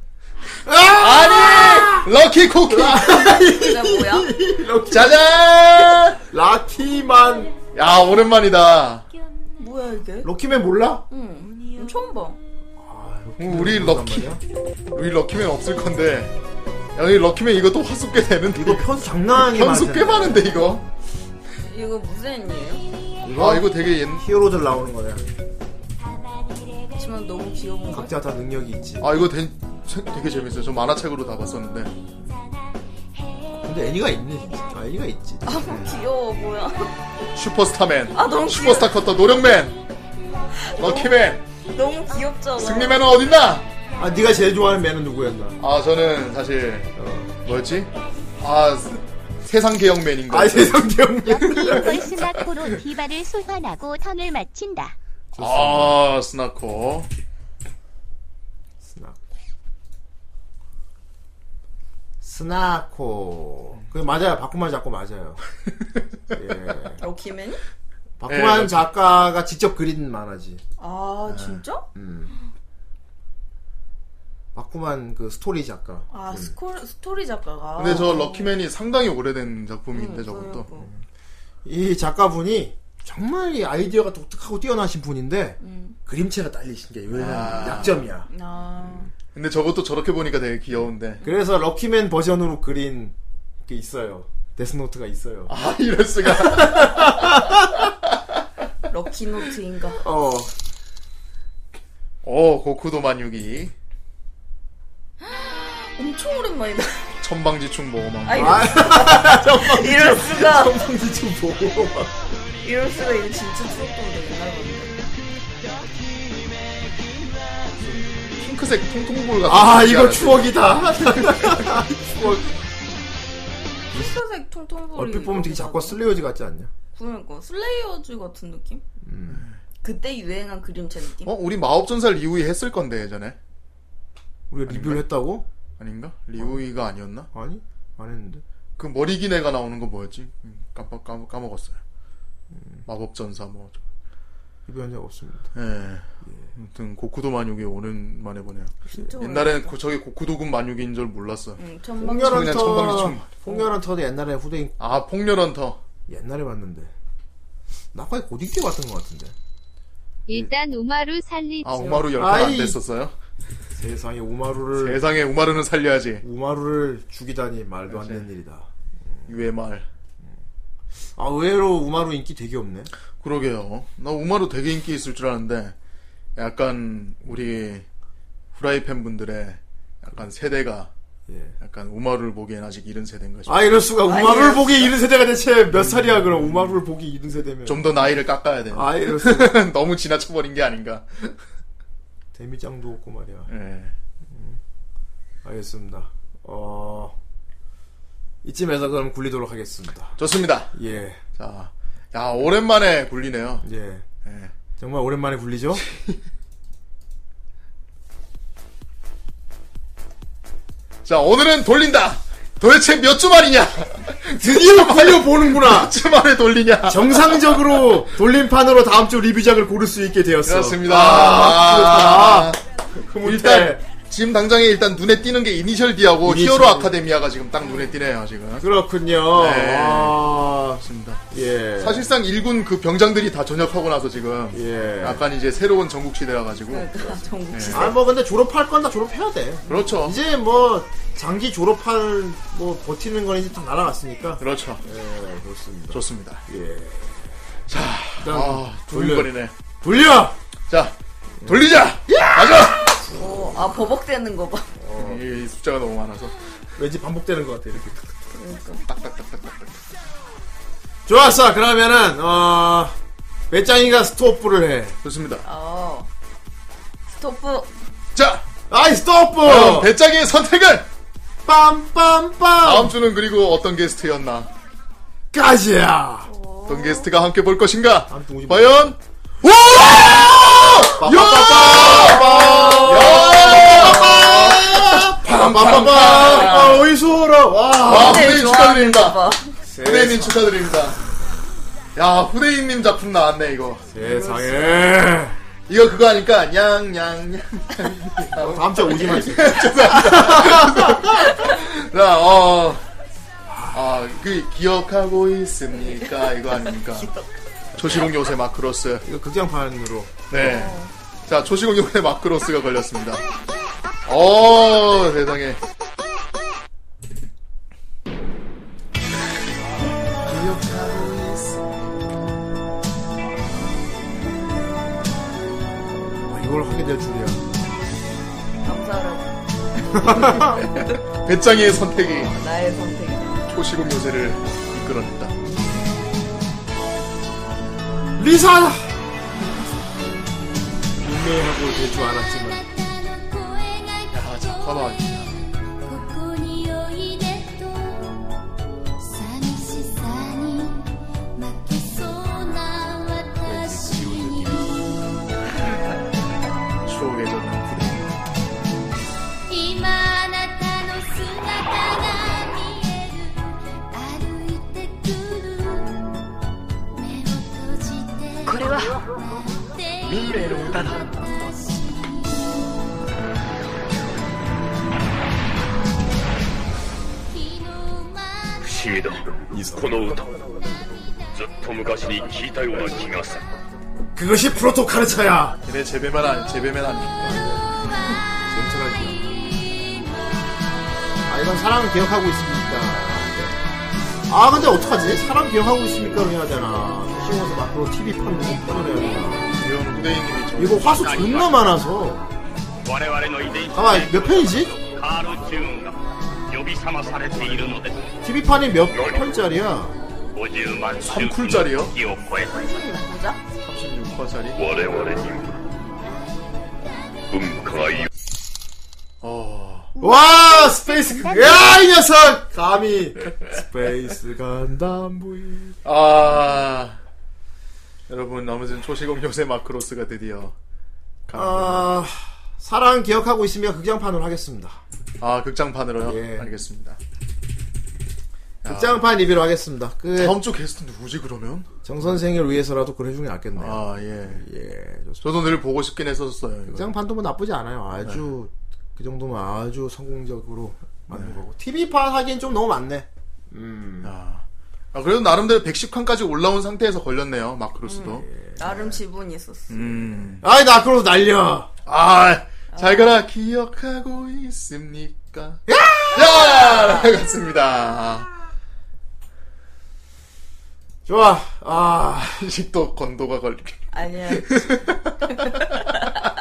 [SPEAKER 5] 아니 럭키 쿠키.
[SPEAKER 6] 이게 뭐야?
[SPEAKER 5] 짜잔.
[SPEAKER 4] 라키만.
[SPEAKER 5] 야 오랜만이다.
[SPEAKER 6] 뭐야 이게?
[SPEAKER 4] 럭키맨 몰라?
[SPEAKER 6] 응. 처음 봐.
[SPEAKER 5] 어, 우리 럭키. 우리 럭키맨 없을 건데. 야, 여기 럭키맨 이것도 화수 꽤 되는데. <laughs> 이거
[SPEAKER 4] 편수 장난이
[SPEAKER 5] 편수
[SPEAKER 4] 많잖아.
[SPEAKER 5] 꽤 많은데 이거.
[SPEAKER 6] 이거 무슨 일이에요?
[SPEAKER 5] 아 이거 되게 옛.
[SPEAKER 4] 히어로들 나오는 거야.
[SPEAKER 6] 하지만 너무 귀여운 거.
[SPEAKER 4] 각자 다 능력이 있지.
[SPEAKER 5] 아 이거 되, 책 되게 재밌어요. 저 만화책으로 다 봤었는데.
[SPEAKER 4] 근데 애니가 있네 진짜. 아, 애니가 있지.
[SPEAKER 6] 아 귀여워 <laughs> 뭐야?
[SPEAKER 5] 슈퍼스타맨.
[SPEAKER 6] 아, 너무
[SPEAKER 5] 슈퍼스타 컸다. 노령맨. 럭키맨.
[SPEAKER 6] 너무 귀엽잖아.
[SPEAKER 5] 승리맨은 어딨나?
[SPEAKER 4] 아 네가 제일 좋아하는 맨은 누구였나? 어.
[SPEAKER 5] 아 저는 사실 뭐였지? 아 세상 개혁맨인 거.
[SPEAKER 4] 아 세상 대형
[SPEAKER 11] 옆에 스마코로 디바를 소환하고 턴을 마친다
[SPEAKER 5] 아 스나코.
[SPEAKER 4] 스나코. 스나코. 그 맞아요. 바쿠만 작가 맞아요.
[SPEAKER 5] <laughs>
[SPEAKER 4] 예.
[SPEAKER 6] 럭키맨이?
[SPEAKER 4] 바쿠만
[SPEAKER 5] 예,
[SPEAKER 4] 작가가 직접 그린 만화지.
[SPEAKER 6] 아 진짜?
[SPEAKER 4] 음. 바쿠만 그 스토리 작가.
[SPEAKER 6] 아 스코, 스토리 작가가.
[SPEAKER 5] 근데 저 럭키맨이 상당히 오래된 작품인데 저것도
[SPEAKER 4] 이 작가분이 정말 이 아이디어가 독특하고 뛰어나신 분인데 그림체가 딸리신 게 요즘
[SPEAKER 5] 아.
[SPEAKER 4] 약점이야.
[SPEAKER 6] 아.
[SPEAKER 5] 근데 저것도 저렇게 보니까 되게 귀여운데
[SPEAKER 4] 그래서 럭키맨 버전으로 그린 게 있어요. 데스노트가 있어요.
[SPEAKER 5] 아 <laughs> 이럴 수가
[SPEAKER 6] 럭키노트인가.
[SPEAKER 4] 어.
[SPEAKER 5] 오 어, 고쿠도 만유기
[SPEAKER 6] 엄청
[SPEAKER 4] <laughs>
[SPEAKER 6] 오랜만이다.
[SPEAKER 5] 천방지축 모험왕
[SPEAKER 6] 아, 이거- <laughs> 이럴 수가. 이럴 수가 이거 진짜 추억던데 옛날 건데.
[SPEAKER 5] 핑크색 통통볼 같은
[SPEAKER 4] 아 <laughs>
[SPEAKER 5] 거
[SPEAKER 4] 이거
[SPEAKER 5] 있지
[SPEAKER 4] 추억이다.
[SPEAKER 5] 추억.
[SPEAKER 6] 흰색 통통볼이.
[SPEAKER 4] 얼핏 보면 되게 작고 슬레이어즈 같지 않냐?
[SPEAKER 6] 그러니까 슬레이어즈 같은 느낌?
[SPEAKER 4] 음.
[SPEAKER 6] 그때 유행한 그림체 느낌?
[SPEAKER 5] 않아? 어 우리 마법전사를 리우이 했을 건데 예전에
[SPEAKER 4] 우리 리뷰를 했다고?
[SPEAKER 5] 아닌가 리우이가 아니었나
[SPEAKER 4] 아니 안 했는데.
[SPEAKER 5] 그 머리 긴 애가 나오는 거 뭐였지 음, 깜빡 까먹, 까먹었어요 마법전사 뭐
[SPEAKER 4] 리뷰한 적 없습니다.
[SPEAKER 5] 예. 아무튼 고쿠도 만유기 오랜만에 보네요.
[SPEAKER 6] 진짜
[SPEAKER 4] 음.
[SPEAKER 5] 옛날엔 고, 저게 고쿠도군 만유기인 줄 몰랐어요.
[SPEAKER 6] 응,
[SPEAKER 4] 폭렬한
[SPEAKER 5] 그냥
[SPEAKER 4] 터.
[SPEAKER 5] 천방지축.
[SPEAKER 4] 폭렬한 터도 옛날에 후대인
[SPEAKER 5] 아 폭렬헌터.
[SPEAKER 4] 옛날에 봤는데. 나 거의 고딕 때 봤던 것 같은데.
[SPEAKER 15] 일단 우마루 살리죠.
[SPEAKER 5] 아 우마루 열판 안
[SPEAKER 4] 아이.
[SPEAKER 5] 됐었어요?
[SPEAKER 4] 세상에 우마루를
[SPEAKER 5] 세상에 우마루는 살려야지.
[SPEAKER 4] 우마루를 죽이다니 말도
[SPEAKER 5] 네.
[SPEAKER 4] 안 되는 일이다.
[SPEAKER 5] 유의 말.
[SPEAKER 4] 아 의외로 우마루 인기 되게 없네.
[SPEAKER 5] 그러게요. 나 우마루 되게 인기 있을 줄 알았는데 약간 우리 후라이팬 분들의 약간 세대가
[SPEAKER 4] 예.
[SPEAKER 5] 약간 우마루를 보기엔 아직 이른 세대인가 싶어요.
[SPEAKER 4] 아 이럴 수가
[SPEAKER 6] 이럴
[SPEAKER 4] 우마루를
[SPEAKER 6] 수가.
[SPEAKER 4] 보기 이른 세대가 대체 몇 살이야 그럼 우마루를 보기 이른 세대면
[SPEAKER 5] 좀 더 나이를 깎아야 돼.
[SPEAKER 4] 아 이럴 수가
[SPEAKER 5] <laughs> 너무 지나쳐버린 게 아닌가.
[SPEAKER 4] 데미장도 없고 말이야.
[SPEAKER 5] 예.
[SPEAKER 4] 알겠습니다. 어 이쯤에서 그럼 굴리도록 하겠습니다.
[SPEAKER 5] 좋습니다.
[SPEAKER 4] 예
[SPEAKER 5] 자, 야 오랜만에 굴리네요.
[SPEAKER 4] 예.
[SPEAKER 5] 예.
[SPEAKER 4] 정말 오랜만에 굴리죠?
[SPEAKER 5] 자, 오늘은 돌린다. 도대체 몇 주 만이냐?
[SPEAKER 4] <laughs> 드디어 굴려보는구나!
[SPEAKER 5] <laughs> 몇 주 만에 돌리냐?
[SPEAKER 4] 정상적으로 돌림판으로 다음 주 리뷰작을 고를 수 있게 되었어.
[SPEAKER 5] 그렇습니다.
[SPEAKER 4] 아,
[SPEAKER 5] 아,
[SPEAKER 4] 그렇다.
[SPEAKER 5] 일단
[SPEAKER 4] 일단
[SPEAKER 5] 지금 당장에 일단 눈에 띄는 게 이니셜 D하고
[SPEAKER 4] 이니셜
[SPEAKER 5] 히어로
[SPEAKER 4] D.
[SPEAKER 5] 아카데미아가 지금 딱 눈에 띄네요 지금.
[SPEAKER 4] 그렇군요.
[SPEAKER 5] 네.
[SPEAKER 4] 아,
[SPEAKER 5] 그렇습니다.
[SPEAKER 4] 예.
[SPEAKER 5] 사실상 일군 그 병장들이 다 전역하고 나서 지금
[SPEAKER 4] 예. 네.
[SPEAKER 5] 약간 이제 새로운 전국 시대라 가지고
[SPEAKER 6] 그러니까 <laughs> 전국 시대.
[SPEAKER 4] 아, 뭐 근데 졸업할 건 다 졸업해야 돼.
[SPEAKER 5] 그렇죠.
[SPEAKER 4] 이제 뭐 장기 졸업할 뭐 버티는 건 이제 다 날아갔으니까.
[SPEAKER 5] 그렇죠.
[SPEAKER 4] 예, 그렇습니다.
[SPEAKER 5] 좋습니다.
[SPEAKER 4] 예. 자,
[SPEAKER 5] 아, 두근거리네.
[SPEAKER 4] 돌려.
[SPEAKER 5] 자, 돌리자. 가자.
[SPEAKER 6] 어, 아 버벅대는 거 봐.
[SPEAKER 5] 이 숫자가 너무 많아서.
[SPEAKER 4] 왠지 반복되는 것 같아 이렇게.
[SPEAKER 6] 그러니까.
[SPEAKER 4] 좋았어. 그러면은 어 배짱이가 스톱부를 해.
[SPEAKER 5] 좋습니다.
[SPEAKER 6] 어. 스토프.
[SPEAKER 5] 자,
[SPEAKER 4] 아이 스톱부.
[SPEAKER 5] 그럼 배짱의 선택은
[SPEAKER 4] 빰빰빰.
[SPEAKER 5] 다음 주는 그리고 어떤 게스트였나?
[SPEAKER 4] 까지야.
[SPEAKER 5] 어떤 게스트가 함께 볼 것인가?
[SPEAKER 4] 아무튼 오지 마.
[SPEAKER 5] 과연 와!
[SPEAKER 4] 빠밤빠밤. 아, 어이소라. 와.
[SPEAKER 5] 아, 후대인 축하드립니다.
[SPEAKER 6] 봐.
[SPEAKER 5] 후대인님 축하드립니다. 야, 후대인님 작품 나왔네 이거.
[SPEAKER 4] 세상에.
[SPEAKER 5] 이거 그거 하니까 냥냥냥.
[SPEAKER 4] 다음 주에 오지 마세요.
[SPEAKER 5] 자, 어, 아, 그 기억하고 있습니까? 이거 아닙니까? 조시롱 요새 마크로스.
[SPEAKER 4] 이거 극장판으로.
[SPEAKER 5] 네. 자, 조시공 요번에 마크로스가 걸렸습니다. 어, 세상에.
[SPEAKER 4] 아, 이걸 하게 될 줄이야.
[SPEAKER 6] 감사를
[SPEAKER 5] 배짱이의 선택이
[SPEAKER 6] 나의 선택이다.
[SPEAKER 5] 조시공 요새를 이끌어냈다.
[SPEAKER 4] 리사! 분명하고 될 줄 알았지만.
[SPEAKER 5] 야, 잠깐만.
[SPEAKER 11] ここにおいでと寂しさに負けそうな私に
[SPEAKER 5] 추억의 전당 후대.
[SPEAKER 11] 今あなたの姿が見える
[SPEAKER 8] たの
[SPEAKER 14] 不思議だこの歌ずっと昔に聞いたような気がする
[SPEAKER 4] 그것이 프로토 카르차야.
[SPEAKER 5] 걔네 재배만 아니, 재배만 아니.
[SPEAKER 4] 전철하지. 아 이건 사람을 기억하고 있습니까? 아 근데 어떡하지? 사람 기억하고 있습니까? 해야 되나? 수시에서 앞으로 TV 판 끊어내야 되나? 이거 네. 화수 존나 많아서.
[SPEAKER 14] 我々の遺伝子
[SPEAKER 4] 가만 몇 편이지?
[SPEAKER 14] カール・ジューンが呼び覚まされているのです
[SPEAKER 4] TV 판이 몇 편짜리야?
[SPEAKER 14] 50万
[SPEAKER 4] 3쿨짜리요
[SPEAKER 14] 時を超え
[SPEAKER 5] 36화짜리
[SPEAKER 14] 我々に文化がい
[SPEAKER 4] 와 스페이스 야이 녀석 감히 스페이스 간담 부이
[SPEAKER 5] 아 여러분 넘어진 초시공 요새 마크로스가 드디어
[SPEAKER 4] 아 사랑 기억하고 있으며 극장판으로 하겠습니다
[SPEAKER 5] 아 극장판으로요 알겠습니다
[SPEAKER 4] 아. 극장판 리뷰로 하겠습니다 그
[SPEAKER 5] 다음 주 게스트 누구지 그러면
[SPEAKER 4] 정 선생을 위해서라도 그래 주는 게 낫겠네요
[SPEAKER 5] 아예예
[SPEAKER 4] 좋습니다.
[SPEAKER 5] 저도 늘 보고 싶긴 했었어요 이거.
[SPEAKER 4] 극장판도 뭐 나쁘지 않아요 아주 그 정도면 아주 성공적으로 만든 거고
[SPEAKER 5] TV판 하기엔 좀 너무 많네. 음. 아, 아, 그래도 나름대로 110칸까지 올라온 상태에서 걸렸네요, 마크로스도.
[SPEAKER 4] 음, 예.
[SPEAKER 6] 나름 지분이 있었어.
[SPEAKER 5] 음.
[SPEAKER 4] 아이, 마크로스 날려!
[SPEAKER 5] 아, 잘 가라, 기억하고 있습니까? 야! 나갔습니다.
[SPEAKER 4] 좋아, 아.
[SPEAKER 5] 이제 또 건도가 걸리게. <laughs>
[SPEAKER 6] 아니야.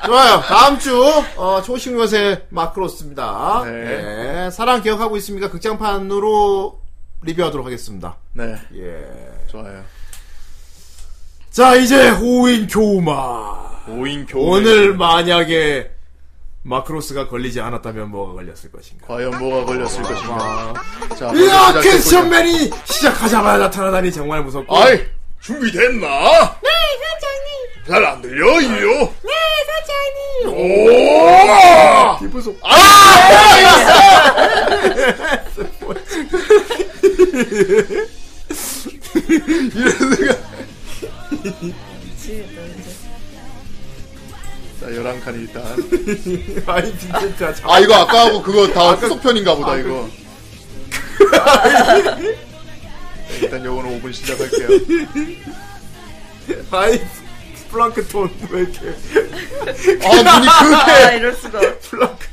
[SPEAKER 4] 좋아요. 다음 주, 어, 초식 요새 마크로스입니다.
[SPEAKER 5] 네.
[SPEAKER 4] 네, 사랑 기억하고 있습니까? 극장판으로 리뷰하도록 하겠습니다.
[SPEAKER 5] 네.
[SPEAKER 4] 예.
[SPEAKER 5] 좋아요.
[SPEAKER 4] 자, 이제 5인 교우마.
[SPEAKER 5] 5인
[SPEAKER 4] 아. 오늘 만약에 마크로스가 걸리지 않았다면 뭐가 걸렸을 것인가?
[SPEAKER 5] 과연 뭐가 걸렸을 것인가? 자,
[SPEAKER 4] 이야, 캐스천맨이 시작하자마자 나타나다니 정말 무섭고.
[SPEAKER 5] 아이, 준비됐나?
[SPEAKER 11] 네, 사장님.
[SPEAKER 5] 잘 안 들려, 이요?
[SPEAKER 11] 네, 사장님.
[SPEAKER 5] 오! 기분 속. 아! 이런 생각. 자, 11칸이 일단.
[SPEAKER 4] 아니, 빈센트야,
[SPEAKER 5] 아, 이거 아까 아, 하고 그거 다 후속편인가 보다, 이거. <laughs> 자, 일단 요거는 5분 시작할게요.
[SPEAKER 4] 아이, 플랑크톤, 왜 이렇게.
[SPEAKER 5] 아, 눈이 그렇게.
[SPEAKER 6] 아, 이럴 수가.
[SPEAKER 4] 플랑크.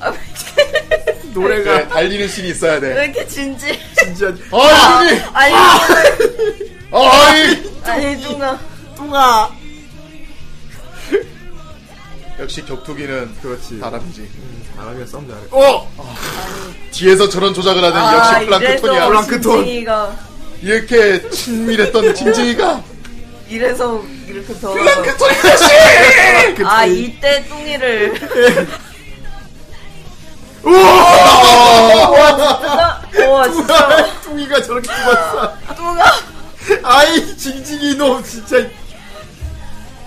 [SPEAKER 6] 아,
[SPEAKER 4] 노래가.
[SPEAKER 5] 네, 달리는 씬이 있어야
[SPEAKER 6] 왜
[SPEAKER 5] 돼.
[SPEAKER 6] 이렇게
[SPEAKER 5] <laughs>
[SPEAKER 6] 진지?
[SPEAKER 4] 진짜.
[SPEAKER 5] 아, 눈이!
[SPEAKER 6] 아니,
[SPEAKER 5] 아이!
[SPEAKER 6] 아니, 누나.
[SPEAKER 4] 뚱아.
[SPEAKER 5] 역시 격투기는 그렇지. 바람이지.
[SPEAKER 4] 바람이야 썸 잘해.
[SPEAKER 5] 어! 뒤에서 저런 조작을 하는
[SPEAKER 6] 아,
[SPEAKER 5] 역시 플랑크톤이야.
[SPEAKER 6] 이래서 진징이가
[SPEAKER 5] 이렇게 친밀했던 진징이가
[SPEAKER 6] 이래서 이렇게 더.
[SPEAKER 5] 플랑크톤이
[SPEAKER 6] 아, 이때
[SPEAKER 5] <laughs>
[SPEAKER 6] 뚱이를.
[SPEAKER 4] 우와!
[SPEAKER 5] <laughs>
[SPEAKER 6] 우와, 진짜.
[SPEAKER 4] 뚱이가 저렇게 죽었어.
[SPEAKER 6] 뚱아.
[SPEAKER 4] 아이, 징징이 놈, 진짜.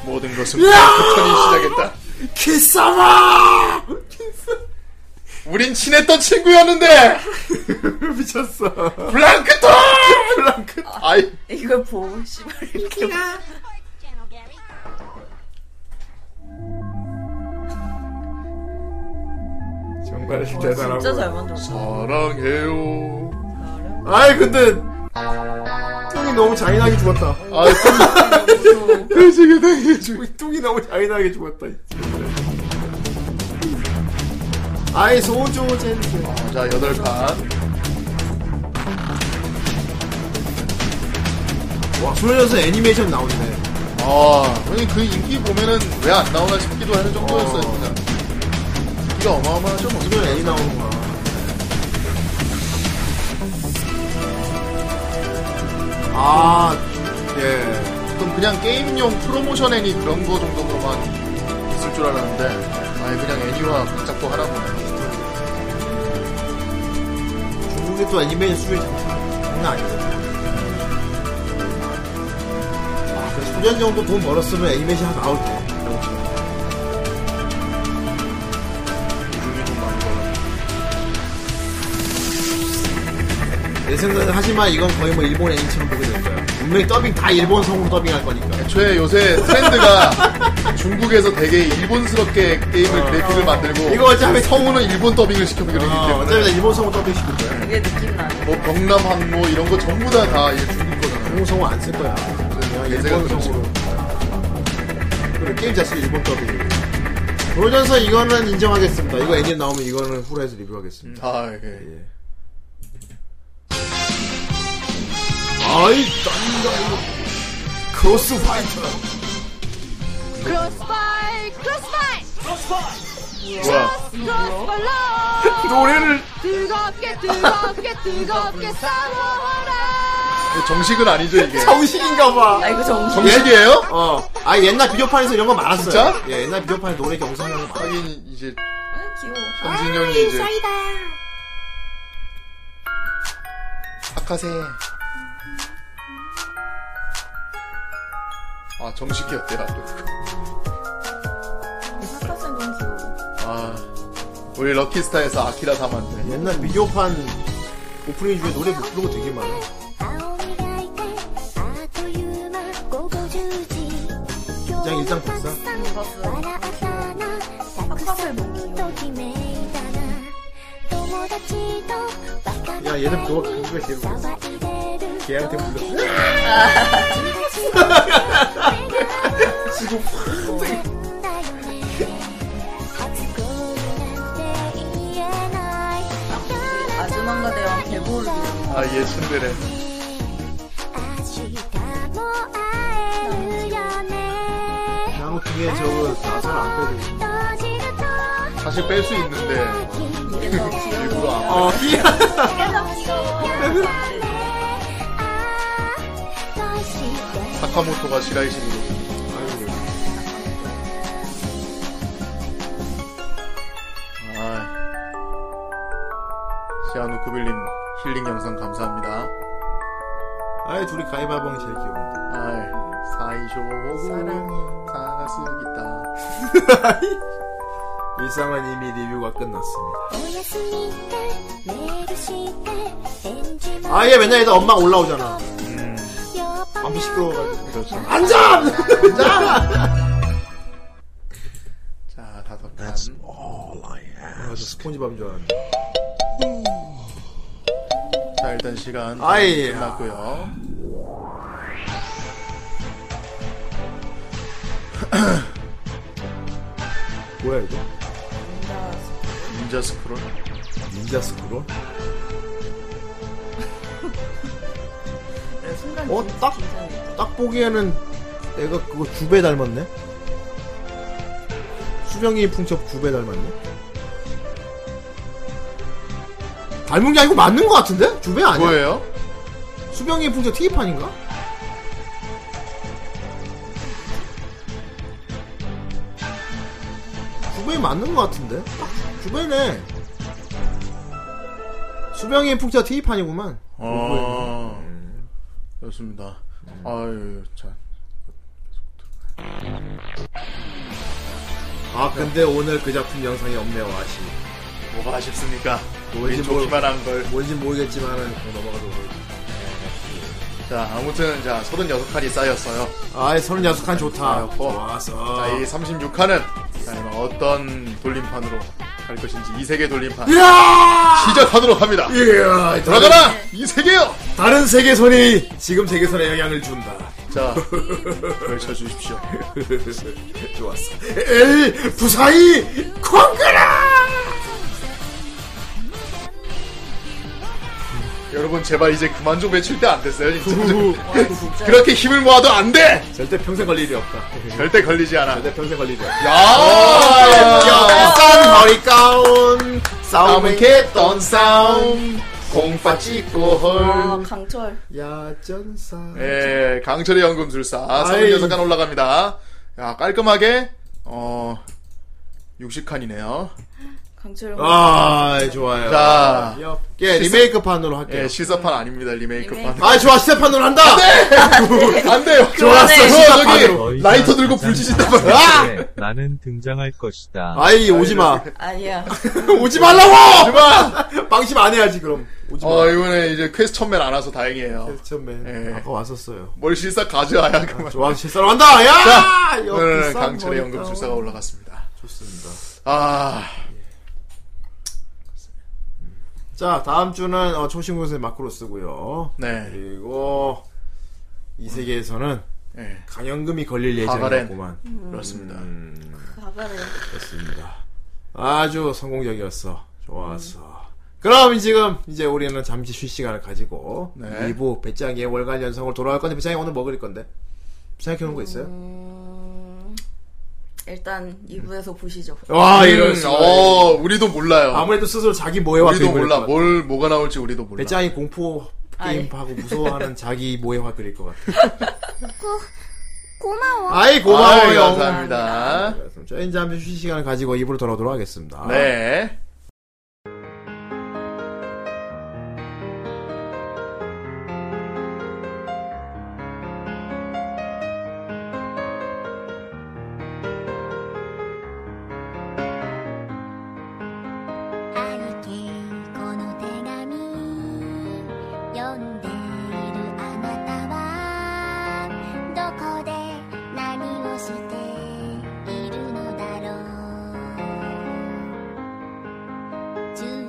[SPEAKER 5] 모든 것은 플랑크톤이 시작했다.
[SPEAKER 4] 키사마!
[SPEAKER 5] 우린 친했던 친구였는데
[SPEAKER 4] <laughs> 미쳤어.
[SPEAKER 5] 플랑크톤! 플랑크톤. 아이
[SPEAKER 6] 이걸 보고, 씨발, 이렇게.
[SPEAKER 4] 정말
[SPEAKER 5] 어,
[SPEAKER 4] 대단하고.
[SPEAKER 6] 진짜 잘 만들었어.
[SPEAKER 5] 사랑해요.
[SPEAKER 4] 아이, 근데. 뚱이 너무 잔인하게 죽었다.
[SPEAKER 5] 아,
[SPEAKER 4] <laughs>
[SPEAKER 5] 뚱이.
[SPEAKER 4] 죽 뚱이 너무 잔인하게 죽었다. 진짜. 아이, 소조 젠트.
[SPEAKER 5] 자, 8칸.
[SPEAKER 4] 와, 소녀에서 애니메이션 나오네.
[SPEAKER 5] 아, 아니 그 인기 보면은 왜 안 나오나 싶기도 하는 정도였어요, 진짜. 이게 어마어마하죠, 뭐.
[SPEAKER 4] 지금 애니 나오는 거야. 아, 예.
[SPEAKER 5] 좀 그냥 게임용 프로모션 애니 그런 거 정도로만 있을 줄 알았는데 아예 그냥 애니와 작도 하나 보네
[SPEAKER 4] 중국의 또 애니메이션 수준이 장- 장난 아니거든. 아, 그 소년 정도 돈 벌었으면 애니메이션 하나 나올 때.
[SPEAKER 5] 요즘이 좀 많이 벌어
[SPEAKER 4] 내 생각은 하지만 이건 거의 뭐 일본 애니처럼 보게 될 거야. 분명히 더빙 다 일본 성으로 더빙할 거니까.
[SPEAKER 5] 애초에 요새 트렌드가 중국에서 되게 일본스럽게 게임을 그래픽을 만들고
[SPEAKER 4] 어. 이거 어차피
[SPEAKER 5] 성우는 일본 더빙을 시켜보기로 했기 때문에
[SPEAKER 4] 어차피 다 일본 성우 더빙 시킬 거야.
[SPEAKER 6] 이게 느낌 나.
[SPEAKER 5] 뭐 경남 항로 이런 거 전부 다 다 중국 거잖아.
[SPEAKER 4] 중국 성우 안 쓸 거야. 그냥 일본 성우로. 그래 게임 자체 일본 더빙. 도전서 이거는 인정하겠습니다. 이거 애니 나오면 이거는 후라이에서 리뷰하겠습니다.
[SPEAKER 5] 아, 예. 예.
[SPEAKER 4] 아이 딴다 이거. 크로스 파이터.
[SPEAKER 11] 크로스파이 크로스파이 크로스파이
[SPEAKER 4] 뭐야?
[SPEAKER 11] 크로스파이
[SPEAKER 5] 노래를
[SPEAKER 11] 뜨겁게 뜨겁게 뜨겁게 싸워라
[SPEAKER 5] 정식은 아니죠
[SPEAKER 4] <laughs>
[SPEAKER 5] 이게.
[SPEAKER 4] 정식인가 봐.
[SPEAKER 6] 아, 이거 정식.
[SPEAKER 5] 정식이에요?
[SPEAKER 4] 어. 아 옛날 비디오판에서 이런 거 많았어요.
[SPEAKER 5] 진짜?
[SPEAKER 4] 예, 옛날 비디오판에 노래 경상이 많
[SPEAKER 5] 하긴 이제
[SPEAKER 6] 아, 귀여워.
[SPEAKER 5] 현진영이 이제 아카세. 아 정식이었대 나도.
[SPEAKER 6] 사카세 너무 귀여워.
[SPEAKER 5] 아 우리 럭키스타에서 아키라 담았네.
[SPEAKER 4] 옛날 비디오판 오프닝 중에 노래 못 부르고 되게 많아.
[SPEAKER 11] じゃあ
[SPEAKER 4] 일장 봤어?
[SPEAKER 11] い
[SPEAKER 4] 야, 얘는 그거 그거 제일 웃겼어. 걔한테 불러.
[SPEAKER 6] 아주만과 대왕 개보르기.
[SPEAKER 5] 아예 친데레.
[SPEAKER 4] なの君へ情報出さなくて
[SPEAKER 5] 사실 뺄 수 있는데 <laughs> 일부러 안.
[SPEAKER 4] 어,
[SPEAKER 5] 사카모토가 시라이시로. 아, 시아누 쿠빌님 힐링 영상 감사합니다.
[SPEAKER 4] 아이 둘이 가위바위보는 제일 귀여운데
[SPEAKER 5] 아이, 사이쇼 사랑해 사가수기다.
[SPEAKER 4] 일상은 이미 리뷰가 끝났습니다 아얘 맨날 얘들 엄마 올라오잖아
[SPEAKER 11] <laughs>
[SPEAKER 4] 밤이 시끄러워가지고
[SPEAKER 5] 그렇죠.
[SPEAKER 4] 앉아! 앉아!
[SPEAKER 5] 자 다섯 칸.
[SPEAKER 4] 아, 저 스폰지밥 좋아하는데
[SPEAKER 5] 자 일단 시간
[SPEAKER 4] 아이.
[SPEAKER 5] 끝났고요.
[SPEAKER 4] 뭐야 이거?
[SPEAKER 5] 닌자 스크롤.
[SPEAKER 4] 닌자 스크롤?
[SPEAKER 6] 네, 순간
[SPEAKER 4] 어,
[SPEAKER 6] 진짜
[SPEAKER 4] 딱.
[SPEAKER 6] 긴장해.
[SPEAKER 4] 딱 보기에는 내가 그거 주배 닮았네? 수명이 풍첩 주배 닮았네? 닮은 게 아니고 맞는 거 같은데? 주배 아니야?
[SPEAKER 5] 뭐예요?
[SPEAKER 4] 수명이 풍자 TV판인가? 주배 맞는 것 같은데? 딱 주배네. 수명이 풍자 TV판이구만.
[SPEAKER 5] 아, 그렇습니다. 아유, 자.
[SPEAKER 4] 아, 근데 오늘 그 작품 영상이 없네요, 아쉽.
[SPEAKER 5] 뭐가 아쉽습니까?
[SPEAKER 4] 뭔지
[SPEAKER 5] 우린 좋기만 한 걸.
[SPEAKER 4] 뭔지 모르겠지만은, 그냥 넘어가도록 하겠습니다.
[SPEAKER 5] 자, 아무튼, 자, 36칸이 쌓였어요.
[SPEAKER 4] 아이, 36칸
[SPEAKER 5] 아,
[SPEAKER 4] 좋다.
[SPEAKER 5] 뭐.
[SPEAKER 4] 좋았어.
[SPEAKER 5] 자, 이 36칸은, 자, 이만 어떤 돌림판으로 갈 것인지, 이 세계 돌림판.
[SPEAKER 4] 이야!
[SPEAKER 5] 시작하도록 합니다.
[SPEAKER 4] 이야!
[SPEAKER 5] 돌아가라! 이 세계요!
[SPEAKER 4] 다른 세계선이 지금 세계선에 영향을 준다.
[SPEAKER 5] 자, 펼쳐주십시오.
[SPEAKER 4] <laughs> 좋았어. 에이, 부사이, 콩그라!
[SPEAKER 5] 여러분, 제발 이제 그만 좀 외칠 때 안 됐어요,
[SPEAKER 4] 후후. <laughs>
[SPEAKER 5] 진짜. 그렇게 힘을 모아도 안 돼!
[SPEAKER 4] 절대 평생 걸릴 일이 없다.
[SPEAKER 5] 절대 걸리지 않아.
[SPEAKER 4] 절대 어, 예. 평생 걸릴 일이 없다.
[SPEAKER 5] 야!
[SPEAKER 4] 싼 허리가운, 싸움은
[SPEAKER 5] 싸움은
[SPEAKER 4] 개떤
[SPEAKER 5] 개떤
[SPEAKER 4] 싸움,
[SPEAKER 5] 싸움, 공파 찍고 헐.
[SPEAKER 6] 아, 강철.
[SPEAKER 4] 야전싸.
[SPEAKER 5] 예, 강철의 연금술사
[SPEAKER 4] 아이.
[SPEAKER 5] 36칸 올라갑니다. 야, 깔끔하게 어 60칸이네요.
[SPEAKER 6] 강철.
[SPEAKER 4] 아, 좋아요.
[SPEAKER 5] 자,
[SPEAKER 4] 예, 리메이크판으로 할게요.
[SPEAKER 5] 예, 실사판 아닙니다. 리메이크판. 아,
[SPEAKER 4] 아, 좋아, 시세판으로 한다!
[SPEAKER 5] 안 돼요.
[SPEAKER 4] 좋았어,
[SPEAKER 5] 그거 저기
[SPEAKER 4] 아, 시사판으로. 아!
[SPEAKER 5] 라이터 들고 불 지진다.
[SPEAKER 16] 네, 나는 등장할 것이다.
[SPEAKER 4] 아이, 오지 마.
[SPEAKER 6] 아니야.
[SPEAKER 4] 오지 말라고! <laughs> 방심 안 해야지, 그럼. 오지 마.
[SPEAKER 5] 어, 이번에 이제 퀘스천맨 안 와서 다행이에요.
[SPEAKER 4] 퀘스천맨.
[SPEAKER 5] 네.
[SPEAKER 4] 아까 왔었어요.
[SPEAKER 5] 뭘 실사 가져와야 그만.
[SPEAKER 4] 네. 좋아, 실사로 한다! 야!
[SPEAKER 5] 자,
[SPEAKER 4] 야,
[SPEAKER 5] 오늘
[SPEAKER 4] 비싼
[SPEAKER 5] 강철의
[SPEAKER 4] 거니까.
[SPEAKER 5] 연금 실사가 올라갔습니다.
[SPEAKER 4] 좋습니다.
[SPEAKER 5] 아,
[SPEAKER 4] 자, 다음 주는, 어, 초신군수의 마크로 쓰고요.
[SPEAKER 5] 네.
[SPEAKER 4] 그리고, 이 세계에서는,
[SPEAKER 5] 네.
[SPEAKER 4] 강연금이 걸릴
[SPEAKER 5] 바바렌.
[SPEAKER 4] 예정이었구만.
[SPEAKER 5] 그렇습니다.
[SPEAKER 4] 음.
[SPEAKER 6] 가발을.
[SPEAKER 4] 그렇습니다. 아주 성공적이었어. 좋았어. 그럼 지금 이제 우리는 잠시 쉴 시간을 가지고
[SPEAKER 5] 네.
[SPEAKER 4] 2부 배짱이의 월간 연성으로 돌아갈 건데 배짱이 오늘 뭐 그릴 건데? 생각해놓은 거 있어요?
[SPEAKER 5] 음.
[SPEAKER 6] 음, 일단 2부에서 보시죠.
[SPEAKER 4] 와 아, 이런.
[SPEAKER 5] 음, 어, 우리도 몰라요.
[SPEAKER 4] 아무래도 스스로 자기 모해와
[SPEAKER 5] 우리도
[SPEAKER 4] 그릴
[SPEAKER 5] 몰라.
[SPEAKER 4] 것 같아.
[SPEAKER 5] 뭘 뭐가 나올지 우리도 몰라.
[SPEAKER 4] 배짱이 공포
[SPEAKER 6] 아이. 예.
[SPEAKER 4] 게임하고
[SPEAKER 6] <laughs>
[SPEAKER 4] 무서워하는 자기 모해화 그릴 것 같아.
[SPEAKER 11] 고마워.
[SPEAKER 4] 아이 고마워요.
[SPEAKER 5] 아이, 감사합니다.
[SPEAKER 4] 저희 잠시 쉬 시간을 가지고 2부로 돌아오도록 하겠습니다.
[SPEAKER 5] 네.
[SPEAKER 11] 「ある日この手紙」「読んでいるあなたはどこで何をしているのだろう」「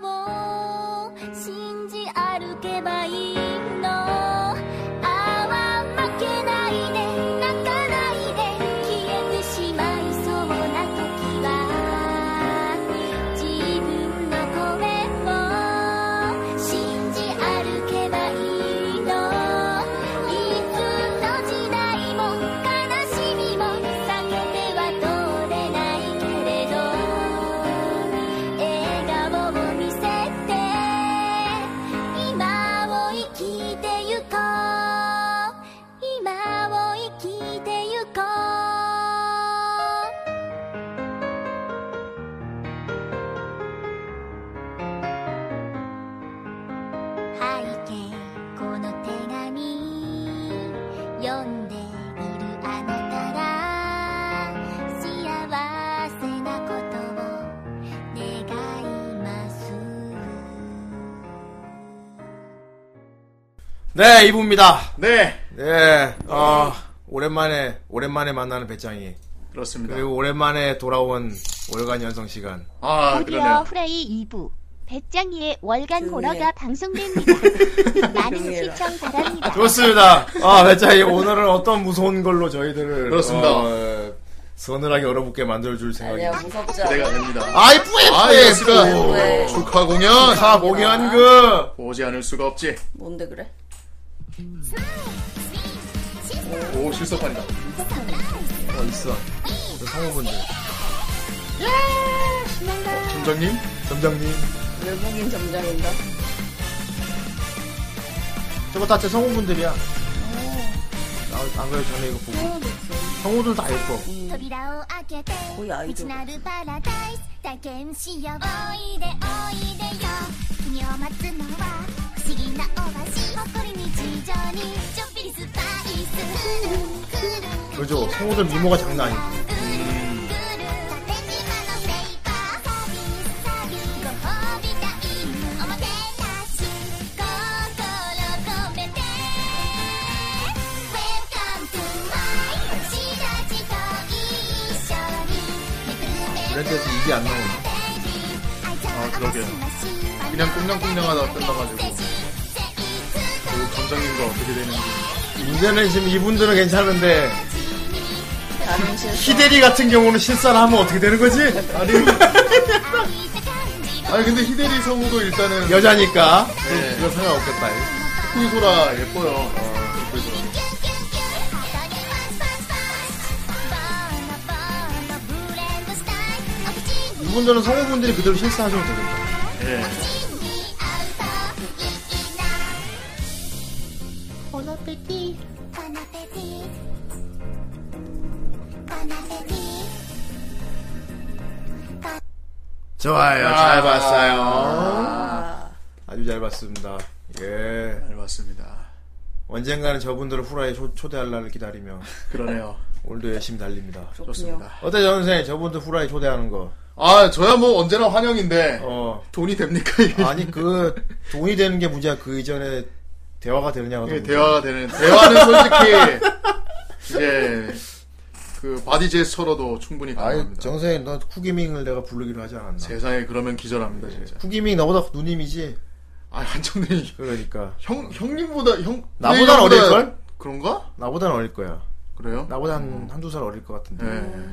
[SPEAKER 11] 葉を信じ歩けばいいのああ負けないで泣かないで消えてしまいそうな時は自分の声を信じ歩けばいいのいつの時代も悲しみも避けては通れないけれど笑顔を見せて今を生きてゆこう今を生きてゆこう背景この手紙読んでいるあなたが幸せなことを願います
[SPEAKER 4] 네 이부입니다.
[SPEAKER 5] 네.
[SPEAKER 4] 네. 어, 오랜만에 오랜만에 만나는 배짱이.
[SPEAKER 5] 그렇습니다.
[SPEAKER 4] 그리고 오랜만에 돌아온 월간 연성 시간.
[SPEAKER 5] 아
[SPEAKER 17] 곧이어 후라이 2부 배짱이의 월간 호러가 방송됩니다. 많은 시청 바랍니다.
[SPEAKER 4] 좋습니다. 아 배짱이 오늘은 어떤 무서운 걸로 저희들을
[SPEAKER 5] 그렇습니다.
[SPEAKER 4] 어, 서늘하게 얼어붙게 만들어줄
[SPEAKER 6] 아니야
[SPEAKER 4] 생각입니다.
[SPEAKER 6] 무섭죠.
[SPEAKER 5] 기대가 됩니다.
[SPEAKER 4] 아이 뿌에
[SPEAKER 5] 아,
[SPEAKER 4] 뿌에
[SPEAKER 5] 그렇습니다.
[SPEAKER 6] 네.
[SPEAKER 4] 뿌에.
[SPEAKER 5] 축하 공연.
[SPEAKER 4] 축하 공연 그.
[SPEAKER 5] 오지 않을 수가 없지.
[SPEAKER 6] 뭔데 그래?
[SPEAKER 5] 오 실속판이다.
[SPEAKER 4] 어 있어. 우리 성우분들.
[SPEAKER 6] 예! 신난다.
[SPEAKER 5] 점장님.
[SPEAKER 4] 점장님.
[SPEAKER 6] 외국인 점장인가?
[SPEAKER 4] 저거 다 제 성우분들이야. 나, 안 그래도 전에 이거 보고. 성우들 다 예뻐.
[SPEAKER 11] 扉を開けて
[SPEAKER 6] いアイド
[SPEAKER 11] 未
[SPEAKER 6] ル
[SPEAKER 11] 知なるパラダイス体験しようおいでおいでよ君を待つのは不思議なオアシス誇り日常にちょっぴりスパイス
[SPEAKER 4] 그죠? 성우들 미모가 장난 아니고.
[SPEAKER 11] ご褒美タイムおもてなし心込めて Welcome to my 私たち
[SPEAKER 4] 브랜드에서
[SPEAKER 11] と一緒に
[SPEAKER 4] 이게 안 나오네.
[SPEAKER 5] 아 그러게. 그냥 꽁냥꽁냥하다 끝나가지고. 그 점장님과 어떻게 되는지.
[SPEAKER 4] 문제는 지금 이분들은 괜찮은데,
[SPEAKER 6] 다른 실수.
[SPEAKER 4] 히데리 같은 경우는 실사를 하면 어떻게 되는 거지? 아니,
[SPEAKER 5] 아니 근데 히데리 성우도 일단은
[SPEAKER 4] 여자니까.
[SPEAKER 5] 네.
[SPEAKER 4] 이거 상관없겠다.
[SPEAKER 5] 후소라 예뻐요. 어,
[SPEAKER 4] 이분들은 성우분들이 그대로 실사하셔도 되겠다.
[SPEAKER 5] 예.
[SPEAKER 11] ボナペティボナペティボナペティ
[SPEAKER 4] 좋아요.
[SPEAKER 5] 아.
[SPEAKER 4] 잘 봤어요. 아주 잘 봤습니다. 예.
[SPEAKER 5] 잘 봤습니다.
[SPEAKER 4] 언젠가는 저분들을 후라이 초- 초대할 날을 기다리며.
[SPEAKER 5] 그러네요.
[SPEAKER 4] 오늘도 열심히 달립니다.
[SPEAKER 5] 좋습니다.
[SPEAKER 4] 어때, 전 선생님? 저분들 후라이 초대하는 거.
[SPEAKER 5] 아 저야 뭐 언제나 환영인데
[SPEAKER 4] 어.
[SPEAKER 5] 돈이 됩니까? 이게?
[SPEAKER 4] 아니, 그, 돈이 되는 게 문제야. 그 이전에 대화가 되느냐가. 더
[SPEAKER 5] 이게
[SPEAKER 4] 문제야.
[SPEAKER 5] 예, 대화가 되는 대화는
[SPEAKER 4] <laughs>
[SPEAKER 5] 솔직히 이제 그 바디 제스처로도 충분히
[SPEAKER 4] 아니,
[SPEAKER 5] 가능합니다.
[SPEAKER 4] 정선생님, 너 쿠기밍을 내가 부르기로 하지 않았나?
[SPEAKER 5] 세상에 그러면 기절합니다 진짜.
[SPEAKER 4] 쿠기밍 나보다 누님이지?
[SPEAKER 5] 아 한참 누님.
[SPEAKER 4] 그러니까.
[SPEAKER 5] 형 형님보다 형
[SPEAKER 4] 나보단
[SPEAKER 5] 누님보다
[SPEAKER 4] 어릴걸?
[SPEAKER 5] 그런가?
[SPEAKER 4] 나보단 어릴 거야.
[SPEAKER 5] 그래요?
[SPEAKER 4] 나보다 한, 한두 살 어릴 것 같은데.
[SPEAKER 5] 네.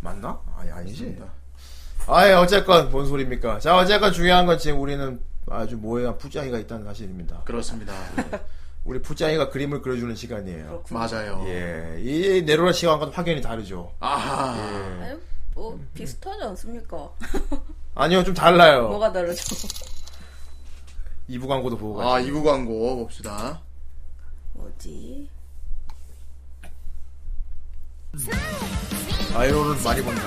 [SPEAKER 4] 맞나? 아니, 아니지.
[SPEAKER 5] 맞습니다.
[SPEAKER 4] 아예, 어쨌건, 뭔 소리입니까? 자, 어쨌건 중요한 건 지금 우리는 아주 모해한 푸짱이가 있다는 사실입니다. <laughs>
[SPEAKER 5] 그렇습니다.
[SPEAKER 4] 우리 푸짱이가 그림을 그려주는 시간이에요.
[SPEAKER 5] 맞아요.
[SPEAKER 4] 예, 이 네로라 시간과는 확연히 다르죠.
[SPEAKER 5] 아하.
[SPEAKER 4] 예.
[SPEAKER 6] 아유, 뭐 비슷하지 않습니까?
[SPEAKER 4] 아니요, 좀 달라요.
[SPEAKER 6] 뭐가 다르죠?
[SPEAKER 4] 이부 광고도 보고
[SPEAKER 5] 아
[SPEAKER 4] 가시죠.
[SPEAKER 5] 이부 광고 봅시다.
[SPEAKER 6] 뭐지?
[SPEAKER 4] 아이로를 많이 본다.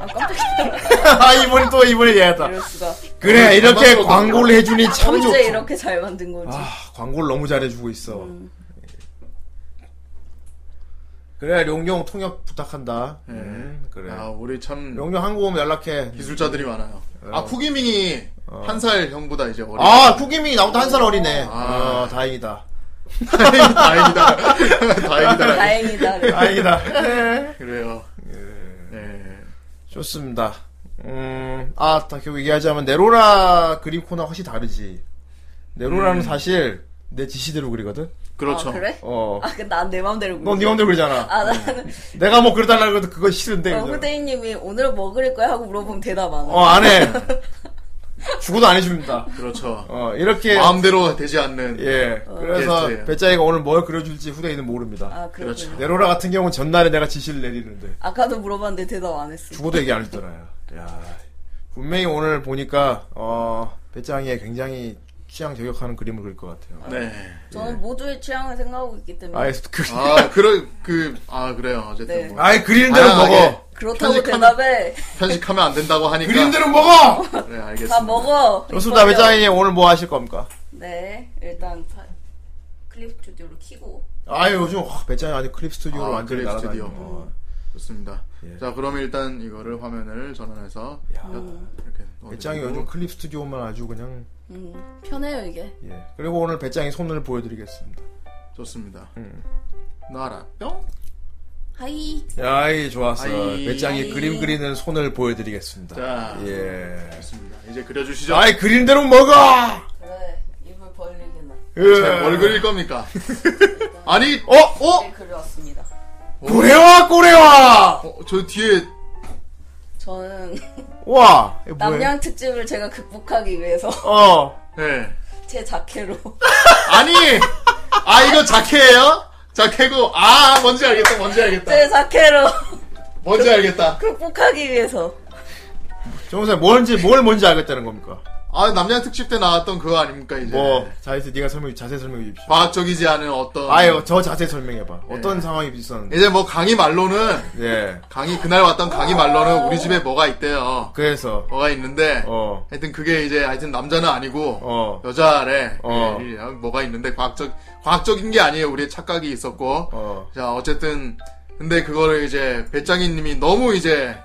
[SPEAKER 6] 아 깜짝이야.
[SPEAKER 4] <laughs> 아, 이번에 또, 이번에 얘기하다.
[SPEAKER 6] 이럴 수가.
[SPEAKER 4] 그래, 이렇게 광고를 해주니 참 좋죠.
[SPEAKER 6] 언제 이렇게 잘 만든 거지?
[SPEAKER 4] 뭐 아, 음. 광고를 너무 잘해주고 있어. 그래, 용용 통역 부탁한다.
[SPEAKER 5] 예.
[SPEAKER 4] 음, 그래.
[SPEAKER 5] 아 우리 참
[SPEAKER 4] 용용 한국 오면 연락해.
[SPEAKER 6] 음.
[SPEAKER 5] 기술자들이 많아요.
[SPEAKER 4] 어.
[SPEAKER 5] 아 쿠기밍이
[SPEAKER 4] 어.
[SPEAKER 5] 한 살 형보다 이제 어리.
[SPEAKER 4] 아, 쿠기미 나보다 한 살 어리네.
[SPEAKER 5] 아.
[SPEAKER 4] 어, 다행이다.
[SPEAKER 5] <laughs> 다행이다.
[SPEAKER 4] <laughs>
[SPEAKER 5] <laughs> 다행이다.
[SPEAKER 6] <laughs>
[SPEAKER 4] 네. 아,
[SPEAKER 6] 다행이다.
[SPEAKER 4] 다행이다. 네.
[SPEAKER 5] 그래요. 네.
[SPEAKER 4] <laughs> 좋습니다. 음, 아, 다 결국 얘기하자면, 네로라 그림 코너 확실히 다르지. 네로라는
[SPEAKER 6] 음.
[SPEAKER 4] 사실, 내 지시대로 그리거든?
[SPEAKER 5] 그렇죠.
[SPEAKER 6] 아, 그래?
[SPEAKER 4] 어.
[SPEAKER 6] 아, 근데 난내 맘대로 그리지.
[SPEAKER 4] 넌네 맘대로 그리잖아.
[SPEAKER 6] 아, 나는.
[SPEAKER 4] 내가 뭐 그려달라고 해도 그건 싫은데.
[SPEAKER 6] 어,
[SPEAKER 4] 그냥.
[SPEAKER 6] 후대인님이 오늘 뭐 그릴 거야? 하고 물어보면 대답 안 해.
[SPEAKER 4] 어, 안 해. 죽어도 안 해줍니다.
[SPEAKER 5] 그렇죠.
[SPEAKER 4] 어, 이렇게.
[SPEAKER 5] 마음대로 되지 않는.
[SPEAKER 4] 예. 그래서,
[SPEAKER 5] 게스트예요.
[SPEAKER 4] 배짜이가 오늘 뭘 그려줄지 후대인은 모릅니다.
[SPEAKER 6] 아, 그렇죠.
[SPEAKER 4] 네로라 같은 경우는 전날에 내가 지시를 내리는데.
[SPEAKER 6] 아까도 물어봤는데 대답 안 했어.
[SPEAKER 4] 죽어도 얘기 안 했잖아요. 야 분명히 오늘 보니까 어 배짱이의 굉장히 취향 저격하는 그림을 그릴 것 같아요.
[SPEAKER 5] 네.
[SPEAKER 6] 저는 모두의 취향을 생각하고 있기 때문에.
[SPEAKER 4] 아예 그
[SPEAKER 5] 아, 그래, 그, 아, 그래요. 어쨌든.
[SPEAKER 6] 네.
[SPEAKER 5] 뭐.
[SPEAKER 4] 아예 그리는 대로
[SPEAKER 5] 다양하게
[SPEAKER 4] 먹어.
[SPEAKER 6] 그렇다고
[SPEAKER 5] 편식하는-
[SPEAKER 6] 대답해.
[SPEAKER 5] 편식하면 안 된다고 하니까.
[SPEAKER 4] 그린 대로 먹어!
[SPEAKER 5] 그래, 알겠습니다.
[SPEAKER 6] 다 먹어.
[SPEAKER 4] 좋습니다.
[SPEAKER 6] 이거요.
[SPEAKER 4] 배짱이 오늘 뭐 하실 겁니까?
[SPEAKER 6] 네, 일단 파- 클립 스튜디오를 키고.
[SPEAKER 4] 아유 요즘 어, 배짱이 아직 클립 스튜디오로
[SPEAKER 5] 아,
[SPEAKER 4] 완전히
[SPEAKER 5] 클립
[SPEAKER 4] 날아다니네.
[SPEAKER 5] 스튜디오.
[SPEAKER 4] 어.
[SPEAKER 5] 좋습니다.
[SPEAKER 4] 예.
[SPEAKER 5] 자, 그럼 일단 이거를 화면을 전환해서. 이렇게.
[SPEAKER 4] 배짱이
[SPEAKER 5] 넣어드리고.
[SPEAKER 4] 요즘 클립 스튜디오만 아주 그냥
[SPEAKER 6] 음, 편해요 이게.
[SPEAKER 4] 예. 그리고 오늘 배짱이 손을 보여드리겠습니다.
[SPEAKER 5] 좋습니다.
[SPEAKER 4] 음.
[SPEAKER 5] 나라.
[SPEAKER 6] 하이.
[SPEAKER 4] 야이 좋았어.
[SPEAKER 5] 아이.
[SPEAKER 4] 배짱이
[SPEAKER 5] 아이.
[SPEAKER 4] 그림 그리는 손을 보여드리겠습니다.
[SPEAKER 5] 자.
[SPEAKER 4] 예.
[SPEAKER 5] 좋습니다. 이제 그려주시죠.
[SPEAKER 4] 아이 그림대로 먹어. 예.
[SPEAKER 6] 그래, 입을 벌리게나.
[SPEAKER 5] 자, 뭘
[SPEAKER 4] <laughs>
[SPEAKER 5] 그릴 겁니까? 아니, 어, 어?
[SPEAKER 6] 네, 그려왔습니다.
[SPEAKER 4] 고래와 고래와.
[SPEAKER 5] 어, 저 뒤에
[SPEAKER 4] <laughs>
[SPEAKER 6] 저는
[SPEAKER 4] 와. 이거 뭐야?
[SPEAKER 6] 남양 특집을 제가 극복하기 위해서
[SPEAKER 4] 어.
[SPEAKER 5] 네.
[SPEAKER 6] <laughs> 제 자켓로.
[SPEAKER 5] 아니, 아 이거 자켓예요? 자켓고, 아 뭔지 알겠다, 뭔지 알겠다,
[SPEAKER 6] <laughs> 제 자켓로 <laughs>
[SPEAKER 5] 뭔지 알겠다.
[SPEAKER 6] 극복하기 위해서.
[SPEAKER 4] 정우사 뭔지 뭘 뭔지 알겠다는 겁니까?
[SPEAKER 5] 아 남양 특집 때 나왔던 그거 아닙니까 이제?
[SPEAKER 4] 뭐 자이스 네가 설명 자세 설명해 주십시오.
[SPEAKER 5] 과학적이지 않은 어떤.
[SPEAKER 4] 아유 저 자세 설명해봐.
[SPEAKER 5] 예.
[SPEAKER 4] 어떤 상황이 있었는데?
[SPEAKER 5] 이제 뭐 강의 말로는
[SPEAKER 4] 예.
[SPEAKER 5] 강의 그날 왔던 강의 말로는 우리 집에 뭐가 있대요.
[SPEAKER 4] 그래서
[SPEAKER 5] 뭐가 있는데
[SPEAKER 4] 어.
[SPEAKER 5] 하여튼 그게 이제 하여튼 남자는 아니고
[SPEAKER 4] 어.
[SPEAKER 5] 여자래
[SPEAKER 4] 어.
[SPEAKER 5] 예, 예, 뭐가 있는데 과학적 과학적인 게 아니에요 우리의 착각이 있었고
[SPEAKER 4] 어.
[SPEAKER 5] 자 어쨌든 근데 그거를 이제 배짱이님이 너무 이제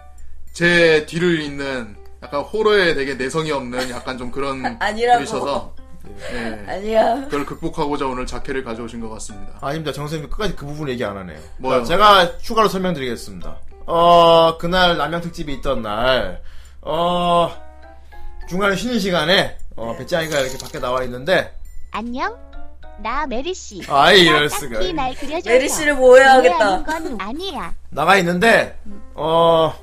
[SPEAKER 5] 제 뒤를 잇는 약간 호러에 되게 내성이 없는 약간 좀 그런
[SPEAKER 6] <laughs> 아니라고.
[SPEAKER 5] 분이셔서 예,
[SPEAKER 6] 아니야.
[SPEAKER 5] 그걸 극복하고자 오늘 자켓을 가져오신 것 같습니다
[SPEAKER 4] 아닙니다. 정선생님 끝까지 그 부분 얘기 안 하네요.
[SPEAKER 5] 뭐요?
[SPEAKER 4] 자, 제가 추가로 설명드리겠습니다. 어, 그날 남양 특집이 있던 날, 어, 중간에 쉬는 시간에,
[SPEAKER 17] 네.
[SPEAKER 4] 어, 배짱이가 이렇게 밖에 나와 있는데,
[SPEAKER 17] 안녕? 나 메리씨.
[SPEAKER 4] 아이, 이럴 수가.
[SPEAKER 17] 딱히 날 그려줘서.
[SPEAKER 6] 메리씨를 모해야겠다.
[SPEAKER 17] 오해하는 건 아니야.
[SPEAKER 4] 나가 있는데,
[SPEAKER 17] 음.
[SPEAKER 4] 어,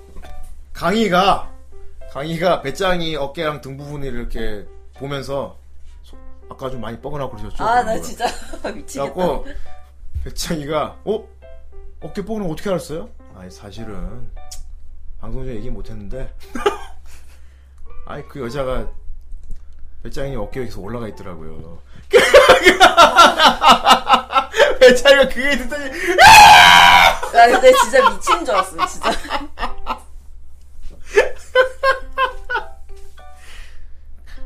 [SPEAKER 4] 강희가, 강희가 배짱이 어깨랑 등 부분을 이렇게 보면서, 소- 아까 좀 많이 뻐근하고 그러셨죠?
[SPEAKER 6] 아, 나
[SPEAKER 4] 그런 거를.
[SPEAKER 6] 진짜 <laughs> 미치겠다.
[SPEAKER 4] 그래갖고, 배짱이가, 어? 어깨 뻐근한 거 어떻게 알았어요? 아니, 사실은, 방송 중에 얘기 못 했는데, <laughs> 아니, 그 여자가, 배짱이 어깨에 계속 올라가 있더라고요. <laughs> 배짱이가 그게 듣더니,
[SPEAKER 6] 나 근데 진짜 미친 줄 알았어, 진짜.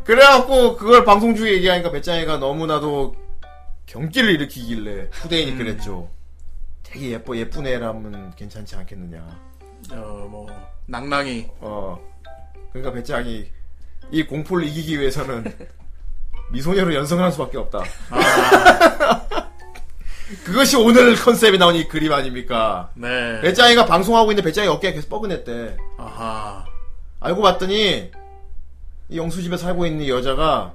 [SPEAKER 4] 그래갖고 그걸 방송 중에 얘기하니까 배짱이가 너무나도 경기를 일으키길래
[SPEAKER 6] 음.
[SPEAKER 4] 후대인이 그랬죠. 되게 예뻐 예쁜 애라면 괜찮지 않겠느냐.
[SPEAKER 5] 어뭐 낭낭이
[SPEAKER 4] 어 그러니까 배짱이 이 공포를 이기기 위해서는
[SPEAKER 5] <laughs>
[SPEAKER 4] 미소녀로 연성을 할 수밖에 없다.
[SPEAKER 5] 아.
[SPEAKER 4] <laughs> 그것이 오늘 컨셉에 나온 이 그림 아닙니까?
[SPEAKER 5] 네
[SPEAKER 4] 배짱이가 방송하고 있는데 배짱이 어깨가 계속 뻐근했대.
[SPEAKER 5] 아하
[SPEAKER 4] 알고 봤더니 이 영수 집에 살고 있는 이 여자가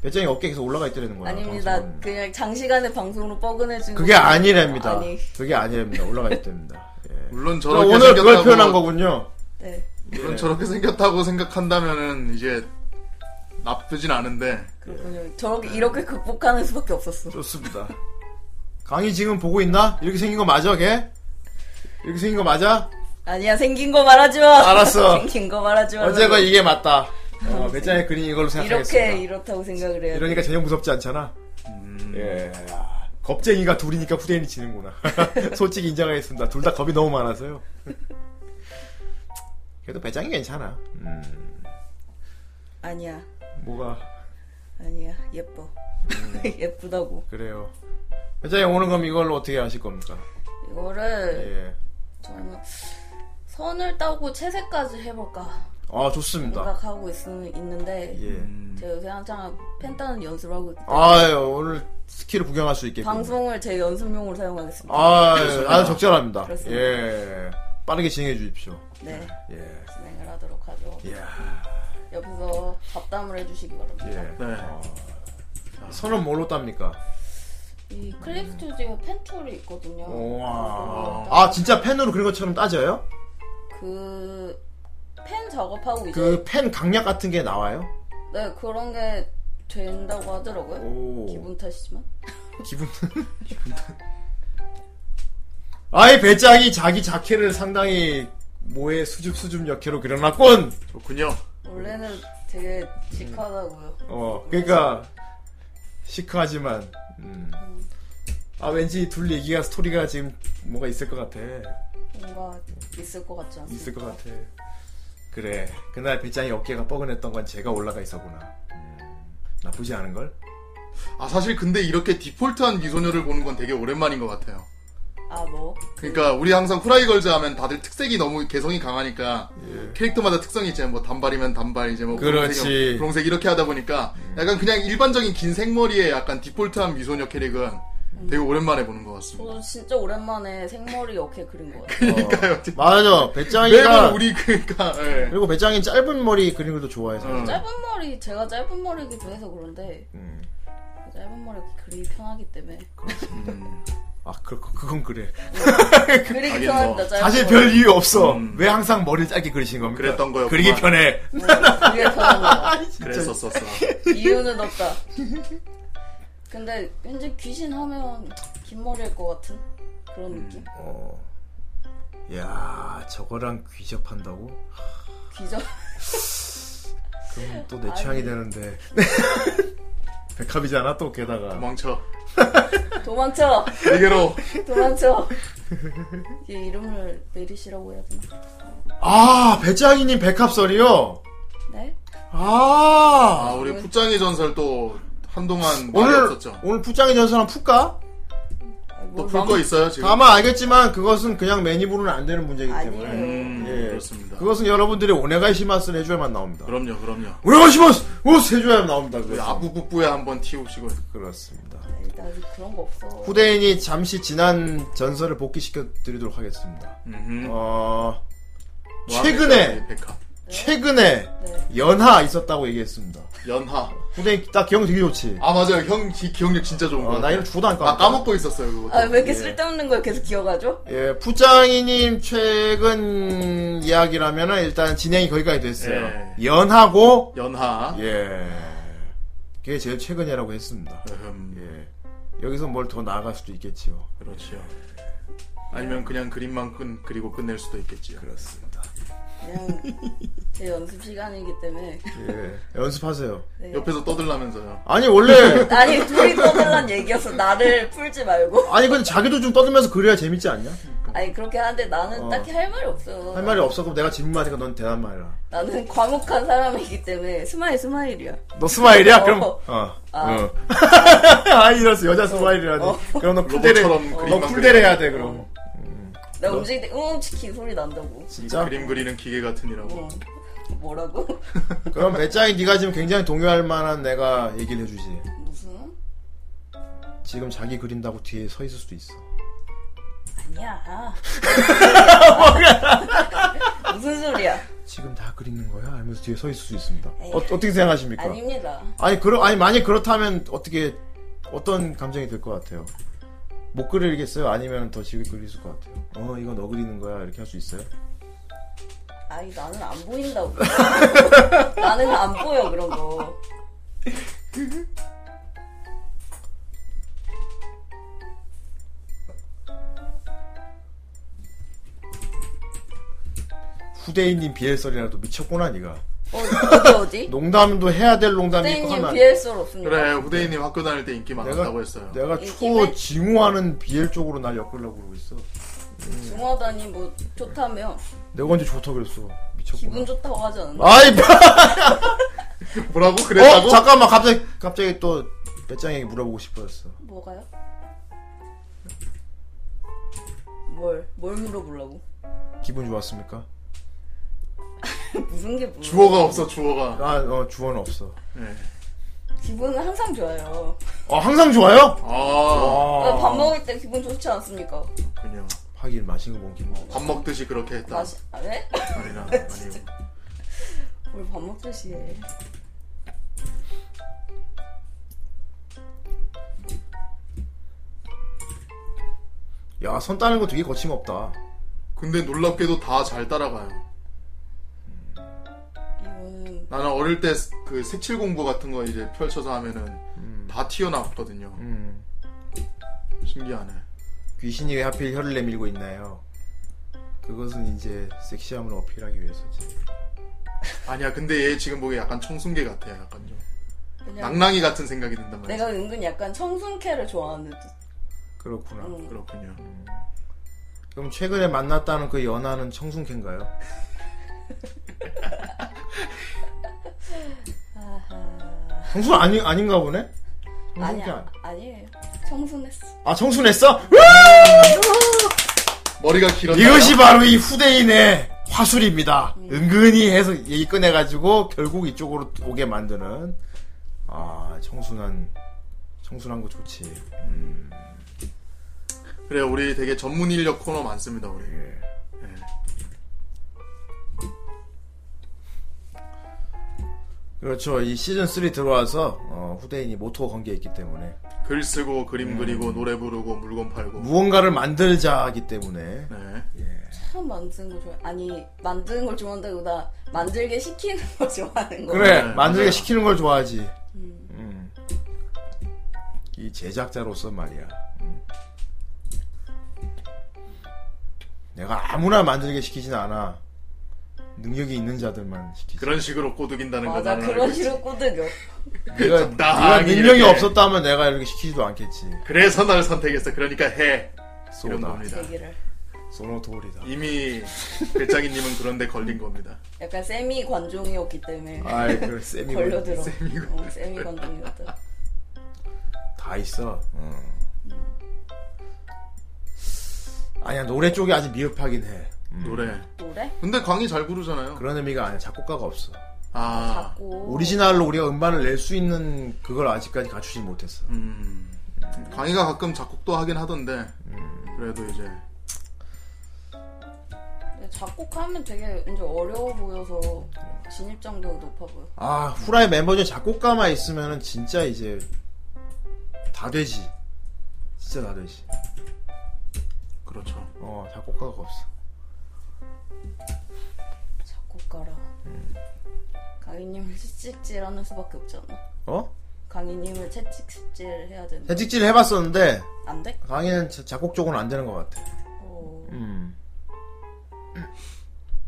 [SPEAKER 4] 배짱이 어깨 계속 올라가 있더라는 거야.
[SPEAKER 6] 아닙니다.
[SPEAKER 4] 방송하는.
[SPEAKER 6] 그냥 장시간에 방송으로 뻐근해진
[SPEAKER 4] 그게
[SPEAKER 6] 거지.
[SPEAKER 4] 아니랍니다.
[SPEAKER 6] 아니.
[SPEAKER 4] 그게 아니랍니다. 올라가 있답니다. 예.
[SPEAKER 5] 물론
[SPEAKER 4] 자,
[SPEAKER 5] <laughs> 저렇게
[SPEAKER 4] 오늘 그걸
[SPEAKER 5] 생겼다고-
[SPEAKER 4] 표현한 거군요.
[SPEAKER 6] 네.
[SPEAKER 5] 물론
[SPEAKER 4] 예.
[SPEAKER 5] 저렇게 생겼다고 생각한다면은 이제 나쁘진 않은데
[SPEAKER 6] 그렇군요. 저렇게 이렇게 극복하는 수밖에 없었어.
[SPEAKER 4] 좋습니다. 강희 지금 보고 있나? 이렇게 생긴 거 맞아, 걔? 이렇게 생긴 거 맞아?
[SPEAKER 6] 아니야, 생긴 거 말하지 마.
[SPEAKER 4] 알았어.
[SPEAKER 6] <laughs> 생긴 거 말하지 마.
[SPEAKER 4] 어제가 이게 맞다. 어, 배짱의 그림 이걸로 생각하겠습니다.
[SPEAKER 6] 이렇게 이렇다고 생각을 해요.
[SPEAKER 4] 이러니까 전혀 무섭지 않잖아. 예. 아, 겁쟁이가 둘이니까 후대인이 지는구나. <laughs> 솔직히 인정하겠습니다. 둘 다 겁이 너무 많아서요. 그래도 배짱이 괜찮아. 음,
[SPEAKER 6] 아니야.
[SPEAKER 4] 뭐가
[SPEAKER 6] 아니야. 예뻐.
[SPEAKER 4] 음.
[SPEAKER 6] <laughs> 예쁘다고.
[SPEAKER 4] 그래요. 배짱이 오늘 그럼 이걸로 어떻게 하실 겁니까? 예.
[SPEAKER 6] 이거를 저는 선을 따고 채색까지 해볼까
[SPEAKER 4] 아 좋습니다.
[SPEAKER 6] 생각하고 있, 있는데
[SPEAKER 4] 예.
[SPEAKER 6] 제가 요새 한창 펜따는 연습을 하고 있기 때문에
[SPEAKER 4] 아유 오늘 스키를 구경할 수 있게.
[SPEAKER 6] 방송을 제 연습용으로 사용하겠습니다.
[SPEAKER 4] 아 아주 적절합니다.
[SPEAKER 6] 그렇습니다.
[SPEAKER 4] 예. 빠르게 진행해 주십시오.
[SPEAKER 6] 네.
[SPEAKER 4] 예.
[SPEAKER 6] 진행을 하도록 하죠.
[SPEAKER 4] 예.
[SPEAKER 6] 옆에서 잡담을 해주시기 바랍니다.
[SPEAKER 4] 예. 어. 선은 뭘로 땁니까?
[SPEAKER 6] 이 클립스 조지가 펜툴이 있거든요.
[SPEAKER 4] 우와. 아, 진짜 펜으로 그런 것처럼 따져요?
[SPEAKER 6] 그 펜 작업하고 이제
[SPEAKER 4] 그 펜 강약 같은 게 나와요?
[SPEAKER 6] 네 그런 게 된다고 하더라고요.
[SPEAKER 4] 오.
[SPEAKER 6] 기분 탓이지만.
[SPEAKER 4] 기분 <laughs> 아이 배짱이 자기 자켓을 상당히 모의 수줍 수줍 역해로 그려놨군.
[SPEAKER 5] 좋군요.
[SPEAKER 6] 원래는 되게 직하다고요.
[SPEAKER 4] 어, 그러니까 시크하지만 음. 아 왠지 둘 얘기가 스토리가 지금 뭐가 있을 것 같아.
[SPEAKER 6] 뭔가 있을 것 같지 않습니까?
[SPEAKER 4] 있을 것 같아. 그래 그날 배짱이 어깨가 뻐근했던 건 제가 올라가 있었구나. 음, 나쁘지 않은
[SPEAKER 5] <laughs>
[SPEAKER 4] 걸?
[SPEAKER 5] 아 사실 근데 이렇게 디폴트한 미소녀를 보는 건 되게 오랜만인 것 같아요.
[SPEAKER 6] 아 뭐?
[SPEAKER 5] 그러니까 우리 항상 후라이걸즈 하면 다들 특색이 너무 개성이 강하니까 캐릭터마다 특성이 있잖아요. 뭐 단발이면 단발 이제 뭐
[SPEAKER 4] 예. 그렇지.
[SPEAKER 5] 분홍색, 분홍색 이렇게 하다 보니까 약간 그냥 일반적인 긴 생머리에 약간 디폴트한 미소녀 캐릭은 되게 오랜만에 보는 것 같습니다.
[SPEAKER 6] 저도 진짜 오랜만에 생머리 이렇게 그린 것 같아요.
[SPEAKER 4] 어. 맞아 배짱이가
[SPEAKER 5] 매번 우리 그니까 그러니까, 예.
[SPEAKER 4] 그리고 배짱이 짧은 머리 그리는 걸도 좋아해서
[SPEAKER 5] 음.
[SPEAKER 6] 짧은 머리 제가 짧은 머리기도 해서 그런데
[SPEAKER 4] 음.
[SPEAKER 6] 짧은 머리 그리기 편하기 때문에
[SPEAKER 4] 아 그, 그- 그건 그래
[SPEAKER 6] 그리기 편합니다. 짧은
[SPEAKER 4] 사실
[SPEAKER 6] 머리.
[SPEAKER 4] 별 이유 없어 왜 항상 머리를 짧게 그리신 겁니까
[SPEAKER 5] 음. 그랬던 거였구만.
[SPEAKER 4] 그리기 편해
[SPEAKER 6] 그리기
[SPEAKER 4] <laughs>
[SPEAKER 6] 편합니다.
[SPEAKER 5] 그랬었었어.
[SPEAKER 6] 이유는 없다. 근데 현재 귀신 하면 긴 머리일 것 같은 그런 느낌.
[SPEAKER 4] 어. 야 저거랑 귀접한다고?
[SPEAKER 6] 귀저.
[SPEAKER 4] 그럼 또 내
[SPEAKER 6] 아니.
[SPEAKER 4] 취향이 되는데 <laughs> 백합이잖아 또 게다가
[SPEAKER 5] 도망쳐
[SPEAKER 6] <laughs> 도망쳐.
[SPEAKER 5] 세계로.
[SPEAKER 6] 도망쳐. 얘 이름을 메리시라고 해야 되나?
[SPEAKER 4] 아 배짱이님 백합설이요?
[SPEAKER 6] 네?
[SPEAKER 4] 아,
[SPEAKER 5] 아 우리 풋장의 전설 또 한동안 말이
[SPEAKER 4] 오늘
[SPEAKER 5] 없었죠. 네.
[SPEAKER 4] 오늘 풋장이 전선랑 풋까?
[SPEAKER 6] 아, 뭐
[SPEAKER 5] 또풀거 있어요 지금?
[SPEAKER 4] 다만 알겠지만 그것은 그냥 매니브로는 안 되는 문제이기 때문에
[SPEAKER 5] 음,
[SPEAKER 4] 예.
[SPEAKER 5] 그렇습니다.
[SPEAKER 4] 그것은 여러분들이 오네가이시마스를 해줘야만 나옵니다.
[SPEAKER 5] 그럼요, 그럼요.
[SPEAKER 4] 오네가이시마스! 오! 해줘야만 나옵니다.
[SPEAKER 5] 우리
[SPEAKER 4] 그것은.
[SPEAKER 5] 아부부부에 한번 튀우시고
[SPEAKER 4] 그렇습니다.
[SPEAKER 6] 나 아직 그런 거 없어.
[SPEAKER 4] 후대인이 잠시 지난 전설을 복귀시켜 드리도록 하겠습니다. 어,
[SPEAKER 5] 음. 뭐
[SPEAKER 4] 최근에,
[SPEAKER 5] 합니까, 우리 백합?
[SPEAKER 4] 최근에 연하 있었다고 얘기했습니다.
[SPEAKER 5] 연하.
[SPEAKER 4] 후대인 딱 기억 되게 좋지?
[SPEAKER 5] 아 맞아요, 형 기, 기억력 진짜 좋은 거.
[SPEAKER 4] 나 이름 죽어도 안 까먹어.
[SPEAKER 5] 아 까먹고 있었어요 그거. 예.
[SPEAKER 6] 아 왜 이렇게 쓸데없는 걸 계속 기억하죠?
[SPEAKER 4] 예, 부장이님 최근 이야기라면은 일단 진행이 거기까지 됐어요.
[SPEAKER 5] 예.
[SPEAKER 4] 연하고
[SPEAKER 5] 연하.
[SPEAKER 4] 예. 그게 제일 최근이라고 했습니다. 예. 여기서 뭘 더 나아갈 수도 있겠지요.
[SPEAKER 5] 그렇지요. 아니면 그냥 그림만 끈 그리고 끝낼 수도 있겠지요.
[SPEAKER 4] 그렇습니다.
[SPEAKER 6] 그냥 제 연습 시간이기 때문에.
[SPEAKER 4] 예. <laughs> 연습하세요.
[SPEAKER 6] 네.
[SPEAKER 5] 옆에서 떠들라면서요.
[SPEAKER 4] 아니 원래
[SPEAKER 6] 아니 둘이 떠들란 얘기였어. 나를 풀지 말고.
[SPEAKER 4] 아니 근데 자기도 좀 떠들면서 그래야 재밌지 않냐?
[SPEAKER 6] 아니 그렇게 하는데 나는
[SPEAKER 4] 어.
[SPEAKER 6] 딱히 할 말이 없어.
[SPEAKER 4] 할 말이 없어 그럼 내가 질문하니까 넌 대답 말해라.
[SPEAKER 6] 나는 과묵한 사람이기 때문에 스마일 스마일이야.
[SPEAKER 4] 너 스마일이야? 그럼
[SPEAKER 6] 어.
[SPEAKER 4] 어. 어. <laughs> 아 이럴수 여자 스마일이라니.
[SPEAKER 6] 어.
[SPEAKER 4] 그럼 너 풀대를
[SPEAKER 5] 로봇처럼
[SPEAKER 4] 너
[SPEAKER 5] 그림만
[SPEAKER 4] 풀대를
[SPEAKER 5] 그려.
[SPEAKER 4] 해야 돼 그럼.
[SPEAKER 6] 나
[SPEAKER 4] 너-
[SPEAKER 6] 움직일 때 웅치킨 소리 난다고.
[SPEAKER 4] 진짜?
[SPEAKER 5] 그림 그리는 기계 같으니라고.
[SPEAKER 6] 어. 뭐라고?
[SPEAKER 4] 그럼 배짱이 네가 지금 굉장히 동요할 만한 내가 얘기를 해주지.
[SPEAKER 6] 무슨?
[SPEAKER 4] 지금 자기 그린다고 뒤에 서 있을 수도 있어. <laughs>
[SPEAKER 6] 아니야. <laughs> 무슨 소리야?
[SPEAKER 4] 지금 다 그리는 거야? 알면서 뒤에 서 있을 수 있습니다. 어, 떻게 생각하십니까?
[SPEAKER 6] 아닙니다.
[SPEAKER 4] 아니 그러 아니 만약 그렇다면 어떻게 어떤 감정이 들 것 같아요? 못 그리겠어요? 아니면 더 지금 그리실 것 같아요? 어 이거 너 그리는 거야 이렇게 할 수 있어요?
[SPEAKER 6] 아니 나는 안
[SPEAKER 5] <laughs>
[SPEAKER 6] 보인다고. 나는 안 보여 그런 거.
[SPEAKER 4] 후대인님 비엘설이라도 미쳤구나 니가.
[SPEAKER 6] 어, 어디 어디?
[SPEAKER 4] 농담도 해야 될 농담이 있고
[SPEAKER 6] 선생님
[SPEAKER 4] 하면
[SPEAKER 6] 비엘솔 없습니다.
[SPEAKER 5] 그래 후대인님 학교 다닐 때 인기 많았다고 했어요.
[SPEAKER 4] 내가
[SPEAKER 6] 이
[SPEAKER 4] 초 징후하는 비엘 쪽으로 날 엮으려고 그러고 있어. 음.
[SPEAKER 6] 중화단이 뭐 좋다며
[SPEAKER 4] 내가 언제 좋다 그랬어? 미쳤구나.
[SPEAKER 6] 기분 좋다고 하지 않나?
[SPEAKER 4] 아이
[SPEAKER 5] 뭐라고 그랬다고?
[SPEAKER 4] 어? 잠깐만 갑자기 갑자기 또 배짱에게 물어보고 싶어졌어.
[SPEAKER 6] 뭐가요? 뭘? 뭘 물어보려고?
[SPEAKER 4] 기분 좋았습니까?
[SPEAKER 6] 무슨 게 뭐야?
[SPEAKER 5] 주어가.
[SPEAKER 4] 아, 어 주어는 없어.
[SPEAKER 6] 기분은 항상 좋아요.
[SPEAKER 4] 아 항상 어, 좋아요?
[SPEAKER 5] 아.
[SPEAKER 6] 어, 밥 먹을 때 기분 좋지 않습니까?
[SPEAKER 5] 그냥
[SPEAKER 4] 하긴 마신 거 먹긴 먹.
[SPEAKER 5] 밥 먹듯이 그렇게 했다.
[SPEAKER 6] 다시 아,
[SPEAKER 5] <laughs>
[SPEAKER 6] 왜?
[SPEAKER 4] 아니라
[SPEAKER 6] 진짜. 우리 밥 먹듯이 해.
[SPEAKER 4] 야, 손 따는 거 되게 거침없다.
[SPEAKER 5] 근데 놀랍게도 다 잘 따라가요.
[SPEAKER 6] 이거는
[SPEAKER 5] 나는 어릴 때 그 색칠 공부 같은 거 이제 펼쳐서 하면은
[SPEAKER 4] 음.
[SPEAKER 5] 다 튀어나왔거든요. 음. 신기하네.
[SPEAKER 4] 귀신이 왜 하필 혀를 내밀고 있나요? 그것은 이제 섹시함을 어필하기 위해서지.
[SPEAKER 5] 아니야, 근데 얘 지금 보기 약간 청순계 같아요, 약간 좀.
[SPEAKER 6] 그냥
[SPEAKER 5] 낭랑이 같은 생각이 든단 말이야.
[SPEAKER 6] 네. 내가 은근 약간 청순캐를 좋아하는데
[SPEAKER 4] 그렇구나.
[SPEAKER 6] 음.
[SPEAKER 5] 그렇군요.
[SPEAKER 4] 그럼 최근에 만났다는 그 연하는 청순캔가요? 청순 아니 아닌가 보네. 청순캔
[SPEAKER 6] 아니야 아니에요 청순했어
[SPEAKER 4] 아 청순했어?
[SPEAKER 5] 머리가 길었나요?
[SPEAKER 4] 이것이 바로 이 후대인의 화술입니다. 은근히 해서 얘기 꺼내가지고 결국 이쪽으로 오게 만드는 아 청순한 청순한 거 좋지. 음.
[SPEAKER 5] 그래, 우리 되게 전문 인력 코너 많습니다, 우리. 예.
[SPEAKER 4] 그렇죠. 이 시즌 3 들어와서 어, 후대인이 모토 관계에 있기 때문에
[SPEAKER 5] 글 쓰고, 그림 그리고, 노래 부르고, 물건
[SPEAKER 4] 네.
[SPEAKER 5] 팔고.
[SPEAKER 4] 무언가를 만들자 하기 때문에
[SPEAKER 5] 네.
[SPEAKER 6] 참 만드는 거 좋아 아니 만드는 걸 좋아한다고 나 만들게 시키는 거 좋아하는 거
[SPEAKER 4] 그래
[SPEAKER 5] 네,
[SPEAKER 4] 만들게
[SPEAKER 5] 맞아요.
[SPEAKER 4] 시키는 걸 좋아하지. 음. 이 제작자로서 말이야. 음. 내가 아무나 만들게 시키진 않아. 능력이 있는 자들만 시키지.
[SPEAKER 5] 그런 식으로 꼬드긴다는 거
[SPEAKER 6] 맞아
[SPEAKER 5] 나는
[SPEAKER 6] 그런
[SPEAKER 5] 알고 있지.
[SPEAKER 6] 식으로 꼬드겨
[SPEAKER 4] 네가,
[SPEAKER 5] 적당히
[SPEAKER 4] 네가 능력이
[SPEAKER 5] 이렇게.
[SPEAKER 4] 없었다면 내가 이렇게 시키지도 않겠지.
[SPEAKER 5] 그래서 널 선택했어. 그러니까 해. 이런
[SPEAKER 4] 쏘나.
[SPEAKER 5] 겁니다.
[SPEAKER 6] 얘기를
[SPEAKER 4] 소노토리다.
[SPEAKER 5] 이미 배짱이님은 그런데 걸린 겁니다.
[SPEAKER 6] 약간 세미 관종이었기 때문에
[SPEAKER 4] 아이,
[SPEAKER 5] <laughs>
[SPEAKER 4] 그 세미 관-
[SPEAKER 6] 걸려들어
[SPEAKER 4] 세미
[SPEAKER 6] 어, 세미 관종이었다
[SPEAKER 4] 다 있어. 어. 아니야 노래 쪽이 아직 미흡하긴 해. 음.
[SPEAKER 5] 노래.
[SPEAKER 6] 노래?
[SPEAKER 5] 근데 광희 잘 부르잖아요.
[SPEAKER 4] 그런 의미가 아니야. 작곡가가 없어.
[SPEAKER 5] 아.
[SPEAKER 4] 오리지널로 우리가 음반을 낼 수 있는 그걸 아직까지 갖추지 못했어.
[SPEAKER 5] 음. 광희가 가끔 작곡도 하긴 하던데.
[SPEAKER 4] 음.
[SPEAKER 5] 그래도 이제
[SPEAKER 6] 근데 작곡하면 되게 이제 어려워 보여서 진입장벽이 높아 보여
[SPEAKER 4] 아 후라이 멤버 중에 작곡가만 있으면은 진짜 이제 다 되지. 진짜 다 되지.
[SPEAKER 5] 그렇죠.
[SPEAKER 4] 어 작곡가가 없어.
[SPEAKER 6] 작곡가라
[SPEAKER 4] 음.
[SPEAKER 6] 강희님을 채찍질하는 수밖에 없잖아
[SPEAKER 4] 어?
[SPEAKER 6] 강희님을 채찍질해야 되는데
[SPEAKER 4] 채찍질 해봤었는데
[SPEAKER 6] 안 돼?
[SPEAKER 4] 강의는 자- 작곡 쪽은 안 되는 것 같아.
[SPEAKER 6] 어,
[SPEAKER 4] 음.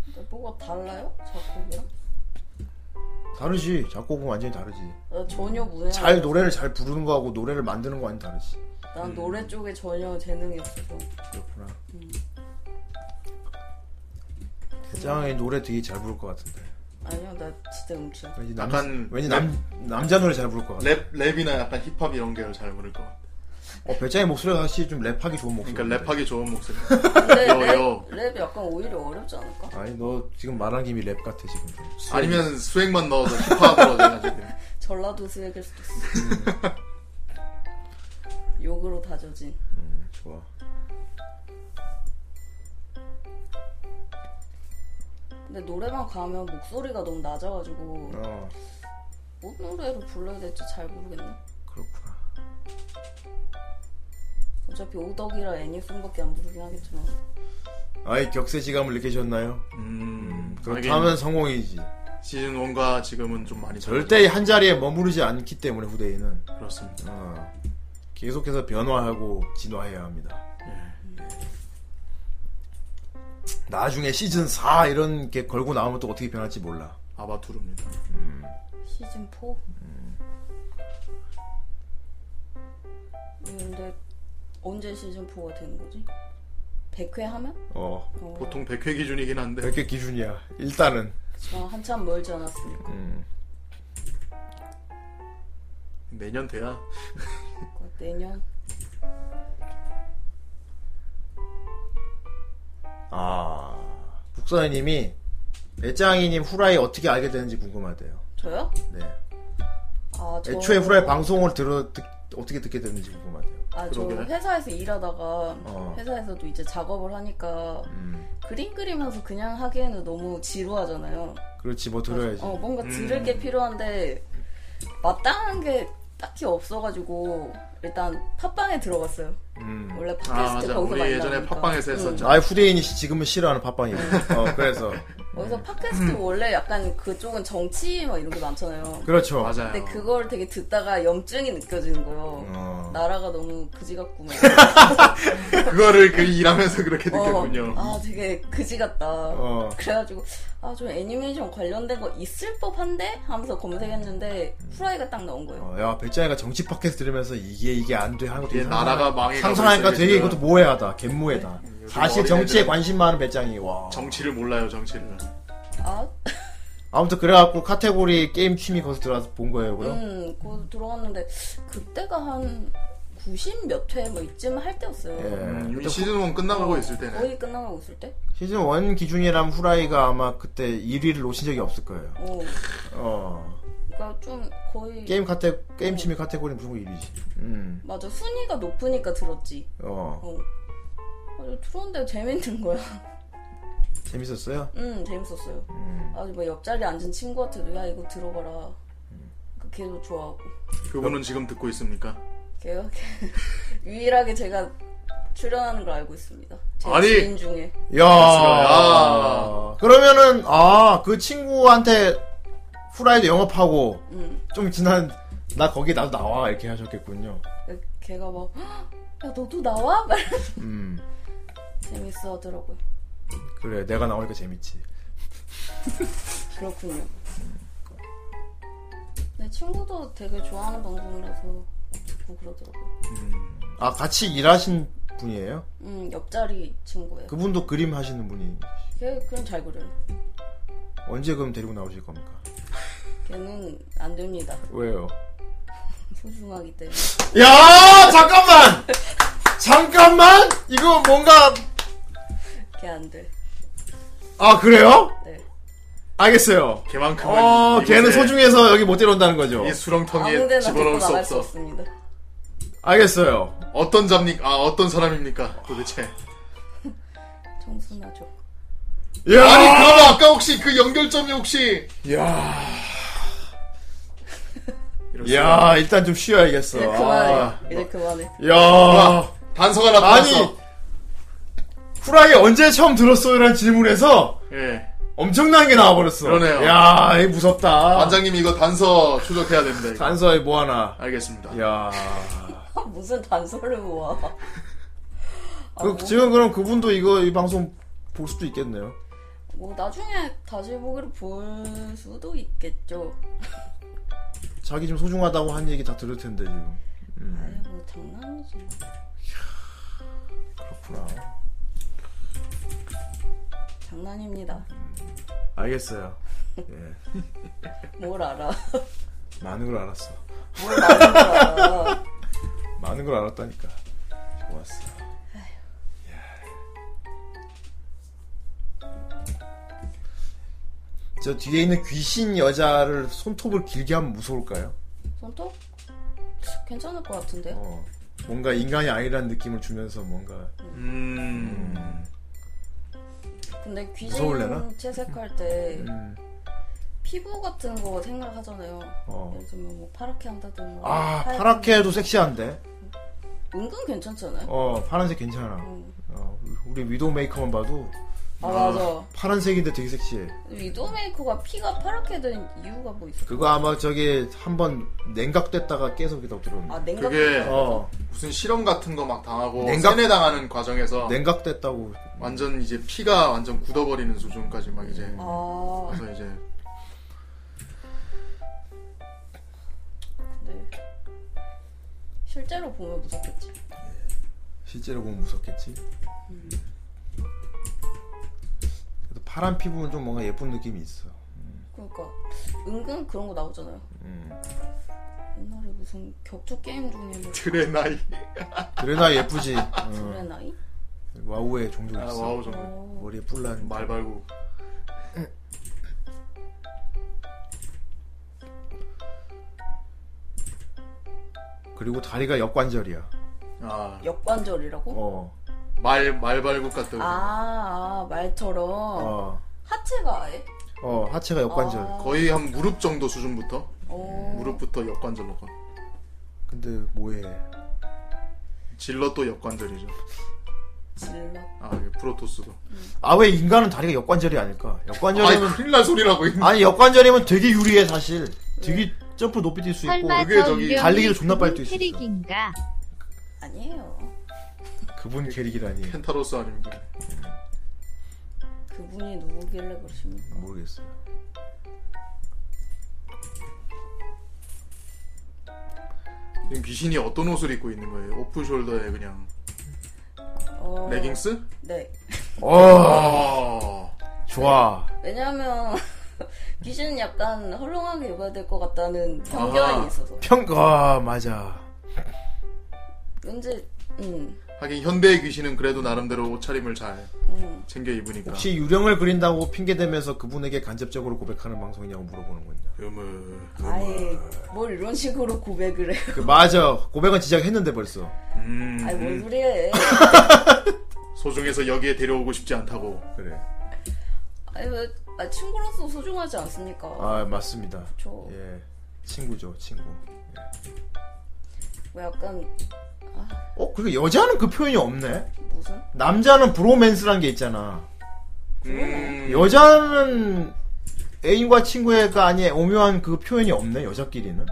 [SPEAKER 6] 근데 뭐가 달라요? 작곡이랑?
[SPEAKER 4] 다르지. 작곡은 완전히 다르지.
[SPEAKER 6] 나 전혀 무해
[SPEAKER 4] 잘 노래를 잘 부르는 거하고 노래를 만드는 거 완전 다르지.
[SPEAKER 6] 난 노래 쪽에 전혀 재능이 없어서
[SPEAKER 4] 그렇구나. 음. 대장이 노래 되게 잘 부를 것 같은데.
[SPEAKER 6] 아니야 나 진짜 음치야
[SPEAKER 4] 왠지 남,
[SPEAKER 5] 약간
[SPEAKER 4] 왠지 남, 남자 노래 잘 부를 것 같아.
[SPEAKER 5] 랩 랩이나 약간 힙합 이런 게 잘 부를 것 같아.
[SPEAKER 4] 어, 배짱의 목소리가 사실 좀 랩하기 좋은 목소리.
[SPEAKER 5] 그러니까 랩하기 좋은 목소리.
[SPEAKER 4] 네.
[SPEAKER 6] 근데
[SPEAKER 4] 어,
[SPEAKER 5] 요,
[SPEAKER 6] 랩,
[SPEAKER 5] 요.
[SPEAKER 6] 랩 약간 오히려 어렵지 않을까?
[SPEAKER 4] 아니, 너 지금 말한 김에 랩 같아, 지금. 좀. 수행-
[SPEAKER 5] 아니면 수액만 넣어서
[SPEAKER 4] <laughs>
[SPEAKER 5] 힙합으로 해가지고.
[SPEAKER 6] 전라도 수액일 수도 있어 욕으로 다져진
[SPEAKER 4] 음, 좋아.
[SPEAKER 6] 근데 노래방 가면 목소리가 너무 낮아가지고
[SPEAKER 4] 어,
[SPEAKER 6] 뭔 노래를 불러야 될지 잘 모르겠네
[SPEAKER 4] 그렇구나.
[SPEAKER 6] 어차피 오덕이라 애니송밖에 안 부르긴 하겠지만
[SPEAKER 4] 아이, 격세지감을 느끼셨나요?
[SPEAKER 5] 음.
[SPEAKER 4] 그렇다면 성공이지.
[SPEAKER 5] 시즌 1과 지금은 좀 많이
[SPEAKER 4] 절대 한 자리에 머무르지 않기 때문에 후대인은.
[SPEAKER 5] 잘- 그렇습니다.
[SPEAKER 4] 어, 계속해서 변화하고 진화해야 합니다.
[SPEAKER 5] 예.
[SPEAKER 4] 네. 나중에 시즌 4 이런 게 걸고 나오면 또 어떻게 변할지 몰라.
[SPEAKER 5] 아바투르입니다.
[SPEAKER 6] 시즌 음. 4? 근데 언제 시즌 4가 되는 거지? 100회 하면?
[SPEAKER 4] 어,
[SPEAKER 6] 어,
[SPEAKER 5] 보통 100회 기준이긴 한데.
[SPEAKER 4] 몇개 기준이야. 일단은.
[SPEAKER 6] 저 한참 멀지 않았으니까
[SPEAKER 4] 음.
[SPEAKER 5] 내년 돼야.
[SPEAKER 6] 내년
[SPEAKER 4] 아, 북서희님이 배짱이님 후라이 어떻게 알게 되는지 궁금하대요.
[SPEAKER 6] 저요?
[SPEAKER 4] 네.
[SPEAKER 6] 아, 저...
[SPEAKER 4] 애초에 후라이 방송을 들어 듣- 어떻게 듣게 됐는지 궁금하네요.
[SPEAKER 6] 아, 저
[SPEAKER 4] 그러게.
[SPEAKER 6] 회사에서 일하다가
[SPEAKER 4] 어.
[SPEAKER 6] 회사에서도 이제 작업을 하니까
[SPEAKER 4] 음.
[SPEAKER 6] 그림 그리면서 그냥 하기에는 너무 지루하잖아요.
[SPEAKER 4] 그렇지 뭐 들어야지.
[SPEAKER 6] 어, 뭔가 들을 게 필요한데 마땅한 게 딱히 없어가지고 일단 팟빵에 들어갔어요.
[SPEAKER 4] 음.
[SPEAKER 6] 원래
[SPEAKER 5] 아,
[SPEAKER 6] 팟캐스트
[SPEAKER 5] 맞아.
[SPEAKER 6] 거기서
[SPEAKER 5] 우리
[SPEAKER 6] 많이
[SPEAKER 5] 예전에
[SPEAKER 6] 나오니까.
[SPEAKER 5] 팟빵에서
[SPEAKER 6] 응.
[SPEAKER 5] 했었죠.
[SPEAKER 4] 아예 후대인이 씨 지금은 싫어하는 팟빵이에요. 어, <laughs> 그래서
[SPEAKER 5] 음.
[SPEAKER 6] 거기서 팟캐스트 원래 약간 그쪽은 정치 막 이런 게 많잖아요.
[SPEAKER 4] 그렇죠. 맞아요.
[SPEAKER 6] 근데 네, 그걸 되게 듣다가 염증이 느껴지는 거예요.
[SPEAKER 5] 어.
[SPEAKER 4] 어.
[SPEAKER 6] 나라가 너무 그지 같구만.
[SPEAKER 5] 그거를 그 일하면서 <laughs> 그렇게
[SPEAKER 6] 어,
[SPEAKER 5] 느꼈군요.
[SPEAKER 6] 아, 되게 그지 같다.
[SPEAKER 5] 어.
[SPEAKER 6] 그래가지고 아, 좀 애니메이션 관련된 거 있을 법한데 하면서 검색했는데 후라이가 딱 나온 거예요.
[SPEAKER 4] 어, 야 백장이가 정치 팟캐스트 들으면서 이게 이게 안 돼 하는 것도
[SPEAKER 5] 이게
[SPEAKER 4] 이상하다.
[SPEAKER 5] 나라가 망해가고
[SPEAKER 4] 상상하니까
[SPEAKER 5] 있어요,
[SPEAKER 4] 되게
[SPEAKER 5] 지금.
[SPEAKER 4] 이것도 모해하다 갯모해다. 사실
[SPEAKER 5] 어린애들은-
[SPEAKER 4] 정치에 관심 많은 배짱이 와.
[SPEAKER 5] 정치를 몰라요, 정치를.
[SPEAKER 4] 네.
[SPEAKER 6] 아,
[SPEAKER 4] 아무튼 그래갖고 카테고리 게임 취미 거기서 들어와서 본 거예요, 그럼.
[SPEAKER 6] 음, 그 들어갔는데 그때가 한 90 몇 회 뭐 이쯤 할 때였어요.
[SPEAKER 4] 예.
[SPEAKER 5] 음, 이미 시즌 1
[SPEAKER 6] 어.
[SPEAKER 5] 끝나가고 있을 때네.
[SPEAKER 6] 거의 끝나가고 있을 때?
[SPEAKER 4] 시즌 1 기준이라면 후라이가 아마 그때 1위를 놓친 적이 없을 거예요.
[SPEAKER 6] 어,
[SPEAKER 4] 어.
[SPEAKER 6] 그러니까 좀 거의
[SPEAKER 4] 게임 카테 게임 취미 카테고리 무조건 1위지. 음.
[SPEAKER 6] 맞아 순위가 높으니까 들었지.
[SPEAKER 4] 어.
[SPEAKER 6] 어. 아주 들었는데 재밌는 거야. <laughs>
[SPEAKER 4] 재밌었어요?
[SPEAKER 6] 음 재밌었어요. 아주 뭐 옆자리 앉은 친구한테도 야 이거 들어봐라. 그 걔도 좋아하고.
[SPEAKER 5] 그분은 지금 듣고 있습니까?
[SPEAKER 6] 걔요? <laughs> 유일하게 제가 출연하는 걸 알고 있습니다. 제
[SPEAKER 5] 아니!
[SPEAKER 6] 지인 중에.
[SPEAKER 4] 야.
[SPEAKER 5] 야.
[SPEAKER 4] 그러면은 아 그 친구한테 후라이도 영업하고 좀 지난 나 거기 나도 나와 이렇게 하셨겠군요.
[SPEAKER 6] 걔가 막, "헉, 야, 너도 나와? <laughs> 막 이러면서
[SPEAKER 4] 음.
[SPEAKER 6] 재밌어 하더라고요.
[SPEAKER 4] 그래 내가 나오니까 재밌지.
[SPEAKER 6] 그렇군요. 내 친구도 되게 좋아하는 방송이라서 듣고 그러더라고요.
[SPEAKER 4] 아 같이 일하신 분이에요?
[SPEAKER 6] 음, 옆자리 친구예요.
[SPEAKER 4] 그분도 그림 하시는 분이
[SPEAKER 6] 걔 네, 그럼 잘 그려요.
[SPEAKER 4] 언제 그럼 데리고 나오실 겁니까?
[SPEAKER 6] 걔는 안 됩니다.
[SPEAKER 4] 왜요?
[SPEAKER 6] 소중하기 때문에.
[SPEAKER 4] 야 잠깐만 잠깐만 이거 뭔가
[SPEAKER 6] 걔 안 돼.
[SPEAKER 4] 아 그래요?
[SPEAKER 6] 네.
[SPEAKER 4] 알겠어요.
[SPEAKER 5] 걔만큼은
[SPEAKER 4] 어
[SPEAKER 5] 이곳에-
[SPEAKER 4] 걔는 소중해서 여기 못 데려온다는 거죠.
[SPEAKER 5] 이
[SPEAKER 6] 아무
[SPEAKER 5] 수렁텅이에
[SPEAKER 6] 데나 데리고
[SPEAKER 5] 집어넣을 수
[SPEAKER 6] 나갈 수
[SPEAKER 5] 없어.
[SPEAKER 6] 없습니다.
[SPEAKER 4] 알겠어요.
[SPEAKER 5] 어떤 잡니까? 아, 어떤 사람입니까? 도대체.
[SPEAKER 6] 청순하죠.
[SPEAKER 5] 야! 아니, 그럼 아까 혹시 그 연결점이 혹시.
[SPEAKER 4] 야. 야 일단 좀 쉬어야겠어. 아,
[SPEAKER 6] 이제 네, 그만해. 이제 그만해. <laughs>
[SPEAKER 4] 야
[SPEAKER 5] 단서가 나타났어.
[SPEAKER 4] 아니 후라이 언제 처음 들었어요라는 질문에서
[SPEAKER 5] 예.
[SPEAKER 4] 엄청난 게 나와버렸어.
[SPEAKER 5] 그러네요.
[SPEAKER 4] 야, 이 무섭다.
[SPEAKER 5] 반장님 이거 단서 추적해야 됩니다. 이거.
[SPEAKER 4] 단서에 뭐 하나.
[SPEAKER 5] 알겠습니다.
[SPEAKER 4] 야.
[SPEAKER 6] 아, 무슨 단서를 모아.
[SPEAKER 4] 그,
[SPEAKER 6] 아,
[SPEAKER 4] 지금 그럼 그분도 이거 이 방송 볼 수도 있겠네요.
[SPEAKER 6] 뭐 나중에 다시 보기로 볼 수도 있겠죠.
[SPEAKER 4] 자기 좀 소중하다고 한 얘기 다 들을 텐데 지금. 음,
[SPEAKER 6] 아니 뭐 장난이지.
[SPEAKER 4] 그렇구나.
[SPEAKER 6] 장난입니다.
[SPEAKER 4] 알겠어요. 예,
[SPEAKER 6] 뭘 알아? <laughs>
[SPEAKER 4] 많은 걸 알았어.
[SPEAKER 6] 뭘 아는 거야?
[SPEAKER 4] <laughs> 많은 걸 알았다니까. 좋았어. 이야. 저 뒤에 있는 귀신 여자를 손톱을 길게 하면 무서울까요?
[SPEAKER 6] 손톱? 괜찮을 것 같은데.
[SPEAKER 4] 어, 뭔가 인간이 아니라는 느낌을 주면서 뭔가
[SPEAKER 5] 음.
[SPEAKER 6] 근데
[SPEAKER 4] 무서울래나?
[SPEAKER 6] 귀신 채색할 때
[SPEAKER 4] 음.
[SPEAKER 6] 피부 같은 거 생각하잖아요.
[SPEAKER 4] 어.
[SPEAKER 6] 예를 들면 뭐 파랗게 한다든가.
[SPEAKER 4] 아
[SPEAKER 6] 하얗게
[SPEAKER 4] 파랗게 해도 섹시한데
[SPEAKER 6] 은근 괜찮잖아요.
[SPEAKER 4] 어 파란색 괜찮아 어, 우리 위도우 메이커만 봐도
[SPEAKER 6] 아, 맞아.
[SPEAKER 4] 파란색인데 되게 섹시해
[SPEAKER 6] 위도우 메이커가 피가 파랗게 된 이유가 뭐 있어?
[SPEAKER 4] 그거 아마 저기 한번 냉각됐다가 깨서 그렇게 들었는데
[SPEAKER 6] 아 냉각.
[SPEAKER 5] 그게
[SPEAKER 4] 어.
[SPEAKER 5] 무슨 실험 같은 거 막 당하고
[SPEAKER 4] 냉각- 네.
[SPEAKER 5] 세뇌당하는 과정에서
[SPEAKER 4] 냉각됐다고
[SPEAKER 5] 완전 이제 피가 완전 굳어버리는 수준까지 막 이제
[SPEAKER 6] 아.
[SPEAKER 5] 그래서 이제
[SPEAKER 6] 네. 실제로 보면 무섭겠지.
[SPEAKER 4] 실제로 보면 무섭겠지 그래도 파란 피부는 좀 뭔가 예쁜 느낌이 있어
[SPEAKER 6] 그러니까 은근 그런 거 나오잖아요.
[SPEAKER 4] 음.
[SPEAKER 6] 옛날에 무슨 격투 게임 중에 뭐
[SPEAKER 5] 음. 드레나이
[SPEAKER 4] 드레나 예쁘지 어.
[SPEAKER 6] 드레나이?
[SPEAKER 4] 와우에 종종
[SPEAKER 5] 아,
[SPEAKER 4] 있어
[SPEAKER 5] 와우 종종.
[SPEAKER 4] 머리에 뿔난
[SPEAKER 5] 말 발고
[SPEAKER 4] 그리고 다리가 역관절이야.
[SPEAKER 5] 아,
[SPEAKER 6] 역관절이라고?
[SPEAKER 4] 어.
[SPEAKER 5] 말, 말발굽 같다고.
[SPEAKER 6] 아, 아, 말처럼
[SPEAKER 5] 어.
[SPEAKER 6] 하체가 아예?
[SPEAKER 4] 어, 하체가 역관절.
[SPEAKER 5] 거의 한 무릎 정도 수준부터?
[SPEAKER 6] 오.
[SPEAKER 5] 무릎부터 역관절로 가.
[SPEAKER 4] 근데 뭐해?
[SPEAKER 5] 질러 또 역관절이죠.
[SPEAKER 6] 질러.
[SPEAKER 5] 아, 이게 프로토스가.
[SPEAKER 4] 아 왜 인간은 다리가 역관절이 아닐까? 역관절이면
[SPEAKER 5] 아이, 큰일 날 소리라고, 이거.
[SPEAKER 4] 아니 역관절이면 되게 유리해 사실. 되게 점프 높이 뛸 수 있고
[SPEAKER 15] 설마 더 유령이
[SPEAKER 4] 달리기도 존나 빨리
[SPEAKER 15] 그분
[SPEAKER 4] 뛸수 있어.
[SPEAKER 15] 캐릭인가?
[SPEAKER 6] 아니에요.
[SPEAKER 4] 그분 캐릭이라니.
[SPEAKER 5] 펜타로스 아닙니까?
[SPEAKER 6] 그분이 누구길래 그러십니까?
[SPEAKER 4] 모르겠어요.
[SPEAKER 5] 지금 귀신이 어떤 옷을 입고 있는 거예요? 오프숄더에 그냥.
[SPEAKER 6] 어,
[SPEAKER 5] 레깅스?
[SPEAKER 6] 네.
[SPEAKER 4] 어. 좋아.
[SPEAKER 6] 왜냐하면 <laughs> 귀신은 약간 헐렁하게 입어야 될 것 같다는 편견이
[SPEAKER 4] 아.
[SPEAKER 6] 있어서
[SPEAKER 4] 평가 맞아.
[SPEAKER 6] 왠지 음,
[SPEAKER 5] 하긴 현대의 귀신은 그래도 나름대로 옷차림을 잘
[SPEAKER 6] 음.
[SPEAKER 5] 챙겨 입으니까.
[SPEAKER 4] 혹시 유령을 그린다고 핑계대면서 그분에게 간접적으로 고백하는 방송이냐고 물어보는 거냐.
[SPEAKER 5] 음을.
[SPEAKER 6] 아예 뭘 이런 식으로 <laughs> 고백을 해요.
[SPEAKER 4] 그 맞아. 고백은 지적했는데 벌써.
[SPEAKER 5] 음.
[SPEAKER 6] 아니 뭔 소리해?
[SPEAKER 5] 소중해서 여기에 데려오고 싶지 않다고.
[SPEAKER 4] 그래.
[SPEAKER 6] 아니 왜 아, 친구로서 소중하지 않습니까?
[SPEAKER 4] 아 맞습니다.
[SPEAKER 6] 그쵸.
[SPEAKER 4] 예. 친구죠 친구.
[SPEAKER 6] 왜뭐 약간
[SPEAKER 4] 어 그리고 여자는 그 표현이 없네.
[SPEAKER 6] 무슨?
[SPEAKER 4] 남자는 브로맨스란 게 있잖아.
[SPEAKER 5] 음.
[SPEAKER 4] 여자는 애인과 친구가 아닌 오묘한 그 표현이 없네 여자끼리는.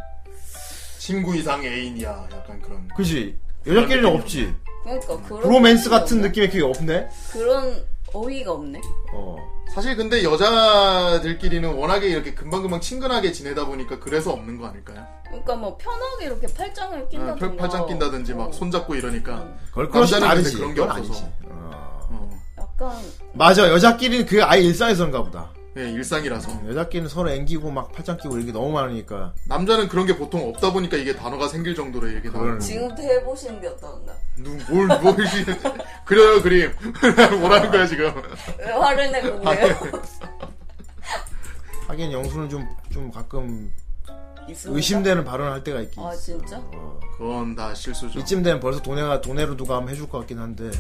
[SPEAKER 5] 친구 이상 애인이야. 약간 그런.
[SPEAKER 4] 그지? 여자끼리는 없지.
[SPEAKER 6] 그러니까 그런
[SPEAKER 4] 브로맨스 같은
[SPEAKER 6] 없네.
[SPEAKER 4] 느낌의 그게 없네.
[SPEAKER 6] 그런 어휘가 없네.
[SPEAKER 5] 사실 근데 여자들끼리는 워낙에 이렇게 금방금방 친근하게 지내다 보니까 그래서 없는 거 아닐까요?
[SPEAKER 6] 그러니까 뭐 편하게 이렇게 팔짱을
[SPEAKER 5] 아,
[SPEAKER 6] 낀다든가 어. 음.
[SPEAKER 5] 팔- 팔짱 낀다든지 막 손잡고 이러니까.
[SPEAKER 4] 그걸 그것이
[SPEAKER 5] 남자는 근데
[SPEAKER 4] 다르지.
[SPEAKER 5] 그런 게
[SPEAKER 4] 그건
[SPEAKER 5] 없어서.
[SPEAKER 4] 아니지. 어.
[SPEAKER 6] 약간
[SPEAKER 4] 맞아 여자끼리는 그게 아예 일상에서인가 보다.
[SPEAKER 5] 예, 일상이라서.
[SPEAKER 4] 음, 여자끼리는 서로 앵기고 막 팔짱 끼고 이런 게 너무 많으니까.
[SPEAKER 5] 남자는 그런 게 보통 없다 보니까 이게 단어가 생길 정도로 이렇게 나오는
[SPEAKER 6] 지금도 해보시는 게 어떤가?
[SPEAKER 5] 뭘, 뭘, <laughs> 그려요, 그림. <laughs> 뭐라는 거야, 지금.
[SPEAKER 6] 왜 화를 내고 그래요?
[SPEAKER 4] 하긴 영수는 좀 좀 가끔
[SPEAKER 6] <laughs> 있습니까?
[SPEAKER 4] 의심되는 발언을 할 때가 있긴
[SPEAKER 6] 아 진짜?
[SPEAKER 5] 그건 다 실수죠.
[SPEAKER 4] 이쯤 되면 벌써 돈에가 돈에로 누가 하면 해줄 것 같긴 한데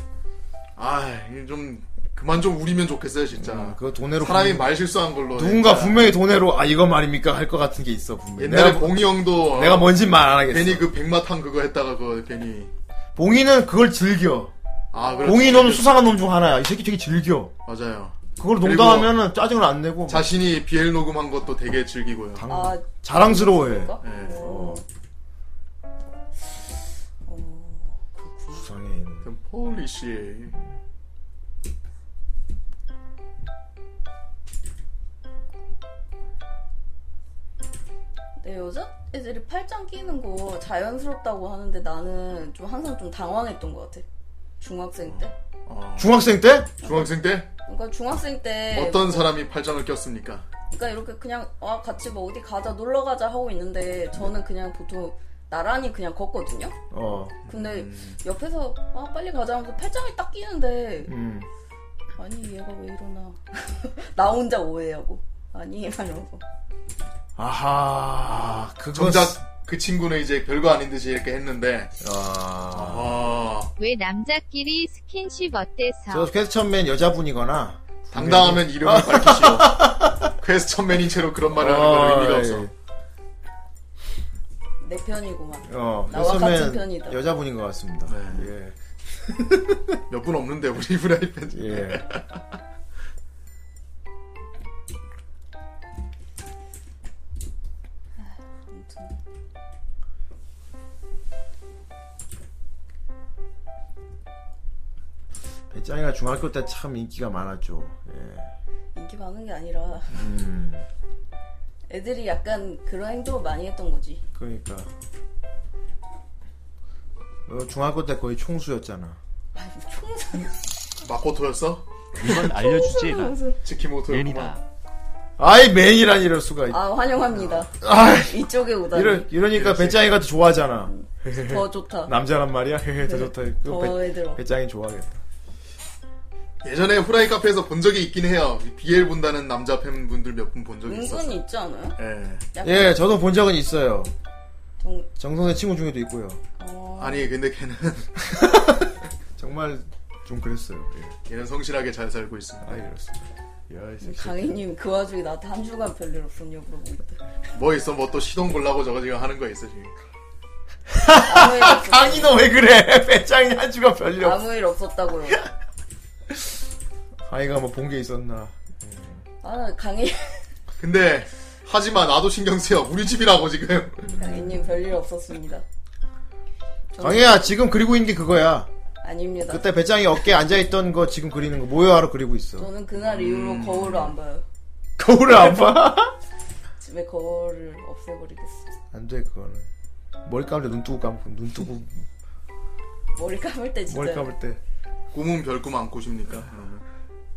[SPEAKER 5] 아, 이게 좀, 그만 좀 우리면 좋겠어요, 진짜.
[SPEAKER 4] 그 돈으로
[SPEAKER 5] 음. 사람이 뭐
[SPEAKER 4] 분명-
[SPEAKER 5] 말 실수한 걸로.
[SPEAKER 4] 누군가
[SPEAKER 5] 진짜.
[SPEAKER 4] 분명히 돈에로 아 이거 말입니까 할 것 같은 게 있어 분명히
[SPEAKER 5] 옛날에
[SPEAKER 4] 내가- 뭐
[SPEAKER 5] 봉이 형도.
[SPEAKER 4] 내가 뭔진 말 안 하겠어
[SPEAKER 5] 괜히 그 백마탕 그거 했다가 그거 괜히.
[SPEAKER 4] 봉이는 그걸 즐겨
[SPEAKER 5] 아, 그렇죠.
[SPEAKER 4] 봉이 놈 수상한 놈 중 하나야 이 새끼 되게 즐겨
[SPEAKER 5] 맞아요.
[SPEAKER 4] 그걸
[SPEAKER 5] 그리고
[SPEAKER 4] 농담하면은 짜증을 안 내고 막
[SPEAKER 5] 자신이 비엘 녹음한 것도 되게 즐기고요.
[SPEAKER 6] 아,
[SPEAKER 4] 자랑스러워해
[SPEAKER 6] 그럴까?
[SPEAKER 5] 예.
[SPEAKER 6] 어.
[SPEAKER 4] 수상해 얘는.
[SPEAKER 5] 그럼 폴리시.
[SPEAKER 6] 근데 네, 여자애들이 팔짱 끼는 거 자연스럽다고 하는데 나는 좀 항상 좀 당황했던 것 같아. 중학생 때.
[SPEAKER 4] 중학생 때?
[SPEAKER 5] 중학생 때?
[SPEAKER 6] 그러니까 중학생 때
[SPEAKER 5] 어떤
[SPEAKER 6] 뭐-
[SPEAKER 5] 사람이 팔짱을 꼈습니까?
[SPEAKER 6] 그러니까 이렇게 그냥 아 같이 뭐 어디 가자 놀러 가자 하고 있는데 저는 그냥 보통 나란히 그냥 걷거든요.
[SPEAKER 4] 어
[SPEAKER 6] 근데
[SPEAKER 5] 음.
[SPEAKER 6] 옆에서 아 빨리 가자 하면서 팔짱이 딱 끼는데
[SPEAKER 4] 음.
[SPEAKER 6] 아니 얘가 왜 이러나 <laughs> 나 혼자 오해하고 아니 이러면서
[SPEAKER 4] 아하 그거
[SPEAKER 5] 정작 그 친구는 이제 별거 아닌 듯이 이렇게 했는데. 아.
[SPEAKER 15] 왜 남자끼리 스킨십
[SPEAKER 4] 저
[SPEAKER 15] 어때서?
[SPEAKER 4] 퀘스천맨 여자분이거나
[SPEAKER 5] 당당하면 이름을 밝히시오.
[SPEAKER 4] <laughs>
[SPEAKER 5] 퀘스천맨인 채로 그런 말을 하는 건
[SPEAKER 4] 아,
[SPEAKER 5] 의미가 없어.
[SPEAKER 4] 예.
[SPEAKER 6] 내 편이구만.
[SPEAKER 4] 어,
[SPEAKER 6] 나와 같은
[SPEAKER 4] 퀘스천맨
[SPEAKER 6] 편이다.
[SPEAKER 4] 여자분인 것 같습니다.
[SPEAKER 5] 네. 몇 분 없는데 우리 <laughs> 브라이팬.
[SPEAKER 4] 예. 예.
[SPEAKER 6] 아무튼
[SPEAKER 4] 배짱이가 중학교 때 참 인기가 많았죠. 예.
[SPEAKER 6] 인기 많은 게 아니라
[SPEAKER 4] 음,
[SPEAKER 6] 애들이 약간 그런 행동을 많이 했던 거지.
[SPEAKER 4] 그러니까 너 중학교 때 거의 총수였잖아.
[SPEAKER 5] 마코토였어?
[SPEAKER 4] 이건 알려주지.
[SPEAKER 5] 지키모토.
[SPEAKER 4] 맨이다. 아이 맨이란 이럴 수가. 있...
[SPEAKER 6] 아 환영합니다.
[SPEAKER 4] 아,
[SPEAKER 6] 이쪽에 오다니
[SPEAKER 4] 이러 이러니까 배짱이가 더 좋아하잖아.
[SPEAKER 6] 더 좋다.
[SPEAKER 4] 남자란 말이야. 헤헤, 더 좋다. 그거
[SPEAKER 6] 음. 더
[SPEAKER 4] 배-
[SPEAKER 6] 애들어.
[SPEAKER 4] 배짱이 좋아하겠다.
[SPEAKER 5] 예전에 후라이 카페에서 본 적이 있긴 해요. BL 본다는 남자 팬분들 몇 분 본 적이 있었어.
[SPEAKER 6] 은근히 있지 않아요?
[SPEAKER 5] 예.
[SPEAKER 6] 약간
[SPEAKER 4] 예, 저도 본 적은 있어요.
[SPEAKER 6] 동-
[SPEAKER 4] 정선의 친구 중에도 있고요.
[SPEAKER 5] 아니 근데 걔는 <laughs>
[SPEAKER 4] 정말 좀 그랬어요. 예.
[SPEAKER 5] 걔는 성실하게 잘 살고 있습니다.
[SPEAKER 4] 아 이렇습니다. 야, 이 새끼.
[SPEAKER 6] 강희님 그 와중에 나한테 한 주간 별일 없었냐고 그러고 있다.
[SPEAKER 4] <laughs>
[SPEAKER 5] 뭐 있어 뭐 또 시동 걸라고 저거 지금 하는 거 있어 지금.
[SPEAKER 4] 강이 너 왜 그래? <laughs> 배짱이 한 주가 별일 없어.
[SPEAKER 6] 아무 일 없었다고요.
[SPEAKER 4] 강이가 뭐 본 게 있었나?
[SPEAKER 6] 아 강희 <laughs>
[SPEAKER 5] 근데 하지마 나도 신경 쓰여 우리 집이라고 지금.
[SPEAKER 6] 강희님 별일 없었습니다. 저는-
[SPEAKER 4] 강이야 지금 그리고 있는 게 그거야.
[SPEAKER 6] 아닙니다.
[SPEAKER 4] 그때 배짱이 어깨 에 앉아 있던 거 지금 그리는 거 모여하러 그리고 있어. <laughs>
[SPEAKER 6] 저는 그날 이후로
[SPEAKER 4] 음.
[SPEAKER 6] 거울을 안 봐요.
[SPEAKER 4] 거울을 안 <laughs> 봐?
[SPEAKER 6] 집에 거울을 없애버리겠어.
[SPEAKER 4] 안 돼 그거는. 머리 감을 때 눈 뜨고 감고 눈 뜨고
[SPEAKER 6] 머리 감을 때 진짜.
[SPEAKER 4] 머리 감을 때.
[SPEAKER 5] 꿈은 별꿈 안 꾸십니까?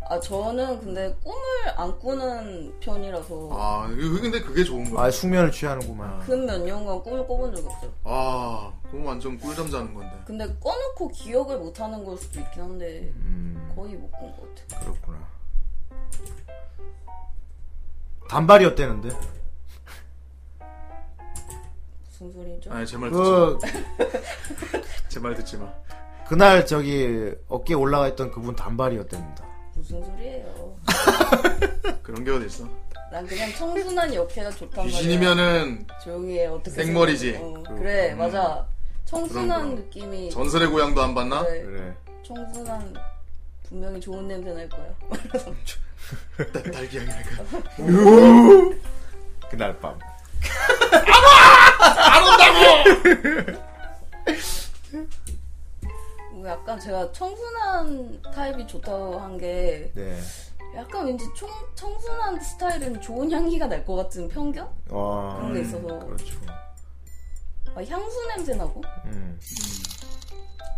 [SPEAKER 6] 아 저는 근데 꿈을 안 꾸는 편이라서
[SPEAKER 5] 아 그- 근데 그게 좋은 거야.
[SPEAKER 4] 아 숙면을 취하는구만.
[SPEAKER 6] 근 몇 년간 꿈을 꿔본 적이 없어요.
[SPEAKER 5] 아 그럼 완전 꿀잠 자는 건데.
[SPEAKER 6] 근데 꺼놓고 기억을 못하는 걸 수도 있긴 한데
[SPEAKER 5] 음.
[SPEAKER 6] 거의 못 꾼 것 같아요.
[SPEAKER 4] 그렇구나. 단발이었대는데.
[SPEAKER 6] 무슨 소리죠?
[SPEAKER 5] 아니 제 말
[SPEAKER 4] 그-
[SPEAKER 5] 듣지 마. <laughs> 제 말 듣지 마.
[SPEAKER 4] 그날 저기 어깨에 올라가 있던 그분 단발이었답니다.
[SPEAKER 6] 무슨 소리예요?
[SPEAKER 5] 그런 게 어디 있어?
[SPEAKER 6] 난 그냥 청순한 역해가 좋단 말이야.
[SPEAKER 5] 귀신이면은
[SPEAKER 6] 조용히 해. 어떻게
[SPEAKER 5] 생머리지.
[SPEAKER 6] 생각해. 어, 그래
[SPEAKER 5] 음.
[SPEAKER 6] 맞아. 청순한
[SPEAKER 5] 그런 거.
[SPEAKER 6] 느낌이
[SPEAKER 5] 전설의 고향도 안 봤나?
[SPEAKER 6] 그래.
[SPEAKER 4] 그래.
[SPEAKER 6] 청순한 분명히 좋은 냄새 날 거야. <laughs>
[SPEAKER 5] 딸기 향이랄까.
[SPEAKER 4] 그날 밤.
[SPEAKER 5] 안 온다고!
[SPEAKER 6] 뭐 약간 제가 청순한 타입이 좋다고 한 게
[SPEAKER 4] 네.
[SPEAKER 6] 약간 왠지 총, 청순한 스타일은 좋은 향기가 날 것 같은 편견?
[SPEAKER 4] 와.
[SPEAKER 6] 그런 게
[SPEAKER 5] 음,
[SPEAKER 6] 있어서
[SPEAKER 4] 그렇죠.
[SPEAKER 6] 막 향수 냄새 나고
[SPEAKER 4] 음.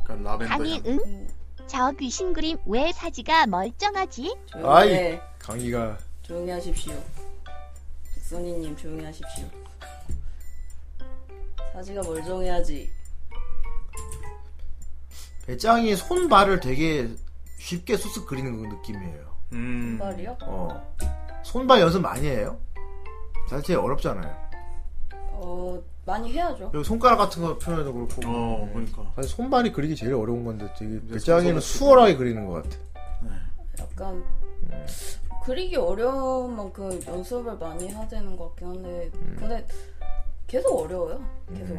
[SPEAKER 5] 약간 그러니까 라벤더
[SPEAKER 17] 강이
[SPEAKER 5] 향.
[SPEAKER 4] 뭐.
[SPEAKER 17] 응? 저 귀신 그림 왜 사지가 멀쩡하지?
[SPEAKER 4] 아이 강의가
[SPEAKER 6] 조용히 하십시오. 백선희님 조용히 하십시오. 사지가 멀쩡해야지.
[SPEAKER 4] 배짱이 손발을 되게 쉽게 쑥쑥 그리는 그 느낌이에요.
[SPEAKER 5] 음.
[SPEAKER 6] 손발이요?
[SPEAKER 4] 어. 손발 연습 많이 해요? 자체 어렵잖아요.
[SPEAKER 6] 어 많이 해야죠.
[SPEAKER 4] 그리고 손가락 같은 거 표현해도 그렇고.
[SPEAKER 5] 어, 그러니까.
[SPEAKER 4] 사실 손발이 그리기 제일 어려운 건데 되게
[SPEAKER 5] 손으로
[SPEAKER 4] 배짱이는
[SPEAKER 5] 쓰고.
[SPEAKER 4] 수월하게 그리는 것 같아.
[SPEAKER 6] 약간 그리기 어려운 만큼 연습을 많이 해야 되는 것 같긴 한데 근데 계속 어려워요. 계속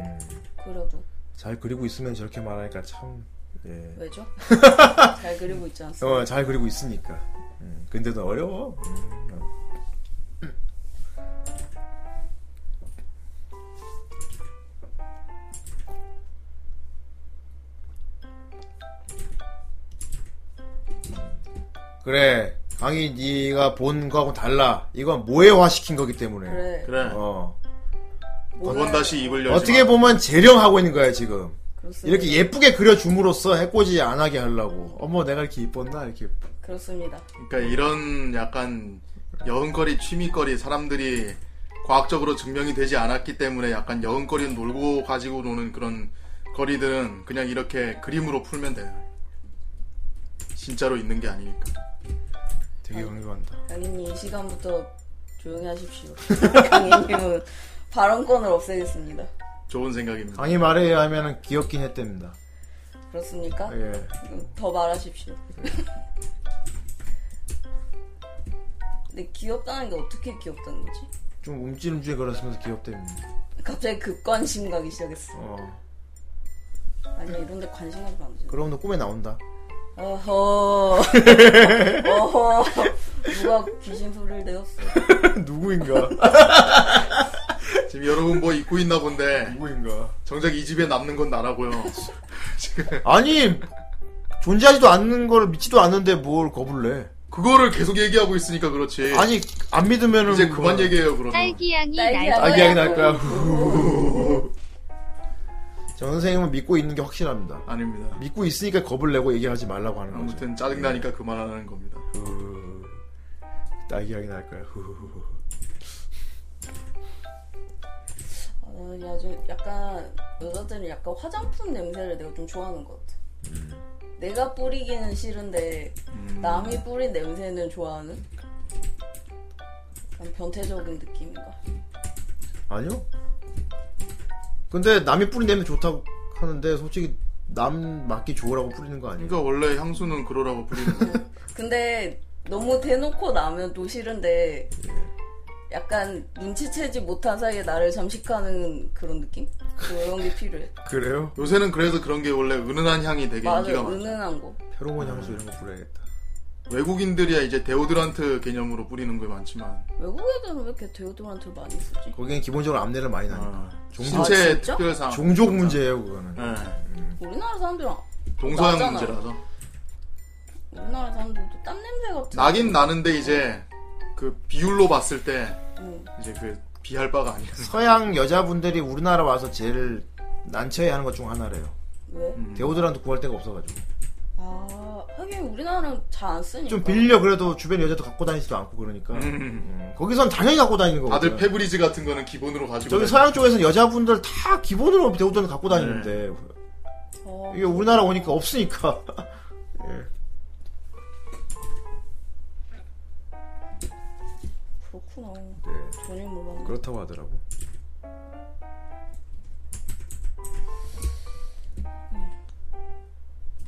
[SPEAKER 6] 그래도
[SPEAKER 4] 잘 그리고 있으면 저렇게 말하니까 참. 예.
[SPEAKER 6] 왜죠? 잘 그리고 있지 않습니까?
[SPEAKER 4] 어, 잘 그리고 있으니까. 음, 근데도 어려워. 음, 어. 그래, 강희 네가 본 거하고 달라. 이건 모해화 시킨 거기 때문에.
[SPEAKER 6] 그래.
[SPEAKER 5] 그래.
[SPEAKER 4] 어.
[SPEAKER 5] 두번 다시 입을 열지
[SPEAKER 4] 어떻게
[SPEAKER 5] 마.
[SPEAKER 4] 보면 재령하고 있는 거야 지금.
[SPEAKER 6] 그렇습니다.
[SPEAKER 4] 이렇게 예쁘게 그려줌으로써 해코지 안 하게 하려고. 어머 내가 이렇게 이뻤나 이렇게.
[SPEAKER 6] 그렇습니다.
[SPEAKER 5] 그러니까 이런 약간 여흥거리 취미거리 사람들이 과학적으로 증명이 되지 않았기 때문에 약간 여흥거리 놀고 가지고 노는 그런 거리들은 그냥 이렇게 그림으로 풀면 돼요. 진짜로 있는 게 아니니까.
[SPEAKER 4] 되게 강조한다.
[SPEAKER 6] 강인님 이 시간부터 조용히 하십시오. 강인님은 발언권을 없애겠습니다.
[SPEAKER 5] 좋은 생각입니다.
[SPEAKER 4] 강의 말에 의하면 귀엽긴 했답니다.
[SPEAKER 6] 그렇습니까?
[SPEAKER 4] 예.
[SPEAKER 6] 음, 더 말하십시오. <laughs> 근데 귀엽다는 게 어떻게 귀엽다는 거지?
[SPEAKER 4] 좀 움찔움찔 걸었으면서 귀엽답니다.
[SPEAKER 6] 갑자기 극관심 가기 시작했어.
[SPEAKER 4] 어.
[SPEAKER 6] 아니 이런데 관심 가지면 안 되지.
[SPEAKER 4] 그럼 너 꿈에 나온다.
[SPEAKER 6] 어허. 어허. 누가 귀신 소리를 내었어.
[SPEAKER 4] <laughs> 누구인가?
[SPEAKER 5] 지금 여러분 뭐 입고 있나 본데
[SPEAKER 4] <laughs> 누구인가?
[SPEAKER 5] 정작 이 집에 남는 건 나라고요. 지금
[SPEAKER 4] 아니 존재하지도 않는 걸 믿지도 않는데 뭘 겁을 내?
[SPEAKER 5] 그거를 계속 얘기하고 있으니까 그렇지.
[SPEAKER 4] 아니 안 믿으면은
[SPEAKER 5] 이제 그만 얘기해요 그러면.
[SPEAKER 15] 딸기향이
[SPEAKER 6] 딸기향.
[SPEAKER 15] 날
[SPEAKER 4] 아기야기 날 거야. <laughs> 정 선생님은 믿고 있는 게 확실합니다.
[SPEAKER 5] 아닙니다.
[SPEAKER 4] 믿고 있으니까 겁을 내고 얘기하지 말라고 하는 거죠.
[SPEAKER 5] 아무튼 짜증 나니까 그만하는 겁니다.
[SPEAKER 4] 후. 딸기향이 날 거야. <laughs> 후.
[SPEAKER 6] 어, 나중에 약간 여자들은 약간 화장품 냄새를 내가 좀 좋아하는 것 같아.
[SPEAKER 5] 음.
[SPEAKER 6] 내가 뿌리기는 싫은데 남이 뿌린 냄새는 좋아하는 약간 변태적인 느낌인가?
[SPEAKER 4] 아니요? 근데 남이 뿌린 냄새 좋다고 하는데 솔직히 남 맡기 좋으라고 뿌리는 거 아니에요?
[SPEAKER 5] 그러니까 원래 향수는 그러라고 뿌리는 거.
[SPEAKER 6] 근데 너무 대놓고 나면 또 싫은데
[SPEAKER 5] 예.
[SPEAKER 6] 약간 눈치채지 못한 사이에 나를 잠식하는 그런 느낌? 그런 게 필요해.
[SPEAKER 4] 그래요?
[SPEAKER 5] 요새는 그래서 그런 게 원래 은은한 향이 되게 인기가
[SPEAKER 6] 맞아요.
[SPEAKER 5] 많아.
[SPEAKER 6] 은은한 거.
[SPEAKER 4] 페로몬 향수 이런 거 뿌려야겠다.
[SPEAKER 5] 외국인들이야 이제 데오드란트 개념으로 뿌리는 게 많지만
[SPEAKER 6] 외국 애들은 왜 이렇게 데오도란트를 많이 쓰지?
[SPEAKER 4] 거기는 기본적으로 암내를 많이 나니까.
[SPEAKER 5] 아, 신체 진짜? 특별상.
[SPEAKER 4] 종족 문제예요 그거는.
[SPEAKER 6] 우리나라 사람들은
[SPEAKER 5] 동서양
[SPEAKER 6] 나잖아.
[SPEAKER 5] 문제라서
[SPEAKER 6] 우리나라 사람들도 땀 냄새 같은.
[SPEAKER 5] 나긴 나는데 이제 그 비율로 봤을 때
[SPEAKER 6] 응.
[SPEAKER 5] 이제 그 비할 바가 아니야.
[SPEAKER 4] 서양 여자분들이 우리나라 와서 제일 난처해 하는 것 중 하나래요.
[SPEAKER 6] 왜?
[SPEAKER 4] 데오드란트 구할 데가 없어가지고.
[SPEAKER 6] 아 하긴 우리나라는 잘 안 쓰니까.
[SPEAKER 4] 좀 빌려 그래도 주변 여자도 갖고 다니지도 않고 그러니까. 음, 거기선 당연히 갖고 다니는 거거든.
[SPEAKER 5] 다들 페브리즈 같은 거는 기본으로 가지고
[SPEAKER 4] 저기
[SPEAKER 5] 다니-
[SPEAKER 4] 서양 쪽에서는 여자분들 다 기본으로 데오드란트 갖고 다니는데
[SPEAKER 6] 어,
[SPEAKER 4] 이게 우리나라 오니까 없으니까.
[SPEAKER 6] 그렇구나.
[SPEAKER 4] 네.
[SPEAKER 6] 전혀 몰랐네.
[SPEAKER 4] 그렇다고 하더라고.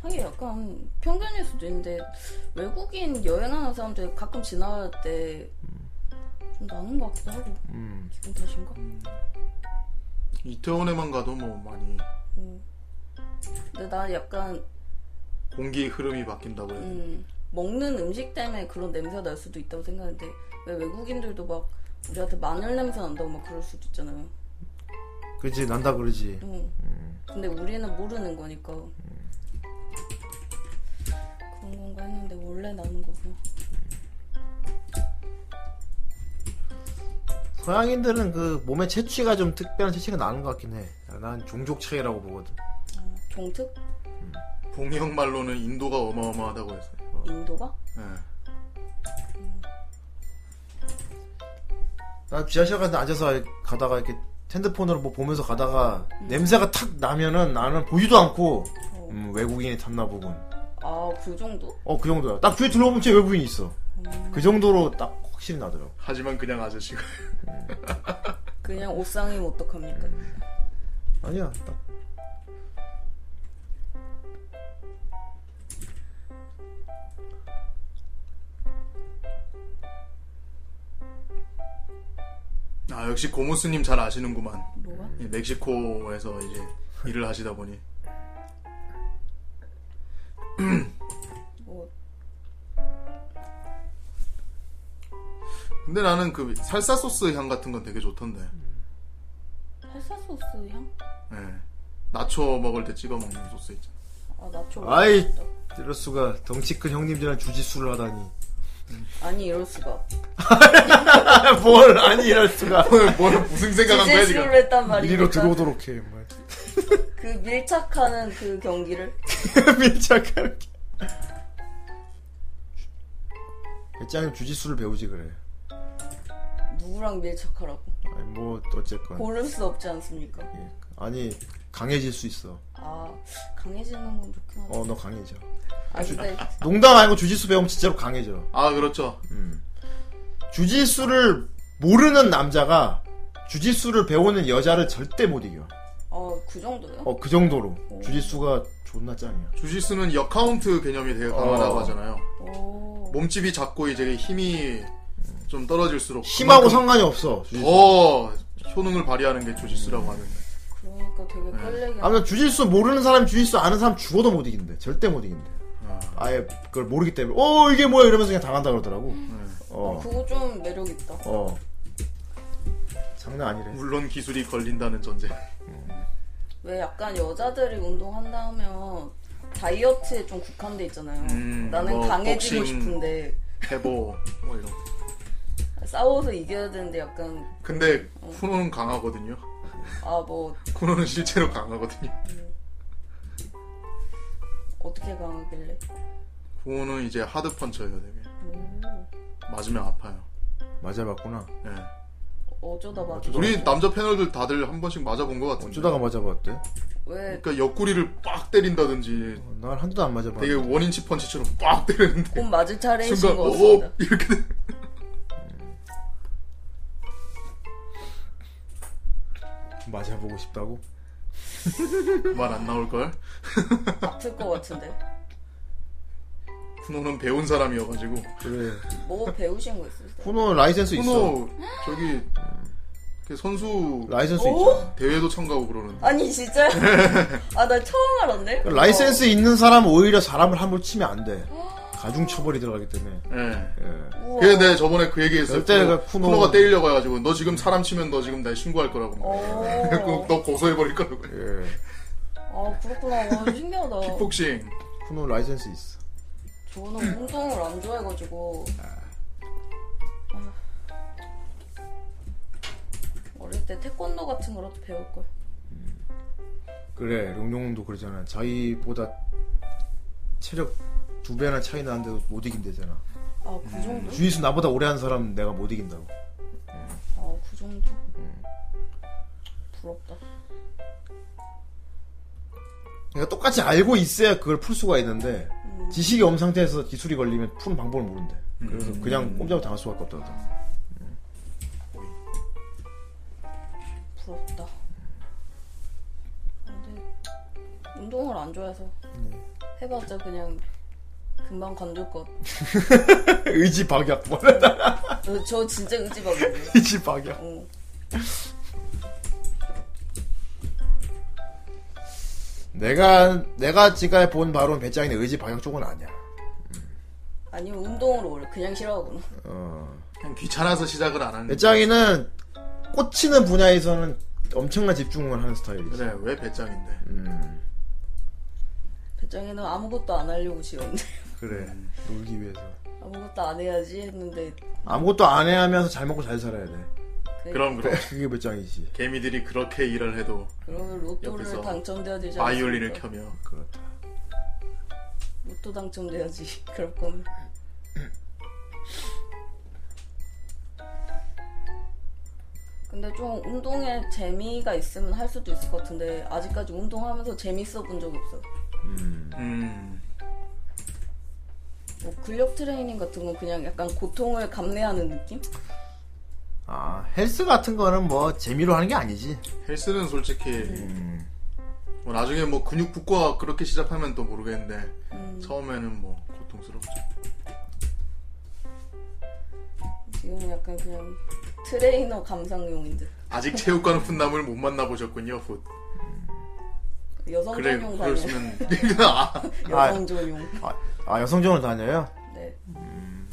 [SPEAKER 6] 하긴 약간 편견일 수도 있는데 외국인 여행하는 사람들 가끔 지나갈 때 좀 나는 것 같기도 하고
[SPEAKER 4] 음.
[SPEAKER 6] 기분 탓인가?
[SPEAKER 5] 이태원에만 가도 뭐 많이
[SPEAKER 6] 음. 근데 나 약간
[SPEAKER 5] 공기 흐름이 바뀐다고 해야 되나?
[SPEAKER 6] 음, 먹는 음식 때문에 그런 냄새가 날 수도 있다고 생각하는데 왜 외국인들도 막 우리한테 마늘 냄새 난다고 막 그럴 수도 있잖아요.
[SPEAKER 4] 그지 난다 그러지.
[SPEAKER 6] 응. 근데 우리는 모르는 거니까 그런 건가 했는데 원래 나는 거구나.
[SPEAKER 4] 서양인들은 그 몸의 채취가 좀 특별한 채취가 나는 것 같긴 해. 난 종족 차이라고 보거든.
[SPEAKER 6] 종특?
[SPEAKER 5] 봉형 말로는 인도가 어마어마하다고 했어요.
[SPEAKER 6] 인도가?
[SPEAKER 5] 예.
[SPEAKER 4] 나 지하실 가서 앉아서 가다가 이렇게 핸드폰으로 뭐 보면서 가다가 냄새가 탁 나면은 나는 보지도 않고 음, 외국인이 탔나 보군.
[SPEAKER 6] 아 그 정도?
[SPEAKER 4] 어 그 정도야. 딱 귀에 들어오면 제 외국인이 있어. 그 정도로 딱 확실히 나더라고.
[SPEAKER 5] 하지만 그냥 아저씨가
[SPEAKER 6] 그냥 옷상이면 어떡합니까?
[SPEAKER 4] 음. 아니야. 딱.
[SPEAKER 5] 아 역시 고모스님 잘 아시는구만.
[SPEAKER 6] 뭐가?
[SPEAKER 5] 이 멕시코에서 이제 일을 하시다 보니
[SPEAKER 6] 뭐
[SPEAKER 5] 근데 나는 그 살사 소스 향 같은 건 되게 좋던데.
[SPEAKER 6] 헬사 소스 향?
[SPEAKER 5] 예. 나초 먹을 때 찍어 먹는 소스 있잖아. <laughs>
[SPEAKER 6] 아 나초.
[SPEAKER 4] 아이 이럴 수가 덩치 큰 형님들이랑 주짓수를 하다니. <laughs>
[SPEAKER 6] 아니 이럴 수가.
[SPEAKER 4] 뭘 아니 이럴
[SPEAKER 5] <laughs>
[SPEAKER 4] 수가.
[SPEAKER 5] 뭘, 무슨 생각한 거야 지금?
[SPEAKER 6] 주짓수를 했단 말이야.
[SPEAKER 4] 이리로 들어오도록 해. 뭐.
[SPEAKER 6] 그 밀착하는 그 경기를.
[SPEAKER 4] 밀착하는 게. 배짱이 주짓수를 배우지 그래.
[SPEAKER 6] 누구랑 밀착하라고?
[SPEAKER 4] 아니 뭐 어쨌건. 예.
[SPEAKER 6] 고를 수 없지 않습니까?
[SPEAKER 4] 아니 강해질 수 있어.
[SPEAKER 6] 아 강해지는 건 좋긴 하다.
[SPEAKER 4] 어 너 강해져.
[SPEAKER 6] 아 근데
[SPEAKER 4] 농담 아니고 주짓수 배우면 진짜로 강해져.
[SPEAKER 5] 아 그렇죠.
[SPEAKER 4] 주짓수를 모르는 남자가 주짓수를 배우는 여자를 절대 못 이겨.
[SPEAKER 6] 어그 정도요?
[SPEAKER 4] 어 그 정도로 주짓수가 존나 짱이야.
[SPEAKER 5] 주짓수는 역카운트 개념이 되게 강하다고
[SPEAKER 4] 어.
[SPEAKER 5] 하잖아요. 몸집이 작고 이제 힘이 좀 떨어질수록
[SPEAKER 4] 힘하고
[SPEAKER 5] 그만큼
[SPEAKER 4] 상관이 음. 없어. 주짓수.
[SPEAKER 5] 더 효능을 발휘하는 게 주짓수라고 하는데.
[SPEAKER 6] 그러니까 되게 끌리게.
[SPEAKER 4] 음. 아무튼 주짓수 모르는 사람 주짓수 아는 사람 죽어도 못 이긴대. 절대 못 이긴대. 아예 그걸 모르기 때문에 어 이게 뭐야 이러면서 그냥 당한다 그러더라고.
[SPEAKER 6] 어,
[SPEAKER 4] 어.
[SPEAKER 6] 그거 좀 매력 있다.
[SPEAKER 4] 어. 장난 아니래.
[SPEAKER 5] 물론 기술이 걸린다는 전제. <laughs>
[SPEAKER 6] 왜 약간 여자들이 운동한다면 다이어트에 좀 국한돼 있잖아요.
[SPEAKER 5] 음,
[SPEAKER 6] 나는
[SPEAKER 5] 뭐,
[SPEAKER 6] 강해지고
[SPEAKER 5] 복싱.
[SPEAKER 6] 싶은데
[SPEAKER 5] 해보 뭐 이런. 거.
[SPEAKER 6] 싸워서 이겨야 되는데 약간
[SPEAKER 5] 근데 쿠노는 강하거든요.
[SPEAKER 6] 아 뭐
[SPEAKER 5] 쿠노는 실제로 강하거든요.
[SPEAKER 6] 어떻게 강하길래?
[SPEAKER 5] 쿠노는 이제 하드 펀쳐예요, 되게.
[SPEAKER 6] 음,
[SPEAKER 5] 맞으면 아파요.
[SPEAKER 4] 맞아봤구나.
[SPEAKER 5] 예.
[SPEAKER 6] 어쩌다 봐.
[SPEAKER 5] 우리 남자 패널들 다들 한 번씩 맞아본 것 같은데.
[SPEAKER 4] 어쩌다가 맞아봤대?
[SPEAKER 6] 왜
[SPEAKER 5] 그러니까 옆구리를 빡 때린다든지.
[SPEAKER 4] 난 한두도 안 맞아봤는데.
[SPEAKER 5] 되게 원인치 펀치처럼 빡 때리는데.
[SPEAKER 6] 곧 맞을 네, 차례이신
[SPEAKER 5] 순간 뭐,
[SPEAKER 6] 것
[SPEAKER 5] 오
[SPEAKER 6] 같습니다.
[SPEAKER 5] 이렇게 돼.
[SPEAKER 4] 맞아보고 싶다고?
[SPEAKER 5] 말 안 나올걸?
[SPEAKER 6] 아플 것 같은데.
[SPEAKER 5] 쿠노는 배운 사람이어가지고.
[SPEAKER 4] 그래.
[SPEAKER 6] 뭐 배우신 거 있으세요?
[SPEAKER 4] 쿠노 라이센스
[SPEAKER 5] 쿠노, 저기, 그 선수.
[SPEAKER 4] 라이센스
[SPEAKER 6] 오?
[SPEAKER 4] 있죠.
[SPEAKER 5] 대회도 참가하고 그러는데.
[SPEAKER 6] 아니 진짜? 아 나 처음 알았네.
[SPEAKER 4] 라이센스 있는 사람 오히려 사람을 함부로 치면 안 돼. 가중 처벌이 들어가기 때문에.
[SPEAKER 5] 예.
[SPEAKER 6] 우와.
[SPEAKER 5] 그래, 내 저번에 그 얘기 했어요.
[SPEAKER 4] 절대
[SPEAKER 5] 쿠노,
[SPEAKER 4] 그 쿠노-
[SPEAKER 5] 쿠노가 때리려고 해가지고, 너 지금 사람 치면 너 지금 날 신고할 거라고.
[SPEAKER 6] 어.
[SPEAKER 5] 그래갖고 너 고소해버릴 거라고.
[SPEAKER 4] 예.
[SPEAKER 6] 아 그렇구나. 와 신기하다.
[SPEAKER 5] 복싱.
[SPEAKER 4] 쿠노 라이센스 있어.
[SPEAKER 6] 저는 운동을 안 좋아해가지고. 아. 어릴 때 태권도 같은 거라도 배울 걸.
[SPEAKER 4] 그래, 룡룡도 그러잖아. 자기보다 체력 두 배나 차이 나는데도 못 이긴대잖아.
[SPEAKER 6] 아 그 정도?
[SPEAKER 4] 주짓수 나보다 오래 한 사람 내가 못 이긴다고.
[SPEAKER 6] 아 그 정도? 부럽다.
[SPEAKER 4] 내가 그러니까 똑같이 알고 있어야 그걸 풀 수가 있는데 지식이 없는 상태에서 기술이 걸리면 푸는 방법을 모른대. 그래서 그냥 꼼짝을 당할 수밖에 없더라고. <laughs>
[SPEAKER 6] 부럽다. 근데 운동을 안 좋아해서 해봤자 그냥 금방 관둘 것. 같아.
[SPEAKER 4] 의지 박약 뭐.
[SPEAKER 6] 저, 저 진짜 의지박이에요.
[SPEAKER 4] <laughs> 의지 박약.
[SPEAKER 6] 어.
[SPEAKER 4] 내가 내가 지금까지 본 바로는 배짱이네 의지 방향 쪽은 아니야.
[SPEAKER 6] 아니면 운동으로 오래 그냥 싫어하구나.
[SPEAKER 4] 어.
[SPEAKER 5] 그냥 귀찮아서 시작을 안 하는.
[SPEAKER 4] 배짱이는 꽂히는 분야에서는 엄청난 집중을 하는 스타일이지.
[SPEAKER 5] 그래, 네, 왜 배짱인데?
[SPEAKER 4] 음,
[SPEAKER 6] 배짱이는 아무것도 안 하려고 지었는데
[SPEAKER 4] 그래. 놀기 위해서.
[SPEAKER 6] 아무것도 안 해야지 했는데
[SPEAKER 4] 아무것도 안 해 하면서 잘 먹고 잘 살아야 돼.
[SPEAKER 6] 그래.
[SPEAKER 5] 그럼, 그럼.
[SPEAKER 4] 그게 배짱이지.
[SPEAKER 5] <laughs> 개미들이 그렇게 일을 해도
[SPEAKER 6] 그러면 로또를
[SPEAKER 5] 옆에서
[SPEAKER 6] 당첨돼야 되지 않습니까?
[SPEAKER 5] 바이올린을 켜며
[SPEAKER 4] 그렇다.
[SPEAKER 6] 로또 당첨돼야지 <laughs> 그럴 거면 근데 좀 운동에 재미가 있으면 할 수도 있을 것 같은데 아직까지 운동하면서 재밌어 본 적이 없어
[SPEAKER 5] 음.
[SPEAKER 6] 뭐 근력 트레이닝 같은 건 그냥 약간 고통을 감내하는 느낌?
[SPEAKER 4] 아 헬스 같은 거는 뭐 재미로 하는 게 아니지.
[SPEAKER 5] 헬스는 솔직히
[SPEAKER 4] 음.
[SPEAKER 5] 뭐 나중에 뭐 근육 복구가 그렇게 시작하면 또 모르겠는데 처음에는 뭐 고통스럽죠.
[SPEAKER 6] 지금은 약간 그냥 트레이너 감상용인 듯
[SPEAKER 5] 아직 체육관 훈남을 못 만나보셨군요. 훗. 그래
[SPEAKER 6] 여성전용 다녀
[SPEAKER 5] 그러시면 <laughs> 아,
[SPEAKER 6] 여성전용
[SPEAKER 4] 아, 아 여성전을 다녀요?
[SPEAKER 6] 네.
[SPEAKER 4] 음.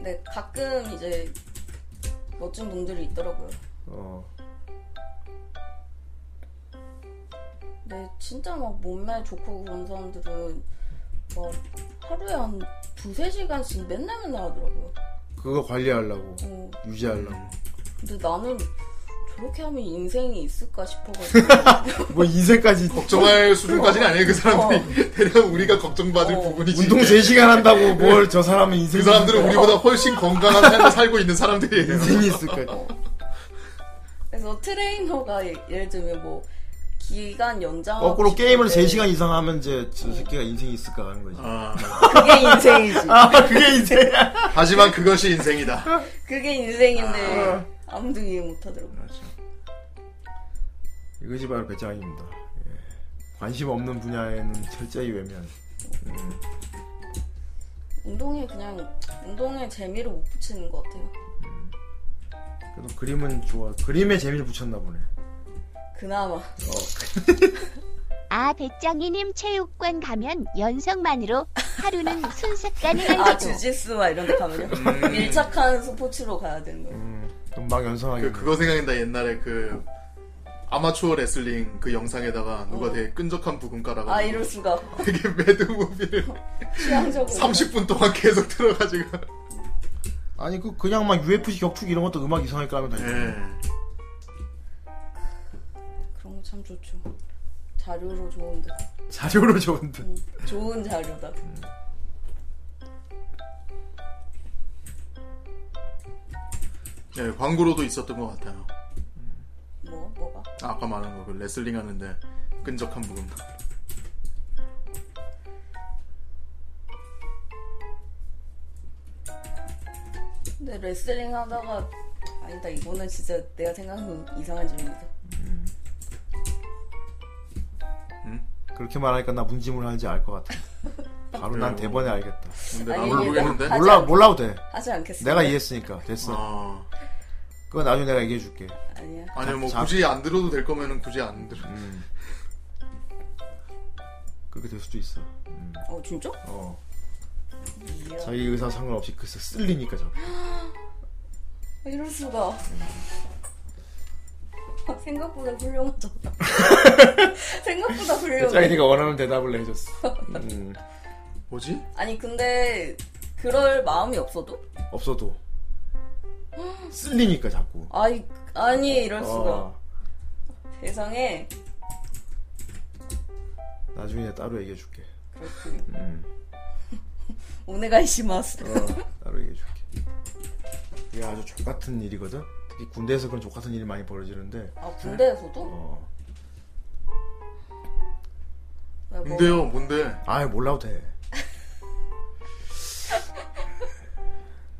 [SPEAKER 6] 네, 가끔 이제 멋진 분들이 있더라고요.
[SPEAKER 4] 어.
[SPEAKER 6] 근데 진짜 막 몸매 좋고 그런 사람들은 막 하루에 한 두세 시간씩 맨날 맨날 하더라고요.
[SPEAKER 4] 그거 관리하려고
[SPEAKER 6] 어.
[SPEAKER 4] 유지하려고.
[SPEAKER 6] 근데 나는 저렇게 하면 인생이
[SPEAKER 4] <laughs>
[SPEAKER 6] 있을까 싶어가지고.
[SPEAKER 4] 뭐 인생까지 어.
[SPEAKER 5] 걱정할 수준까지는 아니에요. 그 사람들이 대략 우리가 걱정받을 부분이지.
[SPEAKER 4] 운동 3시간 한다고 뭘 저 사람은 인생
[SPEAKER 5] 그 사람들은 우리보다 훨씬 건강한 삶을 살고 있는 사람들이에요.
[SPEAKER 4] 인생이 있을까?
[SPEAKER 6] 그래서 트레이너가 예- 예를 들면 뭐 기간 연장.
[SPEAKER 4] 거꾸로 게임을 3시간 이상 하면 이제 저 새끼가 인생이 있을까 하는 거지.
[SPEAKER 5] 아.
[SPEAKER 6] 그게
[SPEAKER 4] <laughs>
[SPEAKER 6] 인생이지.
[SPEAKER 4] 아, 그게 인생이야.
[SPEAKER 5] 하지만 그것이 인생이다.
[SPEAKER 6] 그게 인생인데 아무도 이해 못하더라고. 요
[SPEAKER 4] 이것이 바로 배짱입니다. 예. 관심 없는 분야에는 철저히 외면. 음.
[SPEAKER 6] 운동에 그냥 운동에 재미를 못 붙이는 것 같아요.
[SPEAKER 4] 그래도 그림은 좋아. 그림에 재미를 붙였나 보네.
[SPEAKER 6] 그나마
[SPEAKER 17] 아 배짱이님 체육관 가면 연성만으로 하루는 순삭 가능한
[SPEAKER 6] 아
[SPEAKER 17] 거죠.
[SPEAKER 6] 주짓수 막 이런 데 가면요
[SPEAKER 4] 음.
[SPEAKER 6] <laughs> 밀착하는 스포츠로 가야 되는 거예요.
[SPEAKER 4] 금방 음, 연상하게.
[SPEAKER 5] 그, 그거 생각난다 옛날에 그 아마추어 레슬링 그 영상에다가 누가 되게 끈적한 부금 깔아가지고
[SPEAKER 6] 아 이럴 수가
[SPEAKER 5] <laughs> 되게 매드 무비를
[SPEAKER 6] 취향적으로
[SPEAKER 5] 30분 동안 계속 들어가지고
[SPEAKER 4] 아니 그 그냥 막 UFC 격투기 이런 것도 음악 이상하게 까면 다
[SPEAKER 5] 예.
[SPEAKER 6] 그런 거 참 좋죠. 자료로 좋은데
[SPEAKER 4] 자료로 좋은데.
[SPEAKER 6] 음. 좋은 자료다.
[SPEAKER 5] 예, 광고로도 있었던 것 같아요
[SPEAKER 6] 뭐 뭐가
[SPEAKER 5] 아, 아까 말한 거그 레슬링 하는데 끈적한 부금
[SPEAKER 6] 근데 레슬링 하다가 아, 아니다 이거는 진짜 내가 생각하는 이상한 점이다.
[SPEAKER 4] 그렇게 말하니까 나 문지물 하는지 알 것 같아.
[SPEAKER 6] <laughs>
[SPEAKER 4] 바로 난 대본에 알겠다.
[SPEAKER 6] 근데 아니, 나도 이게 모르겠는데? 하지
[SPEAKER 4] 몰라
[SPEAKER 6] 않-
[SPEAKER 4] 몰라도 돼.
[SPEAKER 6] 하지 않겠습니다.
[SPEAKER 4] 내가 이해했으니까 됐어. 그거 나중에 내가 얘기해 줄게.
[SPEAKER 6] 아니야.
[SPEAKER 5] 아, 아니요, 뭐
[SPEAKER 4] 자-
[SPEAKER 5] 굳이 안 들어도 될 거면은 굳이 안 들어.
[SPEAKER 4] 그렇게 될 수도 있어. 음.
[SPEAKER 6] 어 진짜?
[SPEAKER 4] 어. 자기 의사 상관없이 글쎄 쓸리니까 자꾸.
[SPEAKER 6] 아, 이럴 수가. 아, 생각보다 <laughs> 훌륭하잖아. 생각보다 훌륭해.
[SPEAKER 4] 자기가 원하는 대답을 해줬어.
[SPEAKER 6] <laughs>
[SPEAKER 4] 음.
[SPEAKER 5] 뭐지?
[SPEAKER 6] 아니 근데 그럴 마음이 없어도? <gasps>
[SPEAKER 4] 없어도 쓸리니까 자꾸.
[SPEAKER 6] 아이 아니 이럴 수가.
[SPEAKER 4] 어,
[SPEAKER 6] 세상에
[SPEAKER 4] 나중에 내가 따로 얘기해 줄게.
[SPEAKER 6] 그렇군.
[SPEAKER 4] 음.
[SPEAKER 6] <laughs> 오네가이시마스.
[SPEAKER 4] 어, 따로 얘기해 줄게. 이게 아주 족 같은 일이거든. 특히 군대에서 그런 족 같은 일이 많이 벌어지는데.
[SPEAKER 6] 아 군대에서도?
[SPEAKER 4] 어.
[SPEAKER 6] 나 뭐-
[SPEAKER 5] 뭔데?
[SPEAKER 4] 아, 몰라도 돼.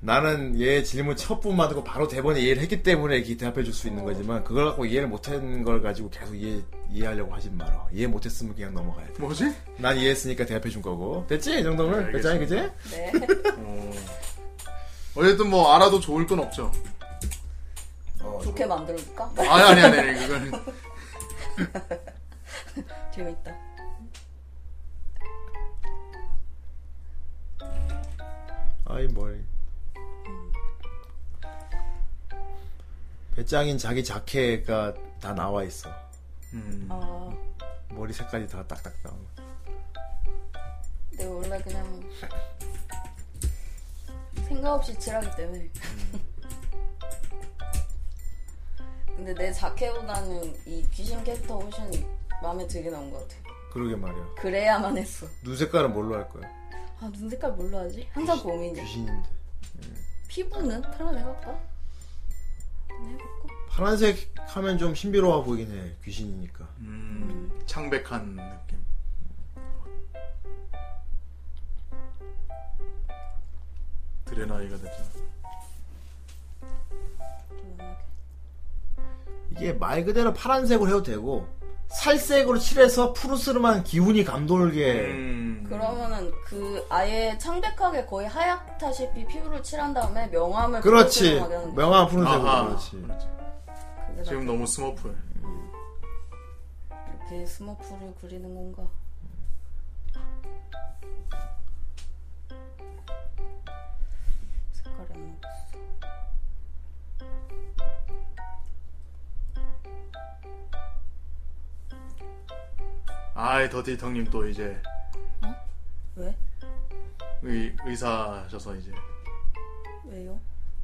[SPEAKER 4] 나는 얘 질문 첫 분만 듣고 바로 대본에 이해를 했기 때문에 이렇게 대답해 줄 수 있는 거지만 그걸 갖고 이해를 못한 걸 가지고 계속 이해 이해하려고 하지 말어. 이해 못했으면 그냥 넘어가야 돼.
[SPEAKER 5] 뭐지?
[SPEAKER 4] 난 이해했으니까 대답해 준 거고 됐지 이 정도면 됐잖아 그지?
[SPEAKER 6] 네.
[SPEAKER 5] 어쨌든 뭐 알아도 좋을 건 없죠.
[SPEAKER 4] 어,
[SPEAKER 6] 좋게 만들어줄까?
[SPEAKER 5] 아니 아니 아니, 아니 그거는
[SPEAKER 6] <laughs> 재밌다.
[SPEAKER 4] 아이 머리. 배짱인 자기 자켓가 다 나와 있어.
[SPEAKER 6] 아
[SPEAKER 4] 머리 색깔이 다 딱딱 나온 거.
[SPEAKER 6] 내가 네, 원래 그냥 생각 없이 칠하기 때문에. <laughs> 근데 내 자켓보다는 이 귀신 캐릭터 훨씬 마음에 들게 나온 것 같아.
[SPEAKER 4] 그러게 말이야.
[SPEAKER 6] 그래야만 했어.
[SPEAKER 4] 눈 색깔은 뭘로 할 거야?
[SPEAKER 6] 아, 눈 색깔 뭘로 하지? 항상 고민이야.
[SPEAKER 4] 귀신인데.
[SPEAKER 6] 피부는 파란색 할까?
[SPEAKER 4] 파란색 하면 좀 신비로워 보이긴 해. 귀신이니까.
[SPEAKER 5] 음, 창백한 느낌. 드레 나이가 됐잖아.
[SPEAKER 6] 음.
[SPEAKER 4] 이게 말 그대로 파란색으로 해도 되고 살색으로 칠해서 푸르스름한 기운이 감돌게.
[SPEAKER 5] 음.
[SPEAKER 6] 그러면은 그 아예 창백하게 거의 하얗다시피 피부를 칠한 다음에 명암을
[SPEAKER 4] 그렇지.
[SPEAKER 6] 푸른색으로 하게 하는 거지.
[SPEAKER 4] 명화 푸른색으로
[SPEAKER 5] 아하.
[SPEAKER 4] 그렇지.
[SPEAKER 6] 그게
[SPEAKER 5] 지금 너무 스머프.
[SPEAKER 6] 이렇게 스머프를 그리는 건가? 색깔이 안 나.
[SPEAKER 5] 아이 더티 텅님 또 이제
[SPEAKER 6] 왜?
[SPEAKER 5] 의, 의사셔서 이제
[SPEAKER 6] 왜요?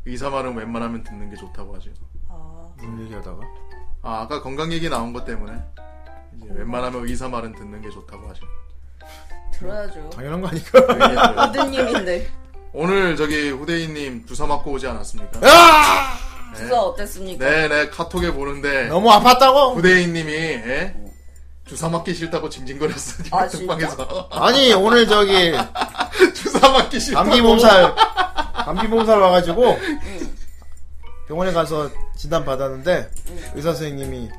[SPEAKER 5] 의사 말은 웬만하면 듣는 게 좋다고 하죠.
[SPEAKER 6] 아
[SPEAKER 4] 무슨 얘기하다가?
[SPEAKER 5] 아 아까 건강 얘기 나온 것 때문에 이제 웬만하면 의사 말은 듣는 게
[SPEAKER 4] <laughs>
[SPEAKER 5] 좋다고 하죠.
[SPEAKER 6] 들어야죠.
[SPEAKER 4] 당연한 거 <laughs> 아닐까?
[SPEAKER 6] 아드님인데
[SPEAKER 5] 네. 오늘 저기 후대인님 주사 맞고 오지 않았습니까?
[SPEAKER 6] 주사 어땠습니까?
[SPEAKER 5] 네네 카톡에 보는데
[SPEAKER 4] 너무 아팠다고?
[SPEAKER 5] 후대인님이 예? 주사 맞기 싫다고 징징거렸어요.
[SPEAKER 6] 아,
[SPEAKER 5] 방에서 <laughs>
[SPEAKER 4] 아니 오늘 저기
[SPEAKER 5] 주사 맞기 싫다고
[SPEAKER 4] 감기 몸살 감기 몸살 와가지고 병원에 가서 진단 받았는데 의사 선생님이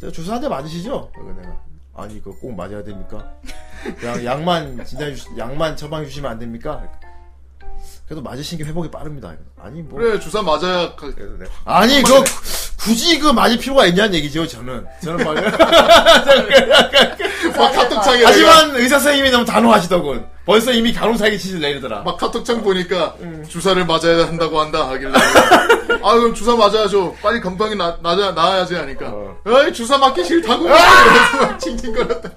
[SPEAKER 4] 저 주사 한 대 맞으시죠? 그래서 내가 아니 이거 꼭 맞아야 됩니까? 그냥 약만 진단 주 약만 처방해 주시면 안 됩니까? 그래도 맞으신 게 회복이 빠릅니다. 아니 뭐
[SPEAKER 5] 그래 주사 맞아야 가-
[SPEAKER 4] 아니 그 굳이 그 맞을 필요가 있냐는 얘기죠 저는 저는 말이야
[SPEAKER 5] 막뭐
[SPEAKER 4] <laughs>
[SPEAKER 5] 카톡창에
[SPEAKER 4] 하지만 의사 선생님이 너무 단호하시더군 벌써 이미 간호사에게 치질 내리더라
[SPEAKER 5] 막 카톡창 보니까
[SPEAKER 6] 음.
[SPEAKER 5] 주사를 맞아야 한다고 한다
[SPEAKER 6] <laughs>
[SPEAKER 5] 하길래 아 그럼 주사 맞아야죠 빨리 건방이 나, 나자, 나아야지 하니까 에이 주사 맞기 싫다고
[SPEAKER 4] 아!
[SPEAKER 5] 막 <laughs> 징징거렸다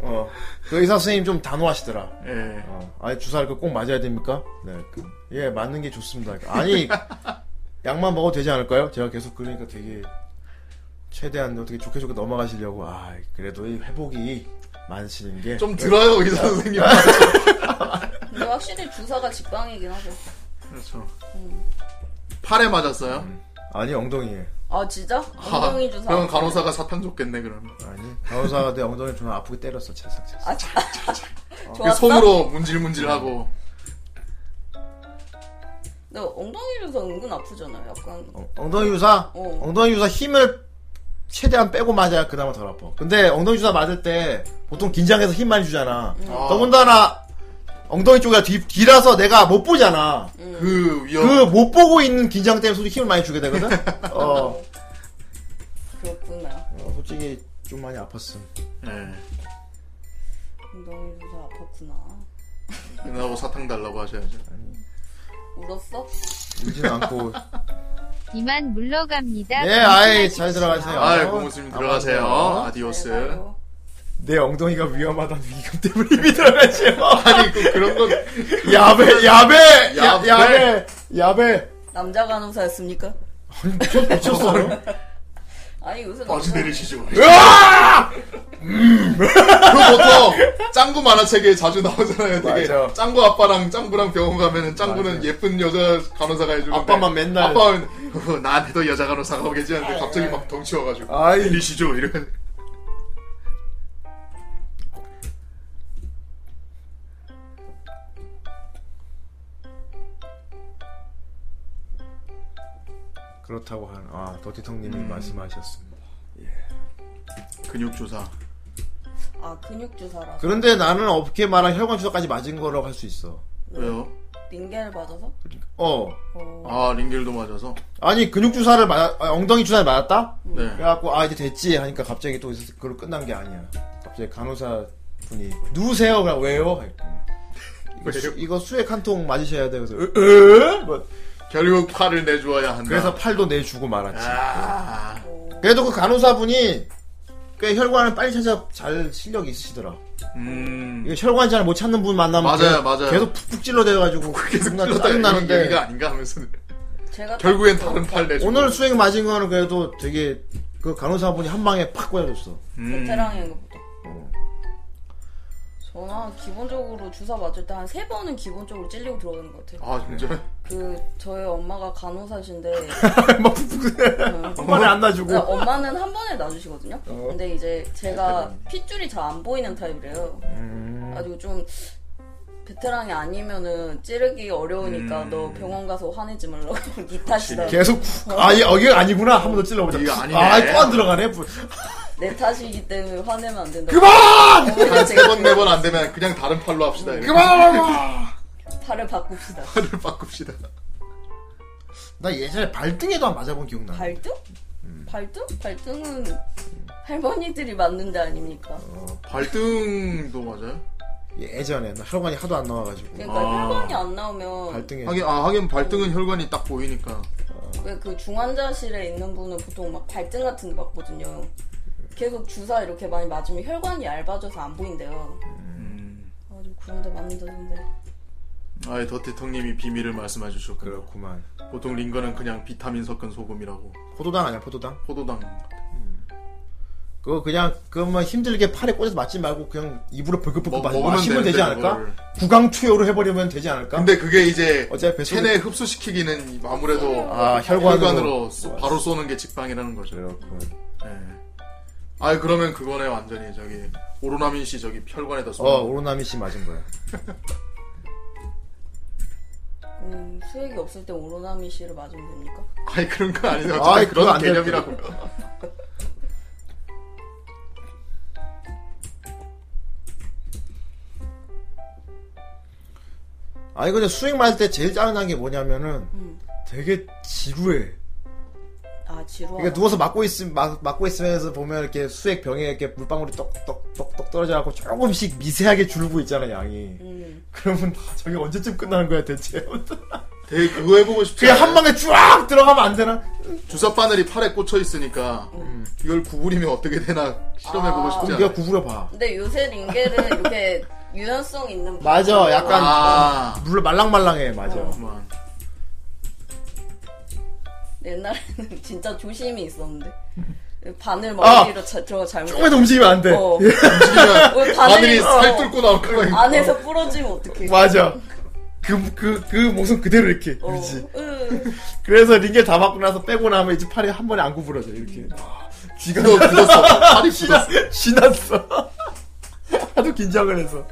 [SPEAKER 4] 어. 그 의사 선생님 좀 단호하시더라.
[SPEAKER 5] 예.
[SPEAKER 4] 어. 아니 주사를 그꼭 맞아야 됩니까? 네. 그, 예, 맞는 게 좋습니다. 아니 약만 먹어도 되지 않을까요? 제가 계속 그러니까 되게 최대한 어떻게 좋게 좋게 넘어가시려고 아 그래도 이 회복이 많으시는 게
[SPEAKER 5] 좀 들어요 의사 선생님
[SPEAKER 6] 근데 확실히 주사가 직방이긴 하죠.
[SPEAKER 5] 그렇죠
[SPEAKER 6] 음.
[SPEAKER 5] 팔에 맞았어요? 아,
[SPEAKER 4] 아니 엉덩이에
[SPEAKER 6] 아 진짜? 음. 엉덩이 주사.
[SPEAKER 5] 그럼 간호사가 사탕 줬겠네 그러면
[SPEAKER 4] 아니 간호사가 내 엉덩이 좀 아프게 때렸어 채싹 채싹
[SPEAKER 6] 아 자, 자, 자.
[SPEAKER 5] 그
[SPEAKER 6] 좋았어?
[SPEAKER 5] 손으로 문질문질하고
[SPEAKER 6] 근데 엉덩이 유서 은근 아프잖아요. 약간
[SPEAKER 4] 엉덩이 유사?
[SPEAKER 6] 어.
[SPEAKER 4] 엉덩이 유사 힘을 최대한 빼고 맞아야 그나마 덜 아파. 근데 엉덩이 유사 맞을 때 보통 긴장해서 힘 많이 주잖아. 더군다나 엉덩이 쪽이 뒤, 뒤라서 내가 못 보잖아.
[SPEAKER 5] 그 위험.
[SPEAKER 4] 그 못 보고 있는 긴장 때문에 솔직히 힘을 많이 주게 <laughs> 되거든? 어.
[SPEAKER 6] 그렇구나.
[SPEAKER 4] 어, 솔직히 좀 많이 아팠음.
[SPEAKER 5] 네.
[SPEAKER 6] 엉덩이 유서 아팠구나.
[SPEAKER 5] 나하고 사탕 달라고 하셔야죠.
[SPEAKER 6] 울었어?
[SPEAKER 4] 울진 않고.
[SPEAKER 15] 이만 물러갑니다.
[SPEAKER 4] 네, 아이, 잘 들어가세요.
[SPEAKER 5] 네, 아이, 고무스님 들어가세요.
[SPEAKER 4] 아마도.
[SPEAKER 6] 네,
[SPEAKER 5] 아디오스.
[SPEAKER 4] 내 엉덩이가 위험하다는 위금 때문에 힘이 들어가지요.
[SPEAKER 5] 아니, 그, 그런 건.
[SPEAKER 4] <laughs>
[SPEAKER 5] <laughs>
[SPEAKER 4] 야배, 야배! 야-
[SPEAKER 5] 야배.
[SPEAKER 4] 야배! 야배!
[SPEAKER 6] 남자 간호사였습니까?
[SPEAKER 4] 미쳤어.
[SPEAKER 6] 아니 요새
[SPEAKER 5] 버즈
[SPEAKER 6] 남자-
[SPEAKER 5] 내리시죠.
[SPEAKER 4] 아!
[SPEAKER 5] 그 보통 짱구 만화책에 자주 나오잖아요. 되게
[SPEAKER 4] 맞아.
[SPEAKER 5] 짱구 아빠랑 짱구랑 병원 가면은 짱구는 예쁜 여자 간호사가 해주고
[SPEAKER 4] 아빠만 맨날- 네.
[SPEAKER 5] 아빠는 "어허, <laughs> 나한테도 여자 간호사가 오겠지 하는데 갑자기 막 덩치워가지고
[SPEAKER 4] 아이.
[SPEAKER 5] 내리시죠 이런.
[SPEAKER 4] 그렇다고 한, 아, 도티통님이 말씀하셨습니다.
[SPEAKER 5] 근육 조사.
[SPEAKER 6] 아 근육 주사라.
[SPEAKER 4] 그런데 나는 어깨 말랑 혈관 주사까지 맞은 거라고 할 수 있어.
[SPEAKER 5] 왜요?
[SPEAKER 6] 링겔 맞아서?
[SPEAKER 4] 어.
[SPEAKER 5] 아, 링겔도 맞아서?
[SPEAKER 4] 아니, 근육 주사를 맞, 아, 엉덩이 주사를 맞았다?
[SPEAKER 5] 네.
[SPEAKER 4] 그래갖고, 아, 이제 됐지? 하니까 갑자기 또 있어서 그걸로 끝난 게 아니야. 갑자기 간호사 분이, 누우세요? 그래, 왜요? 이거, 수, 이거 수액 한 통 맞으셔야 돼요. 그래서, 으, 으? 뭐,
[SPEAKER 5] 결국 팔을 내주어야 한다.
[SPEAKER 4] 그래서 팔도 내주고 말았지.
[SPEAKER 5] 아.
[SPEAKER 4] 그래도 그 간호사분이 꽤 혈관을 빨리 찾아 잘 실력이 있으시더라.
[SPEAKER 5] 음.
[SPEAKER 4] 이거 혈관 잘 못 찾는 분 만나면
[SPEAKER 5] 맞아요,
[SPEAKER 4] 계속-
[SPEAKER 5] 맞아요.
[SPEAKER 4] 계속 푹푹
[SPEAKER 5] <laughs>
[SPEAKER 4] 찔러대가지고 계속
[SPEAKER 5] 찔러대요.
[SPEAKER 4] 나는데
[SPEAKER 5] 여기가 아, 아닌가 하면서
[SPEAKER 6] 제가
[SPEAKER 5] 결국엔 다른 팔 내주고.
[SPEAKER 4] 오늘 수행 맞은 거는 그래도 되게 그 간호사분이 한 방에 팍 꽂아줬어.
[SPEAKER 6] 베테랑인 것보다. 저는 기본적으로 주사 맞을 때 한 세 번은 기본적으로 찔리고 들어가는 것 같아요.
[SPEAKER 5] 아 진짜?
[SPEAKER 6] 그 저희 엄마가 간호사신데
[SPEAKER 4] 한 번에 안 놔주고.
[SPEAKER 6] 그러니까 엄마는 한 번에 놔주시거든요.
[SPEAKER 4] 어.
[SPEAKER 6] 근데 이제 제가 핏줄이 잘 안 보이는 타입이래요. 가지고 좀 베테랑이 아니면은 찌르기 어려우니까 너 병원 가서 화내지 말라고 <laughs> 니 탓이다.
[SPEAKER 4] 계속 쿡, 아, 얘, 어, 이거 아니구나. 한 번 더 찔러보자.
[SPEAKER 5] 네. 이거 아니네.
[SPEAKER 4] 아, 또 안 들어가네.
[SPEAKER 6] 내 탓이기 때문에 화내면 안 된다.
[SPEAKER 4] 그만!
[SPEAKER 6] 어머니가 제가
[SPEAKER 5] 세번네 번 안 되면 그냥 다른 팔로 합시다. 이렇게. <laughs>
[SPEAKER 4] 그만!
[SPEAKER 6] 팔을
[SPEAKER 4] <laughs>
[SPEAKER 6] 바꿉시다.
[SPEAKER 5] 팔을 바꿉시다.
[SPEAKER 4] 나 예전에 발등에도 한 맞아본 기억나.
[SPEAKER 6] 발등?
[SPEAKER 4] 음.
[SPEAKER 6] 발등? 발등은 할머니들이 맞는 데 아닙니까?
[SPEAKER 5] 발등도 맞아요?
[SPEAKER 4] 예전에. 나 혈관이 하도 안 나와가지고.
[SPEAKER 6] 그러니까 혈관이 안 나오면
[SPEAKER 4] 아. 발등에.
[SPEAKER 5] 하긴 네. 아 하긴 발등은 혈관이 딱 보이니까.
[SPEAKER 6] 왜 그 중환자실에 있는 분은 보통 막 발등 같은 데 맞거든요. 계속 주사 이렇게 많이 맞으면 혈관이 얇아져서 안 보인대요. 아, 좀 그런데 맞는다던데.
[SPEAKER 5] 음, 아예 더티통님이 비밀을 말씀해 주셨고.
[SPEAKER 4] 그렇구만.
[SPEAKER 5] 보통 링거는 그냥 비타민 섞은 소금이라고.
[SPEAKER 4] 포도당 아니야, 포도당?
[SPEAKER 5] 포도당.
[SPEAKER 4] 그거 그냥, 그거만 힘들게 팔에 꽂아서 맞지 말고 그냥 입으로 벌컥벌컥
[SPEAKER 5] 뭐 먹-
[SPEAKER 4] 맞-
[SPEAKER 5] 먹으면
[SPEAKER 4] 마시면 되지
[SPEAKER 5] 되는데,
[SPEAKER 4] 않을까?
[SPEAKER 5] 그거를.
[SPEAKER 4] 구강투요로 해버리면 되지 않을까?
[SPEAKER 5] 근데 그게 이제
[SPEAKER 4] 어차피 뱃속에-
[SPEAKER 5] 체내 흡수시키기는 아무래도
[SPEAKER 4] 아, 혈관으로.
[SPEAKER 5] 혈관으로 아, 쏘- 바로 쏘는 게 직방이라는 거죠.
[SPEAKER 4] 그렇군.
[SPEAKER 5] 예. 아 그러면 그거네 완전히 저기 오로나민 씨 저기 혈관에다 쏘는
[SPEAKER 4] 어,
[SPEAKER 5] 거.
[SPEAKER 4] 오로나미 씨 맞은 거야.
[SPEAKER 6] 음, 수액이 없을 때 오로나미 씨를 맞으면 됩니까?
[SPEAKER 5] 아니 그런 거 아니에요.
[SPEAKER 4] 아이,
[SPEAKER 5] 어차피
[SPEAKER 4] 그거
[SPEAKER 5] 그런
[SPEAKER 4] 안 돼요.
[SPEAKER 5] 개념이라고요.
[SPEAKER 4] 아니, 근데 수익 맞을 때 제일 짜증난 게 뭐냐면은
[SPEAKER 6] 음.
[SPEAKER 4] 되게 지루해.
[SPEAKER 6] 아, 지루하다.
[SPEAKER 4] 그러니까 누워서 막고 있음 막, 막고 있으면서 보면 이렇게 수액 병에 이렇게 물방울이 떡떡떡떡 떨어져갖고 조금씩 미세하게 줄고 있잖아 양이.
[SPEAKER 6] 음.
[SPEAKER 4] 그러면 아, 저게 언제쯤 끝나는 거야
[SPEAKER 6] <laughs>
[SPEAKER 4] 대체?
[SPEAKER 5] 되게 그거 해보고 싶지.
[SPEAKER 4] 그냥 한
[SPEAKER 5] 않아요?
[SPEAKER 4] 방에 쫙 들어가면 안 되나?
[SPEAKER 5] 주사 바늘이 팔에 꽂혀 있으니까 이걸 구부리면 어떻게 되나 실험해보고 싶지
[SPEAKER 4] 음. 그럼 네가
[SPEAKER 5] 않아요?
[SPEAKER 4] 구부려 봐.
[SPEAKER 6] 근데 요새 링겔은 이렇게 유연성 있는.
[SPEAKER 4] 맞아, 약간
[SPEAKER 5] 아.
[SPEAKER 4] 물 말랑말랑해 맞아.
[SPEAKER 6] 어.
[SPEAKER 5] 그만.
[SPEAKER 6] 옛날에는 <laughs> 진짜 조심이 있었는데. 바늘
[SPEAKER 4] 아!
[SPEAKER 6] 머리로 자- 들어가 잘못.
[SPEAKER 4] 조금도 움직이면 안 돼.
[SPEAKER 6] 어. 왜
[SPEAKER 5] 움직이면 바늘이
[SPEAKER 4] 어.
[SPEAKER 6] 바늘에서-
[SPEAKER 5] 살 뚫고 나올까
[SPEAKER 6] 안에서 부러지면
[SPEAKER 4] <laughs>
[SPEAKER 6] 어떡해.
[SPEAKER 4] 맞아. 그 그 그 모습 그대로 이렇게
[SPEAKER 6] 어.
[SPEAKER 4] 그렇지.
[SPEAKER 6] 으,
[SPEAKER 4] 그래서 링겔 다 맞고 나서 빼고 나면 이제 팔이 한 번에 안 구부러져 이렇게.
[SPEAKER 6] 음.
[SPEAKER 4] 쥐가 <laughs>
[SPEAKER 5] 너 굳었어. 팔이
[SPEAKER 4] 지났, 지났어. <laughs> 하도 긴장을 해서.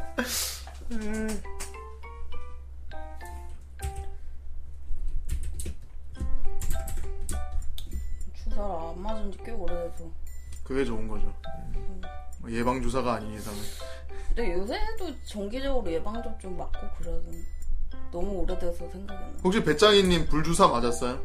[SPEAKER 6] 잘 안 맞은 지 꽤 오래돼서.
[SPEAKER 5] 그게 좋은 거죠.
[SPEAKER 6] 음.
[SPEAKER 5] 예방 주사가 아닌 이상은.
[SPEAKER 6] 근데 요새도 정기적으로 예방접종 맞고 그래서 너무 오래돼서 생각이 안 나.
[SPEAKER 5] 혹시 배짱이님 불주사 맞았어요?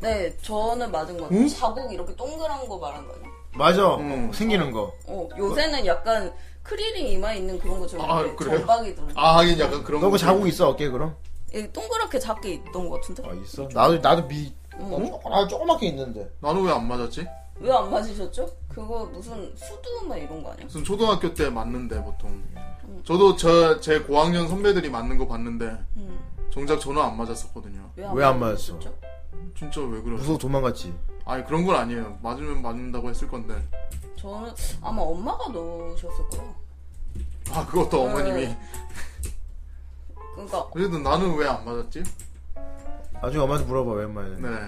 [SPEAKER 6] 네, 저는 맞은 거 같아요.
[SPEAKER 5] 응?
[SPEAKER 6] 자국 이렇게 동그란 거 말한 거죠.
[SPEAKER 4] 맞아.
[SPEAKER 5] 음.
[SPEAKER 4] 생기는 거.
[SPEAKER 6] 어, 요새는 약간 크리링 이마에 있는 그런 거처럼
[SPEAKER 4] 아,
[SPEAKER 6] 이렇게
[SPEAKER 4] 그래요?
[SPEAKER 6] 점박이 들어.
[SPEAKER 5] 아 하긴 약간 그런
[SPEAKER 4] 너그
[SPEAKER 5] 거.
[SPEAKER 4] 자국 있어 어깨 그럼?
[SPEAKER 6] 예, 동그랗게 작게 있던 거
[SPEAKER 5] 아,
[SPEAKER 6] 같은데?
[SPEAKER 4] 있어. 나도 나도 미.
[SPEAKER 6] 응.
[SPEAKER 4] 어? 아 조그맣게 있는데.
[SPEAKER 5] 나는 왜 안 맞았지?
[SPEAKER 6] 왜 안 맞으셨죠? 그거 무슨 수두나 이런 거 아니야?
[SPEAKER 5] 무슨 초등학교 때 맞는데 보통. 저도 저 제 고학년 선배들이 맞는 거 봤는데
[SPEAKER 6] 음.
[SPEAKER 5] 정작 저는 안 맞았었거든요.
[SPEAKER 6] 왜
[SPEAKER 4] 왜 안 맞았어?
[SPEAKER 5] 진짜 왜 그래?
[SPEAKER 4] 무서워 도망갔지.
[SPEAKER 5] 아니 그런 건 아니에요. 맞으면 맞는다고 했을 건데.
[SPEAKER 6] 저는 아마 엄마가 넣으셨을 거예요.
[SPEAKER 5] 아 그것도
[SPEAKER 6] 네.
[SPEAKER 5] 어머님이.
[SPEAKER 6] 그러니까
[SPEAKER 5] 그래도 나는 왜 안 맞았지?
[SPEAKER 4] 나중에 엄마한테 물어봐 웬만해.
[SPEAKER 5] 네.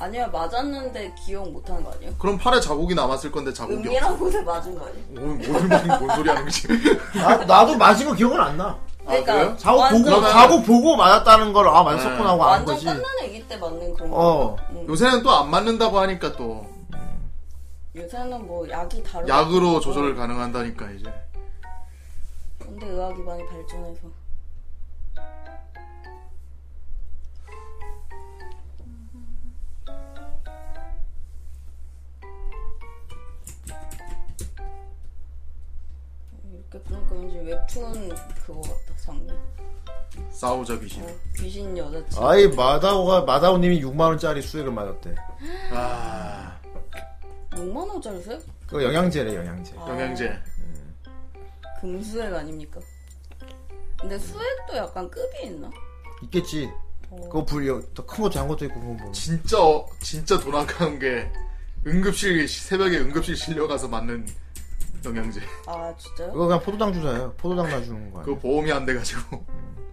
[SPEAKER 6] 아니야 맞았는데 기억 못하는 거 아니에요?
[SPEAKER 5] 그럼 팔에 자국이 남았을 건데 자국이
[SPEAKER 6] 은밀한
[SPEAKER 5] 없어.
[SPEAKER 6] 곳에 맞은 거 아니에요?
[SPEAKER 5] 뭔, 뭔, 뭔 소리 하는 거지?
[SPEAKER 4] 나 나도 맞은 거 기억은 안 나.
[SPEAKER 6] 그러니까
[SPEAKER 5] 그래요?
[SPEAKER 4] 자국
[SPEAKER 6] 완전-
[SPEAKER 4] 보고 자국 보고 맞았다는 걸 아
[SPEAKER 5] 네.
[SPEAKER 4] 맞았구나 하고 아는
[SPEAKER 6] 완전
[SPEAKER 4] 거지.
[SPEAKER 6] 깐난 애기 때 맞는 그런 거.
[SPEAKER 4] 어.
[SPEAKER 6] 음.
[SPEAKER 5] 요새는 또 안 맞는다고 하니까 또
[SPEAKER 6] 요새는 뭐 약이 다르고
[SPEAKER 5] 약으로 조절을 가능한다니까 이제.
[SPEAKER 6] 근데 의학이 많이 발전해서 이렇게 보니까 왠지 웹툰 그거 같다 장면
[SPEAKER 5] 싸우자 귀신.
[SPEAKER 6] 귀신 여자친구
[SPEAKER 4] 아이 마다오가 마다오님이 6만 원짜리 수액을 맞았대.
[SPEAKER 5] 아
[SPEAKER 6] 6만원짜리 세요?
[SPEAKER 4] 그 영양제래 영양제.
[SPEAKER 6] 아.
[SPEAKER 5] 영양제.
[SPEAKER 6] 금수액 아닙니까? 근데 수액도 약간 급이 있나?
[SPEAKER 4] 있겠지.
[SPEAKER 6] 어.
[SPEAKER 4] 그거 불려 더큰 것도 한 것도 있고 그거 뭐.
[SPEAKER 5] 진짜 어- 진짜 돈 아까운 게 응급실 새벽에 응급실 실려가서 맞는 영양제.
[SPEAKER 6] 아 진짜요?
[SPEAKER 4] 그거 그냥 포도당 주사예요. 포도당 놔주는 거
[SPEAKER 5] 그거
[SPEAKER 4] 아니야.
[SPEAKER 5] 보험이 안 돼가지고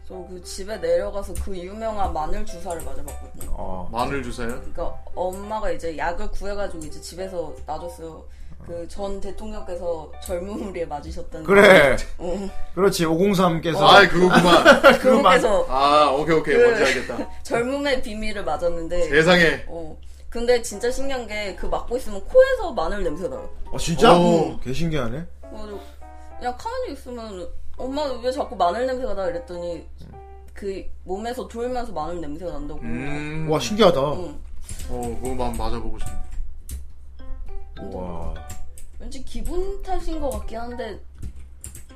[SPEAKER 6] 저 그 집에 내려가서 그 유명한 마늘 주사를 맞아봤거든요.
[SPEAKER 4] 어.
[SPEAKER 5] 마늘 주사요.
[SPEAKER 6] 그러니까 엄마가 이제 약을 구해가지고 이제 집에서 놔줬어요. 그 전 대통령께서 젊음을 위해 맞으셨다는.
[SPEAKER 4] 그래.
[SPEAKER 6] 응.
[SPEAKER 4] 그렇지 503께서.
[SPEAKER 5] 어. 아이, 그거구만.
[SPEAKER 6] <laughs> <laughs> 그분께서
[SPEAKER 5] 아 오케이 오케이
[SPEAKER 6] 그-
[SPEAKER 5] 뭔지 알겠다.
[SPEAKER 6] 젊음의 비밀을 맞았는데.
[SPEAKER 5] 세상에.
[SPEAKER 6] 어. 근데 진짜 신기한 게 그 맞고 있으면 코에서 마늘 냄새 나요.
[SPEAKER 4] 아 진짜?
[SPEAKER 5] 오.
[SPEAKER 4] 개 신기하네.
[SPEAKER 6] 그래가지고 그냥 가만히 있으면 엄마 왜 자꾸 마늘 냄새가 나 이랬더니 그 몸에서 돌면서 마늘 냄새가 난다고.
[SPEAKER 5] 음.
[SPEAKER 4] 와 신기하다.
[SPEAKER 6] 응.
[SPEAKER 5] 어 그거만 맞아보고 싶네. 음.
[SPEAKER 4] 와.
[SPEAKER 6] 왠지 기분 탓인 것 같긴 한데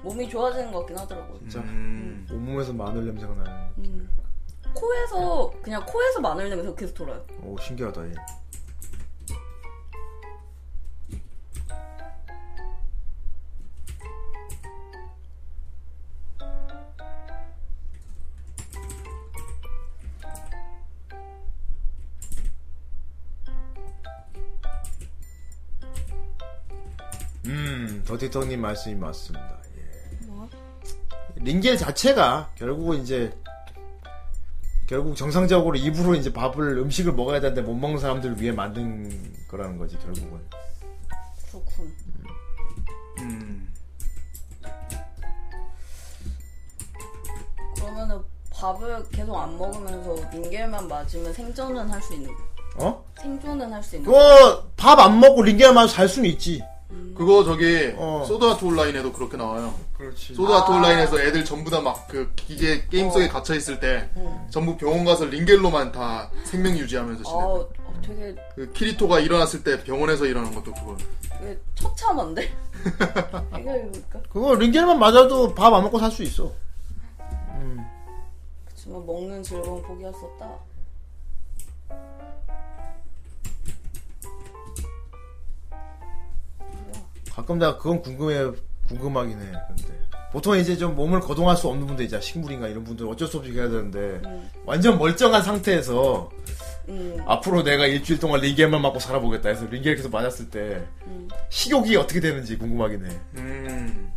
[SPEAKER 6] 몸이 좋아지는 것 같긴 하더라고요.
[SPEAKER 4] 진짜
[SPEAKER 5] 음.
[SPEAKER 4] 온몸에서 마늘 냄새가 나는.
[SPEAKER 6] 음. 코에서 그냥 코에서 마늘 냄새가 계속 돌아요.
[SPEAKER 4] 오 신기하다 얘. 음, 더티터님 말씀이 맞습니다. 예.
[SPEAKER 6] 뭐?
[SPEAKER 4] 링겔 자체가 결국은 이제 결국 정상적으로 입으로 이제 밥을 음식을 먹어야 되는데 못 먹는 사람들을 위해 만든 거라는 거지 결국은.
[SPEAKER 6] 그렇군.
[SPEAKER 5] 음.
[SPEAKER 6] 그러면은 밥을 계속 안 먹으면서 링겔만 맞으면 생존은 할 수 있는 거.
[SPEAKER 4] 어?
[SPEAKER 6] 생존은 할 수 있는 거.
[SPEAKER 4] 그거 밥 안 먹고 링겔만 살 수는 있지.
[SPEAKER 5] 그거 저기 소드아트 온라인에도 그렇게 나와요.
[SPEAKER 4] 그렇지.
[SPEAKER 5] 소드아트
[SPEAKER 4] 아.
[SPEAKER 5] 온라인에서 애들 전부 다 막 그 기계 게임
[SPEAKER 6] 어.
[SPEAKER 5] 속에 갇혀 있을 때 전부 병원 가서 링겔로만 다 생명 유지하면서 지내.
[SPEAKER 6] 어, 어, 되게
[SPEAKER 5] 그 키리토가 일어났을 때 병원에서 일어난 것도 그거.
[SPEAKER 6] 되게 <laughs> 처참한데? 이거 이거니까.
[SPEAKER 4] 그거 링겔만 맞아도 밥 안 먹고 살 수 있어.
[SPEAKER 6] 그치만 뭐 먹는 즐거움 포기할 수 없다.
[SPEAKER 4] 가끔 내가 그건 궁금해 궁금하긴 해. 근데 보통 이제 좀 몸을 거동할 수 없는 분들 이제 식물인가 이런 분들 어쩔 수 없이 해야 되는데 완전 멀쩡한 상태에서
[SPEAKER 6] 음.
[SPEAKER 4] 앞으로 내가 일주일 동안 링겔만 맞고 살아보겠다 해서 링겔 계속 맞았을 때
[SPEAKER 6] 음.
[SPEAKER 4] 식욕이 어떻게 되는지 궁금하긴 해.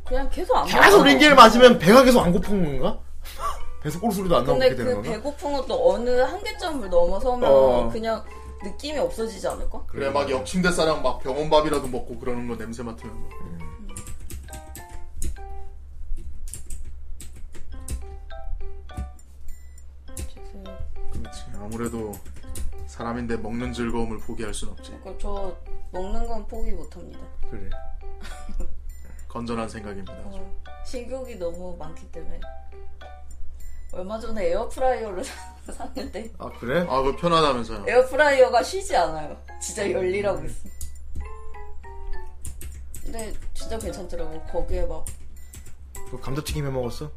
[SPEAKER 6] 그냥 계속 안
[SPEAKER 4] 계속
[SPEAKER 6] 먹어.
[SPEAKER 4] 링겔 맞으면 배가 계속 안 고픈 건가? <laughs> 배에서 꼬르소리도 안 나오게
[SPEAKER 6] 근데
[SPEAKER 4] 되는
[SPEAKER 6] 그
[SPEAKER 4] 건가?
[SPEAKER 6] 배고픈 것도 어느 한계점을 넘어서면
[SPEAKER 4] 어.
[SPEAKER 6] 그냥 느낌이 없어지지 않을까?
[SPEAKER 5] 그래 막 옆침대 사람 막 병원 밥이라도 먹고 그러는 거 냄새 맡으면. 뭐. 거.
[SPEAKER 6] 그래서
[SPEAKER 5] 그렇지. 아무래도 사람인데 먹는 즐거움을 포기할 순 없지.
[SPEAKER 6] 그저 먹는 건 포기 못합니다.
[SPEAKER 5] 그래. 건전한 생각입니다.
[SPEAKER 6] 어, 식욕이 너무 많기 때문에 얼마 전에 에어프라이어를 <laughs> 샀는데
[SPEAKER 5] 아 그래? 아 그거 편하다면서요.
[SPEAKER 6] 예. 에어프라이어가 쉬지 않아요. 진짜
[SPEAKER 4] 음.
[SPEAKER 6] 열일하고 있어. 근데 진짜 괜찮더라고. 거기에 막 <laughs>
[SPEAKER 4] 그 감자튀김 해 먹었어?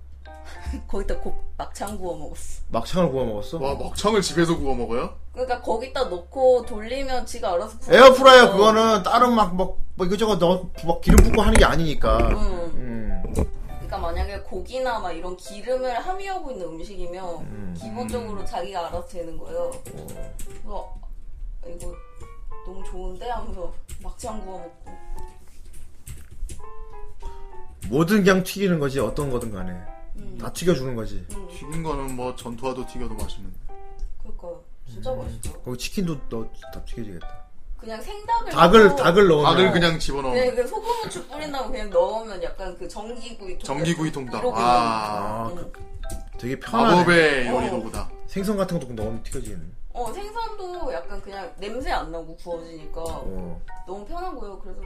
[SPEAKER 6] 거기다 고, 막창 구워 먹었어.
[SPEAKER 4] 막창을 구워 먹었어?
[SPEAKER 5] 와 막창을 집에서 구워 먹어요?
[SPEAKER 6] 그러니까 거기다 넣고 돌리면 지가 알아서 구워
[SPEAKER 4] 에어프라이어
[SPEAKER 6] 먹어요.
[SPEAKER 4] 그거는 따로 막, 막, 뭐 이것저것 넣어, 막 기름 붓고 하는 게 아니니까.
[SPEAKER 6] 음.
[SPEAKER 4] 음.
[SPEAKER 6] 그러니까 만약에 고기나 막 이런 기름을 함유하고 있는 음식이면 기본적으로 자기가 알아서 되는 거예요. 그래서 아, 이거 너무 좋은데 하면서 막창 구워 먹고
[SPEAKER 4] 뭐든 그냥 튀기는 거지, 어떤 거든 간에.
[SPEAKER 6] 음.
[SPEAKER 4] 다 튀겨주는 거지.
[SPEAKER 5] 튀긴 거는 뭐 전투화도 튀겨도 맛있는.
[SPEAKER 6] 그러니까 진짜
[SPEAKER 4] 음.
[SPEAKER 6] 맛있죠.
[SPEAKER 4] 거기 치킨도 넣어, 다 튀겨지겠다.
[SPEAKER 6] 음. 그냥 생닭을
[SPEAKER 4] 닭을,
[SPEAKER 6] 넣고
[SPEAKER 4] 닭을 넣어. 네.
[SPEAKER 5] 닭을 그냥 집어넣어.
[SPEAKER 6] 그냥 그 소금 후추 뿌린다고 그냥 넣으면 약간 그 전기구이 통
[SPEAKER 5] 전기구이 통닭.
[SPEAKER 6] 이렇게
[SPEAKER 5] 아,
[SPEAKER 6] 음.
[SPEAKER 4] 아, 그, 되게 편하네.
[SPEAKER 5] 마법의
[SPEAKER 6] 어.
[SPEAKER 5] 요리로구나.
[SPEAKER 4] 생선 같은 것도 넣으면 튀겨지겠네.
[SPEAKER 6] 어 생선도 약간 그냥 냄새 안 나고 구워지니까
[SPEAKER 4] 어.
[SPEAKER 6] 너무 편한 거예요. 그래서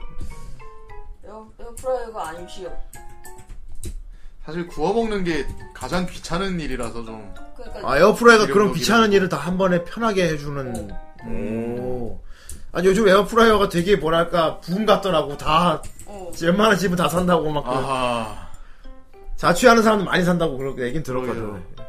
[SPEAKER 6] 에어, 에어프라이어가 안 쉬어.
[SPEAKER 5] 사실 구워 먹는 게 가장 귀찮은 일이라서 좀.
[SPEAKER 6] 그러니까
[SPEAKER 4] 아, 에어프라이어가
[SPEAKER 5] 기름
[SPEAKER 4] 그런
[SPEAKER 5] 녹이는
[SPEAKER 4] 귀찮은 일을 다 한 번에 편하게 해주는.
[SPEAKER 5] 음.
[SPEAKER 4] 오. 아니, 요즘 에어프라이어가 되게 뭐랄까, 부음 같더라고. 다,
[SPEAKER 6] 어.
[SPEAKER 4] 웬만한 집은 다 산다고 막. 그
[SPEAKER 5] 아하.
[SPEAKER 4] 자취하는 사람들 많이 산다고 그렇게 얘긴 들었거든.
[SPEAKER 6] 그러니까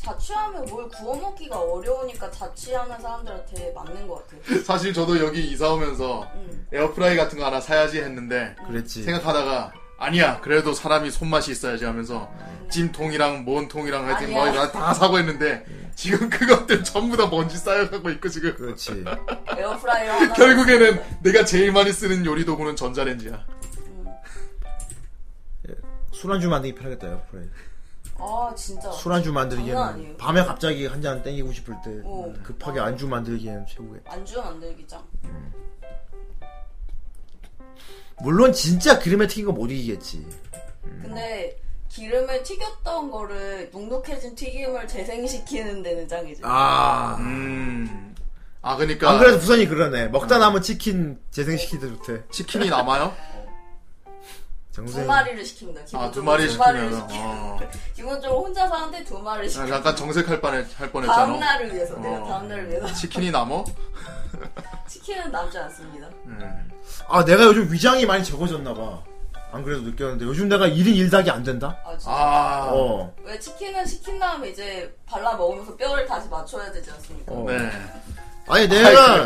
[SPEAKER 6] 자취하면 뭘 구워 먹기가 어려우니까 자취하는 사람들한테 맞는 것
[SPEAKER 5] <laughs>
[SPEAKER 6] 같아요.
[SPEAKER 5] 사실 저도 여기 이사 오면서
[SPEAKER 6] 음.
[SPEAKER 5] 에어프라이 같은 거 하나 사야지 했는데
[SPEAKER 4] 그랬지.
[SPEAKER 5] 생각하다가 아니야 그래도 사람이 손맛이 있어야지 하면서 찜통이랑 뭔통이랑 하여튼
[SPEAKER 6] 아니야.
[SPEAKER 5] 뭐다 사고 했는데 지금 그것들 전부 다 먼지 쌓여가고 있고 지금
[SPEAKER 4] 그렇지
[SPEAKER 6] 에어프라이어 하나.
[SPEAKER 5] 결국에는 내가 제일 많이 쓰는 요리 도구는 전자레인지야
[SPEAKER 4] 술안주 만들기 편하겠다, 에어프라이어.
[SPEAKER 6] 아 진짜.
[SPEAKER 4] 술안주
[SPEAKER 6] 장난 아니에요.
[SPEAKER 4] 만들기에는 밤에 갑자기 한 잔 땡기고 싶을 때
[SPEAKER 6] 어.
[SPEAKER 4] 급하게 안주 만들기에는 최고야.
[SPEAKER 6] 안주 만들기 짱.
[SPEAKER 4] 물론 진짜 기름에 튀긴 거 못 이기겠지.
[SPEAKER 6] 근데 기름을 튀겼던 거를 눅눅해진 튀김을 재생시키는 데는 짱이지.
[SPEAKER 4] 아.
[SPEAKER 5] 음. 아 그러니까
[SPEAKER 4] 안 그래도 부산이 그러네. 먹다 남은 치킨 재생시키도 좋대.
[SPEAKER 5] 치킨이 남아요?
[SPEAKER 6] 두
[SPEAKER 4] 정생.
[SPEAKER 6] 마리를 시킵니다.
[SPEAKER 5] 아, 두
[SPEAKER 6] 기본적으로
[SPEAKER 5] 마리
[SPEAKER 6] 두 마리를
[SPEAKER 5] 시키면
[SPEAKER 6] 시키-
[SPEAKER 5] 어.
[SPEAKER 6] 기본적으로 혼자 사는데 두 마리를 시킵니다.
[SPEAKER 5] 아, 약간 정색할 뻔했, 할 뻔했잖아
[SPEAKER 6] 다음 날을 위해서 내가
[SPEAKER 5] 어.
[SPEAKER 6] 다음 날을 위해서 <laughs>
[SPEAKER 5] 치킨이 남어?
[SPEAKER 6] 치킨은 남지 않습니다.
[SPEAKER 4] 아, 내가 요즘 위장이 많이 적어졌나 봐. 안 그래도 느꼈는데 요즘 내가 1인 1닭이 안 된다?
[SPEAKER 6] 아, 진짜.
[SPEAKER 5] 아.
[SPEAKER 4] 어.
[SPEAKER 6] 왜 치킨은 시킨 다음에 이제 발라 먹으면서 뼈를 다시 맞춰야 되지 않습니까?
[SPEAKER 4] 어.
[SPEAKER 5] 네.
[SPEAKER 4] <laughs> 아니 내가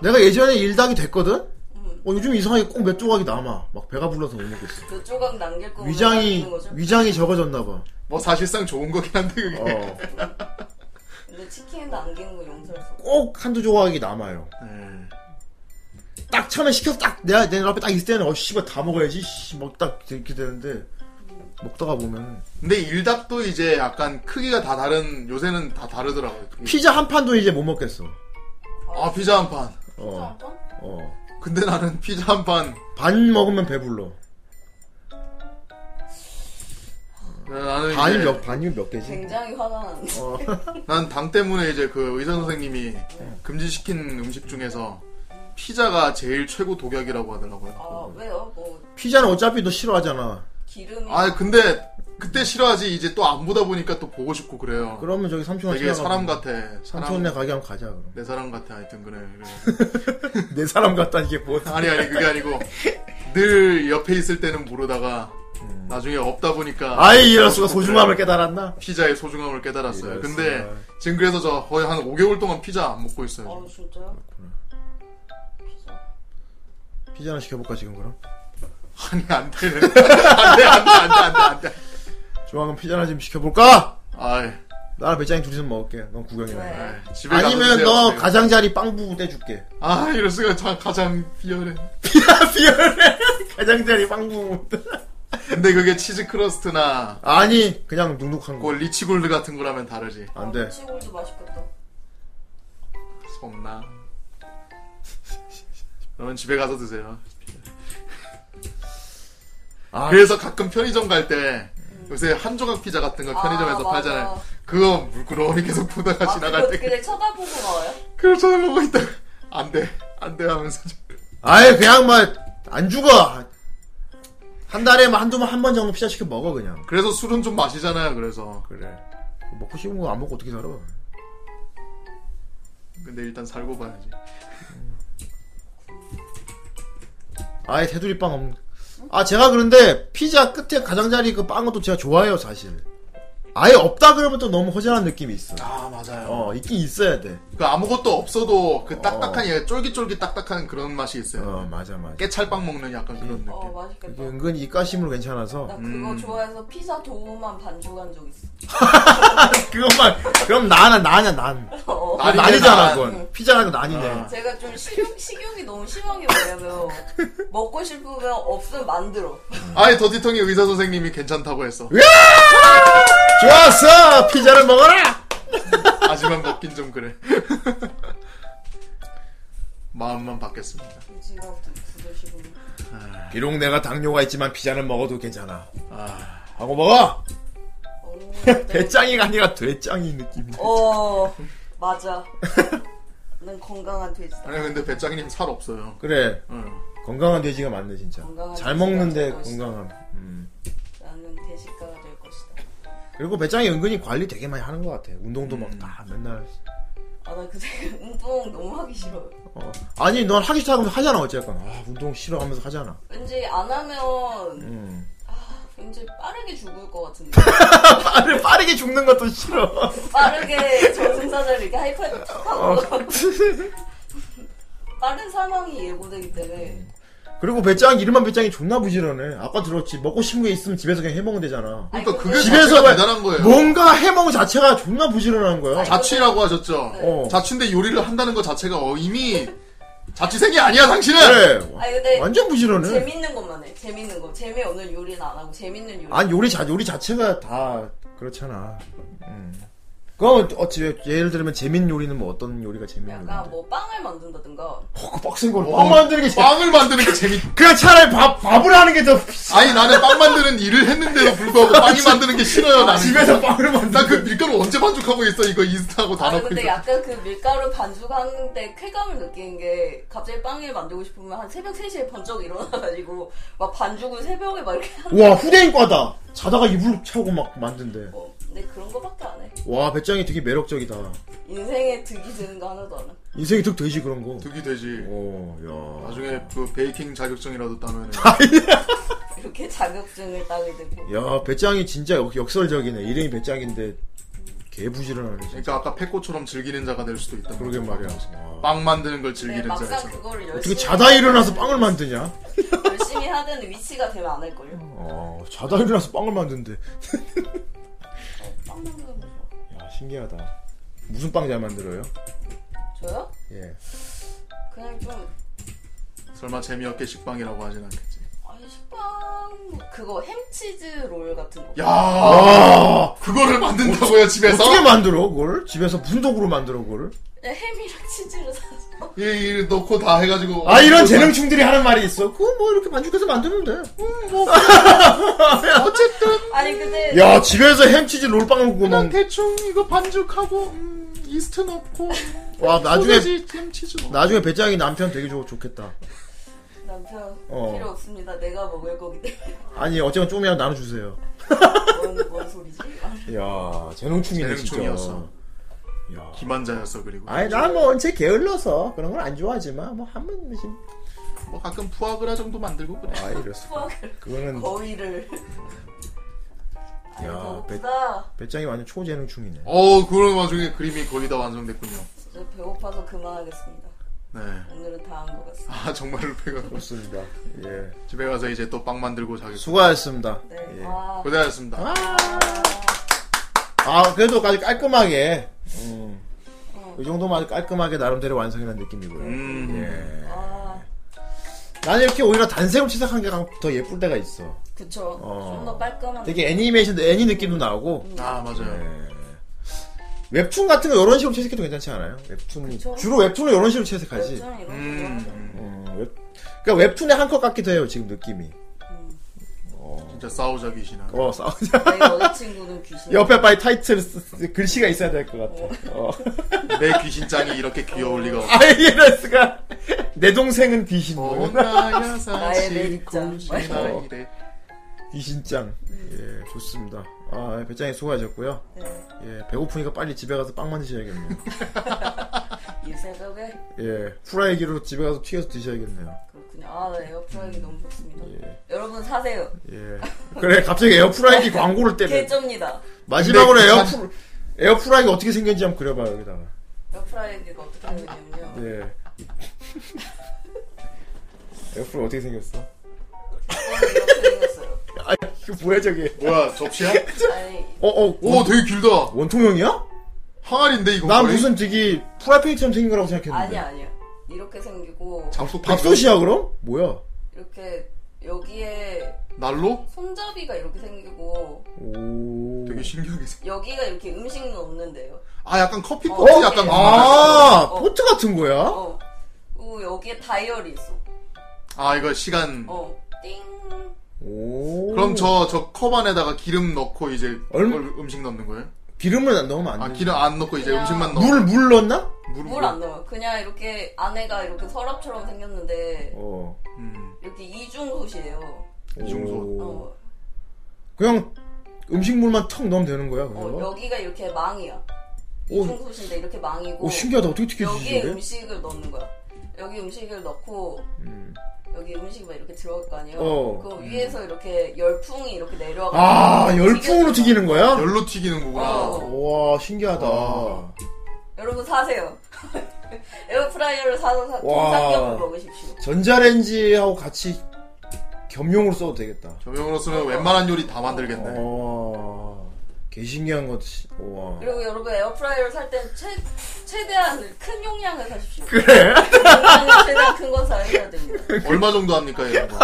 [SPEAKER 4] 내가 예전에 1닭이 됐거든? 어, 요즘 이상하게 꼭 몇 조각이 남아. 막 배가 불러서 못 먹겠어.
[SPEAKER 6] 몇그 조각 남길 거고
[SPEAKER 4] 위장이 위장이 적어졌나 봐.
[SPEAKER 5] 뭐 사실상 좋은 거긴 한데 그게
[SPEAKER 4] <laughs> 어.
[SPEAKER 6] 근데 치킨 남기는 거 용서할 수 없어.
[SPEAKER 4] 꼭 한두 조각이 남아요.
[SPEAKER 5] 네.
[SPEAKER 4] 딱 처음에 시켜서 딱 내가 내 앞에 딱 있을 때는 어 씨발 다 먹어야지 씨막딱 이렇게 되는데 먹다가 보면
[SPEAKER 5] 근데 일닭도 이제 약간 크기가 다 다른 요새는 다 다르더라고요. 크기.
[SPEAKER 4] 피자 한 판도 이제 못 먹겠어.
[SPEAKER 5] 아 피자 한 판.
[SPEAKER 4] 어. 어.
[SPEAKER 5] 근데 나는 피자 한 판.
[SPEAKER 4] 반 먹으면 배불러.
[SPEAKER 5] 나는
[SPEAKER 4] 반이
[SPEAKER 5] 이제-
[SPEAKER 4] 몇 반이 몇 개지?
[SPEAKER 6] 굉장히 화가 나는데.
[SPEAKER 4] 어.
[SPEAKER 5] 난 당 때문에 이제 그 의사 선생님이 금지시킨 음식 중에서 피자가 제일 최고 독약이라고 하더라고요.
[SPEAKER 6] 아, 왜요? 뭐
[SPEAKER 4] 피자는 어차피 너 싫어하잖아.
[SPEAKER 6] 기름이
[SPEAKER 5] 아 근데 그때 싫어하지 이제 또 안 보다 보니까 또 보고 싶고 그래요.
[SPEAKER 4] 그러면 저기 삼촌
[SPEAKER 5] 되게 사람 같아. 사람-
[SPEAKER 4] 삼촌네 가게 한번 가자
[SPEAKER 5] <laughs>
[SPEAKER 4] 그럼.
[SPEAKER 5] 내 사람 같아 하여튼 그래. 그래.
[SPEAKER 4] 내 사람 같다 이게 뭐?
[SPEAKER 5] 아니 아니 그게 아니고 늘 옆에 있을 때는 모르다가 나중에 없다 보니까
[SPEAKER 4] 음. 아이 이럴 수가 소중함을 깨달았나?
[SPEAKER 5] 피자의 소중함을 깨달았어요.
[SPEAKER 4] 이럴
[SPEAKER 5] 근데
[SPEAKER 4] 수가.
[SPEAKER 5] 지금 그래서 저 거의 한 5개월 동안 피자 안 먹고 있어요.
[SPEAKER 6] 아, 진짜요?
[SPEAKER 4] 피자나 시켜볼까 지금 그럼?
[SPEAKER 5] 아니 안 돼. 안 돼. 안 돼. 안 돼. 안 돼. 안 돼. 안 돼.
[SPEAKER 4] 조만간 피자나 좀 시켜볼까?
[SPEAKER 5] 아이.
[SPEAKER 4] 나랑 배짱이 둘이서 먹을게. 넌 구경이나. 해.
[SPEAKER 6] 네.
[SPEAKER 5] 아이, 집에 가서
[SPEAKER 4] 아니면
[SPEAKER 5] 드세요,
[SPEAKER 4] 너
[SPEAKER 5] 집에.
[SPEAKER 4] 가장자리 빵부 떼줄게. <laughs> 아,
[SPEAKER 5] 아 이럴 수가 참 가장 비열해.
[SPEAKER 4] 가장자리 빵부.
[SPEAKER 5] 근데 그게 치즈 크러스트나
[SPEAKER 4] 아니 그냥 눅눅한 거.
[SPEAKER 5] 뭐 리치골드 같은 거라면 다르지.
[SPEAKER 4] 안 돼.
[SPEAKER 6] 치골도 맛있겠다.
[SPEAKER 5] 섭나. 그러면 집에 가서 드세요.
[SPEAKER 4] 아.
[SPEAKER 5] 그래서 가끔 편의점 갈 때 요새 한 조각 피자 같은 거
[SPEAKER 6] 아,
[SPEAKER 5] 편의점에서
[SPEAKER 6] 맞아.
[SPEAKER 5] 팔잖아요. 그거 물끄러니 계속
[SPEAKER 4] 아,
[SPEAKER 5] 보다가 지나갈 때
[SPEAKER 6] 아, 그래 쳐다보고 나와요?
[SPEAKER 5] 그걸 쳐다보고 있다 안돼 안돼 하면서
[SPEAKER 4] 아예 그냥 막 안 죽어. 한 달에 뭐 한두 번 한 번 정도 피자 시켜 먹어 그냥.
[SPEAKER 5] 그래서 술은 좀 마시잖아요 그래서
[SPEAKER 4] 그래 먹고 싶은 거 안 먹고 어떻게 살아?
[SPEAKER 5] 근데 일단 살고 봐야지
[SPEAKER 4] 아예 테두리 빵 없는. 아 제가 그런데 피자 끝에 가장자리 그 빵은 또 제가 좋아해요 사실. 아예 없다 그러면 또 너무 허전한 느낌이 있어.
[SPEAKER 5] 아 맞아요
[SPEAKER 4] 어 있긴 있어야 돼.
[SPEAKER 5] 그 아무것도 없어도 그 딱딱한 얘 쫄깃쫄깃 딱딱한 그런 맛이 있어요
[SPEAKER 4] 어 맞아 맞아.
[SPEAKER 5] 깨찰빵 먹는 약간 그런 느낌
[SPEAKER 6] 어 맛있겠다.
[SPEAKER 4] 이게 음. 은근히 입가심으로 괜찮아서.
[SPEAKER 6] 나 그거 좋아해서 피자 도우만 반죽한 적 있어. <laughs>
[SPEAKER 4] 그것만 그럼 나나 나냐 난.
[SPEAKER 6] 어.
[SPEAKER 4] 난
[SPEAKER 5] 난이네,
[SPEAKER 4] 난이잖아
[SPEAKER 5] 난.
[SPEAKER 4] 그건. 피자라고 난이네.
[SPEAKER 5] 아.
[SPEAKER 6] 제가 좀 식욕, 식욕이 너무 심한 게
[SPEAKER 4] <laughs>
[SPEAKER 6] 뭐냐면 먹고 싶으면 없으면 만들어.
[SPEAKER 5] 아예 더디통이 의사 선생님이 괜찮다고 했어
[SPEAKER 4] 좋았어 피자를 먹어라.
[SPEAKER 5] 하지만 먹긴 좀 그래 <laughs> 마음만 받겠습니다
[SPEAKER 6] 지갑도 부드시고.
[SPEAKER 4] 비록 내가 당뇨가 있지만 피자는 먹어도 괜찮아. 아, 하고 먹어. <laughs> 배짱이가 아니라 돼짱이 느낌.
[SPEAKER 6] 어 맞아. 난 건강한 돼지.
[SPEAKER 5] 아니 근데 배짱이님 살 없어요
[SPEAKER 4] 그래.
[SPEAKER 5] 응.
[SPEAKER 4] 건강한 돼지가 맞네 진짜.
[SPEAKER 6] 건강한
[SPEAKER 4] 잘
[SPEAKER 6] 돼지가
[SPEAKER 4] 먹는데
[SPEAKER 6] 될 것이다.
[SPEAKER 4] 건강함. 음.
[SPEAKER 6] 나는 대식가가 될 것이다.
[SPEAKER 4] 그리고 배짱이 은근히 관리 되게 많이 하는 것 같아. 운동도
[SPEAKER 6] 음.
[SPEAKER 4] 막 다 맨날.
[SPEAKER 6] 아나 그새 <laughs> 운동 너무 하기 싫어요.
[SPEAKER 4] 어. 아니 넌 하기 싫다고 하면 하잖아 어쨌건. 아 운동 싫어하면서
[SPEAKER 6] <laughs>
[SPEAKER 4] 하잖아.
[SPEAKER 6] 왠지 안 하면 아,
[SPEAKER 4] 음.
[SPEAKER 6] 왠지 빠르게 죽을 것 같은데. <laughs>
[SPEAKER 4] 빠르, 빠르게 죽는 것도 싫어.
[SPEAKER 6] 빠르게 저승사자를 이렇게 하이파이브 툭 하고
[SPEAKER 4] 아,
[SPEAKER 6] <laughs> 빠른 사망이 예고되기
[SPEAKER 4] 음.
[SPEAKER 6] 때문에
[SPEAKER 4] 그리고 배짱 이름만 배짱이 존나 부지런해. 아까 들었지 먹고 싶은 게 있으면 집에서 그냥 해먹으면 되잖아.
[SPEAKER 5] 그러니까 그게
[SPEAKER 4] 집에서
[SPEAKER 5] 집에서
[SPEAKER 4] 막
[SPEAKER 5] 대단한 거예요
[SPEAKER 4] 뭔가 해먹은 자체가 존나 부지런한
[SPEAKER 6] 아,
[SPEAKER 4] 거야.
[SPEAKER 5] 자취라고 하셨죠
[SPEAKER 4] 어.
[SPEAKER 5] 자취인데 요리를 한다는 것 자체가 어, 이미 자취생이 아니야 당신은
[SPEAKER 4] 그래.
[SPEAKER 6] 아니 근데
[SPEAKER 4] 예. 완전 부지런해.
[SPEAKER 6] 재밌는 것만 해 재밌는 거 재미없는 요리는 안 하고 재밌는 요리
[SPEAKER 4] 아니 요리 자 요리 자체가 다 그렇잖아. 음. 그럼 어찌 예를 들면 재밌는 요리는 뭐 어떤 요리가 재밌는
[SPEAKER 6] 그러니까
[SPEAKER 4] 거야?
[SPEAKER 6] 뭐 빵을 만든다든가
[SPEAKER 4] 그 빡센 걸.
[SPEAKER 5] 어,
[SPEAKER 4] 빵 만드는 게 재...
[SPEAKER 5] 빵을 만드는 게 재밌
[SPEAKER 4] 아, 그냥 차라리 밥 밥을 하는 게 더.
[SPEAKER 5] 아니 나는 빵 만드는 일을 했는데도 불구하고 빵이 만드는 게 싫어요 나는
[SPEAKER 4] <laughs> 집에서 빵을 만드.
[SPEAKER 5] 나그 밀가루 언제 반죽하고 있어 이거 인스타하고 다
[SPEAKER 6] 아니
[SPEAKER 5] 넣고
[SPEAKER 6] 근데
[SPEAKER 5] 있어
[SPEAKER 6] 약간 그 밀가루 반죽하는데 쾌감을 느끼는 게 갑자기 빵을 만들고 싶으면 한 새벽 3시에 번쩍 일어나가지고 막 반죽을 새벽에 막 이렇게 하는
[SPEAKER 4] 그- 와 후대인과다. 자다가 이불 차고 막 만든대.
[SPEAKER 6] 거 근데 그런 거밖에 안 해
[SPEAKER 4] 와 배짱이 되게 매력적이다.
[SPEAKER 6] 인생에 득이 되는 거 하나도 안 해.
[SPEAKER 4] 인생이 득 되지 그런 거. 어,
[SPEAKER 5] 득이 되지
[SPEAKER 4] 오, 야.
[SPEAKER 5] 나중에 그 베이킹 자격증이라도 따면
[SPEAKER 6] 이렇게 자격증을 따게
[SPEAKER 4] <laughs>
[SPEAKER 6] 되고
[SPEAKER 4] 야 배짱이 진짜 역, 역설적이네. 이름이 배짱인데 개 부지런하네. 진짜.
[SPEAKER 5] 그러니까 아까 패코처럼 즐기는 자가 될 수도 있다
[SPEAKER 4] 그러게 말이야. 와.
[SPEAKER 5] 빵 만드는 걸
[SPEAKER 6] 근데
[SPEAKER 5] 즐기는
[SPEAKER 6] 네, 막상
[SPEAKER 5] 자에서
[SPEAKER 6] 그거를
[SPEAKER 4] 어떻게
[SPEAKER 6] 열심히
[SPEAKER 4] 자다 일어나서 빵을 만드냐?
[SPEAKER 6] 열심히 하던 위치가 되면 안 할걸요
[SPEAKER 4] 어 자다 일어나서 빵을 만드는데.
[SPEAKER 6] 빵 만드는 거
[SPEAKER 4] 야, 신기하다. 무슨 빵 잘 만들어요?
[SPEAKER 6] 좋아 저요?
[SPEAKER 4] 예.
[SPEAKER 6] 그냥 좀
[SPEAKER 5] 설마 재미없게 식빵이라고 하진 않겠지
[SPEAKER 6] 아니 식빵 그거 햄치즈 롤 같은 거
[SPEAKER 5] 야
[SPEAKER 4] 아.
[SPEAKER 5] 그거를 만든다고요 집에서
[SPEAKER 4] 어떻게 만들어, 그걸? 집에서 무슨 도구로 만들어, 그걸?
[SPEAKER 6] 그냥 햄이랑 치즈를 사서
[SPEAKER 5] 이, 이 넣고 다 해가지고
[SPEAKER 4] 아, 이런 재능충들이 하는 말이 있어. 그거 뭐 이렇게 반죽해서 만들면 돼. 어, 뭐. <laughs>
[SPEAKER 5] 어쨌든
[SPEAKER 6] 아니 근데
[SPEAKER 4] 야, 집에서 햄치즈 롤빵을 구워 먹는.
[SPEAKER 5] 대충 이거 반죽하고 음, 이스트 넣고 음,
[SPEAKER 4] 와, 나중에,
[SPEAKER 5] 햄치즈
[SPEAKER 4] 나중에 배짱이 남편 되게 좋, 좋겠다.
[SPEAKER 6] 남편
[SPEAKER 4] 어.
[SPEAKER 6] 필요 없습니다 내가 먹을 거기 때문에
[SPEAKER 4] 아니, 어쨌건 조금이라도 나눠주세요.
[SPEAKER 6] 뭔, 뭔 소리지? 아,
[SPEAKER 4] 야 재능충이네,
[SPEAKER 5] 재능충이었어.
[SPEAKER 4] 진짜. 야.
[SPEAKER 5] 기만자였어 그리고
[SPEAKER 4] 아니, 난뭐 언제 게을러서 그런 걸 안 좋아하지만, 뭐, 한 번씩.
[SPEAKER 5] 뭐 가끔 푸아그라 정도 만들고 그래
[SPEAKER 4] 아, 이랬어.
[SPEAKER 6] 수학을
[SPEAKER 4] 그거는,
[SPEAKER 6] 거위를 아,
[SPEAKER 4] 야, 배,
[SPEAKER 6] 나
[SPEAKER 4] 배짱이 완전 초재능충이네.
[SPEAKER 5] 어 그런 와중에 그림이 거의 다 완성됐군요
[SPEAKER 6] 진짜 배고파서 그만하겠습니다
[SPEAKER 5] 네
[SPEAKER 6] 오늘은 다 한 것 같습니다
[SPEAKER 5] 아 정말로 <laughs> 배가
[SPEAKER 4] 좋습니다. 예.
[SPEAKER 5] 집에 가서 이제 또 빵 만들고 자기
[SPEAKER 4] 수고하셨습니다.
[SPEAKER 6] 네.
[SPEAKER 4] 예.
[SPEAKER 6] 아,
[SPEAKER 5] 고생하셨습니다
[SPEAKER 4] 아, 그래도 아주 깔끔하게. 음.
[SPEAKER 6] 어.
[SPEAKER 4] 이 정도면 아주 깔끔하게 나름대로 완성이라는 느낌이고요. 예.
[SPEAKER 5] 음.
[SPEAKER 6] 아
[SPEAKER 4] 나는 이렇게 오히려 단색으로 칠색한 게 더 예쁠 때가 있어.
[SPEAKER 6] 그쵸
[SPEAKER 4] 어.
[SPEAKER 6] 좀 더 깔끔한
[SPEAKER 4] 되게 애니메이션, 애니 느낌도 나오고.
[SPEAKER 5] 아 맞아요
[SPEAKER 4] 예. 웹툰 같은 거 이런 식으로 채색해도 괜찮지 않아요? 웹툰
[SPEAKER 6] 그쵸. 그렇죠.
[SPEAKER 4] 주로 웹툰을 이런 식으로 채색하지.
[SPEAKER 6] 좀 이런
[SPEAKER 5] 음.
[SPEAKER 6] 거
[SPEAKER 4] 어, 웹, 그러니까 웹툰의 한 컷 같기도 해요 지금 느낌이.
[SPEAKER 6] 음.
[SPEAKER 4] 어,
[SPEAKER 5] 진짜 싸우자 귀신아.
[SPEAKER 4] 어, 싸우자.
[SPEAKER 6] 내 여자친구도
[SPEAKER 4] <laughs>
[SPEAKER 6] 귀신.
[SPEAKER 4] 옆에 빨리 타이틀 쓰- 쓰- 글씨가 있어야 될 것 같아. 어. <laughs>
[SPEAKER 5] 내 귀신짱이 이렇게 귀여울 리가 없어.
[SPEAKER 4] 아, 이럴 수가. 내 동생은 귀신.
[SPEAKER 6] 어,
[SPEAKER 4] 뭐.
[SPEAKER 6] 나의 내 입장.
[SPEAKER 4] 어. 귀신짱. 예, 좋습니다. 아, 배짱이 수고하셨고요.
[SPEAKER 6] 네.
[SPEAKER 4] 예, 배고프니까 빨리 집에 가서 빵 만드셔야겠네요.
[SPEAKER 6] 이 생각에
[SPEAKER 4] 예, 후라이기로 집에 가서 튀겨서 드셔야겠네요.
[SPEAKER 6] 그냥 아 네, 에어프라이기 너무 좋습니다. 여러분 사세요.
[SPEAKER 4] 예. 그래, 갑자기 에어프라이기 광고를 때려.
[SPEAKER 6] 개쩝니다.
[SPEAKER 4] 마지막으로
[SPEAKER 5] 근데
[SPEAKER 4] 에어프,
[SPEAKER 5] 사실-
[SPEAKER 4] 에어프라이기 어떻게 생겼는지 한번 그려봐요, 여기다가.
[SPEAKER 6] 에어프라이기가 어떻게
[SPEAKER 4] 아.
[SPEAKER 6] 되냐면요.
[SPEAKER 4] 예. 에어프라이 어떻게 생겼어? 아, 이거 뭐야, 저게. <laughs>
[SPEAKER 5] 뭐야 접시야?
[SPEAKER 4] 어, 어,
[SPEAKER 6] 뭐?
[SPEAKER 5] 오 되게 길다.
[SPEAKER 4] 원통형이야?
[SPEAKER 5] 항아리인데 이거.
[SPEAKER 4] 난
[SPEAKER 5] 거의?
[SPEAKER 4] 무슨 저기 프라이팬처럼 생긴 거라고 생각했는데.
[SPEAKER 6] 아니야 아니야. 이렇게 생기고
[SPEAKER 4] 아,
[SPEAKER 5] 잡수-
[SPEAKER 4] 밥솥이야 그럼? 뭐야?
[SPEAKER 6] 이렇게 여기에
[SPEAKER 5] 난로?
[SPEAKER 6] 손잡이가 이렇게 생기고
[SPEAKER 4] 오.
[SPEAKER 5] 되게 신기하게 생.
[SPEAKER 6] 여기가 이렇게 음식은 없는데요.
[SPEAKER 5] 아 약간 커피
[SPEAKER 6] 어,
[SPEAKER 5] 포트
[SPEAKER 6] 어?
[SPEAKER 5] 약간.
[SPEAKER 4] 아,
[SPEAKER 6] 어.
[SPEAKER 4] 포트 같은 거야?
[SPEAKER 6] 어. 오, 여기에 다이어리 있어.
[SPEAKER 5] 아 이거 시간.
[SPEAKER 6] 어. 띵.
[SPEAKER 4] 오.
[SPEAKER 5] 그럼 저 저 컵 안에다가 기름 넣고 이제
[SPEAKER 4] 얼-
[SPEAKER 5] 그걸 음식 넣는 거예요?
[SPEAKER 4] 기름을 안 넣으면 안
[SPEAKER 5] 아
[SPEAKER 4] 돼.
[SPEAKER 5] 기름 안 넣고 이제
[SPEAKER 6] 그냥-
[SPEAKER 5] 음식만 넣어.
[SPEAKER 4] 물, 물 넣었나?
[SPEAKER 6] 물 안 넣어요. 그냥 이렇게 안에가 이렇게 서랍처럼 생겼는데
[SPEAKER 4] 어.
[SPEAKER 5] 음.
[SPEAKER 6] 이렇게 이중솥이에요.
[SPEAKER 4] 이중소.
[SPEAKER 6] 어.
[SPEAKER 4] 그냥 음식물만 턱 넣으면 되는 거야,
[SPEAKER 6] 어,
[SPEAKER 4] 그래서?
[SPEAKER 6] 여기가 이렇게 망이야.
[SPEAKER 4] 오.
[SPEAKER 6] 이중솥인데 이렇게 망이고
[SPEAKER 4] 오, 신기하다. 어떻게 튀겨지지,
[SPEAKER 6] 여기에
[SPEAKER 4] 저게?
[SPEAKER 6] 음식을 넣는 거야. 여기 음식을 넣고
[SPEAKER 4] 음.
[SPEAKER 6] 여기 음식이 막 이렇게 들어갈 거 아니에요?
[SPEAKER 4] 어.
[SPEAKER 6] 그 위에서 이렇게 열풍이 이렇게 내려와서
[SPEAKER 4] 아, 열풍으로 튀기는 거야?
[SPEAKER 5] 열로 튀기는 거구나.
[SPEAKER 6] 어.
[SPEAKER 4] 와, 신기하다.
[SPEAKER 6] 여러분 사세요. <laughs> 에어프라이어를 사서 사-
[SPEAKER 4] 와.
[SPEAKER 6] 통삼겹을 먹으십시오.
[SPEAKER 4] 전자레인지하고 같이 겸용으로 써도 되겠다.
[SPEAKER 5] 겸용으로 쓰면 웬만한 요리
[SPEAKER 4] 어.
[SPEAKER 5] 다 만들겠네.
[SPEAKER 4] 와, 어. 개 신기한 거지. 와.
[SPEAKER 6] 그리고 여러분 에어프라이어를 살 땐 최대한 큰 용량을 사십시오.
[SPEAKER 4] 그래?
[SPEAKER 6] 용량을 최대한 큰 거 사셔야 됩니다.
[SPEAKER 5] 얼마 정도 합니까
[SPEAKER 4] <laughs>
[SPEAKER 5] 이런 거?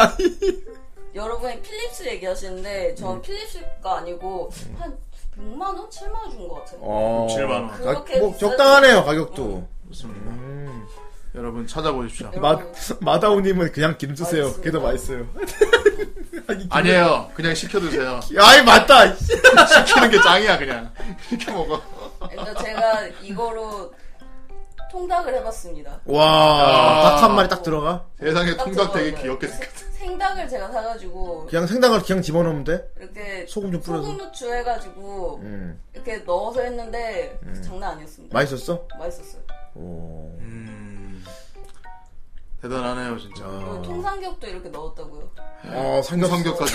[SPEAKER 6] 여러분이 필립스 얘기하시는데 전
[SPEAKER 4] 음.
[SPEAKER 6] 필립스가 아니고 한 6만 원, 7만 원 준 것 같아요.
[SPEAKER 4] 어.
[SPEAKER 5] 7만 원.
[SPEAKER 4] 가- 뭐 적당하네요,
[SPEAKER 6] 어.
[SPEAKER 4] 가격도.
[SPEAKER 5] 좋습니다. 여러분 찾아보십시오.
[SPEAKER 4] 마, 마다오님은 그냥 김 주세요. 그게 더 맛있어요.
[SPEAKER 5] 아니에요. 그냥
[SPEAKER 4] <laughs>
[SPEAKER 5] 시켜 드세요.
[SPEAKER 4] 아이, 맞다!
[SPEAKER 5] 시키는 게 짱이야 그냥. 시켜 먹어.
[SPEAKER 6] 그래서 그러니까 제가 이거로 통닭을 해봤습니다.
[SPEAKER 4] 와,
[SPEAKER 5] 아.
[SPEAKER 4] 닭 한 마리 딱 들어가?
[SPEAKER 5] 세상에
[SPEAKER 6] 딱
[SPEAKER 5] 통닭 되게
[SPEAKER 6] 들어가요.
[SPEAKER 5] 귀엽게
[SPEAKER 6] 생- 생닭을 제가 사가지고
[SPEAKER 4] 그냥 생닭을 그냥 집어넣으면 돼?
[SPEAKER 6] 이렇게
[SPEAKER 4] 소금 좀 뿌려서.
[SPEAKER 6] 소금 후추 해가지고
[SPEAKER 4] 음.
[SPEAKER 6] 이렇게 넣어서 했는데
[SPEAKER 4] 음.
[SPEAKER 6] 장난 아니었습니다.
[SPEAKER 4] 맛있었어?
[SPEAKER 6] 맛있었어요.
[SPEAKER 4] 오.
[SPEAKER 5] 대단하네요 진짜.
[SPEAKER 6] 그리고 통삼겹도 이렇게 넣었다고요.
[SPEAKER 4] 아, 삼겹-
[SPEAKER 5] 삼겹까지.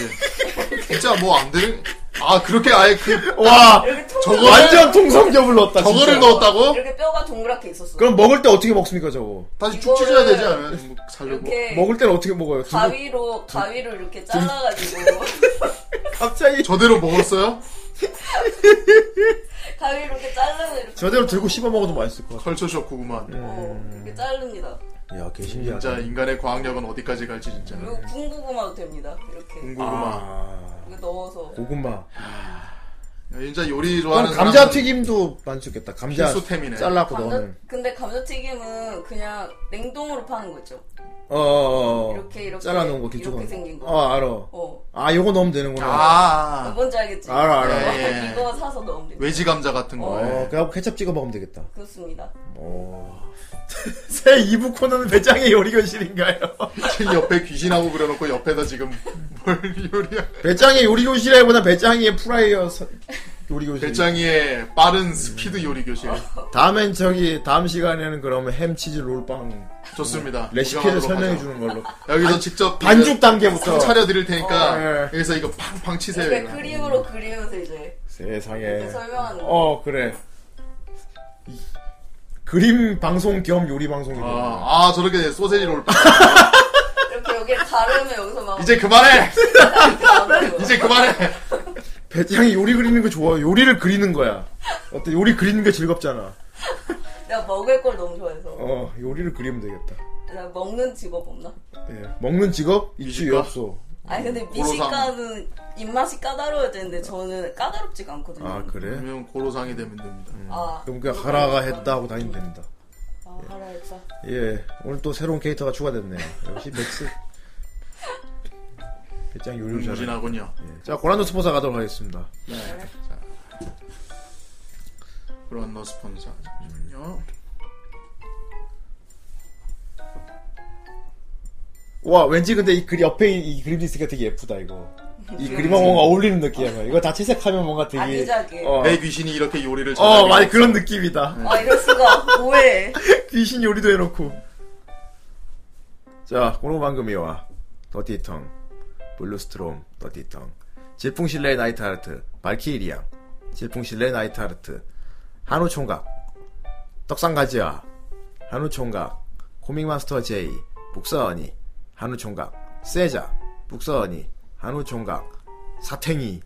[SPEAKER 5] 진짜 뭐 안 되는? 아 그렇게 아예 그
[SPEAKER 4] 와,
[SPEAKER 5] 저거
[SPEAKER 4] 완전 통삼겹을 넣었다.
[SPEAKER 5] 저거를
[SPEAKER 4] 진짜.
[SPEAKER 5] 넣었다고?
[SPEAKER 6] 이렇게 뼈가 동그랗게 있었어요.
[SPEAKER 4] 그럼 먹을 때 어떻게 먹습니까, 저거?
[SPEAKER 5] 다시 죽 찢어야 되지 않아요? 뭐 살려고.
[SPEAKER 6] 이렇게
[SPEAKER 4] 먹을 때는 어떻게 먹어요? 두부-
[SPEAKER 6] 가위로 가위로 이렇게 잘라가지고 <laughs>
[SPEAKER 4] 갑자기
[SPEAKER 5] 저대로
[SPEAKER 4] <laughs>
[SPEAKER 5] 먹었어요?
[SPEAKER 6] 가위로 이렇게 자르면 이렇게 어,
[SPEAKER 4] 저대로 들고 씹어 먹어도 맛있을 것 같아.
[SPEAKER 5] 컬처쇼 구구만.
[SPEAKER 4] 네.
[SPEAKER 6] 이렇게 자릅니다.
[SPEAKER 4] 야, 개 신기하다.
[SPEAKER 5] 진짜 인간의 과학력은 어디까지 갈지 진짜.
[SPEAKER 4] 음.
[SPEAKER 6] 그리고 군고구마도 됩니다.
[SPEAKER 4] 아.
[SPEAKER 6] 이렇게
[SPEAKER 5] 군고구마.
[SPEAKER 6] 이렇게 넣어서
[SPEAKER 4] 고구마.
[SPEAKER 5] 진짜 요리
[SPEAKER 4] 그럼
[SPEAKER 5] 좋아하는
[SPEAKER 4] 감자
[SPEAKER 5] 사람은
[SPEAKER 4] 튀김도 만족했다. 감자
[SPEAKER 5] 필수템이네.
[SPEAKER 4] 잘라갖고
[SPEAKER 6] 감자,
[SPEAKER 4] 넣는.
[SPEAKER 6] 근데 감자튀김은 그냥 냉동으로 파는 거 있죠.
[SPEAKER 4] 어, 어, 어.
[SPEAKER 6] 이렇게, 이렇게,
[SPEAKER 4] 잘라놓은 거 뒤쪽은.
[SPEAKER 6] 이렇게 생긴 거.
[SPEAKER 4] 어, 알아.
[SPEAKER 6] 어.
[SPEAKER 4] 아, 요거 넣으면 되는구나.
[SPEAKER 5] 아.
[SPEAKER 6] 뭔지 알겠지? 어,
[SPEAKER 4] 알아, 알아.
[SPEAKER 5] 예, 예.
[SPEAKER 6] 이거 사서 넣으면 됩니다.
[SPEAKER 5] 외지 감자 같은 거.
[SPEAKER 4] 어, 그래갖고 케첩 찍어 먹으면 되겠다. 어.
[SPEAKER 6] 그렇습니다.
[SPEAKER 4] <laughs> 새 2부 코너는 배짱의 요리교실인가요? <laughs>
[SPEAKER 5] 옆에 귀신하고 그려놓고 옆에다 지금 뭘 요리야.
[SPEAKER 4] 배짱의 요리교실에보다 배짱의 프라이어 서- 요리교실.
[SPEAKER 5] 배짱이의 빠른 스피드 요리 교실.
[SPEAKER 4] 다음엔 저기, 다음 시간에는 그러면 햄치즈 롤빵.
[SPEAKER 5] 좋습니다.
[SPEAKER 4] 레시피를
[SPEAKER 5] 구경하도록
[SPEAKER 4] 설명해
[SPEAKER 5] 하죠.
[SPEAKER 4] 주는 걸로.
[SPEAKER 5] 여기서 직접
[SPEAKER 4] 반죽
[SPEAKER 5] 이제
[SPEAKER 4] 단계부터.
[SPEAKER 5] 차려 드릴 테니까
[SPEAKER 4] 어, 예.
[SPEAKER 5] 여기서 이거 팡팡 치세요.
[SPEAKER 6] 이렇게
[SPEAKER 5] 이거.
[SPEAKER 6] 그림으로 그리면서 이제
[SPEAKER 4] 세상에.
[SPEAKER 6] 이렇게 설명하는 거.
[SPEAKER 4] 네. 어, 그래. 이- 그림 방송 겸 요리 방송이네.
[SPEAKER 5] 아, 아, 저렇게 소세지 롤.
[SPEAKER 6] 이렇게 여기 가르면 여기서 막
[SPEAKER 5] 이제 그만해.
[SPEAKER 6] 나오는 거.
[SPEAKER 5] 이제 그만해.
[SPEAKER 4] 예. 배짱이 요리 그리는 거 좋아. 요리를 그리는 거야. 어때? 요리 그리는 게 즐겁잖아.
[SPEAKER 6] 내가 먹을 걸 너무 좋아해서
[SPEAKER 4] 어, 요리를 그리면 되겠다.
[SPEAKER 6] 내가 먹는 직업 없나?
[SPEAKER 4] 예. 먹는 직업 있지 없어.
[SPEAKER 6] 아니 근데 미식가는 입맛이 까다로워야 되는데 저는 까다롭지가 않거든요.
[SPEAKER 4] 아 그래?
[SPEAKER 5] 그러면 고로상이 되면 됩니다.
[SPEAKER 4] 예.
[SPEAKER 6] 아,
[SPEAKER 4] 그럼 그냥 하라가 했다 하고 다니면 됩니다.
[SPEAKER 6] 아, 하라 했다.
[SPEAKER 4] 예. 오늘 또 새로운 캐릭터가 추가됐네요. 역시 맥스. 배짱 요리를 잘해.
[SPEAKER 5] 무진하군요.
[SPEAKER 4] 예. 자, 고란노 스폰서 가도록 하겠습니다.
[SPEAKER 5] 네. 자. 그런 너 스폰서. 잠시만요.
[SPEAKER 4] 와, 왠지 근데 이 그리 옆에 이, 이 그림도 있으니까 되게 예쁘다, 이거. 이
[SPEAKER 5] 음.
[SPEAKER 4] 그림하고 뭔가 어울리는 느낌이야. 이거 다 채색하면 뭔가 되게.
[SPEAKER 5] 아기자기.
[SPEAKER 4] 어.
[SPEAKER 5] 내 귀신이 이렇게 요리를
[SPEAKER 4] 어,
[SPEAKER 5] 잘하게
[SPEAKER 4] 많이
[SPEAKER 5] 해서.
[SPEAKER 4] 그런 느낌이다.
[SPEAKER 5] 네.
[SPEAKER 18] 아 이럴 수가 뭐해?
[SPEAKER 4] 귀신 요리도 해놓고. 자, 고로방금이와 더티텅, 블루스트롬, 더티텅, 질풍실레의 나이트하르트, 발키리앙, 질풍실레의 나이트하르트, 한우총각, 떡상가지와, 한우총각, 코믹마스터 제이, 북서언니, 한우총각, 세자, 북서언니, 한우총각, 사탱이,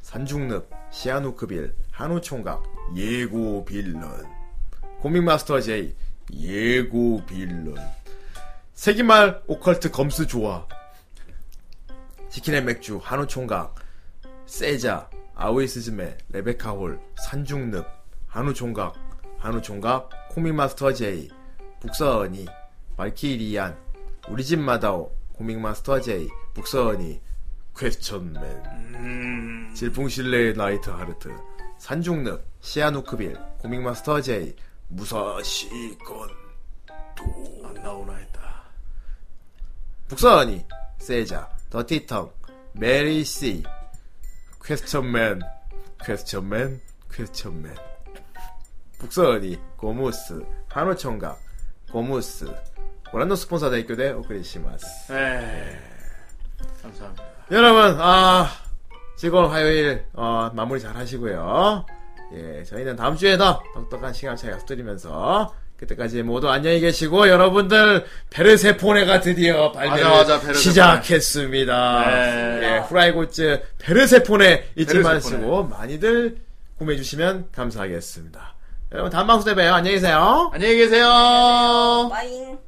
[SPEAKER 4] 산중늪, 시아누크빌, 한우총각, 예고빌런, 코믹마스터 제이, 예고빌런, 세기말 오컬트 검스 조화, 치킨의 맥주, 한우총각, 세자, 아오이스즈메, 레베카홀, 산중늪, 한우총각, 한우총각, 코믹마스터 제이, 북서언니, 말키리안, 우리집 마다오, 코믹마스터 제이, 북서언니, 퀘스천맨, 질풍실레의 나이트 하르트, 산중늪, 시아누크빌, 코믹마스터 제이, 무사시건,
[SPEAKER 5] 안 나오나 했다.
[SPEAKER 4] 북서언니, 세자, 더티텅, 메리씨, 퀘스천맨, 퀘스천맨, 퀘스천맨. 북서언니, 고무스, 한우총각, 고무스, 오란노 스폰서 대교대 오크리시마스.
[SPEAKER 5] 네. 감사합니다.
[SPEAKER 4] 여러분, 아, 즐거운 화요일, 어, 마무리 잘 하시고요. 예, 저희는 다음 주에도 똑똑한 시간 차이 약속드리면서, 그때까지 모두 안녕히 계시고, 여러분들, 베르세포네가 드디어 발매를
[SPEAKER 5] 맞아, 맞아, 베르세포네.
[SPEAKER 4] 시작했습니다.
[SPEAKER 5] 네.
[SPEAKER 4] 예, 후라이고즈 베르세포네 잊지
[SPEAKER 5] 베르세포네.
[SPEAKER 4] 마시고, 많이들 구매해주시면 감사하겠습니다. 여러분, 다음 방송 때 봬요. 안녕히 계세요.
[SPEAKER 5] 안녕히 계세요.
[SPEAKER 18] 빠잉.